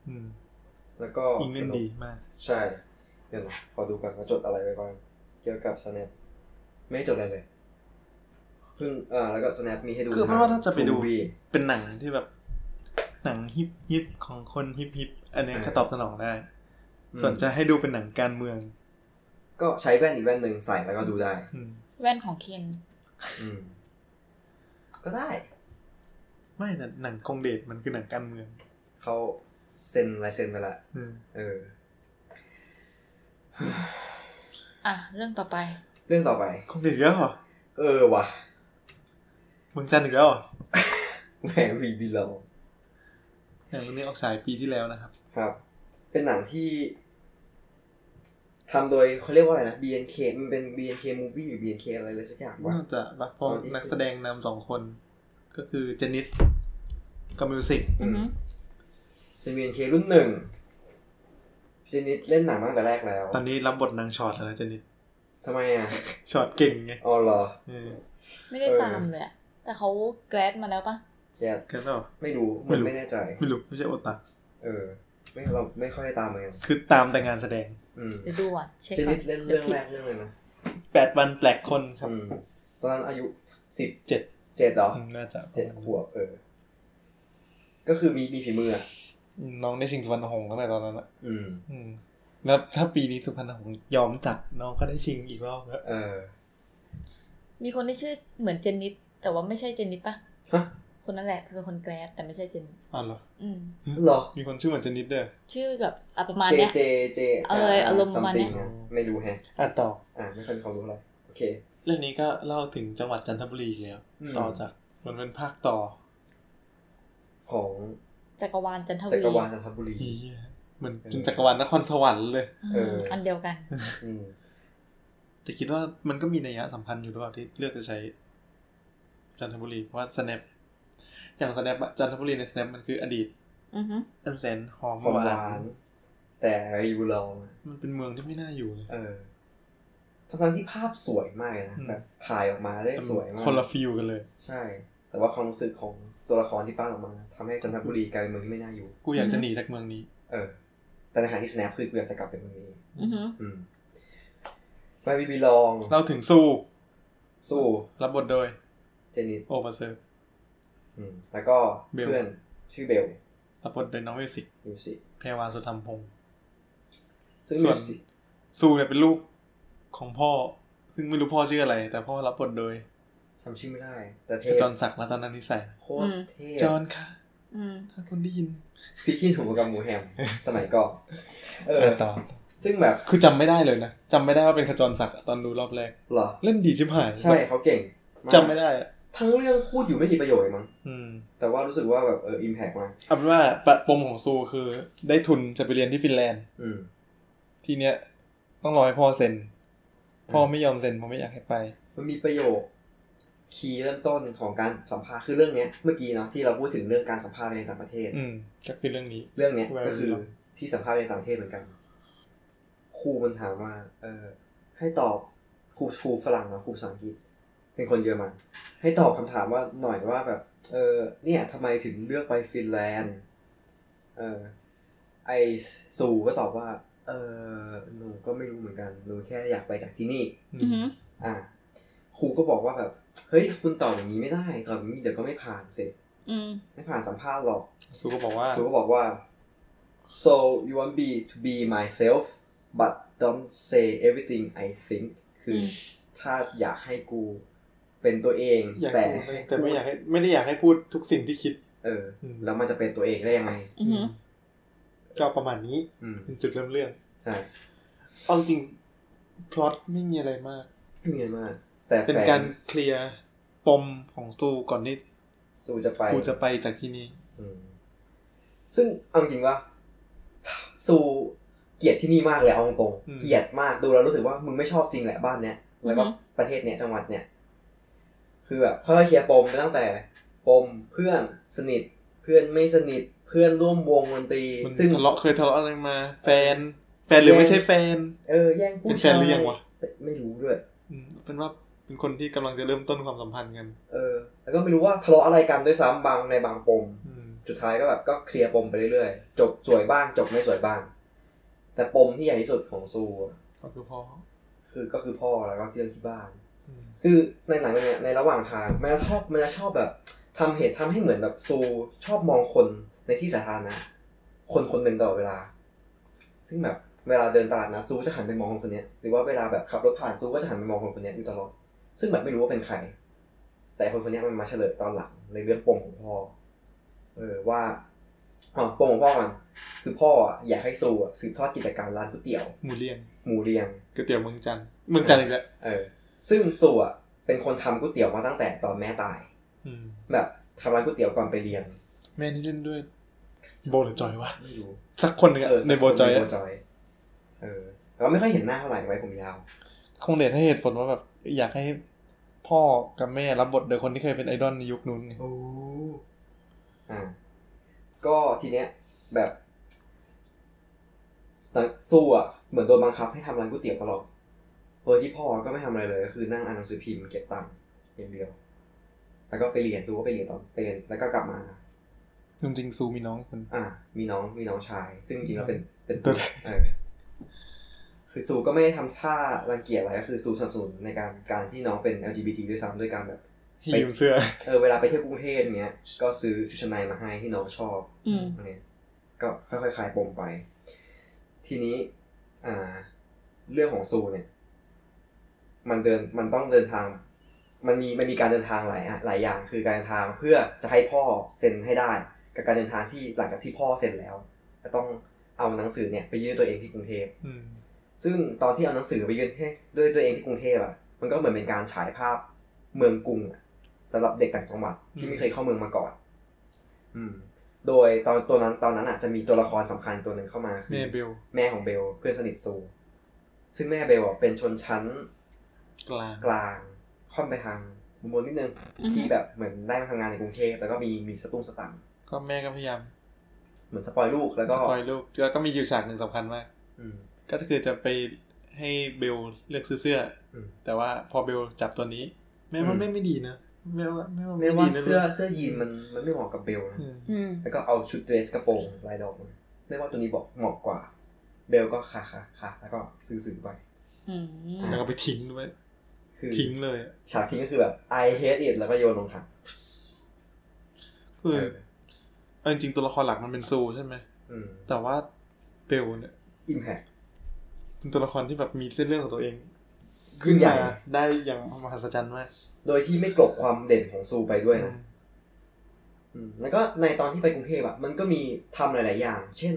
[SPEAKER 2] อืม
[SPEAKER 1] แล้วก็
[SPEAKER 2] อิงเล่นดีมาก
[SPEAKER 1] ใช่ เดี๋ยวนะขอดูก่อนว่าจดอะไรไว้บ้าง เกี่ยวกับ snap ไม่ได้จดอะไรเลย เพิ่งเอ่าแล้วก็ snap มีให้ดู
[SPEAKER 2] คือเพราะว่าถ้าจะไปดู
[SPEAKER 1] วี
[SPEAKER 2] เป็นหนังที่แบบ หนังฮิปฮิปของคนฮิปฮิปอันเนี้ย
[SPEAKER 1] เออ
[SPEAKER 2] ก็ตอบสนองได้
[SPEAKER 1] อืม
[SPEAKER 2] ส่วนจะให้ดูเป็นหนังการเมือง
[SPEAKER 1] ก็ใช้แว่นอีกแว่นหนึ่งใส่แล้วก็ดูได้
[SPEAKER 2] อืม
[SPEAKER 5] แว่นของเคน
[SPEAKER 1] อืม ก็ได้
[SPEAKER 2] ไม่แต่หนังกงเดชมันคือหนังการเมือง
[SPEAKER 1] เขาเซ็นลายเซ็นไปละ
[SPEAKER 2] อืม
[SPEAKER 1] เออ
[SPEAKER 5] อ่ะ เรื่องต่อไป
[SPEAKER 1] เรื่องต่อไป
[SPEAKER 2] กงเดชเยอะเหรอ
[SPEAKER 1] เออว่ะ
[SPEAKER 2] เมืองจันทร์อีกแล้วเหรอ
[SPEAKER 1] แหมวีบิลอง
[SPEAKER 2] หนังเรื่องนี้ออกฉายปีที่แล้วนะครับ
[SPEAKER 1] ครับ เป็นหนังที่ทำโดยเขาเรียกว่าอะไรนะ BNK มันเป็น BNK movie หรือ BNK อะไรเลยสักอย่างว่ะ
[SPEAKER 2] น่าจะปะเพราะ
[SPEAKER 1] ตอนนี้
[SPEAKER 2] นักแสดงนำสองคน ก็คือเจนิสกับมิวสิก
[SPEAKER 5] อือหือ
[SPEAKER 1] เป็น BNK รุ่นหนึ่งชนิดเล่นหนังตั้งแต่แรกแล้ว
[SPEAKER 2] ตอนนี้รับบทนางช็อตแล้วนะเจนิส
[SPEAKER 1] ทำไมอ่ะ
[SPEAKER 2] ช็อตเก่งไง
[SPEAKER 1] อ๋อเหรอ
[SPEAKER 2] เออ
[SPEAKER 5] ไม่ได้
[SPEAKER 1] เออ
[SPEAKER 5] ตามเลยอะแต่เขาแกรดมาแล้วปะ
[SPEAKER 1] แก
[SPEAKER 2] แกันเปล่า
[SPEAKER 1] ไม่รู้เหมือน
[SPEAKER 2] ไม่
[SPEAKER 1] ไม่
[SPEAKER 2] รู้
[SPEAKER 1] แน่ใจ
[SPEAKER 2] ไม่รู้ไม่ใช่โอตา
[SPEAKER 1] เออ ไม่เราไม่ค่อยได้ตามเหมือนกัน
[SPEAKER 2] คือตามแต่งานแสดง
[SPEAKER 1] อืม
[SPEAKER 5] เดี๋ยวดูก่อนเช็ค
[SPEAKER 1] เจ
[SPEAKER 5] ก่
[SPEAKER 1] นิ
[SPEAKER 5] อน
[SPEAKER 1] ดเล่น
[SPEAKER 5] ดี๋
[SPEAKER 1] เรื่
[SPEAKER 5] ยว
[SPEAKER 1] อง
[SPEAKER 5] ผิด
[SPEAKER 1] แรกเรื่องอะไรนะ
[SPEAKER 2] แปดวันแปลกคนครับ
[SPEAKER 1] อืมตอนนั้นอายุสิบ
[SPEAKER 2] เจ็ด
[SPEAKER 1] เจ็ดเหรอ
[SPEAKER 2] อืมน่าจะ
[SPEAKER 1] เจ็ดขวบเออ ก็คือมีมีฝีมืออ่ะ
[SPEAKER 2] อืมน้องได้ชิงสุวรรณหงส์ตั้งแต่ตอนนั้นอะ
[SPEAKER 1] อืม
[SPEAKER 2] อืม แล้วถ้าปีนี้สุพรรณหงส์ยอมจัดน้องก็ได้ชิงอีกรอบแล้ว
[SPEAKER 1] เออ
[SPEAKER 5] มีคนที่ชื่อเหมือนเจนนิด แต่ว่าไม่ใช่เจนนิดปะ
[SPEAKER 1] ฮะ
[SPEAKER 5] คนนั้นแหละเป็นคนแกรดแต่ไม่ใช่เจนนิด
[SPEAKER 2] อ๋อเหรอ
[SPEAKER 5] อืม
[SPEAKER 1] เหรอ
[SPEAKER 2] มีคนชื่อเหมือนเจนิสด้วย
[SPEAKER 5] ชื่อแบบอ่ะประมาณ
[SPEAKER 1] เจ
[SPEAKER 5] เนี้ย
[SPEAKER 1] เจเจ
[SPEAKER 5] เอออารมณ์ประมาณเนี้ย
[SPEAKER 1] ซัติงอะไม่รู้แฮะ
[SPEAKER 2] อ่ะต่อ
[SPEAKER 1] อ่า ไม่ค่อยมีความรู้อะไรโอเค
[SPEAKER 2] เรื่องนี้ก็เล่าถึงจังหวัดจันทบุรีอีกแล้ว
[SPEAKER 1] อืม
[SPEAKER 2] ต่อจากมันเป็นภาคต่อ
[SPEAKER 1] ของ
[SPEAKER 5] จักรวาลจันท
[SPEAKER 1] จั
[SPEAKER 5] วี
[SPEAKER 1] กรวาลจันทบุรี
[SPEAKER 2] เหี้ยเหมือนเป็นจักรวาลนครสวรรค์เลย
[SPEAKER 5] อืม
[SPEAKER 1] เอออั
[SPEAKER 5] นเดียวกัน
[SPEAKER 1] อืม
[SPEAKER 2] แต่คิดว่ามันก็มีนัยยะสำคัญอยู่หรือเปล่าที่เลือกจะใช้จันทบุรีเพราะว่า snap อย่าง snap อะจันทบุรีใน snap มันคืออดีต
[SPEAKER 5] อือหือ
[SPEAKER 2] อันแสนหอม
[SPEAKER 1] ความ
[SPEAKER 2] ห
[SPEAKER 1] ห
[SPEAKER 2] วาว
[SPEAKER 1] าน น แต่รีวิวลองอะ
[SPEAKER 2] มันเป็นเมืองที่ไม่น่าอยู่เลย
[SPEAKER 1] เออทั้งๆที่ภาพสวยมากเลยนะ
[SPEAKER 2] อืม
[SPEAKER 1] แบบถ่ายออกมาได้สวยมาก
[SPEAKER 2] คนละฟิลกันเลย
[SPEAKER 1] ใช่ แต่ว่าความรู้สึกของตัวละครที่ปั้นออกมาทำให้จันทบุรีกลายเป็นเมืองที่ไม่น่าอยู่
[SPEAKER 2] กูอยากจะหนีจากเมืองนี้
[SPEAKER 1] เออ แต่ในขณะที่ snap คือกูอยากจะกลับไปเมืองนี้
[SPEAKER 5] อือหือ
[SPEAKER 1] อืม Where we belong
[SPEAKER 2] เราถึงสู้
[SPEAKER 1] สู้
[SPEAKER 2] รับบทโดย
[SPEAKER 1] เจนิส
[SPEAKER 2] โอมาเซอร์
[SPEAKER 1] อืม แล้วก็
[SPEAKER 2] เบล
[SPEAKER 1] เพื่อนชื่อเบล
[SPEAKER 2] รับบทโดยน้องมิวสิก
[SPEAKER 1] มิวสิก
[SPEAKER 2] เพรวาสุธรรมพงศ์
[SPEAKER 1] ซึ่งมิ
[SPEAKER 2] ส่วน
[SPEAKER 1] วสิก
[SPEAKER 2] สู้เนี่ยเป็นลูกของพ่อ ซึ่งไม่รู้พ่อชื่ออะไร แต่พ่อรับบทโดย
[SPEAKER 1] จำชื่อไม่ได้ แต่เทพ
[SPEAKER 2] จอห์นศักดิ์รัตนนิสัย
[SPEAKER 1] โค
[SPEAKER 5] อื
[SPEAKER 1] ตร
[SPEAKER 5] ม
[SPEAKER 1] เท
[SPEAKER 2] จ
[SPEAKER 1] พ
[SPEAKER 2] อห์นค่ะ
[SPEAKER 5] อืม
[SPEAKER 2] ถ้าคุณได้ยิน
[SPEAKER 1] พี่กินหมูกับหมูแฮ ม สมัยก่อนเออ
[SPEAKER 2] เออต่อ
[SPEAKER 1] ซึ่งแบบ
[SPEAKER 2] คือจำไม่ได้เลยนะจำไม่ได้ว่าเป็นขจรศักดิ์อะตอนดูรอบแรก
[SPEAKER 1] เหรอ
[SPEAKER 2] เล่นดีชิบหาย
[SPEAKER 1] ใช่เขาเก่งาก
[SPEAKER 2] จำไม่ได้อะ
[SPEAKER 1] ทั้งเรื่องพูดอยู่ไม่กี่ประโยคเองมั้ง
[SPEAKER 2] อืม
[SPEAKER 1] แต่ว่ารู้สึกว่าแบบเอออิมแพกมาก
[SPEAKER 2] เอาเป็นว่าปะปมของซูคือได้ทุนจะไปเรียนที่ฟินแลนด์
[SPEAKER 1] อืม
[SPEAKER 2] ทีเนี้ยต้องรอให้พ่อเซ็น พ่อไม่ยอมเซ็นเพราะไม่อยากให้ไป
[SPEAKER 1] มันมีประโยคคีย์เริ่มต้นของการสัมภาษณ์คือเรื่องเนี้ยเมื่อกี้เนาะที่เราพูดถึงเรื่องการสัมภาษณ์ในต่างประเทศ
[SPEAKER 2] อืม ก็คือเรื่องนี้
[SPEAKER 1] เรื่องเนี้ย
[SPEAKER 2] แวร์
[SPEAKER 1] ก็คือ
[SPEAKER 2] เรื่อง
[SPEAKER 1] ที่สัมภาษณ์ในต่างประเทศเหมือนกันครูมันถามว่า เออ ให้ตอบครูครูฝรั่งเนาะครูภาษาอังกฤษเป็นคนเยอรมันให้ตอบคำถามว่าหน่อยว่าแบบ เออ เนี่ยทำไมถึงเลือกไปฟินแลนด์เออไอซูก็ตอบว่า เออหนูก็ไม่รู้เหมือนกันหนูแค่อยากไปจากที่นี่
[SPEAKER 2] อื
[SPEAKER 5] อือ
[SPEAKER 2] ม
[SPEAKER 5] หือ
[SPEAKER 1] อ่าครูก็บอกว่าแบบ เฮ้ย คุณตอบอย่างนี้ไม่ได้ตอบอย่างนี้เดี๋ยวก็ไม่ผ่านสิ
[SPEAKER 5] อืม
[SPEAKER 1] ไม่ผ่านสัมภาษณ์หรอก
[SPEAKER 2] ซูก็บอกว่า
[SPEAKER 1] ครูก็บอกว่า so you want me to be myself but don't say everything I think คืออ
[SPEAKER 5] ม
[SPEAKER 1] ถ้าอยากให้กูเป็นตัวเอง
[SPEAKER 2] อยาก
[SPEAKER 1] แต่
[SPEAKER 2] พูด
[SPEAKER 1] ให้
[SPEAKER 2] แต่ไม่อยากให้ไม่ได้อยากให้พูดทุกสิ่งที่คิด
[SPEAKER 1] เอออ
[SPEAKER 2] ม
[SPEAKER 1] แล้วมันจะเป็นตัวเองได้ยังไง
[SPEAKER 5] อือหือ
[SPEAKER 2] ก็ประมาณนี้
[SPEAKER 1] อืม
[SPEAKER 2] เป็นจุดเริ่มเรื่อง
[SPEAKER 1] ใช่
[SPEAKER 2] เอาจริงพล็อตไม่มีอะไรมาก
[SPEAKER 1] ไม่มีอะไรมาก แต่แฟ
[SPEAKER 2] เป็น
[SPEAKER 1] น
[SPEAKER 2] การเคลียร์ปมของซูก่อนที่
[SPEAKER 1] สูจะไป
[SPEAKER 2] ครูจะไปจากที่นี่
[SPEAKER 1] อืมซึ่งเอาจริงว่าซูเกลียดที่นี่มากเลยเอาตรง
[SPEAKER 2] อืม
[SPEAKER 1] ๆเกลียดมากดูแล้วรู้สึกว่ามึงไม่ชอบจริงแหละบ้านเนี้ยแล้วก็
[SPEAKER 5] อือฮึ
[SPEAKER 1] ประเทศเนี้ยจังหวัดเนี้ยคือแบบค่อยๆเคลียร์ปมไปตั้งแต่ ปมเพื่อนสนิท เพื่อนไม่สนิทเพื่อนร่วมวงดนตรี
[SPEAKER 2] มัน
[SPEAKER 1] ซึ่ง
[SPEAKER 2] ทะเลาะเคยทะเลาะอะไรมา แฟน แฟนหรือไม่ใช่แฟน
[SPEAKER 1] เออแย่งผู้
[SPEAKER 2] เป็นแฟ
[SPEAKER 1] ชาย
[SPEAKER 2] นหรือยังวะ
[SPEAKER 1] ไม่รู้ด้วย
[SPEAKER 2] อืมเป็นว่าเป็นคนที่กำลังจะเริ่มต้นความสัมพันธ์กัน
[SPEAKER 1] เออ แล้วก็ไม่รู้ว่าทะเลาะอะไรกันด้วยซ้ำบางในบางปม
[SPEAKER 2] อืม
[SPEAKER 1] สุดท้ายก็แบบก็เคลียร์ปมไปเรื่อยๆ จบสวยบ้าง จบไม่สวยบ้าง แต่ปมที่ใหญ่ที่สุดของซูอะ
[SPEAKER 2] ก็คือพ่อ
[SPEAKER 1] คือก็คือพ่อแล้วก็เรื่องที่บ้าน
[SPEAKER 2] อืม
[SPEAKER 1] คือในหนังเนี่ยในระหว่างทางมันจะชอบมันจะชอบแบบทำเหตุทำให้เหมือนแบบซูชอบมองคนในที่สาธารณะคนคนหนึ่งตลอดเวลา ซึ่งแบบเวลาเดินตลาดนะซูก็จะหันไปมองคนคนเนี้ยหรือว่าเวลาแบบขับรถผ่านซูก็จะหันไปมองคนคนเนี้ยอยู่ตลอด ซึ่งแบบไม่รู้ว่าเป็นใคร แต่คนคนเนี้ยมันมาเฉลยตอนหลังในเรื่องปมของพ่อ เออว่าอ๋อปมของพ่อมันคือพ่ออะอยากให้ซูอะสืบทอดกิจการร้านก๋วยเตี๋ยว
[SPEAKER 2] หมูเลียง
[SPEAKER 1] หมูเรียง
[SPEAKER 2] ก๋วยเตี๋ยวเมืองจันทร์เมืองจันทร์อีกแล้ว
[SPEAKER 1] เออ ซึ่งซูอะเป็นคนทำก๋วยเตี๋ยวมาตั้งแต่ตอนแม่ตาย
[SPEAKER 2] อืม
[SPEAKER 1] แบบทำร้านก๋วยเตี๋ยวก่อนไปเรียน
[SPEAKER 2] แม่นี่เล่นด้วย โบหรือจอยวะ
[SPEAKER 1] ไม่รู้
[SPEAKER 2] สักคนหนึ่งอะ
[SPEAKER 1] เออ
[SPEAKER 2] ในโบจอย
[SPEAKER 1] ใน
[SPEAKER 2] อะ
[SPEAKER 1] โบจอย เออแต่ว่าไม่ค่อยเห็นหน้าเท่าไหร่ไว้ผมยาว
[SPEAKER 2] คงเดชให้เหตุผลว่าแบบ อยากให้พ่อกับแม่รับบทโดยคนที่เคยเป็นไอดอลในยุคนู้นไง
[SPEAKER 1] โอ้อ่า ก็ทีเนี้ย แบบสู้อ่ะ เหมือนโดนบังคับให้ทำร้านก๋วยเตี๋ยวตลอดโดยที่พ่อก็ไม่ทำอะไรเลยก็คือนั่งอ่านหนังสือพิมพ์เก็บตังค์อย่างเดียว แล้วก็ไปเรียนสู้ก็ไปเรียนตอนไปเรียนแล้วก็กลับมา
[SPEAKER 2] จริงๆซูมีน้องคน
[SPEAKER 1] อ่า มีน้อง มีน้องชาย ซึ่งจริงๆแล้วเป็น เป็น
[SPEAKER 2] ตัวแทน
[SPEAKER 1] เออ คือซูก็ไม่ได้ทำท่ารังเกียจอะไร ก็คือซูสนับสนุนในการ การที่น้องเป็น LGBT ด้วยซ้ำด้วยการแบบ
[SPEAKER 2] ให้ยืมเสื้อ
[SPEAKER 1] เออ เวลาไปเที่ยวกรุงเทพเนี้ย ก็ซื้อชุดชั้นในมาให้ที่น้องชอบ
[SPEAKER 5] อืม
[SPEAKER 1] อะไรเงี้ยก็ค่อยๆคลายปมไป ทีนี้ อ่า เรื่องของซูเนี่ย มันเดิน มันต้องเดินทาง มันมี มันมีการเดินทางหลายอ่ะหลายอย่าง คือการเดินทางเพื่อจะให้พ่อเซ็นให้ได้ กับการเดินทางที่หลังจากที่พ่อเซ็นแล้ว จะต้องเอาหนังสือเนี่ยไปยื่นตัวเองที่กรุงเทพ
[SPEAKER 2] อืม
[SPEAKER 1] ซึ่งตอนที่เอาหนังสือไปยื่นให้ด้วยตัวเองที่กรุงเทพอ่ะ มันก็เหมือนเป็นการฉายภาพเมืองกรุงอะสำหรับเด็กต่างจังหวัดที่ไม่เคยเข้าเมืองมาก่อน อืม โดยตอนตัวนั้นตอนนั้นอ่ะจะมีตัวละครสำคัญตัวหนึ่งเข้ามาคื
[SPEAKER 2] แม่เบล
[SPEAKER 1] แม่ของเบลเพื่อนสนิทซู ซึ่งแม่เบลอะเป็นชนชั้น
[SPEAKER 2] กลาง
[SPEAKER 1] กลาง ค่อนไปทางมุมบนนิดนึง
[SPEAKER 5] อือฮึ
[SPEAKER 1] ที่แบบเหมือนได้มาทำงานในกรุงเทพแล้วก็มีมีสตุ้งสตังค์
[SPEAKER 2] ก็แม่ก็พยายาม
[SPEAKER 1] เหมือนสปอยลูกแล้วก็
[SPEAKER 2] คอยลูกแล้วก็มีอยู่ฉากหนึ่งสำคัญมาก
[SPEAKER 1] อืม
[SPEAKER 2] ก็คือจะไปให้เบลเลือกซื้อเสื้ออ
[SPEAKER 1] ม
[SPEAKER 2] แต่ว่าพอเบลจับตัวนี้ แม่
[SPEAKER 1] อื
[SPEAKER 2] ว่าม แม่ไม่ดีนะแม่ว่าแม่ว่า
[SPEAKER 1] ไม่ว่า
[SPEAKER 2] ดีนะ
[SPEAKER 1] เสื้อเสื้อยีนมันมันไม่เหมาะกับเบลนะ
[SPEAKER 2] อืม
[SPEAKER 5] อืม
[SPEAKER 1] แล้วก็เอาชุดเดรสกระโปรงลายดอกมาไม่ว่าตัวนี้บอกเหมาะกว่า เดิมก็ค่ะค่ะค่ะแล้วก็ซื้อซื้อไป
[SPEAKER 5] อืม
[SPEAKER 2] แล้วก็ไปทิ้งด้วย
[SPEAKER 1] คือ
[SPEAKER 2] ทิ้งเลยอะ
[SPEAKER 1] ฉากทิ้งก็คือแบบ I hate it แล้วก็โยนลงถัง
[SPEAKER 2] คือ
[SPEAKER 1] เออ
[SPEAKER 2] เอาจริงๆตัวละครหลักมันเป็นซูใช่ไหม
[SPEAKER 1] อืม
[SPEAKER 2] แต่ว่าเบลเนี่ย
[SPEAKER 1] impact
[SPEAKER 2] เป็นตัวละครที่แบบมีเส้นเรื่องของตัวเอง
[SPEAKER 1] ยิ่งใหญ่
[SPEAKER 2] ขึ้นมาได้อย่างมหัศจรรย์มาก
[SPEAKER 1] โดยที่ไม่กลบความเด่นของซูไปด้วยนะ
[SPEAKER 2] อืม
[SPEAKER 1] อืมแล้วก็ในตอนที่ไปกรุงเทพอะมันก็มีทำหลาย ๆ อย่าง เช่น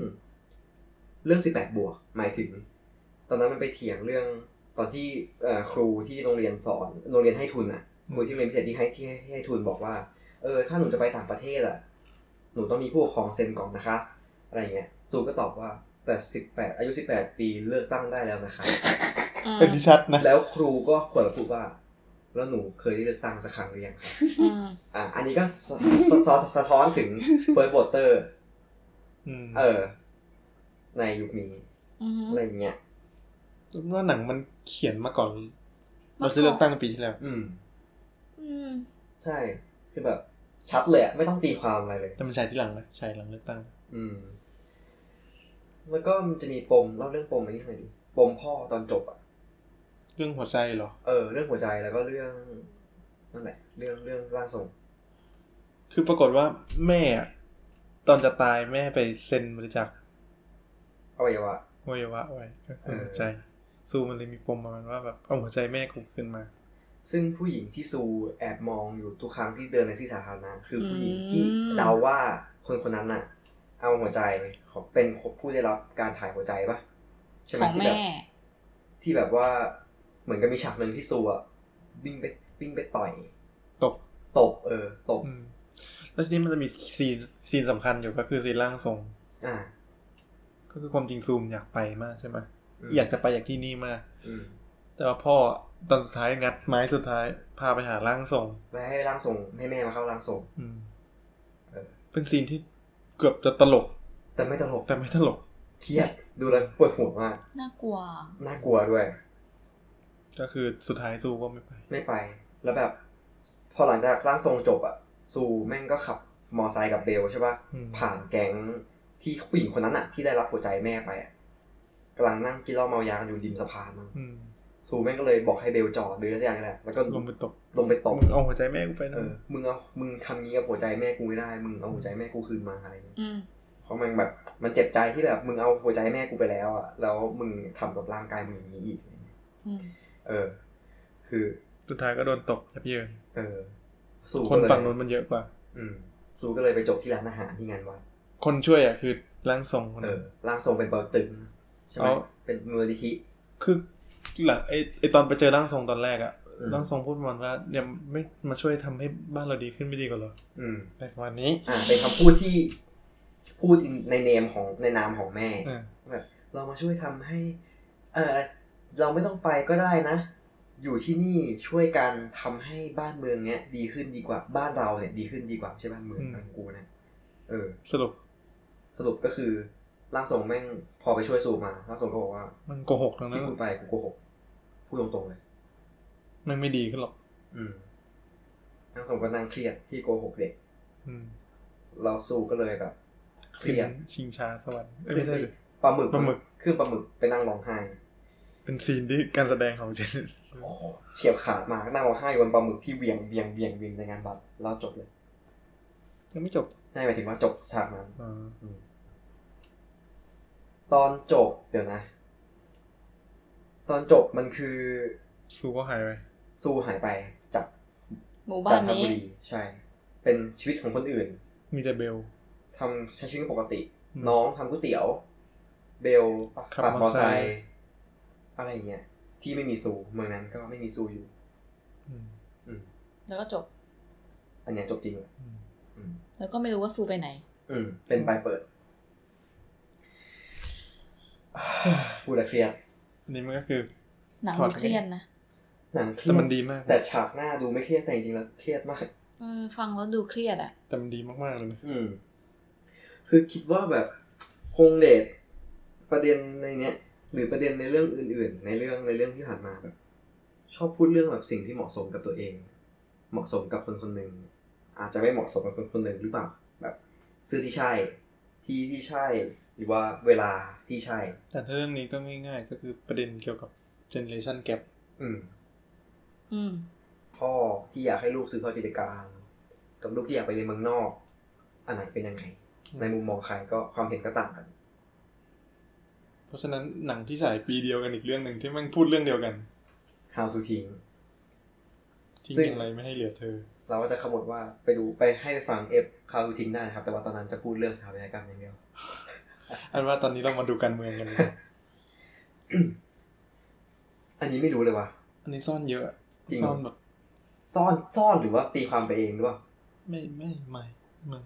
[SPEAKER 1] เรื่อง 18 บวก หมายถึง ตอนนั้นมันไปเถียงเรื่องตอนที่เอ่อครูที่โรงเรียนสอนโรงเรียนให้ทุนอะครูที่โรงเรียนพิเศษที่ให้ที่ให้ที่ให้ทุนบอกว่า เออ ถ้าหนูจะไปต่างประเทศอะหนูต้องมีผู้ปกครองเซ็นก่อนนะคะ อะไรเงี้ยซูก็ตอบว่าแต่ 18 อายุ 18 ปีเลือกตั้งได้แล้วนะคะ
[SPEAKER 2] เป็นดิชัดนะ
[SPEAKER 1] แล้วครูก็ขวนพูดว่า แล้วหนูเคยได้เลือกตั้งสักครั้งหรือยังคะ
[SPEAKER 5] อืม
[SPEAKER 1] อ่ะอันนี้ก็สะสะสะสะท้อนถึงเฟิร์สโบเตอร์
[SPEAKER 2] อืม
[SPEAKER 1] เออ ในยุคนี้
[SPEAKER 5] อืม
[SPEAKER 1] อะไรเงี้ย
[SPEAKER 2] ว่าหนังมันเขียนมาก่อน
[SPEAKER 5] มาก่อน
[SPEAKER 2] เราจะเลือกตั้งปีที่แล้ว
[SPEAKER 1] อืม
[SPEAKER 5] อืม
[SPEAKER 1] ใช่ คือแบบ ชัดเลยอะไม่ต้องตีความอะไรเลย
[SPEAKER 2] แต่มันใช้ที่หลังนะใช้หลังเลือกตั้ง
[SPEAKER 1] อืม แล้วก็มันจะมีปมเล่าเรื่องปมอันนี้หน่อยดิปมพ่อตอนจบอ่ะ
[SPEAKER 2] เรื่องหัวใจเหรอ
[SPEAKER 1] เออ เรื่องหัวใจแล้วก็เรื่อง นั่นแหละ เรื่องเรื่องร่างทรง
[SPEAKER 2] คือปรากฏว่าแม่อะตอนจะตายแม่ไปเซ็นบริจาค
[SPEAKER 1] อวัยวะ
[SPEAKER 2] อวัยวะไว้ก็คือ
[SPEAKER 1] เออ
[SPEAKER 2] หัวใจซูมันเลยมีปมประมาณว่าแบบเอาหัวใจแม่กูขึ้นมา
[SPEAKER 1] ซึ่งผู้หญิงที่ซูแอบมองอยู่ทุกครั้งที่เดินในที่สาธารณะคือผู้หญิงที่เดาว่าคนคนนั้นน่ะ เอาหัวใจของเป็นผู้ได้รับการถ่ายหัวใจปะใช่ไหม
[SPEAKER 5] ของ
[SPEAKER 1] ที่แบ
[SPEAKER 5] แม่
[SPEAKER 1] บที่แบบว่าเหมือนกับมีฉากหนึ่งที่ซูอ่ะวิ่งไปวิ่งไปต่อย
[SPEAKER 2] ตก
[SPEAKER 1] ตบเออตบ
[SPEAKER 2] อืม แล้วทีนี้มันจะมีซีนซีนสำคัญอยู่ก็คือซีนร่างทรง
[SPEAKER 1] อ่า
[SPEAKER 2] ก็คือความจริงซูมอยากไปมากใช่ไหม
[SPEAKER 1] ม
[SPEAKER 2] อยากจะไปอยากที่นี่มาก
[SPEAKER 1] อืม
[SPEAKER 2] แต่ว่าพ่อตอนสุดท้ายงัดไม้สุดท้ายพาไปหาร่างทรง
[SPEAKER 1] ไปให้ร่างทรงให้แม่มาเข้าร่างทรง
[SPEAKER 2] อืม
[SPEAKER 1] เออ
[SPEAKER 2] เป็นซีนที่เกือบจะตลก
[SPEAKER 1] แต่ไม่ตลก
[SPEAKER 2] แต่ไม่ตลก
[SPEAKER 1] เครียดดูแล้วปวดหัวมาก
[SPEAKER 5] น่ากลัว
[SPEAKER 1] น่ากลัวด้วย
[SPEAKER 2] ก็คือสุดท้ายซูก็ไม่ไป
[SPEAKER 1] ไม่ไป แล้วแบบ พอหลังจากร่างทรงจบอะซูแม่งก็ขับมอไซค์กับเบลใช่ปะ่ะ
[SPEAKER 2] อืม
[SPEAKER 1] ผ่านแก๊งที่ผู้หญิงคนนั้นอะที่ได้รับหัวใจแม่ไปอะกำลังนั่งกินเหล้าเมายากันอยู่ริมสะพานมั้ง
[SPEAKER 2] อืม
[SPEAKER 1] ซูแม่งก็เลยบอกให้เบลจอดหรืออะไรสักอย่างนี่แหละแล้วก็
[SPEAKER 2] ลงไปตก
[SPEAKER 1] ลงไปตบ
[SPEAKER 2] มึงเอาหัวใจแม่กูไป
[SPEAKER 1] เอ
[SPEAKER 2] นะ
[SPEAKER 1] อมึงเอามึงทำงี้กับหัวใจแม่กูไม่ได้ มึงเอาหัวใจแม่กูคืนมาอะไรเงี้ย
[SPEAKER 5] อืม
[SPEAKER 1] เพราะมันแบบมันเจ็บใจที่แบบมึงเอาหัวใจแม่กูไปแล้วอะแล้วมึงทำกับร่างกายมึงอย่างนี้อีก
[SPEAKER 5] อืม
[SPEAKER 1] เออ คือ
[SPEAKER 2] สุดท้ายก็โดนตกยับเยิน
[SPEAKER 1] เออซู
[SPEAKER 2] คน
[SPEAKER 1] ก็เลย
[SPEAKER 2] ฝั่งนู้นมันเยอะกว่า
[SPEAKER 1] อืมซูก็เลยไปจบที่ร้านอาหารที่งานวัด
[SPEAKER 2] คนช่วยอ่ะคือร่างทรงคน
[SPEAKER 1] เอ
[SPEAKER 2] นั้น
[SPEAKER 1] อร่างทรงเป็นเปาตึงใช่ไหม
[SPEAKER 2] เอา
[SPEAKER 1] เป็นมูลนิธิ
[SPEAKER 2] คือหลังไอไอตอนไปเจอร่างทรงตอนแรกอ่ะ
[SPEAKER 1] อืม
[SPEAKER 2] ร่างทรงพูดประมันว่าเนี่ยไม่มาช่วยทำให้บ้านเราดีขึ้นไม่ดีกว่าเหรอ
[SPEAKER 1] อืม
[SPEAKER 2] อะไรประมาณนี้
[SPEAKER 1] อ่า เป็นคำพูดที่พูดในเนมของในนามของแม่
[SPEAKER 2] อ่า
[SPEAKER 1] แบบเรามาช่วยทำให้ เอออะไรเราไม่ต้องไปก็ได้นะ อยู่ที่นี่ช่วยกันทำให้บ้านเมืองเนี้ย ดีขึ้นดีกว่าบ้านเราเนี่ยดีขึ้นดีกว่าไม่ใช่บ้านเมืองบ้านกูนะเออ
[SPEAKER 2] สรุป
[SPEAKER 1] สรุปก็คือร่างทรงแม่งพอไปช่วยซูมาร่างทรงก็บอกว่า
[SPEAKER 2] มันโกหกทั้งนั้
[SPEAKER 1] ที่
[SPEAKER 2] น
[SPEAKER 1] กูไปกูโกหกพูดตรงๆเลย
[SPEAKER 2] มันไม่ดีขึ้นหรอก
[SPEAKER 1] อืมนางสมก็นางเครียดที่โกหกเด็ก
[SPEAKER 2] อืม
[SPEAKER 1] เราสู้ก็เลยแบบ เครียด
[SPEAKER 2] ขึ้นชิงชาสวรรค์เอ้ย
[SPEAKER 1] ขึ้
[SPEAKER 2] ไม่
[SPEAKER 1] น
[SPEAKER 2] ใช่
[SPEAKER 1] ไป
[SPEAKER 2] ดิ
[SPEAKER 1] ปลาหมึก
[SPEAKER 2] ปลาหมึก
[SPEAKER 1] ขึ้นปลาหมึกไปนั่งร้องไห้
[SPEAKER 2] เป็นซีนที่การแสดงของเจน
[SPEAKER 1] โอ้โหเฉียบขาดมากนั่งร้องไห้บนปลาหมึกที่เวียงเวียงเวียงเวียงในงานบัตรเราจบเลย
[SPEAKER 2] ยังไม่จบ
[SPEAKER 1] นั่นหมายถึงว่าจบฉากนั้น
[SPEAKER 2] อ่า
[SPEAKER 1] อืมตอนจบเดี๋ยวนะ ตอนจบมันคือ
[SPEAKER 2] ซูก็หายไป
[SPEAKER 1] ซูหายไปจาก
[SPEAKER 5] หมู่บ้าน
[SPEAKER 1] จันท
[SPEAKER 5] นี้
[SPEAKER 1] บุรีใช่ เป็นชีวิตของคนอื่น
[SPEAKER 2] มีแต่เบล
[SPEAKER 1] ทำใช้ชีวิตปกติ
[SPEAKER 2] อืม
[SPEAKER 1] น้องทำก๋วยเตี๋ยว เบลปะ
[SPEAKER 2] ขับ
[SPEAKER 1] ปัดม
[SPEAKER 2] ม
[SPEAKER 1] อ
[SPEAKER 2] อ
[SPEAKER 1] ไซ
[SPEAKER 2] ไซค์
[SPEAKER 1] ค์อะไรอย่างเงี้ยที่ไม่มีซูเมืองนั้นก็ไม่มีซูอยู่
[SPEAKER 2] อืม
[SPEAKER 1] อืม
[SPEAKER 5] แล้วก็จบ
[SPEAKER 1] อันเนี้ยจบจริงเลย
[SPEAKER 2] อื ม
[SPEAKER 1] อืม
[SPEAKER 5] แล้วก็ไม่รู้ว่าซูไปไหน
[SPEAKER 1] อืม เป็นใบเปิดพูดและเครียด
[SPEAKER 2] อันนี้มันก็คือ
[SPEAKER 5] หนัง
[SPEAKER 2] ถอด
[SPEAKER 5] มันเครียดนะ
[SPEAKER 1] หนังเครี
[SPEAKER 2] แต่
[SPEAKER 1] ย
[SPEAKER 2] มั
[SPEAKER 1] ด
[SPEAKER 2] นดีมากนะ
[SPEAKER 1] แต่ฉากหน้าดูไม่เครียดแต่จริงๆแล้วเครียดมาก
[SPEAKER 5] อืม ฟังแล้วดูเครียดอ่ะ
[SPEAKER 2] แต่มันดีมากๆเลยนะ
[SPEAKER 1] อืม คือคิดว่าแบบคงเดชประเด็นในเนี้ย หรือประเด็นในเรื่องอื่น ๆ ในเรื่องในเรื่องที่ผ่านมาแบบชอบพูดเรื่องแบบสิ่งที่เหมาะสมกับตัวเอง เหมาะสมกับคนคนหนึ่งอาจจะไม่เหมาะสมกับคนคนหนึ่งหรือเปล่า แบบ ซื้อที่ใช่ ที่ที่ใช่ หรือว่าเวลาที่ใช่
[SPEAKER 2] แต่ถ้าเรื่องนี้ก็ง่ายๆ ก็คือประเด็นเกี่ยวกับ generation gap
[SPEAKER 1] อืม
[SPEAKER 3] อืม
[SPEAKER 1] พ่อที่อยากให้ลูกซื้อเข้ากิจการกับลูกที่อยากไปเรียนเมืองนอก อันไหนเป็นยังไง ในมุมมองใครก็ความเห็นก็ต่างกัน
[SPEAKER 2] เพราะฉะนั้นหนังที่ฉายปีเดียวกันอีกเรื่องหนึ่งที่แม่งพูดเรื่องเดียวกัน
[SPEAKER 1] How to ทิ้ง
[SPEAKER 2] ทิ้ง
[SPEAKER 1] ซึ่ง
[SPEAKER 2] อย่างไรไม่ให้เหลือเธอ
[SPEAKER 1] เราก็จะขมวดว่าไปดูไปให้ไปฟังเอฟ How to ทิ้งได้นะครับ แต่ว่าตอนนั้นจะพูดเรื่องสถาปัตยกรรมอย่างเดียว
[SPEAKER 2] อันว่าตอนนี้เรามาดูการเมืองกันดีกว่า
[SPEAKER 1] อันนี้ไม่รู้เลยว่ะ
[SPEAKER 2] อันนี้ซ่อนเยอะ
[SPEAKER 1] จริง
[SPEAKER 2] ซ่อนแบบ
[SPEAKER 1] ซ่อนซ่อนหรือว่าตีความไปเองหรือเปล่า
[SPEAKER 2] ไม่ไม่ไม่ไม่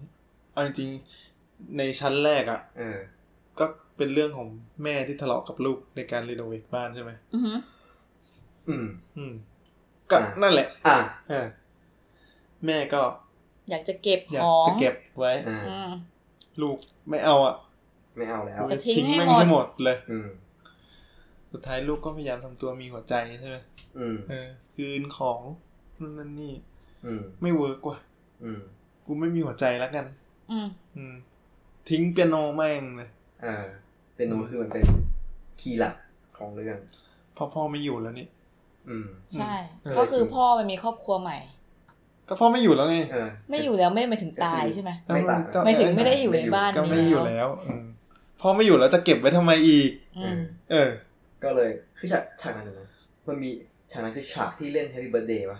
[SPEAKER 2] เอาจริงๆในชั้นแรกอ่ะ
[SPEAKER 1] เออ
[SPEAKER 2] ก็เป็นเรื่องของแม่ที่ทะเลาะกับลูกในการรีโนเวทบ้านใช่ไหม
[SPEAKER 3] อือหือ
[SPEAKER 1] อืม
[SPEAKER 2] อืม ก็
[SPEAKER 1] อ่านั่
[SPEAKER 2] นั่นแหละ
[SPEAKER 1] อ่ะ
[SPEAKER 2] เออแม่ก็
[SPEAKER 3] อยากจะเก็บ
[SPEAKER 2] อยา
[SPEAKER 3] ข
[SPEAKER 2] ก
[SPEAKER 3] อง
[SPEAKER 2] จะเก็บไว้
[SPEAKER 1] อ่า
[SPEAKER 3] อืม
[SPEAKER 2] ลูกไม่เอาอ่ะ
[SPEAKER 1] ไม่เอาแล้ว
[SPEAKER 3] จะทิ้งให้
[SPEAKER 2] แม่ง
[SPEAKER 3] หมด
[SPEAKER 2] ให้หมดเลย
[SPEAKER 1] อืม
[SPEAKER 2] สุดท้ายลูกก็พยายามทำตัวมีหัวใจใช่ไหม
[SPEAKER 1] อืม
[SPEAKER 2] เออ คืนของนู่นนั่นนี่
[SPEAKER 1] อืม
[SPEAKER 2] ไม่เวิร์กว่ะ
[SPEAKER 1] อืม
[SPEAKER 2] กูไม่มีหัวใจแล้วกัน
[SPEAKER 3] อืม
[SPEAKER 2] อืม ทิ้งเปียโนแม่งเลย
[SPEAKER 1] เออ เป็นโนคือมันเป็นคีย์หลักของเรื่อง
[SPEAKER 2] พ่อพ่อไม่อยู่แล้วนี่
[SPEAKER 1] อืม
[SPEAKER 3] ใช่
[SPEAKER 2] อืม
[SPEAKER 3] ก็คือพ่อไปมีครอบครัวใหม่
[SPEAKER 2] ก็พ่อไม่อยู่แล้วไง
[SPEAKER 1] เออ
[SPEAKER 3] ไม่อยู่แล้วไม่ได้หมายถึงตายใช่ไหม
[SPEAKER 1] ไม่ต่าง
[SPEAKER 2] ก็
[SPEAKER 3] หมายถึงไม่ได้อยู่ในบ้าน
[SPEAKER 2] ก็ไม่
[SPEAKER 3] นี้
[SPEAKER 2] อยู่แล้วอืมพ่อไม่อยู่แล้วจะเก็บไว้ทำไมอีก
[SPEAKER 3] อืม
[SPEAKER 2] เออ
[SPEAKER 1] ก็เลย คือฉากฉากนั้นนะ มันมีฉากนั้นคือฉากที่เล่น Happy Birthday ป่ะ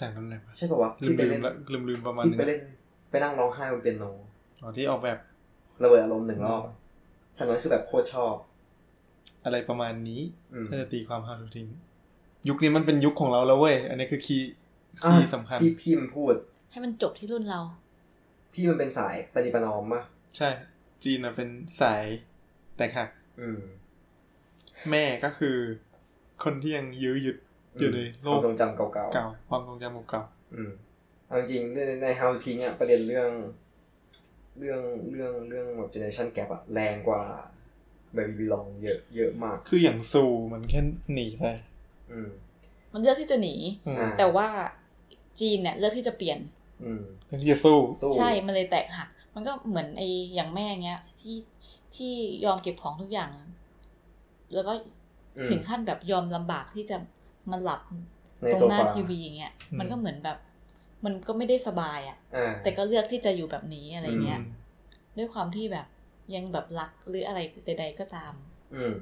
[SPEAKER 2] จากนั้นเลยปะ
[SPEAKER 1] ใช่ป่าววะ
[SPEAKER 2] ลื
[SPEAKER 1] ที่
[SPEAKER 2] ม
[SPEAKER 1] ไป
[SPEAKER 2] ลื
[SPEAKER 1] เล่
[SPEAKER 2] ม
[SPEAKER 1] น
[SPEAKER 2] ละลืมลืมประมาณ
[SPEAKER 1] ที่
[SPEAKER 2] นึง
[SPEAKER 1] ไปเล่น ไปนั่งร้องไห้บนเปียโน
[SPEAKER 2] อ๋อที่ออกแบบ
[SPEAKER 1] ระเบิดอารมณ์หนึ่งรอบฉากนั้นคือแบบโคตรชอบ
[SPEAKER 2] อะไรประมาณนี้
[SPEAKER 1] อืม
[SPEAKER 2] ถ้าจะตีความฮารูทิง ยุคนี้มันเป็นยุคของเราแล้วเว้ย อันนี้คือคีย์คีย์
[SPEAKER 1] อ่ะ
[SPEAKER 2] สำคัญ
[SPEAKER 1] ที่พี่มันพูด
[SPEAKER 3] ให้มันจบที่รุ่นเรา
[SPEAKER 1] พี่มันเป็นสายปฏิปนอมป่ะ
[SPEAKER 2] ใช่ จีนน่ะเป็นสายแต่ค่ะ
[SPEAKER 1] อืม
[SPEAKER 2] แม่ก็คือ คนที่ยังยื้อยุดอยู่ใน
[SPEAKER 1] ค
[SPEAKER 2] โล
[SPEAKER 1] วาม
[SPEAKER 2] ก
[SPEAKER 1] ทรงจำเก่า
[SPEAKER 2] เก่า ความทรงจำเก่า
[SPEAKER 1] ๆอืมเอาจริงๆในใน How to ทิ้งอ่ะประเด็นเรื่อง เรื่องเรื่องเรื่องแบบ generation gap อะแรงกว่า Baby Belong เยอะเยอะมาก
[SPEAKER 2] คืออย่างซูมันแค่หนีไป
[SPEAKER 1] อืม
[SPEAKER 3] มันเลือกที่จะหนี
[SPEAKER 2] อืม
[SPEAKER 1] อ่า
[SPEAKER 3] แต่ว่าจีนเนี่ยเลือกที่จะเปลี่ยน
[SPEAKER 1] อืม
[SPEAKER 2] แทนที่จะสู้
[SPEAKER 1] สู้
[SPEAKER 3] ใช่ มันเลยแตกหัก มันก็เหมือนไออย่างแม่เงี้ย ที่ที่ยอมเก็บของทุกอย่าง แล้วก็
[SPEAKER 1] อืม
[SPEAKER 3] ถึงขั้นแบบยอมลำบากที่จะมาหลับ
[SPEAKER 1] ใน
[SPEAKER 3] ตร
[SPEAKER 1] โซ
[SPEAKER 3] งหน้า
[SPEAKER 1] ฟา
[SPEAKER 3] ทีวีอย่างเงี้ย
[SPEAKER 2] อืม
[SPEAKER 3] มันก็เหมือนแบบ มันก็ไม่ได้สบายอะ่ะ
[SPEAKER 1] อ่า
[SPEAKER 3] แต่ก็เลือกที่จะอยู่แบบนี้อะไรเงี้ย
[SPEAKER 2] อืม
[SPEAKER 3] ด้วยความที่แบบยังแบบรักหรืออะไรใด ๆก็ตาม
[SPEAKER 1] อืม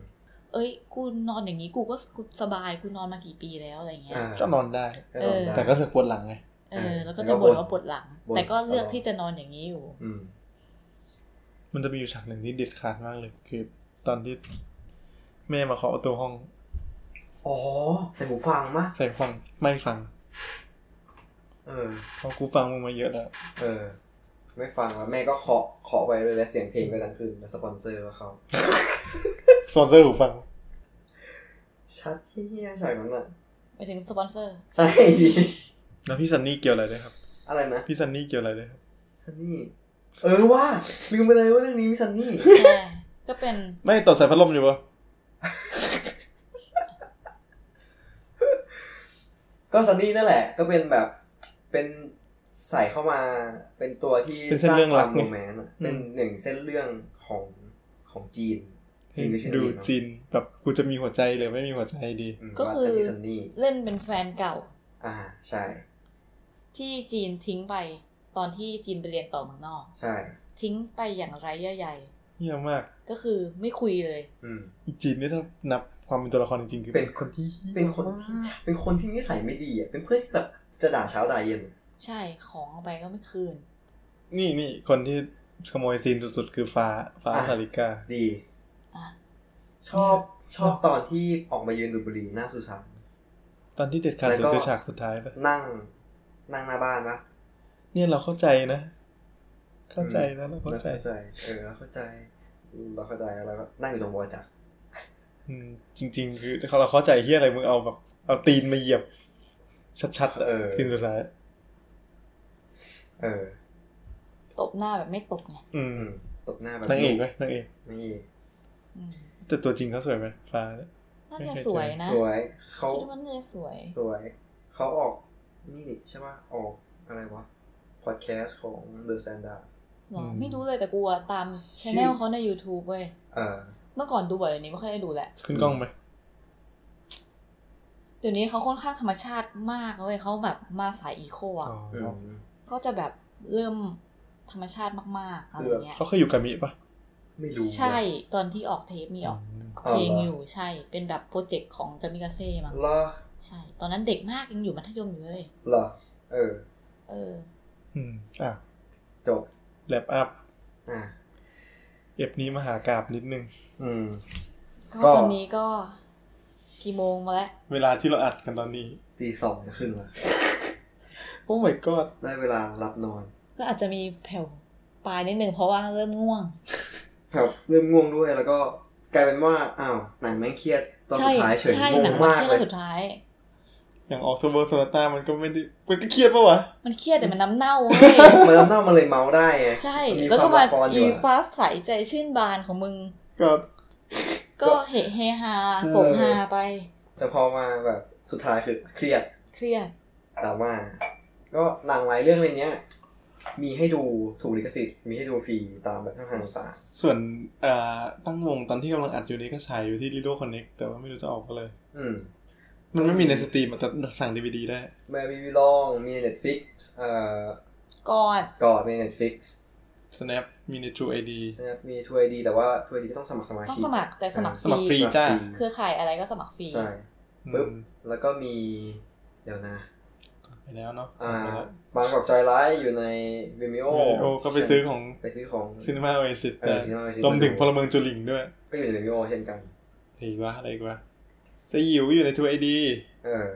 [SPEAKER 3] เอ้ย กูนอนอย่างนี้กูก็กูสบาย กูนอนมากี่ปีแล้วอะไรเงี้ย
[SPEAKER 1] อ่า
[SPEAKER 2] ก็นอนได้
[SPEAKER 1] ก็นอนได้
[SPEAKER 2] แต่ก็เสึกปวดหลังไง
[SPEAKER 3] เอ
[SPEAKER 1] เอ
[SPEAKER 3] อ
[SPEAKER 1] อ
[SPEAKER 3] แล้ว
[SPEAKER 1] แล้
[SPEAKER 3] ก็
[SPEAKER 1] วก็
[SPEAKER 3] จะบ่น
[SPEAKER 1] บ่น
[SPEAKER 3] ว่าปวดหลัง
[SPEAKER 1] บ่น
[SPEAKER 3] แต่ก็เลือ
[SPEAKER 1] ต
[SPEAKER 3] ก
[SPEAKER 1] ลอด
[SPEAKER 3] ที่จะนอนอย่างนี้อยู่
[SPEAKER 1] อืม
[SPEAKER 2] มันจะมีอยู่ฉากหนึ่งที่เด็ดขาดมากเลย คือตอนที่แม่มาเคาะประตูห้อง
[SPEAKER 1] อ๋อ ใส่หูฟังมะ
[SPEAKER 2] ใส่ฟังไม่ฟัง
[SPEAKER 1] เออ
[SPEAKER 2] เพราะกูฟังมึงมาเยอะแล้ว
[SPEAKER 1] เออ ไม่ฟังแล้วแม่ก็เคาะเคาะไปเลยและเสียงเพลงก็ดังขึ้นแล้วสปอนเซอร์ก็เขา
[SPEAKER 2] สอนเซอร์หูฟัง
[SPEAKER 1] ชัดที่เฮียฉากนั้นอ่ะ
[SPEAKER 3] ไปถึงสปอนเซ อร์
[SPEAKER 1] ใช่ดิ
[SPEAKER 2] แล้วพี่ซันนี่เกี่ยวอะไรด้วยครับ
[SPEAKER 1] อะไรนะ
[SPEAKER 2] พี่ซันนี่เกี่ยวอะไรด้วยครับ
[SPEAKER 1] ซันนี่ เออว่าลืมไปเลยว่าเรื่องนี้มีซันนี่
[SPEAKER 3] ใช่ก็เป็น
[SPEAKER 2] ไม่ต่อสายพัดลมอยู่ปะ
[SPEAKER 1] ก็ซันนี่นั่นแหละ ก็เป็นแบบเป็นใส่เข้ามาเป็นตัวที่สร้างความโรแมนต์อะเป็นหนึ่งเส้นเรื่องของของจีน จีนก็ชื่อ
[SPEAKER 2] ดู
[SPEAKER 1] จีนเนอะ
[SPEAKER 2] จีนแบบกูจะมีหัวใจหรือไม่มีหัวใจดี
[SPEAKER 1] ม
[SPEAKER 3] ก็คือ
[SPEAKER 1] ว่าแต่มีซันนี่
[SPEAKER 3] เล่นเป็นแฟนเก่า
[SPEAKER 1] อ่าใช่
[SPEAKER 3] ที่จีนทิ้งไป ตอนที่จีนไปเรียนต่อเมืองนอก
[SPEAKER 1] ใช่
[SPEAKER 3] ทิ้งไปอย่างไร้เยื่อใย
[SPEAKER 2] เยี่ยมมาก
[SPEAKER 3] ก็คือไม่คุยเลย
[SPEAKER 1] อืม
[SPEAKER 2] อีจีนนี่ถ้านับความเป็นตัวละครจริงๆคือ
[SPEAKER 1] เป็นคนที่ เป็นคนที่เป็นคนที่นิสัยไม่ดีอ่ะเป็นเพื่อนที่แบบจะด่าเช้าด่าเย็น
[SPEAKER 3] ใช่ของเอาไปก็ไม่คืน
[SPEAKER 2] นี่นี่คนที่ขโมยซีนสุดๆ คือฟ้าฟ้า
[SPEAKER 1] อ่ะ
[SPEAKER 2] สาริกา
[SPEAKER 1] ดี
[SPEAKER 3] อ่ะ
[SPEAKER 1] ชอบชอบตอนที่ออกมายืนดูดบุหรี่หน้าสุสาน
[SPEAKER 2] ตอนที่เด็ดขาดสุด
[SPEAKER 1] แล้วก็
[SPEAKER 2] คือฉากสุดท้ายปะ
[SPEAKER 1] นั่ง นั่งหน้าบ้านนะ
[SPEAKER 2] เนี่ยเราเข้าใจนะ เข้าใจนะเราเข้าใจ
[SPEAKER 1] เข้าใจ เออเราเข้าใจอืมเราเข้าใจแล้วเราก็นั่งอยู่ตรงบัวจักร
[SPEAKER 2] อืมจริง ๆ คือเราเข้าใจเฮียอะไรมึงเอาแบบเอาตีนมาเหยียบ ชัดๆอะ
[SPEAKER 1] เออ
[SPEAKER 2] ซีนสุดท้าย
[SPEAKER 1] เออ
[SPEAKER 3] ตบหน้าแบบไม่ตบไง
[SPEAKER 2] อืม
[SPEAKER 1] อืมตบหน้าแบบ
[SPEAKER 2] นางเอกไหมนางเอก
[SPEAKER 1] นี่
[SPEAKER 3] อืม
[SPEAKER 2] แต่ตัวจริงเขาสวยไหมฟ้าเนี่ย
[SPEAKER 3] น่าจะสวยนะ
[SPEAKER 1] สวยเขา
[SPEAKER 3] คิดว่าน่าจะสวย
[SPEAKER 1] สวยเขาออกนี่นี่ใช่ป่ะออกอะไรวะพอดแคสต์ของ The Standard
[SPEAKER 3] หร
[SPEAKER 2] อื
[SPEAKER 3] อ
[SPEAKER 2] ม
[SPEAKER 3] ไม่รู้เลยแต่กูอะตามชแนลเขาใน YouTube เว้ย
[SPEAKER 1] อ่า
[SPEAKER 3] เมื่อก่อนดูบ่อยเดี๋ยวนี้ไม่ค่อยได้ดูแหละ
[SPEAKER 2] ขึ้นกล้องไหม
[SPEAKER 3] เดี๋ยวนี้เขาค่อนข้างธรรมชาติมากเว้ยเขาแบบมาสายอีโค
[SPEAKER 2] อ๋
[SPEAKER 3] อ่ะ
[SPEAKER 1] อื
[SPEAKER 2] อ
[SPEAKER 1] ม
[SPEAKER 3] ก็จะแบบเริ่มธรรมชาติมากๆอะไรเงี้ย
[SPEAKER 2] เขาเคยอยู่กับมิปะ
[SPEAKER 1] ไม่รู้
[SPEAKER 3] ใช่ตอนที่ออกเทปมีออก
[SPEAKER 1] า
[SPEAKER 3] เพลง
[SPEAKER 1] หร
[SPEAKER 3] อยู่ใช่ เป็นแบบโปรเจกต์ของกามิกาเซ่มั้ง
[SPEAKER 1] เหรอ
[SPEAKER 3] ใช่ ตอนนั้นเด็กมากยังอยู่มัธยมอยู่เลย
[SPEAKER 1] เหรอเออ
[SPEAKER 3] เออ
[SPEAKER 2] อืมอ่ะ
[SPEAKER 1] จบ
[SPEAKER 2] แลบอัพ
[SPEAKER 1] อ่า
[SPEAKER 2] เอฟนี้มหากราบนิดนึง
[SPEAKER 1] อืม
[SPEAKER 3] ก็
[SPEAKER 1] ก็
[SPEAKER 3] ตอนนี้ก็กี่โมงมาแล้ว
[SPEAKER 2] เวลาที่เราอัดกันตอนนี้
[SPEAKER 1] ตีสองจะขึ้นละ
[SPEAKER 2] โอ้ my god
[SPEAKER 1] ได้เวลาหลับนอน
[SPEAKER 3] ก็อาจจะมีแผ่วปลายนิดนึงเพราะว่าเริ่มง่วง
[SPEAKER 1] แผ่วเริ่มง่วงด้วยแล้วก็กลายเป็นว่า อ้าวหนังแม่งเครียดตอน
[SPEAKER 3] ใช่
[SPEAKER 1] สุดท้ายเฉย
[SPEAKER 3] ใช่
[SPEAKER 1] ง
[SPEAKER 3] หนัมาม
[SPEAKER 1] งาก
[SPEAKER 3] เที่ย
[SPEAKER 1] เล
[SPEAKER 3] วย สุดท้าย
[SPEAKER 2] อย่างออกเทอร์เบอร์โซนาต้ามันก็ไม่ได้มันก็เครียดปะวะ
[SPEAKER 3] มันเครียดแต่มันน้ำเน่าเว้ ย
[SPEAKER 1] มันน้ำเน่ามันเลยเมาได้ไง
[SPEAKER 3] ใช่
[SPEAKER 1] นมี
[SPEAKER 3] แล้ว
[SPEAKER 1] ควา
[SPEAKER 3] ก็
[SPEAKER 1] ม
[SPEAKER 3] มา
[SPEAKER 1] ละครอ
[SPEAKER 3] อี
[SPEAKER 1] ยู่อะ
[SPEAKER 3] ฟ้าใสใจชื่นบานของมึง
[SPEAKER 2] ก็
[SPEAKER 3] ก็เฮเฮฮาโปกฮาไป
[SPEAKER 1] แต่พอมาแบบสุดท้ายคือเครียด
[SPEAKER 3] เครียด
[SPEAKER 1] แต่ว่า ก็หนังหลายเรื่องในเนี้ย มีให้ดูถูกลิขสิทธิ์มีให้ดูฟรีตามแบบช่องทางต่าง
[SPEAKER 2] ส่วนเอ่อตั้งวงตอนที่กำลังอัดอยู่นี้ก็ฉายอยู่ที่ Lido Connect แต่ว่าไม่รู้จะออกเมื่อไหร่
[SPEAKER 1] ๆอืม
[SPEAKER 2] มันไม่มีในสตรีมแต่สั่งดีวดีได้
[SPEAKER 1] Where We Belong มี Netflix เอ่อ
[SPEAKER 3] ก่อน
[SPEAKER 1] กอดมี Netflix
[SPEAKER 2] Snap มีใน True ID
[SPEAKER 1] นะครับมีทัวร์ดีแต่ว่าทัวร์ดีก็ต้องสมัครสมาชิก
[SPEAKER 3] ต้องสมัครแต่สมัคร
[SPEAKER 2] สมัครฟ
[SPEAKER 3] ฟ
[SPEAKER 2] รี
[SPEAKER 3] รี
[SPEAKER 2] จ้า
[SPEAKER 3] เครือข่ายอะไรก็สมัครฟรี
[SPEAKER 1] ใช่ ปึ๊บ
[SPEAKER 2] อืม
[SPEAKER 1] แล้วก็มี เดี๋ยวนะ
[SPEAKER 2] ไปแล้วเนาะ
[SPEAKER 1] อ่า บางกอกจอยไลท์อยู่ใน Vimeo
[SPEAKER 2] โอ้โอ้ก็ไปซื้อของ
[SPEAKER 1] ไปซื้อของ
[SPEAKER 2] Cinema Oasis
[SPEAKER 1] เอ
[SPEAKER 2] ได้
[SPEAKER 1] อ Cinema Oasis
[SPEAKER 2] รวมถึง
[SPEAKER 1] มาดู
[SPEAKER 2] พลเมืองจุลิงด้วย
[SPEAKER 1] ก็อยู่ใน Vimeo เช่นกัน
[SPEAKER 2] อะไรอีกวะอะไรอีกวะสยิวอยู่ใน True ID
[SPEAKER 1] เออ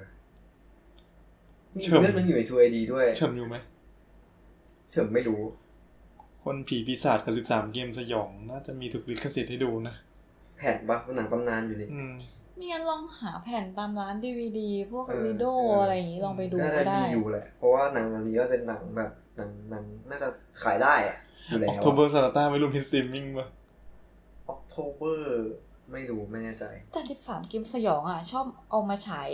[SPEAKER 1] มี
[SPEAKER 2] เฉิม
[SPEAKER 1] เรื่องนึงอยู่ในทัวร์ดีด้วย
[SPEAKER 2] เชิมอยู่ไหม
[SPEAKER 1] เฉิมไม่รู้
[SPEAKER 2] คนผีปีศาจกับสิบสามเกมสยอง น่าจะมีถูกลิขสิทธิ์ให้ดูนะ
[SPEAKER 1] แผ่นบ้าหนังตำนานอยู่นี่
[SPEAKER 2] อืม
[SPEAKER 3] ไม่งั้นลองหาแผ่นตามร้านดีวดีพวก
[SPEAKER 1] เออ
[SPEAKER 3] ลิโด
[SPEAKER 1] เอออ
[SPEAKER 3] อะไรอย่างนี้ลองไปดู
[SPEAKER 1] น่า
[SPEAKER 3] ก็
[SPEAKER 1] จะมี
[SPEAKER 3] ได้
[SPEAKER 1] อยู่แหละ เพราะว่าหนังเหล่านี้ก็เป็นหนังแบบหนังหนังน่าจะขายได้อะอยู่แล้ว
[SPEAKER 2] ออกโทเบอร์ซาต้าไม่รู้พิซซิมมิ่งปะ
[SPEAKER 1] ออกโทเบอร์ไม่รู้ไม่แน่ใจ
[SPEAKER 3] แต่1ิสามเกมสยองอ่ะ ชอบเอามาฉาย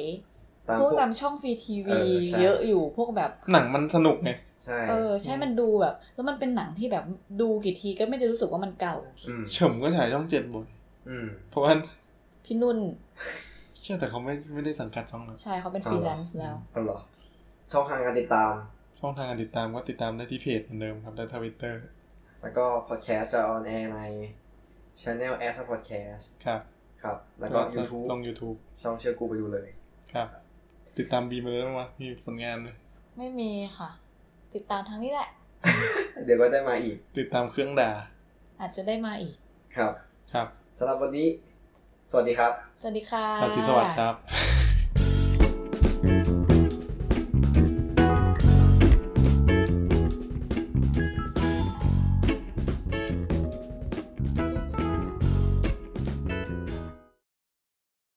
[SPEAKER 1] ตาม
[SPEAKER 3] พวก
[SPEAKER 1] พวก
[SPEAKER 3] ตามช่องฟรีที
[SPEAKER 1] เอ
[SPEAKER 3] วี
[SPEAKER 1] อใช่
[SPEAKER 3] เยอะอยู่พวกแบบ
[SPEAKER 2] หนังมันสนุกไง
[SPEAKER 1] ใช่
[SPEAKER 3] เออ ใช่มันดูแบบ แล้วมันเป็นหนังที่แบบดูกี่ทีก็ไม่ได้รู้สึกว่ามันเก่า
[SPEAKER 1] อืม
[SPEAKER 2] เฉิมก็ฉายช่องเจ็ดบ่อย
[SPEAKER 1] อืม
[SPEAKER 2] เพราะ ว่า
[SPEAKER 3] พี่นุ่น
[SPEAKER 2] เชื่อแต่เขาไม่ไม่ได้สังกัดช่องนะ
[SPEAKER 3] ใช่เขาเป็น
[SPEAKER 1] เอา
[SPEAKER 3] ฟรี
[SPEAKER 1] เหรอ
[SPEAKER 3] แลนซ์แล้ว
[SPEAKER 1] เอาเหรอช่องทางการติดตาม
[SPEAKER 2] ช่องทางการติดตามก็ติดตามได้ที่เพจเหมือนเดิมครับได้ทวิตเตอร์
[SPEAKER 1] แล้วก็พอดแคสต์จะออนแอร์ใน Channel as a podcast
[SPEAKER 2] ครับ
[SPEAKER 1] ครับ แล้วก็ YouTube
[SPEAKER 2] ลง YouTube
[SPEAKER 1] ช่องเชื่อกูไปดูเลย
[SPEAKER 2] ครับ ติดตามบีมาเลยนะวะมีผลงานเลย
[SPEAKER 3] ไม่มีค่ะ ติดตามทางนี้แหละ
[SPEAKER 1] เดี๋ยวก็ได้มาอีก
[SPEAKER 2] ติดตามเครื่องด่า
[SPEAKER 3] อาจจะได้มาอีก
[SPEAKER 1] ครับ
[SPEAKER 2] ครับ
[SPEAKER 1] สำหรับวันนี้ สวัสดีครับ
[SPEAKER 3] สวัสดีค่ะ
[SPEAKER 2] ราตรีสวัสดิ์ครับ